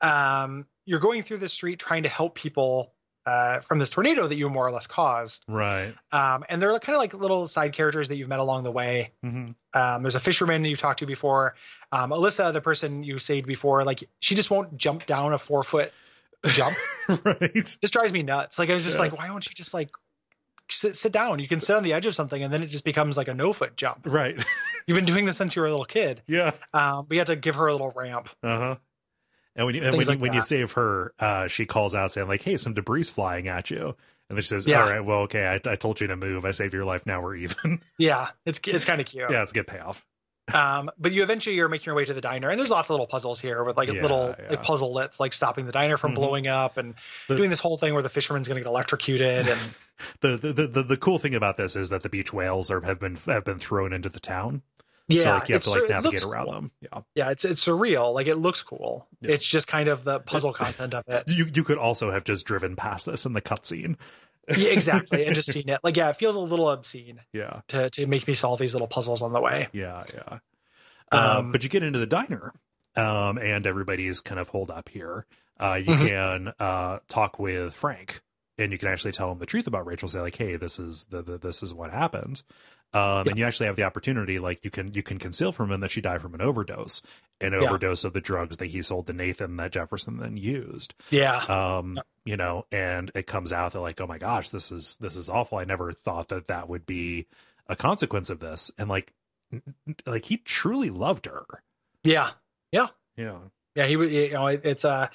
Speaker 2: Um, you're going through the street trying to help people uh, from this tornado that you more or less caused.
Speaker 1: Right.
Speaker 2: Um, and they're kind of like little side characters that you've met along the way.
Speaker 1: Mm-hmm.
Speaker 2: Um, there's a fisherman you've talked to before. Um, Alyssa, the person you saved before, like she just won't jump down a four foot jump.
Speaker 1: right.
Speaker 2: this drives me nuts. Like I was just
Speaker 1: Yeah.
Speaker 2: like, why won't you just like sit, sit down? You can sit on the edge of something, and then it just becomes like a no foot jump.
Speaker 1: Right.
Speaker 2: You've been doing this since you were a little kid.
Speaker 1: Yeah.
Speaker 2: Um, but you have to give her a little ramp.
Speaker 1: Uh huh. And when you and when,
Speaker 2: Things
Speaker 1: you,
Speaker 2: like
Speaker 1: when you
Speaker 2: that.
Speaker 1: save her, uh, she calls out saying like, "Hey, some debris flying at you," and then she says,
Speaker 2: Yeah.
Speaker 1: "All right, well, okay, I, I told you to move. I saved your life. Now we're even."
Speaker 2: Yeah, it's it's kind of cute.
Speaker 1: yeah, it's a good payoff.
Speaker 2: Um, but you eventually you're making your way to the diner, and there's lots of little puzzles here with like
Speaker 1: Yeah,
Speaker 2: little
Speaker 1: yeah.
Speaker 2: like puzzlelets, like stopping the diner from
Speaker 1: Mhm.
Speaker 2: blowing up and
Speaker 1: The-
Speaker 2: doing this whole thing where the fisherman's going to get electrocuted. And
Speaker 1: The, the the the the cool thing about this is that the beach whales are have been have been thrown into the town,
Speaker 2: yeah,
Speaker 1: so like you have to
Speaker 2: it's-
Speaker 1: like
Speaker 2: it
Speaker 1: navigate
Speaker 2: looks
Speaker 1: around
Speaker 2: cool.
Speaker 1: them. Yeah.
Speaker 2: Yeah, it's it's surreal. Like it looks cool.
Speaker 1: Yeah.
Speaker 2: It's just kind of the puzzle content of it.
Speaker 1: You you could also have just driven past this in the cutscene.
Speaker 2: Yeah, exactly, and just seen it. Like yeah, it feels a little obscene
Speaker 1: Yeah.
Speaker 2: to to make me solve these little puzzles on the way.
Speaker 1: Yeah. Yeah. um,
Speaker 2: Um,
Speaker 1: but you get into the diner um, and everybody's kind of holed up here uh, you
Speaker 2: Mhm.
Speaker 1: can uh, talk with frank and you can actually tell him the truth about rachel say like hey this is the, the this is what happened um,
Speaker 2: Yeah.
Speaker 1: and you actually have the opportunity like you can you can conceal from him that she died from an overdose an
Speaker 2: Yeah.
Speaker 1: overdose of the drugs that he sold to nathan that jefferson then used
Speaker 2: Yeah,
Speaker 1: um you know and it comes out that like oh my gosh this is this is awful i never thought that that would be a consequence of this and like n- n- like he truly loved her
Speaker 2: yeah,
Speaker 1: yeah
Speaker 2: yeah. He would. You know, it, it's uh,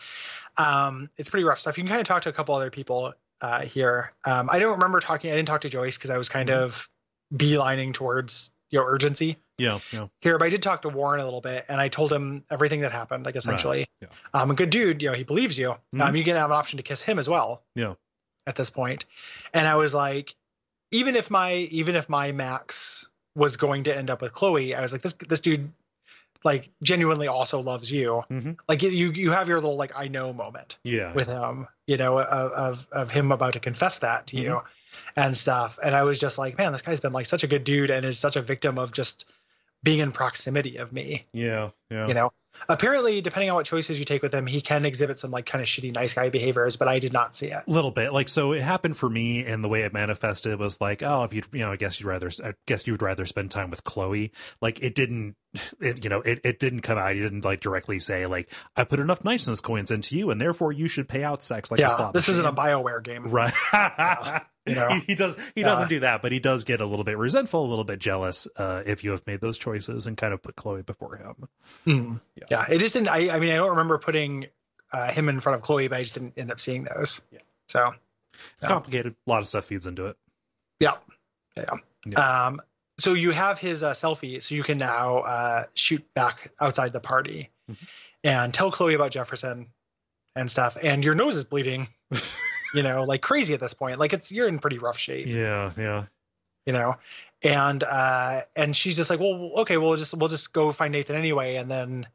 Speaker 2: um, it's pretty rough stuff. You can kind of talk to a couple other people uh, here. Um, I don't remember talking. I didn't talk to Joyce because I was kind
Speaker 1: Mhm.
Speaker 2: of beelining towards you know urgency
Speaker 1: yeah yeah
Speaker 2: here, but I did talk to Warren a little bit, and I told him everything that happened. Like essentially,
Speaker 1: yeah.
Speaker 2: um, a good dude. You know, he believes you.
Speaker 1: Mhm.
Speaker 2: Um, you can have an option to kiss him as well.
Speaker 1: Yeah.
Speaker 2: At this point, and I was like, even if my even if my Max was going to end up with Chloe, I was like, this this dude, like genuinely also loves you.
Speaker 1: Mhm.
Speaker 2: Like you you have your little like I know moment
Speaker 1: yeah
Speaker 2: with him, you know, of of, of him about to confess that to you
Speaker 1: Mm-hmm.
Speaker 2: and stuff. And I was just like, man, this guy's been like such a good dude and is such a victim of just being in proximity of me,
Speaker 1: yeah yeah
Speaker 2: you know. Apparently, depending on what choices you take with him, he can exhibit some like kind of shitty nice guy behaviors, but I did not see it.
Speaker 1: little bit like so it happened for me and the way it manifested was like oh if you you know i guess you'd rather i guess you would rather spend time with chloe like it didn't it you know it, it didn't come out you didn't like directly say like i put enough niceness coins into you and therefore you should pay out sex like a
Speaker 2: yeah,
Speaker 1: slot
Speaker 2: this isn't a
Speaker 1: machine."
Speaker 2: Bioware game.
Speaker 1: Right.
Speaker 2: You know?
Speaker 1: he, he does he
Speaker 2: Yeah.
Speaker 1: doesn't do that, but he does get a little bit resentful, a little bit jealous uh if you have made those choices and kind of put Chloe before him.
Speaker 2: Mm.
Speaker 1: Yeah.
Speaker 2: Yeah. it isn't. I, I mean, I don't remember putting uh, him in front of Chloe, but I just didn't end up seeing those.
Speaker 1: Yeah.
Speaker 2: So
Speaker 1: It's
Speaker 2: Yeah.
Speaker 1: complicated. A lot of stuff feeds into it.
Speaker 2: Yeah. Yeah.
Speaker 1: Yeah.
Speaker 2: Um, so you have his uh, selfie, so you can now uh, shoot back outside the party
Speaker 1: Mhm.
Speaker 2: and tell Chloe about Jefferson and stuff, and your nose is bleeding, you know, like crazy at this point. Like it's you're in pretty rough shape,
Speaker 1: Yeah, yeah.
Speaker 2: you know. And uh, and she's just like, well, okay, we'll just we'll just go find Nathan anyway, and then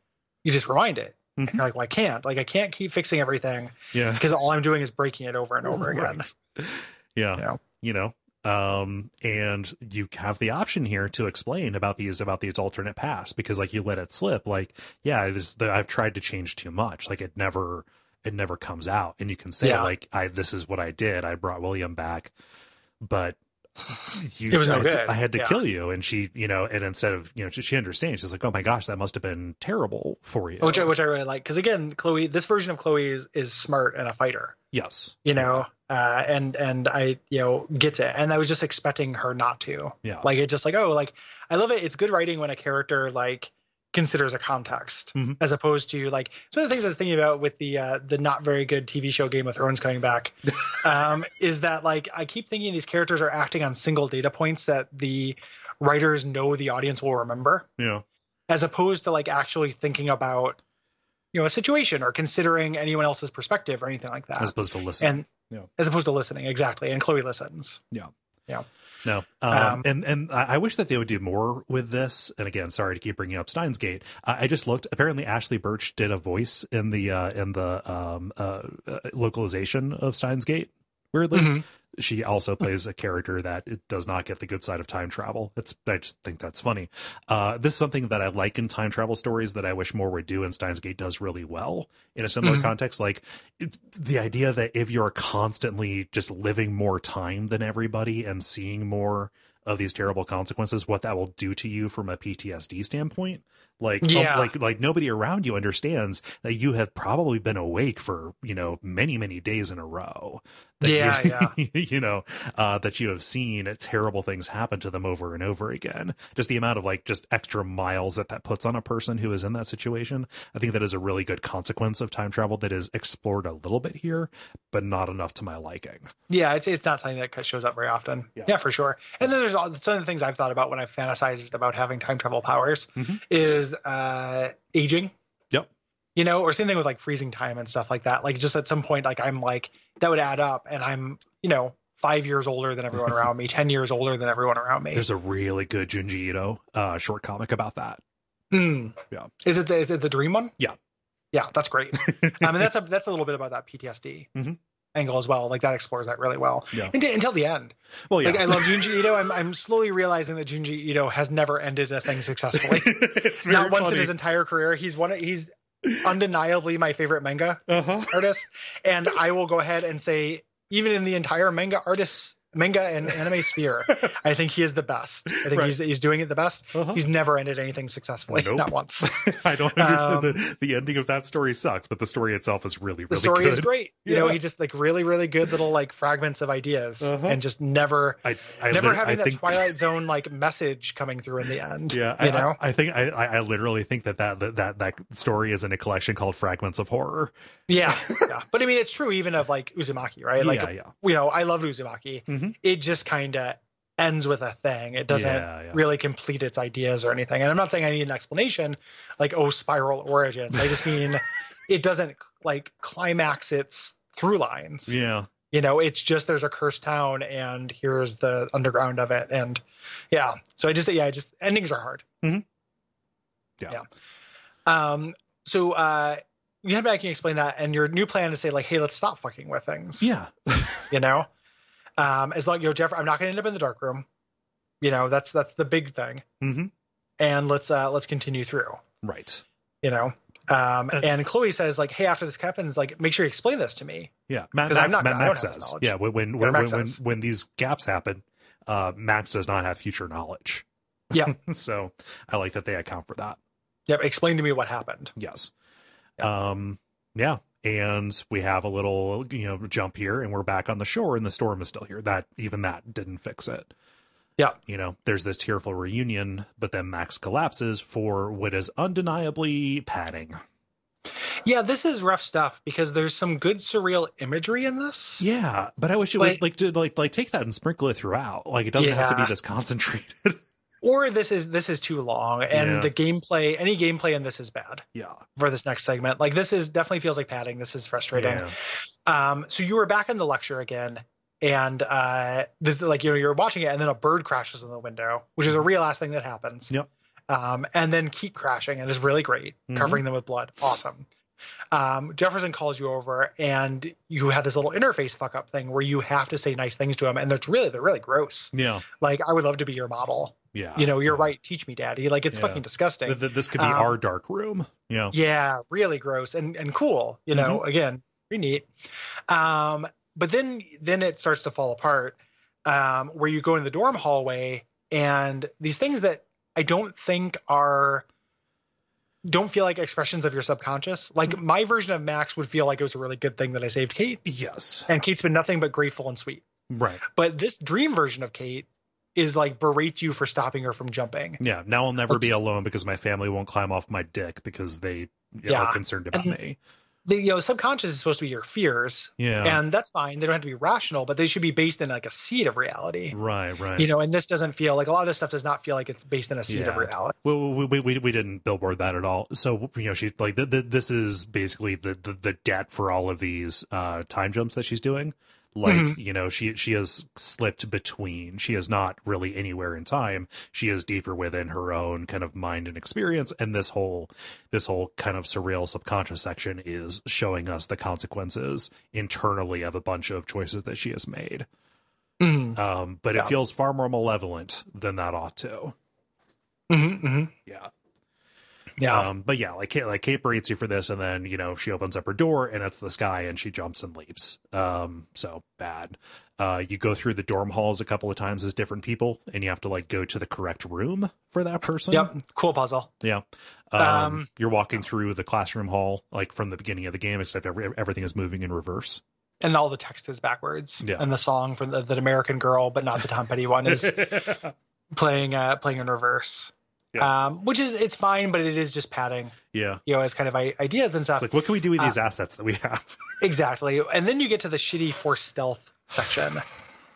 Speaker 2: you just rewind it.
Speaker 1: Mhm.
Speaker 2: You're like, well, I can't. Like I can't keep fixing everything
Speaker 1: Yeah.
Speaker 2: because all I'm doing is breaking it over and over again.
Speaker 1: Right. Yeah.
Speaker 2: Yeah.
Speaker 1: You know. Um, and you have the option here to explain about these about these alternate paths because like you let it slip, like, yeah, it is that I've tried to change too much. Like it never it never comes out. And you can say,
Speaker 2: Yeah.
Speaker 1: like, I this is what I did. I brought William back, but you,
Speaker 2: It was no
Speaker 1: I, had to-
Speaker 2: good.
Speaker 1: I had to
Speaker 2: Yeah.
Speaker 1: kill you. And she, you know, and instead of you know, she, she understands, she's like, Oh my gosh, that must have been terrible for you.
Speaker 2: Which I, which I really like because again, Chloe, this version of Chloe is, is smart and a fighter.
Speaker 1: yes.
Speaker 2: you know uh and and i you know gets it and i was just expecting her not to
Speaker 1: Yeah.
Speaker 2: like it's just like oh like i love it it's good writing when a character like considers a context
Speaker 1: Mhm.
Speaker 2: as opposed to like some of the things i was thinking about with the uh the not very good tv show game of thrones coming back um is that like i keep thinking these characters are acting on single data points that the writers know the audience will remember
Speaker 1: yeah.
Speaker 2: as opposed to like actually thinking about you know a situation or considering anyone else's perspective or anything like that
Speaker 1: As opposed to listen.
Speaker 2: and
Speaker 1: Yeah.
Speaker 2: as opposed to listening exactly and chloe listens
Speaker 1: No, um,
Speaker 2: Um,
Speaker 1: and and I I wish that they would do more with this. And again, sorry to keep bringing up Steins Gate. I, I just looked. Apparently, Ashley Birch did a voice in the uh, in the um, uh, uh, localization of Steins Gate. Weirdly,
Speaker 2: Mhm.
Speaker 1: she also plays a character that it does not get the good side of time travel. It's I just think that's funny. Uh, this is something that I like in time travel stories that I wish more would do, and Steins Gate does really well in a similar
Speaker 2: Mhm.
Speaker 1: context. Like it, the idea that if you're constantly just living more time than everybody and seeing more of these terrible consequences, what that will do to you from a PTSD standpoint. Like, oh,
Speaker 2: Yeah.
Speaker 1: like, like nobody around you understands that you have probably been awake for you know many many days in a row that
Speaker 2: Yeah,
Speaker 1: you, you know uh, that you have seen terrible things happen to them over and over again just the amount of like just extra miles that that puts on a person who is in that situation i think that is a really good consequence of time travel that is explored a little bit here but not enough to my liking
Speaker 2: yeah it's, it's not something that shows up very often
Speaker 1: Yeah.
Speaker 2: yeah, for sure and then there's all some of the things i've thought about when i've fantasized about having time travel powers
Speaker 1: Mhm.
Speaker 2: is uh aging
Speaker 1: Yep.
Speaker 2: you know or same thing with like freezing time and stuff like that like just at some point like i'm like that would add up and i'm you know five years older than everyone around me ten years older than everyone around me
Speaker 1: there's a really good junji ito uh, short comic about that
Speaker 2: Mm.
Speaker 1: Yeah.
Speaker 2: Is it the, is it the dream one?
Speaker 1: Yeah.
Speaker 2: Yeah, that's great. I mean, that's a that's a little bit about that PTSD
Speaker 1: Mhm.
Speaker 2: angle as well. Like that explores that really well.
Speaker 1: Yeah.
Speaker 2: Until, until the end.
Speaker 1: well yeah
Speaker 2: Like I love Junji Ito. I'm I'm slowly realizing that Junji Ito has never ended a thing successfully.
Speaker 1: it's very
Speaker 2: Not once
Speaker 1: funny.
Speaker 2: in his entire career. He's one. of- He's undeniably my favorite manga
Speaker 1: uh-huh
Speaker 2: artist, and I will go ahead and say, even in the entire manga artists manga and anime sphere, I think he is the best. I think
Speaker 1: Right.
Speaker 2: he's he's doing it the best.
Speaker 1: Uh-huh.
Speaker 2: He's never ended anything successfully.
Speaker 1: Nope.
Speaker 2: Not once.
Speaker 1: I don't understand
Speaker 2: Um,
Speaker 1: the, the ending of that story sucks, but the story itself is really, really
Speaker 2: the story
Speaker 1: good.
Speaker 2: is great. You know,
Speaker 1: Yeah.
Speaker 2: he just like really, really good little like fragments of ideas
Speaker 1: Uh-huh.
Speaker 2: and just never,
Speaker 1: I, I
Speaker 2: never
Speaker 1: lit-
Speaker 2: having
Speaker 1: I
Speaker 2: that
Speaker 1: think,
Speaker 2: Twilight Zone like message coming through in the end.
Speaker 1: Yeah,
Speaker 2: You
Speaker 1: I,
Speaker 2: know?
Speaker 1: I, I think I, I I literally think that that, that that that story is in a collection called Fragments of Horror.
Speaker 2: yeah. Yeah. But I mean, it's true even of like Uzumaki, right? Like,
Speaker 1: yeah, yeah,
Speaker 2: you know, I loved Uzumaki.
Speaker 1: Mhm.
Speaker 2: It just kind of ends with a thing. It doesn't
Speaker 1: Yeah, yeah.
Speaker 2: really complete its ideas or anything. And I'm not saying I need an explanation like, oh, spiral origins. I just mean it doesn't like climax its through lines.
Speaker 1: yeah.
Speaker 2: you know it's just there's a cursed town and here's the underground of it and yeah so i just yeah i just endings are hard
Speaker 1: Mhm. Yeah.
Speaker 2: um so uh you head back and you explain that and your new plan is say like hey let's stop fucking with things
Speaker 1: Yeah.
Speaker 2: you know um as long you know jeff i'm not gonna end up in the dark room you know that's that's the big thing
Speaker 1: hmm
Speaker 2: and let's uh let's continue through
Speaker 1: Right.
Speaker 2: you know um
Speaker 1: Uh,
Speaker 2: and chloe says like hey after this happens like make sure you explain this to me
Speaker 1: Yeah. Matt,
Speaker 2: 'Cause
Speaker 1: Max,
Speaker 2: I'm not-
Speaker 1: Matt
Speaker 2: I don't
Speaker 1: Max
Speaker 2: have this
Speaker 1: says.
Speaker 2: knowledge.
Speaker 1: Yeah. When when
Speaker 2: Yeah,
Speaker 1: when,
Speaker 2: Max
Speaker 1: when,
Speaker 2: says.
Speaker 1: when these gaps happen, uh, Max does not have future knowledge.
Speaker 2: Yeah.
Speaker 1: so I like that they account for that.
Speaker 2: yep explain to me what happened
Speaker 1: Yes. Um. Yeah. And we have a little, you know, jump here, and we're back on the shore, and the storm is still here. That even that didn't fix it.
Speaker 2: Yeah.
Speaker 1: You know, there's this tearful reunion, but then Max collapses for what is undeniably padding.
Speaker 2: Yeah, this is rough stuff because there's some good surreal imagery in this.
Speaker 1: Yeah, but I wish it was
Speaker 2: Like-
Speaker 1: like to like like take that and sprinkle it throughout. Like it doesn't have to
Speaker 2: Yeah.
Speaker 1: be this concentrated.
Speaker 2: or this is this is too long and
Speaker 1: Yeah.
Speaker 2: the gameplay any gameplay in this is bad
Speaker 1: Yeah.
Speaker 2: for this next segment like this is definitely feels like padding this is frustrating
Speaker 1: yeah.
Speaker 2: um so you were back in the lecture again and uh this is like you know you're watching it and then a bird crashes in the window which is a real ass thing that happens
Speaker 1: Yep.
Speaker 2: um and then keep crashing and is really great
Speaker 1: Mhm.
Speaker 2: covering them with blood awesome um jefferson calls you over and you have this little interface fuck up thing where you have to say nice things to him and that's really they're really gross
Speaker 1: Yeah.
Speaker 2: like i would love to be your model
Speaker 1: Yeah.
Speaker 2: you know, you're
Speaker 1: Yeah.
Speaker 2: right. Teach me, daddy. Like it's
Speaker 1: Yeah.
Speaker 2: fucking disgusting.
Speaker 1: Th- th- this could be
Speaker 2: Um,
Speaker 1: our dark room. Yeah.
Speaker 2: yeah, really gross and and cool. You know, again, pretty neat. Um, but then then it starts to fall apart. Um, where you go in the dorm hallway and these things that I don't think are don't feel like expressions of your subconscious. Like my version of Max would feel like it was a really good thing that I saved Kate,
Speaker 1: Yes.
Speaker 2: and Kate's been nothing but grateful and sweet.
Speaker 1: Right.
Speaker 2: But this dream version of Kate is like berates you for stopping her from jumping.
Speaker 1: Yeah. Now I'll never be alone because my family won't climb off my dick because they yeah.
Speaker 2: Yeah.
Speaker 1: are concerned about
Speaker 2: And-
Speaker 1: me.
Speaker 2: The you know subconscious is supposed to be your fears,
Speaker 1: Yeah.
Speaker 2: and that's fine. They don't have to be rational, but they should be based in like a seed of reality.
Speaker 1: right. Right.
Speaker 2: You know, and this doesn't feel like a lot of this stuff does not feel like it's based in a seed of
Speaker 1: Yeah.
Speaker 2: reality.
Speaker 1: Well, we, we we we didn't billboard that at all. So you know, she like th- th- this is basically the, the the debt for all of these uh time jumps that she's doing. Like
Speaker 2: Mhm.
Speaker 1: you know, she she has slipped between. She is not really anywhere in time. She is deeper within her own kind of mind and experience. And this whole this whole kind of surreal subconscious section is showing us the consequences internally of a bunch of choices that she has made.
Speaker 2: Mhm,
Speaker 1: Um, but
Speaker 2: Yeah.
Speaker 1: it feels far more malevolent than that ought to.
Speaker 2: mhm, mhm.
Speaker 1: Yeah.
Speaker 2: Yeah.
Speaker 1: Um, but yeah, like Kate, like Kate berates you for this, and then you know she opens up her door and it's the sky, and she jumps and leaps. Um, so bad. Uh, you go through the dorm halls a couple of times as different people, and you have to like go to the correct room for that person.
Speaker 2: yep. Cool puzzle.
Speaker 1: Yeah. Um,
Speaker 2: Um,
Speaker 1: you're walking through the classroom hall like from the beginning of the game, except every, everything is moving in reverse.
Speaker 2: And all the text is backwards.
Speaker 1: Yeah.
Speaker 2: And the song from the, that American Girl, but not the Tom Petty one, is playing uh playing in reverse.
Speaker 1: Yeah.
Speaker 2: Um, which is it's fine, but it is just padding,
Speaker 1: yeah.
Speaker 2: you know, as kind of i- ideas and stuff.
Speaker 1: It's like, what can we do with
Speaker 2: Uh,
Speaker 1: these assets that we have?
Speaker 2: Exactly. And then you get to the shitty force stealth section.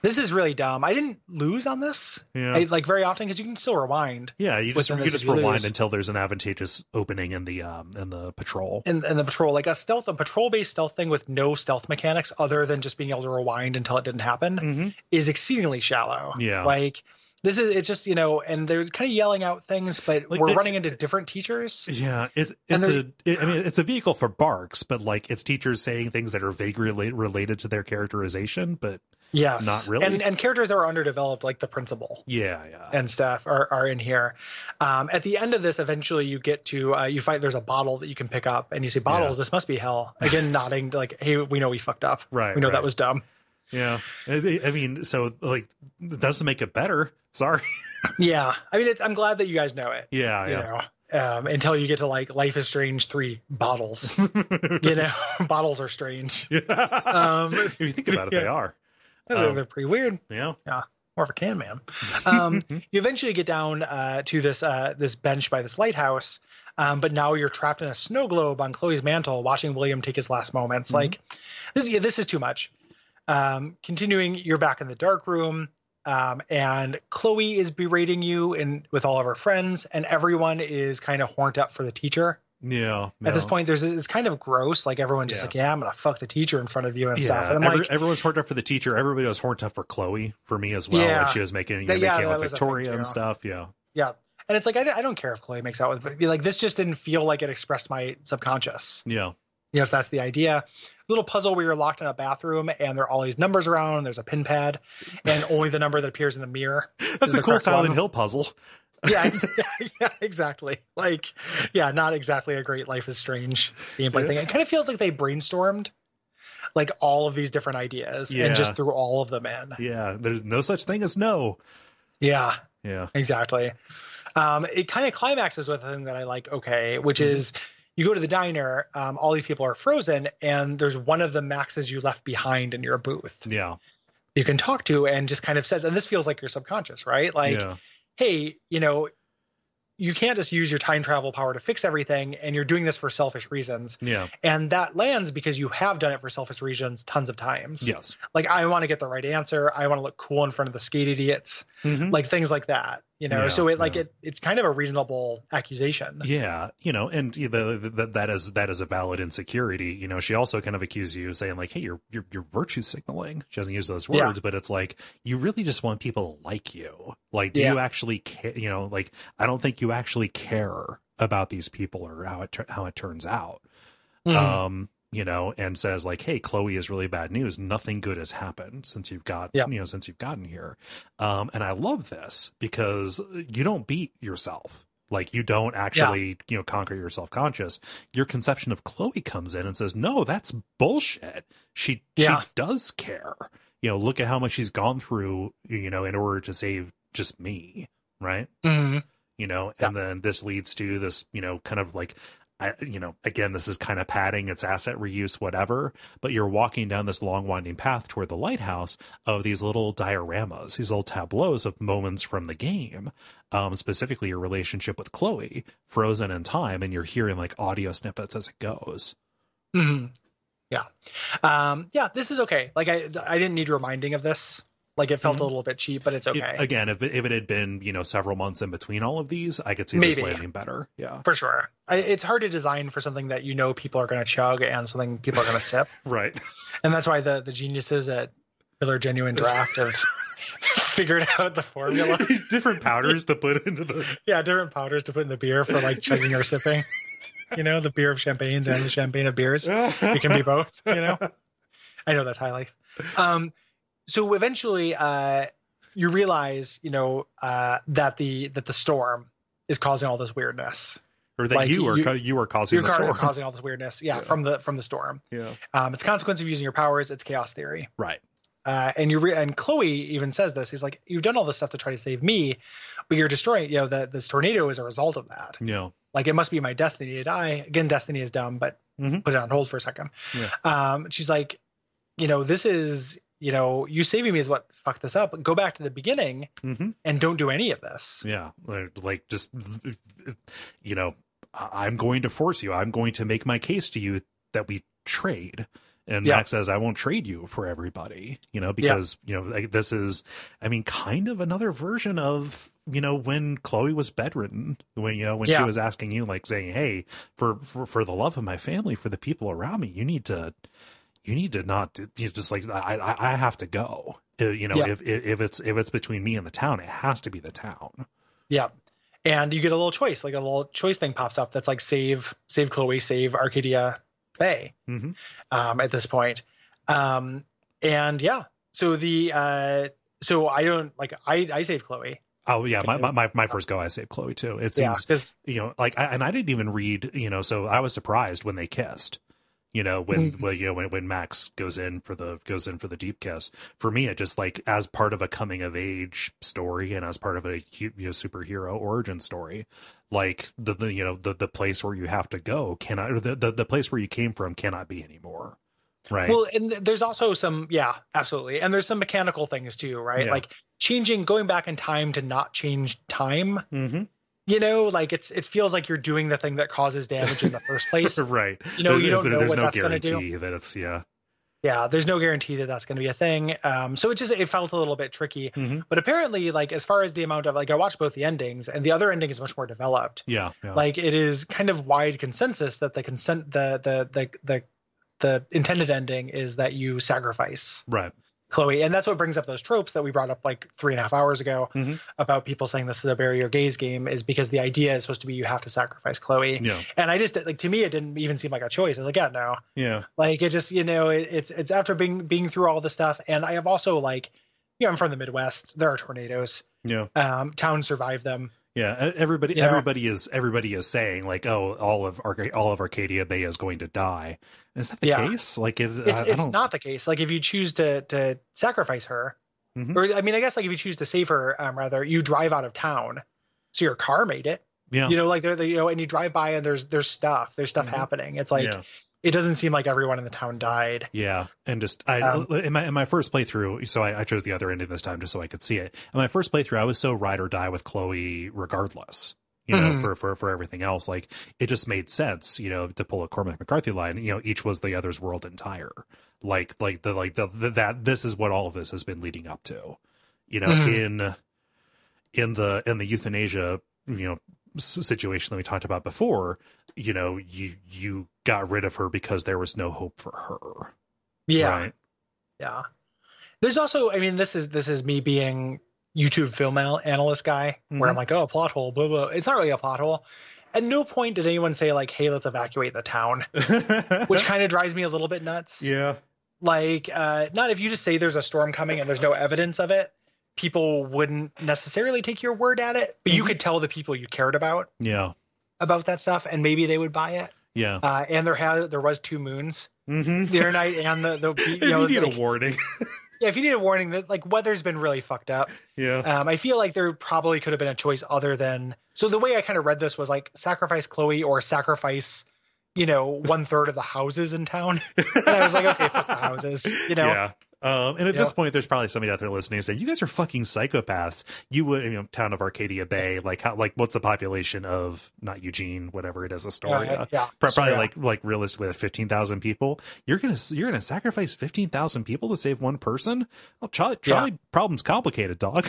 Speaker 2: this is really dumb. I didn't lose on this.
Speaker 1: Yeah.
Speaker 2: I, like very often because you can still rewind
Speaker 1: yeah. You just
Speaker 2: Within
Speaker 1: you
Speaker 2: this,
Speaker 1: just
Speaker 2: if you
Speaker 1: rewind
Speaker 2: lose-
Speaker 1: until there's an advantageous opening in the um in the patrol.
Speaker 2: in, in the patrol like a stealth a patrol based stealth thing with no stealth mechanics other than just being able to rewind until it didn't happen
Speaker 1: Mm-hmm.
Speaker 2: is exceedingly shallow
Speaker 1: Yeah.
Speaker 2: like this is it's just you know and they're kind of yelling out things but
Speaker 1: Like,
Speaker 2: we're
Speaker 1: the-
Speaker 2: running into different teachers
Speaker 1: Yeah, it,
Speaker 2: And
Speaker 1: it's a. It, I mean, it's a vehicle for barks, but like it's teachers saying things that are vaguely relate, related to their characterization. But
Speaker 2: yes
Speaker 1: Not really.
Speaker 2: and and characters that are underdeveloped like the principal
Speaker 1: yeah, yeah,
Speaker 2: and stuff are, are in here. Um, at the end of this, eventually you get to uh, you find there's a bottle that you can pick up, and you say, "Bottles, this must be hell." Again, nodding like, "Hey, we know we fucked up.
Speaker 1: Right,
Speaker 2: We know that
Speaker 1: right.
Speaker 2: was dumb."
Speaker 1: yeah. I I mean, so like that doesn't make it better. Sorry.
Speaker 2: Yeah, I mean, it's I'm glad that you guys know it.
Speaker 1: Yeah,
Speaker 2: you
Speaker 1: yeah.
Speaker 2: know, um, until you get to like Life is Strange three bottles. you know, bottles are strange. Um,
Speaker 1: if you think about it, they
Speaker 2: yeah.
Speaker 1: are.
Speaker 2: They're-
Speaker 1: Um,
Speaker 2: They're pretty weird.
Speaker 1: Yeah.
Speaker 2: more of a can man. Um, you eventually get down uh, to this uh, this bench by this lighthouse, um, but now you're trapped in a snow globe on Chloe's mantle, watching William take his last
Speaker 1: Mm-hmm.
Speaker 2: moments. Like this, yeah, this is too much. Um, continuing, you're back in the dark room, um, and Chloe is berating you and with all of her friends, and everyone is kind of horned up for the teacher.
Speaker 1: Yeah.
Speaker 2: At this
Speaker 1: yeah.
Speaker 2: point, there's it's kind of gross. Like everyone just
Speaker 1: Yeah.
Speaker 2: like, yeah, I'm gonna fuck the teacher in front of you and stuff.
Speaker 1: Yeah,
Speaker 2: And I'm
Speaker 1: every-
Speaker 2: like,
Speaker 1: everyone's horned up for the teacher. Everybody was horned up for Chloe, for me as well.
Speaker 2: Yeah.
Speaker 1: Like she was making, you know,
Speaker 2: That- yeah,
Speaker 1: making
Speaker 2: that
Speaker 1: out
Speaker 2: was
Speaker 1: with
Speaker 2: a thing,
Speaker 1: Victoria
Speaker 2: too.
Speaker 1: and stuff. Yeah,
Speaker 2: Yeah. And it's like, I, I don't care if Chloe makes out with, but like, this just didn't feel like it expressed my subconscious.
Speaker 1: yeah,
Speaker 2: You know, if that's the idea. Little puzzle where you're locked in a bathroom and there are all these numbers around, and there's a pin pad, and only the number that appears in the mirror.
Speaker 1: that's
Speaker 2: the
Speaker 1: a cool
Speaker 2: correct
Speaker 1: Silent
Speaker 2: one.
Speaker 1: Hill puzzle.
Speaker 2: Yeah, ex- yeah, exactly. Like, yeah, not exactly a great Life is Strange gameplay
Speaker 1: Yeah.
Speaker 2: thing. It kind of feels like they brainstormed like all of these different ideas
Speaker 1: Yeah.
Speaker 2: and just threw all of them in.
Speaker 1: Yeah, there's no such thing as no.
Speaker 2: Yeah.
Speaker 1: Yeah.
Speaker 2: Exactly. Um, it kind of climaxes with a thing that I like, okay, which
Speaker 1: Mhm.
Speaker 2: is you go to the diner, um, all these people are frozen, and there's one of the maxes you left behind in your booth
Speaker 1: Yeah.
Speaker 2: you can talk to and just kind of says, and this feels like your subconscious, right? Like,
Speaker 1: yeah.
Speaker 2: hey, you know, you can't just use your time travel power to fix everything, and you're doing this for selfish reasons.
Speaker 1: Yeah.
Speaker 2: And that lands because you have done it for selfish reasons tons of times.
Speaker 1: Yes.
Speaker 2: Like, I want to get the right answer. I want to look cool in front of the skate idiots
Speaker 1: Mhm.
Speaker 2: like things like that you know
Speaker 1: Yeah,
Speaker 2: so it like
Speaker 1: yeah.
Speaker 2: it it's kind of a reasonable accusation
Speaker 1: Yeah, you know, and you know, th- th- that is that is a valid insecurity. You know, she also kind of accused you of saying like, "Hey, you're you're, you're virtue signaling." She doesn't use those words,
Speaker 2: Yeah.
Speaker 1: but it's like you really just want people to like you. Like, do you actually care? You know, like I don't think you actually care about these people or how it tur- how it turns out.
Speaker 2: Mhm.
Speaker 1: Um, you know, and says like, "Hey, Chloe is really bad news. Nothing good has happened since you've got
Speaker 2: Yeah.
Speaker 1: you know since you've gotten here." Um, and I love this because you don't beat yourself. Like you don't actually, you know, conquer your self conscious. Your conception of Chloe comes in and says, "No, that's bullshit. She
Speaker 2: Yeah.
Speaker 1: she does care. You know, look at how much she's gone through. You know, in order to save just me, right?
Speaker 2: Mhm.
Speaker 1: You know, and then this leads to this, you know, kind of like, I, you know, again, this is kind of padding. It's asset reuse, whatever. But you're walking down this long winding path toward the lighthouse of these little dioramas, these little tableaus of moments from the game, um, specifically your relationship with Chloe, frozen in time, and you're hearing like audio snippets as it goes.
Speaker 2: Mhm. yeah um yeah this is okay like i i didn't need reminding of this like it felt
Speaker 1: Mhm.
Speaker 2: a little bit cheap but it's okay
Speaker 1: It- again, if it, if it had been you know several months in between all of these, I could see this
Speaker 2: Maybe.
Speaker 1: landing better. Yeah,
Speaker 2: for sure I, it's hard to design for something that you know people are going to chug and something people are going to sip
Speaker 1: right.
Speaker 2: and that's why the the geniuses at Miller Genuine Draft have figured out the formula.
Speaker 1: Different powders to put into the
Speaker 2: Yeah, different powders to put in the beer for like chugging or sipping. You know, the beer of champagnes and the champagne of beers. It can be both. You know, I know that's high life. Um, so eventually, uh, you realize, you know, uh, that the that the storm is causing all this weirdness.
Speaker 1: or that
Speaker 2: Like,
Speaker 1: you are
Speaker 2: you-
Speaker 1: ca- you are causing
Speaker 2: You're
Speaker 1: the
Speaker 2: ca-
Speaker 1: storm.
Speaker 2: causing all this weirdness. Yeah,
Speaker 1: Yeah.
Speaker 2: from the from the storm.
Speaker 1: yeah.
Speaker 2: Um, it's a consequence of using your powers. It's chaos theory.
Speaker 1: Right.
Speaker 2: uh, and you re- and Chloe even says this. He's like, "You've done all this stuff to try to save me, but you're destroying. You know that this tornado is a result of that.
Speaker 1: Yeah.
Speaker 2: Like it must be my destiny to die. Again, destiny is dumb, but
Speaker 1: Mhm.
Speaker 2: put it on hold for a second.
Speaker 1: Yeah.
Speaker 2: Um, she's like, you know, this is you know, you saving me is what fucked this up. Go back to the beginning
Speaker 1: hmm
Speaker 2: and don't do any of this.
Speaker 1: Yeah. Like, like, just you know, I- I'm going to force you. I'm going to make my case to you that we trade. And
Speaker 2: Yeah.
Speaker 1: Max says, "I won't trade you for everybody." You know, because you know like, this is, I mean, kind of another version of you know when Chloe was bedridden, when you know when she
Speaker 2: Yeah.
Speaker 1: was asking you, like saying, "Hey, for, for for the love of my family, for the people around me, you need to you need to not you know, just like I I, I have to go. Uh, You know,
Speaker 2: Yeah.
Speaker 1: if, if if it's if it's between me and the town, it has to be the town.
Speaker 2: Yeah. And you get a little choice, like a little choice thing pops up that's like save, save Chloe, save Arcadia Bay.
Speaker 1: Mhm.
Speaker 2: Um, at this point, um, and yeah, so the uh, so I don't like I I save Chloe.
Speaker 1: Oh yeah, my, my
Speaker 2: Because-
Speaker 1: my my first go, I saved Chloe too. It
Speaker 2: Yeah,
Speaker 1: seems
Speaker 2: because
Speaker 1: you know like, I, and I didn't even read you know, so I was surprised when they kissed. You know when
Speaker 2: Mhm.
Speaker 1: well you know when when Max goes in for the goes in for the deep kiss. For me, it just like as part of a coming of age story and as part of a hu- you know superhero origin story, like the, the you know the the place where you have to go cannot or the, the the place where you came from cannot be anymore, right?
Speaker 2: well, and th- there's also some yeah, absolutely, and there's some mechanical things too, right?
Speaker 1: Yeah.
Speaker 2: Like changing, going back in time to not change time.
Speaker 1: mm-hmm.
Speaker 2: You know, like it's it feels like you're doing the thing that causes damage in the first place.
Speaker 1: right.
Speaker 2: You know, you
Speaker 1: There's-
Speaker 2: don't know
Speaker 1: there's
Speaker 2: what
Speaker 1: no
Speaker 2: that's gonna do.
Speaker 1: guarantee that it's yeah.
Speaker 2: Yeah, there's no guarantee that that's going to be a thing. Um, so it just it felt a little bit tricky.
Speaker 1: Mhm.
Speaker 2: But apparently, like as far as the amount of like I watched both the endings, and the other ending is much more developed.
Speaker 1: Yeah, yeah.
Speaker 2: Like it is kind of wide consensus that the consent the the the the the intended ending is that you sacrifice
Speaker 1: right.
Speaker 2: Chloe, and that's what brings up those tropes that we brought up like three and a half hours ago
Speaker 1: Mhm.
Speaker 2: about people saying this is a barrier gaze game is because the idea is supposed to be you have to sacrifice Chloe,
Speaker 1: Yeah.
Speaker 2: and I just like to me it didn't even seem like a choice. I was like, yeah, no,
Speaker 1: Yeah.
Speaker 2: like it just you know it, it's it's after being being through all the stuff and i have also like you know i'm from the midwest there are tornadoes
Speaker 1: Yeah.
Speaker 2: um towns survive them
Speaker 1: Yeah, e- everybody,
Speaker 2: You know?
Speaker 1: everybody is everybody is saying like, oh, all of Arca- all of Arcadia Bay is going to die. Is that the
Speaker 2: Yeah.
Speaker 1: case? Like, is,
Speaker 2: it's
Speaker 1: Uh, I, I
Speaker 2: it's
Speaker 1: don't,
Speaker 2: not the case like if you choose to to sacrifice her
Speaker 1: Mhm.
Speaker 2: or i mean i guess like if you choose to save her um rather you drive out of town so your car made it
Speaker 1: yeah,
Speaker 2: you know like they're, they you know and you drive by and there's there's stuff there's stuff
Speaker 1: Mhm.
Speaker 2: happening it's like
Speaker 1: yeah,
Speaker 2: it doesn't seem like everyone in the town died
Speaker 1: yeah, and just I
Speaker 2: Um,
Speaker 1: in my in my first playthrough, so I, I chose the other ending this time just so I could see it. In my first playthrough, I was so ride or die with Chloe, regardless. You know,
Speaker 2: Mhm.
Speaker 1: for, for for everything else, like it just made sense. You know, to pull a Cormac McCarthy line. You know, each was the other's world entire. Like like the like the, the that this is what all of this has been leading up to. You know,
Speaker 2: Mhm.
Speaker 1: in in the in the euthanasia you know s- situation that we talked about before you know you you got rid of her because there was no hope for her
Speaker 2: Yeah.
Speaker 1: right
Speaker 2: Yeah. There's also, I mean, this is this is me being YouTube film al- analyst guy,
Speaker 1: Mm-hmm.
Speaker 2: where I'm like, oh, plot hole, blah blah. It's not really a plot hole. At no point did anyone say like, hey, let's evacuate the town, which kind of drives me a little bit nuts.
Speaker 1: yeah
Speaker 2: Like, uh, not if you just say there's a storm coming and there's no evidence of it, people wouldn't necessarily take your word at it, but you
Speaker 1: Mhm.
Speaker 2: could tell the people you cared about
Speaker 1: yeah
Speaker 2: about that stuff, and maybe they would buy it.
Speaker 1: yeah
Speaker 2: Uh, and there has there was two moons,
Speaker 1: mm-hmm.
Speaker 2: the air night and the the
Speaker 1: if
Speaker 2: you know
Speaker 1: you need
Speaker 2: like-
Speaker 1: a warning
Speaker 2: yeah, if you need a warning that like weather's been really fucked up.
Speaker 1: yeah
Speaker 2: Um, I feel like there probably could have been a choice other than. So the way I kind of read this was like sacrifice Chloe or sacrifice, you know, one third of the houses in town. And I was like, okay, fuck the houses, you know.
Speaker 1: Yeah. Um, and at
Speaker 2: You
Speaker 1: this
Speaker 2: know?
Speaker 1: point, there's probably somebody out there listening saying, "You guys are fucking psychopaths." You would, you know, town of Arcadia Bay, like how, like what's the population of not Eugene, whatever it is,
Speaker 2: Uh,
Speaker 1: Astoria?
Speaker 2: yeah,
Speaker 1: Pro- Probably
Speaker 2: yeah.
Speaker 1: like like realistically, like fifteen thousand people. You're gonna you're gonna sacrifice fifteen thousand people to save one person? Well, Charlie,
Speaker 2: Yeah.
Speaker 1: Charlie problem's complicated, dog.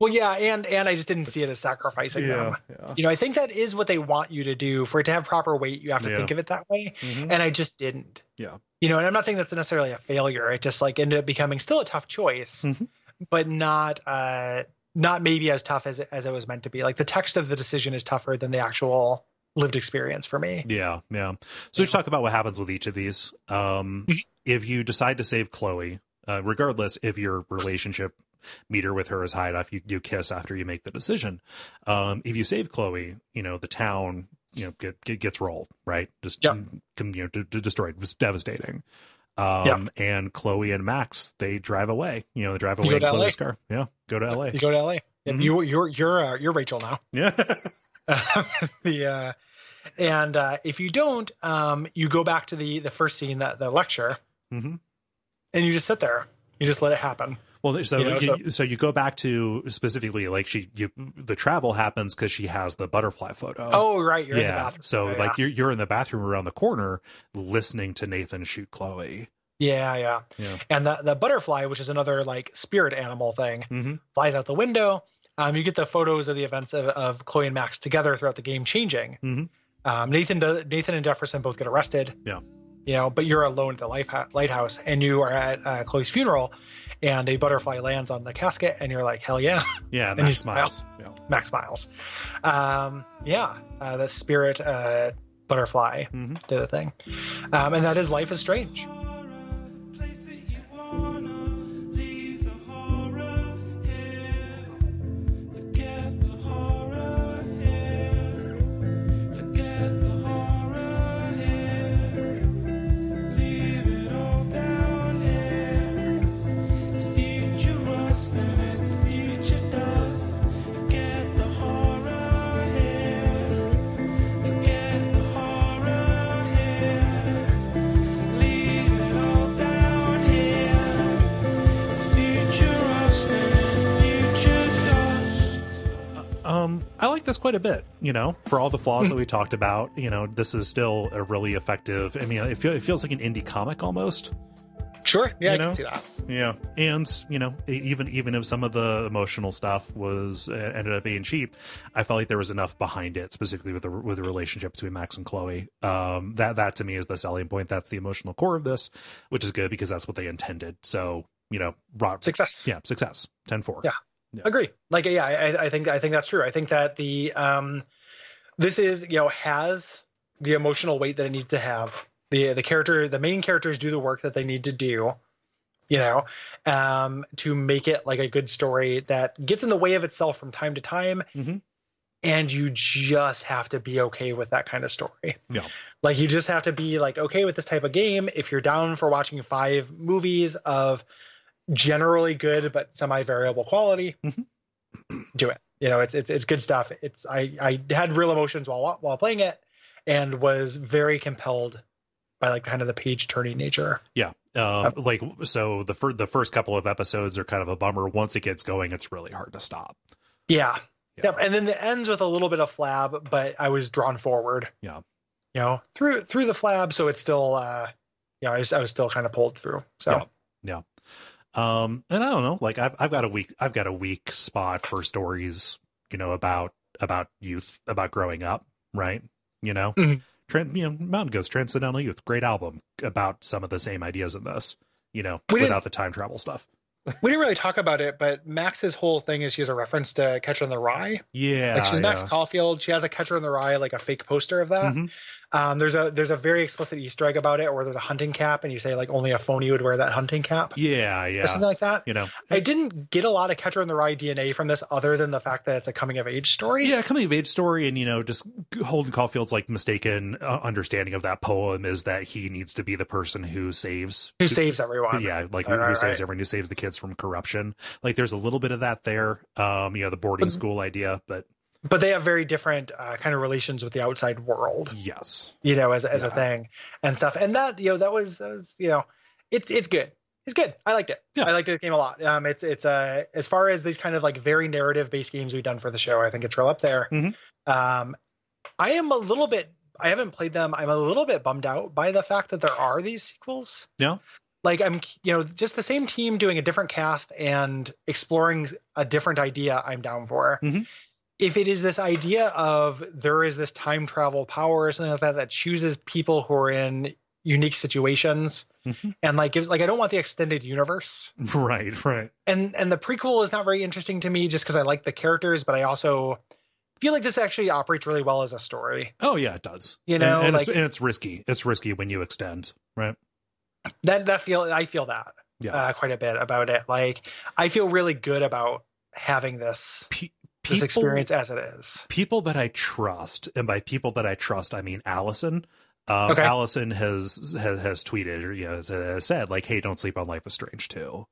Speaker 2: Well, yeah, and and I just didn't see it as sacrificing them.
Speaker 1: yeah.
Speaker 2: You know, I think that is what they want you to do for it to have proper weight. You have to
Speaker 1: Yeah.
Speaker 2: think of it that way,
Speaker 1: Mhm.
Speaker 2: and I just didn't.
Speaker 1: Yeah.
Speaker 2: You know, and I'm not saying that's necessarily a failure. It just like ended up becoming still a tough choice,
Speaker 1: Mhm.
Speaker 2: but not uh not maybe as tough as as it was meant to be. Like the text of the decision is tougher than the actual lived experience for me.
Speaker 1: Yeah, yeah. So
Speaker 2: Yeah.
Speaker 1: to talk about what happens with each of these, um,
Speaker 2: Mhm.
Speaker 1: if you decide to save Chloe, uh, regardless if your relationship meter with her is high enough, you, you kiss after you make the decision. Um, if you save Chloe, you know the town, you know, get, get gets rolled right, just
Speaker 2: Yep.
Speaker 1: com- you know, d- d- destroyed. It was devastating. Um, and Chloe and Max they drive away. You know, they drive
Speaker 2: You
Speaker 1: away
Speaker 2: go
Speaker 1: in
Speaker 2: to LA?
Speaker 1: Chloe's car. Yeah, go to L.A.
Speaker 2: You go to LA. Yep,
Speaker 1: Mhm.
Speaker 2: You you're you're uh, you're Rachel now.
Speaker 1: Yeah,
Speaker 2: the uh, and uh, if you don't, um, you go back to the the first scene that the lecture,
Speaker 1: hmm
Speaker 2: and you just sit there. You just let it happen.
Speaker 1: Well, so you,
Speaker 2: You know,
Speaker 1: so you go back to specifically like she you the travel happens because she has the butterfly photo.
Speaker 2: Oh, right, you're in the
Speaker 1: yeah.
Speaker 2: bathroom.
Speaker 1: so
Speaker 2: Yeah,
Speaker 1: like you're you're in the bathroom around the corner listening to Nathan shoot Chloe.
Speaker 2: yeah, yeah,
Speaker 1: Yeah.
Speaker 2: And the the butterfly, which is another like spirit animal thing,
Speaker 1: Mm-hmm.
Speaker 2: flies out the window. Um, you get the photos of the events of, of Chloe and Max together throughout the game changing.
Speaker 1: Mhm.
Speaker 2: Um, Nathan does, Nathan and Jefferson both get arrested.
Speaker 1: Yeah.
Speaker 2: You know, but you're alone at the life lighthouse, and you are at uh, Chloe's funeral, and a butterfly lands on the casket, and you're like, hell yeah,
Speaker 1: Yeah, and
Speaker 2: And
Speaker 1: that
Speaker 2: you smile.
Speaker 1: smiles. Yeah.
Speaker 2: Max Miles. Um, yeah, uh, the spirit uh, butterfly
Speaker 1: Mhm.
Speaker 2: did the thing, um, and that is life is strange.
Speaker 3: place that you wanna leave the horror here. Forget the horror here. Forget the horror here. Leave it all down here. It's future rust and it's future dust. Forget the horror here. Forget the horror here. Leave it all down here. It's future us and it's future dust.
Speaker 1: Um, I like this quite a bit. You know, for all the flaws that we talked about, you know, this is still a really effective. I mean, it, feel, it feels like an indie comic almost.
Speaker 2: Sure, yeah,
Speaker 1: You
Speaker 2: I
Speaker 1: know?
Speaker 2: can see that.
Speaker 1: Yeah, and you know, e- even even if some of the emotional stuff was uh, ended up being cheap, I felt like there was enough behind it, specifically with the with the relationship between Max and Chloe. Um, that that to me is the selling point. That's the emotional core of this, which is good because that's what they intended. So you know, rock,
Speaker 2: Success.
Speaker 1: yeah, success, 10-4.
Speaker 2: Yeah. agree like yeah I, I think i think that's true i think that the um this is you know has the emotional weight that it needs to have the the character the main characters do the work that they need to do you know um to make it like a good story that gets in the way of itself from time to time
Speaker 1: Mhm.
Speaker 2: and you just have to be okay with that kind of story
Speaker 1: Yeah.
Speaker 2: like you just have to be like okay with this type of game if you're down for watching five movies of generally good but semi variable quality
Speaker 1: Mhm.
Speaker 2: do it you know it's, it's it's good stuff it's i i had real emotions while wa- while playing it and was very compelled by like kind of the page turning nature
Speaker 1: Yeah. Um, like so the fir- the first couple of episodes are kind of a bummer. Once it gets going, it's really hard to stop.
Speaker 2: yeah
Speaker 1: Yeah.
Speaker 2: yep and then it ends with a little bit of flab but i was drawn forward
Speaker 1: Yeah.
Speaker 2: you know through through the flab so it's still uh yeah i was, I was still kind of pulled through so
Speaker 1: Yeah. Um, and I don't know, like I've I've got a weak I've got a weak spot for stories, you know, about about youth, about growing up, right? You know,
Speaker 2: Mhm.
Speaker 1: Tran- you know, Mountain Goats, Transcendental Youth, great album about some of the same ideas in this, you know,
Speaker 2: We didn't-
Speaker 1: without the time travel stuff.
Speaker 2: We didn't really talk about it, but Max's whole thing is she has a reference to Catcher in the Rye.
Speaker 1: Yeah,
Speaker 2: Like she's Max
Speaker 1: yeah.
Speaker 2: Caulfield. She has a Catcher in the Rye, like a fake poster of that.
Speaker 1: Mhm.
Speaker 2: Um, there's a there's a very explicit Easter egg about it, where there's a hunting cap, and you say like only a phony would wear that hunting cap
Speaker 1: yeah,
Speaker 2: or
Speaker 1: yeah,
Speaker 2: something like that.
Speaker 1: you know,
Speaker 2: I didn't get a lot of Catcher in the Rye DNA from this, other than the fact that it's a coming of age story.
Speaker 1: yeah, coming of age story, and you know, just Holden Caulfield's like mistaken uh, understanding of that poem is that he needs to be the person who saves
Speaker 2: who saves everyone?
Speaker 1: yeah like who,
Speaker 2: Right,
Speaker 1: who
Speaker 2: right,
Speaker 1: saves
Speaker 2: right.
Speaker 1: everyone who saves the kids from corruption like there's a little bit of that there um you know the boarding
Speaker 2: But-
Speaker 1: school idea but
Speaker 2: But they have very different uh, kind of relations with the outside world,
Speaker 1: yes
Speaker 2: you know, as as a
Speaker 1: Yeah.
Speaker 2: thing and stuff. And that you know that was that was you know, it's it's good. It's good. I liked it.
Speaker 1: Yeah.
Speaker 2: I liked the game a lot. Um, it's it's uh as far as these kind of like very narrative based games we've done for the show, I think it's real up there.
Speaker 1: Mhm.
Speaker 2: Um, I am a little bit. I haven't played them. I'm a little bit bummed out by the fact that there are these sequels.
Speaker 1: Yeah.
Speaker 2: Like I'm, you know, just the same team doing a different cast and exploring a different idea. I'm down for.
Speaker 1: Mhm.
Speaker 2: If it is this idea of there is this time travel power or something like that that chooses people who are in unique situations
Speaker 1: Mhm.
Speaker 2: and like gives like I don't want the extended universe
Speaker 1: right right
Speaker 2: and and the prequel is not very interesting to me just because I like the characters, but I also feel like this actually operates really well as a story.
Speaker 1: oh yeah it does
Speaker 2: You
Speaker 1: And-
Speaker 2: know,
Speaker 1: and, it's,
Speaker 2: like-
Speaker 1: and it's risky it's risky when you extend right
Speaker 2: That that feel I feel that
Speaker 1: Yeah.
Speaker 2: uh, quite a bit about it. Like I feel really good about having this
Speaker 1: Pe-
Speaker 2: this experience as it is.
Speaker 1: people that I trust, and by people that I trust, I mean Allison. Um,
Speaker 2: Okay.
Speaker 1: Allison has, has has tweeted or you know has, has said like, "Hey, don't sleep on Life is Strange too."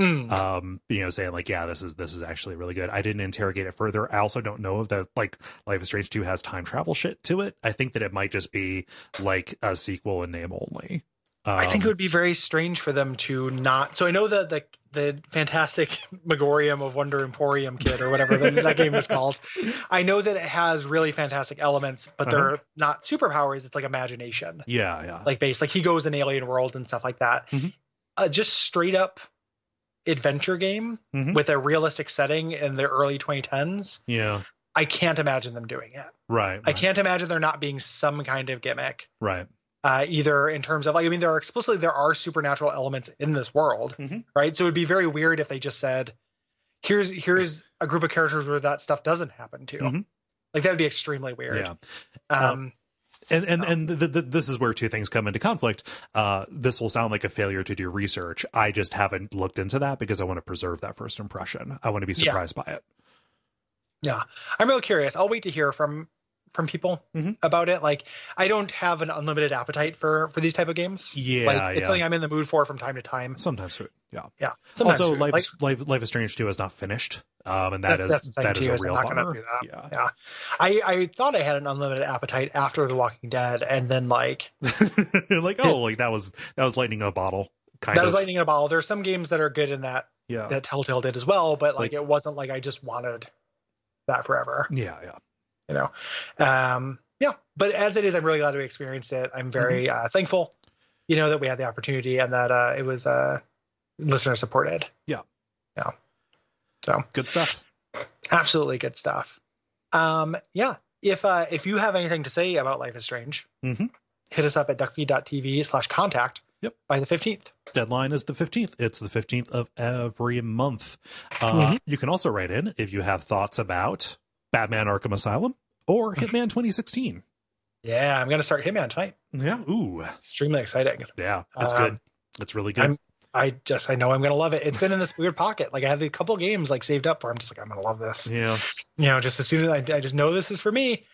Speaker 2: Mm.
Speaker 1: Um, you know, saying like, "Yeah, this is this is actually really good." I didn't interrogate it further. I also don't know if that like Life is Strange two has time travel shit to it. I think that it might just be like a sequel in name only. Um,
Speaker 2: I think it would be very strange for them to not. So I know that the the fantastic Megorium of Wonder Emporium kid or whatever that, that game is called. I know that it has really fantastic elements, but
Speaker 1: Uh-huh.
Speaker 2: they're not superpowers. It's like imagination.
Speaker 1: Um, yeah, yeah,
Speaker 2: like base like he goes in alien world and stuff like that
Speaker 1: Mhm.
Speaker 2: uh, just straight up adventure game
Speaker 1: Mhm.
Speaker 2: with a realistic setting in the early 2010s
Speaker 1: yeah.
Speaker 2: i can't imagine them doing it
Speaker 1: Right,
Speaker 2: i
Speaker 1: right,
Speaker 2: can't imagine there not being some kind of gimmick
Speaker 1: right.
Speaker 2: uh, either in terms of like i mean there are explicitly there are supernatural elements in this world
Speaker 1: Mhm.
Speaker 2: right so it would be very weird if they just said here's here's a group of characters where that stuff doesn't happen to
Speaker 1: Mhm.
Speaker 2: like that would be extremely weird
Speaker 1: Yeah.
Speaker 2: um
Speaker 1: and and and th th this is where two things come into conflict. Uh, this will sound like a failure to do research. I just haven't looked into that because I want to preserve that first impression. I want to be
Speaker 2: Yeah.
Speaker 1: surprised by it.
Speaker 2: I'm real curious. I'll wait to hear from from people
Speaker 1: Mhm.
Speaker 2: about it. Like I don't have an unlimited appetite for for these type of games.
Speaker 1: Yeah,
Speaker 2: like it's
Speaker 1: yeah.
Speaker 2: something I'm in the mood for from time to time.
Speaker 1: Sometimes, it- yeah.
Speaker 2: Yeah. Sometimes
Speaker 1: also,
Speaker 2: too.
Speaker 1: Life,
Speaker 2: Like,
Speaker 1: is, Life Life is Strange Two is not finished, um, and that
Speaker 2: That's-
Speaker 1: is
Speaker 2: that's the thing,
Speaker 1: that is
Speaker 2: too,
Speaker 1: a
Speaker 2: is I'm
Speaker 1: real
Speaker 2: not gonna
Speaker 1: bummer.
Speaker 2: do that.
Speaker 1: Yeah,
Speaker 2: yeah. I I thought I had an unlimited appetite after The Walking Dead, and then like
Speaker 1: like oh, like that was that was lightning in a bottle. Kind
Speaker 2: that
Speaker 1: of
Speaker 2: was lightning in a bottle. There's some games that are good in that
Speaker 1: yeah.
Speaker 2: that Telltale did as well, but
Speaker 1: Like-
Speaker 2: like, it wasn't like I just wanted that forever.
Speaker 1: yeah, yeah,
Speaker 2: You know. Um. Yeah. But as it is, I'm really glad we experienced it. I'm very
Speaker 1: Mm-hmm.
Speaker 2: uh, thankful. You know that we had the opportunity and that uh, it was uh, listener supported.
Speaker 1: good stuff.
Speaker 2: absolutely good stuff um yeah if uh if you have anything to say about life is strange
Speaker 1: Mhm.
Speaker 2: hit us up at duckfeed.tv slash contact
Speaker 1: Yep.
Speaker 2: by the 15th
Speaker 1: deadline is the 15th it's the 15th of every month uh,
Speaker 2: Mhm.
Speaker 1: you can also write in if you have thoughts about batman arkham asylum or hitman 2016
Speaker 2: yeah i'm gonna start hitman tonight
Speaker 1: yeah ooh
Speaker 2: extremely exciting
Speaker 1: yeah that's
Speaker 2: Um,
Speaker 1: good that's really good
Speaker 2: I'm- i just i know i'm gonna love it it's been in this weird pocket like i have a couple games like saved up where i'm just like i'm gonna love this
Speaker 1: yeah
Speaker 2: you know just as soon as I, I just know this is for me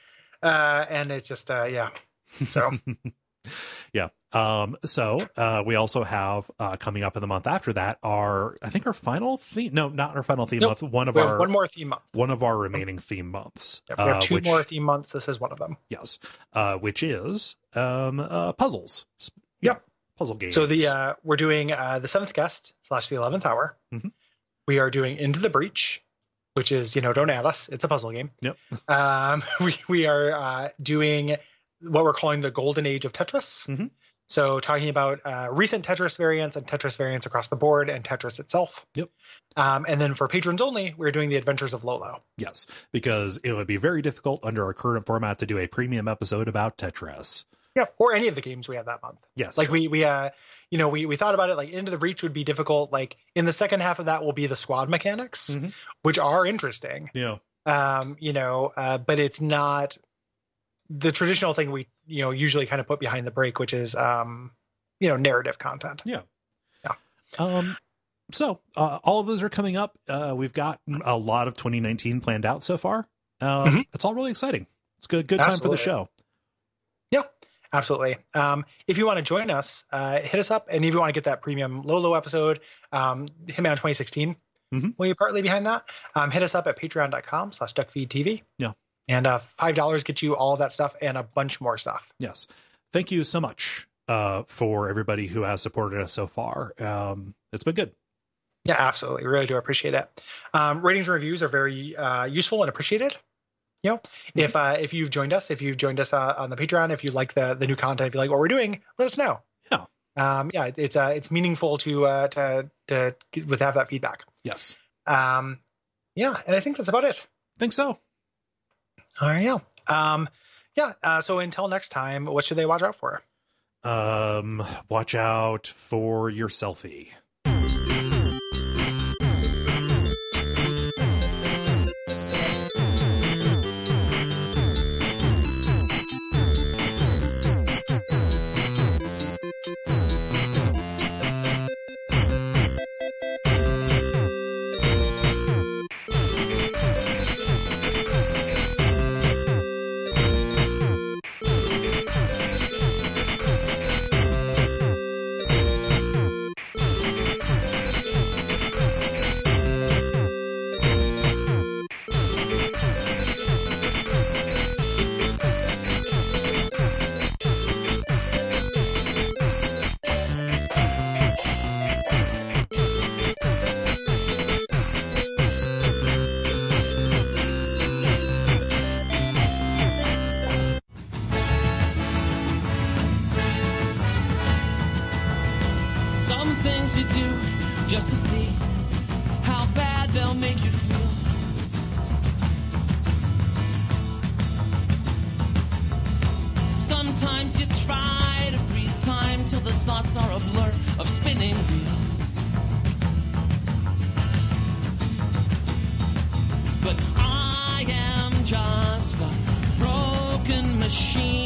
Speaker 2: uh and it's just uh yeah so
Speaker 1: yeah um so uh we also have uh coming up in the month after that our i think our final theme no not our final theme
Speaker 2: Nope.
Speaker 1: month one of
Speaker 2: we
Speaker 1: our
Speaker 2: have one more theme month
Speaker 1: one of our remaining theme months
Speaker 2: Yep, we have
Speaker 1: uh,
Speaker 2: two
Speaker 1: which-
Speaker 2: more theme months this is one of them
Speaker 1: yes uh which is um uh puzzles Sp-
Speaker 2: Yep.
Speaker 1: puzzle games
Speaker 2: So the uh, we're doing uh, the seventh guest slash the eleventh hour.
Speaker 1: Mhm.
Speaker 2: We are doing Into the Breach, which is you know don't add us. It's a puzzle game.
Speaker 1: Yep.
Speaker 2: Um, we we are uh, doing what we're calling the Golden Age of Tetris.
Speaker 1: Mhm.
Speaker 2: So talking about uh, recent Tetris variants and Tetris variants across the board and Tetris itself.
Speaker 1: Yep.
Speaker 2: Um, and then for patrons only, we're doing the Adventures of Lolo.
Speaker 1: Yes, because it would be very difficult under our current format to do a premium episode about Tetris.
Speaker 2: Yeah. Or any of the games we had that month.
Speaker 1: Yes.
Speaker 2: Like we we uh you know we we thought about it like into the breach would be difficult. Like in the second half of that will be the squad mechanics,
Speaker 1: Mhm.
Speaker 2: which are interesting.
Speaker 1: you know,
Speaker 2: um, you know, uh, but it's not the traditional thing we, you know, usually kind of put behind the break, which is, um, you know, narrative content.
Speaker 1: Um, so uh, all of those are coming up. Uh, we've got a lot of 2019 planned out so far. Um,
Speaker 2: Mhm.
Speaker 1: It's all really exciting. It's good, good time for the
Speaker 2: Absolutely.
Speaker 1: show.
Speaker 2: Absolutely. Um, if you want to join us, uh, hit us up. And if you want to get that premium Lolo episode, um, Hitman 2016,
Speaker 1: Mhm.
Speaker 2: will you partly behind that? Um, hit us up at patreon.com slash duckfeedtv.
Speaker 1: Yeah.
Speaker 2: And uh, $5 gets you all that stuff and a bunch more stuff.
Speaker 1: Yes. Thank you so much uh, for everybody who has supported us so far. Um, it's been good.
Speaker 2: Yeah, absolutely. Really do appreciate it. Um, ratings and reviews are very uh, useful and appreciated. You know, if uh, if you've joined us, if you've joined us uh, on the Patreon, if you like the the new content, if you like what we're doing, let us know.
Speaker 1: Yeah.
Speaker 2: Um, yeah, it- it's uh, it's meaningful to uh, to to get- with have that feedback.
Speaker 1: Yes.
Speaker 2: Um, yeah, and I think that's about it.
Speaker 1: Think so.
Speaker 2: All right, yeah. Um, yeah. Uh, so until next time, what should they watch out for?
Speaker 1: Um, watch out for your selfie.
Speaker 4: Some things you do just to see how bad they'll make you feel. Sometimes you try to freeze time till the thoughts are a blur of spinning wheels. But I am just a broken machine.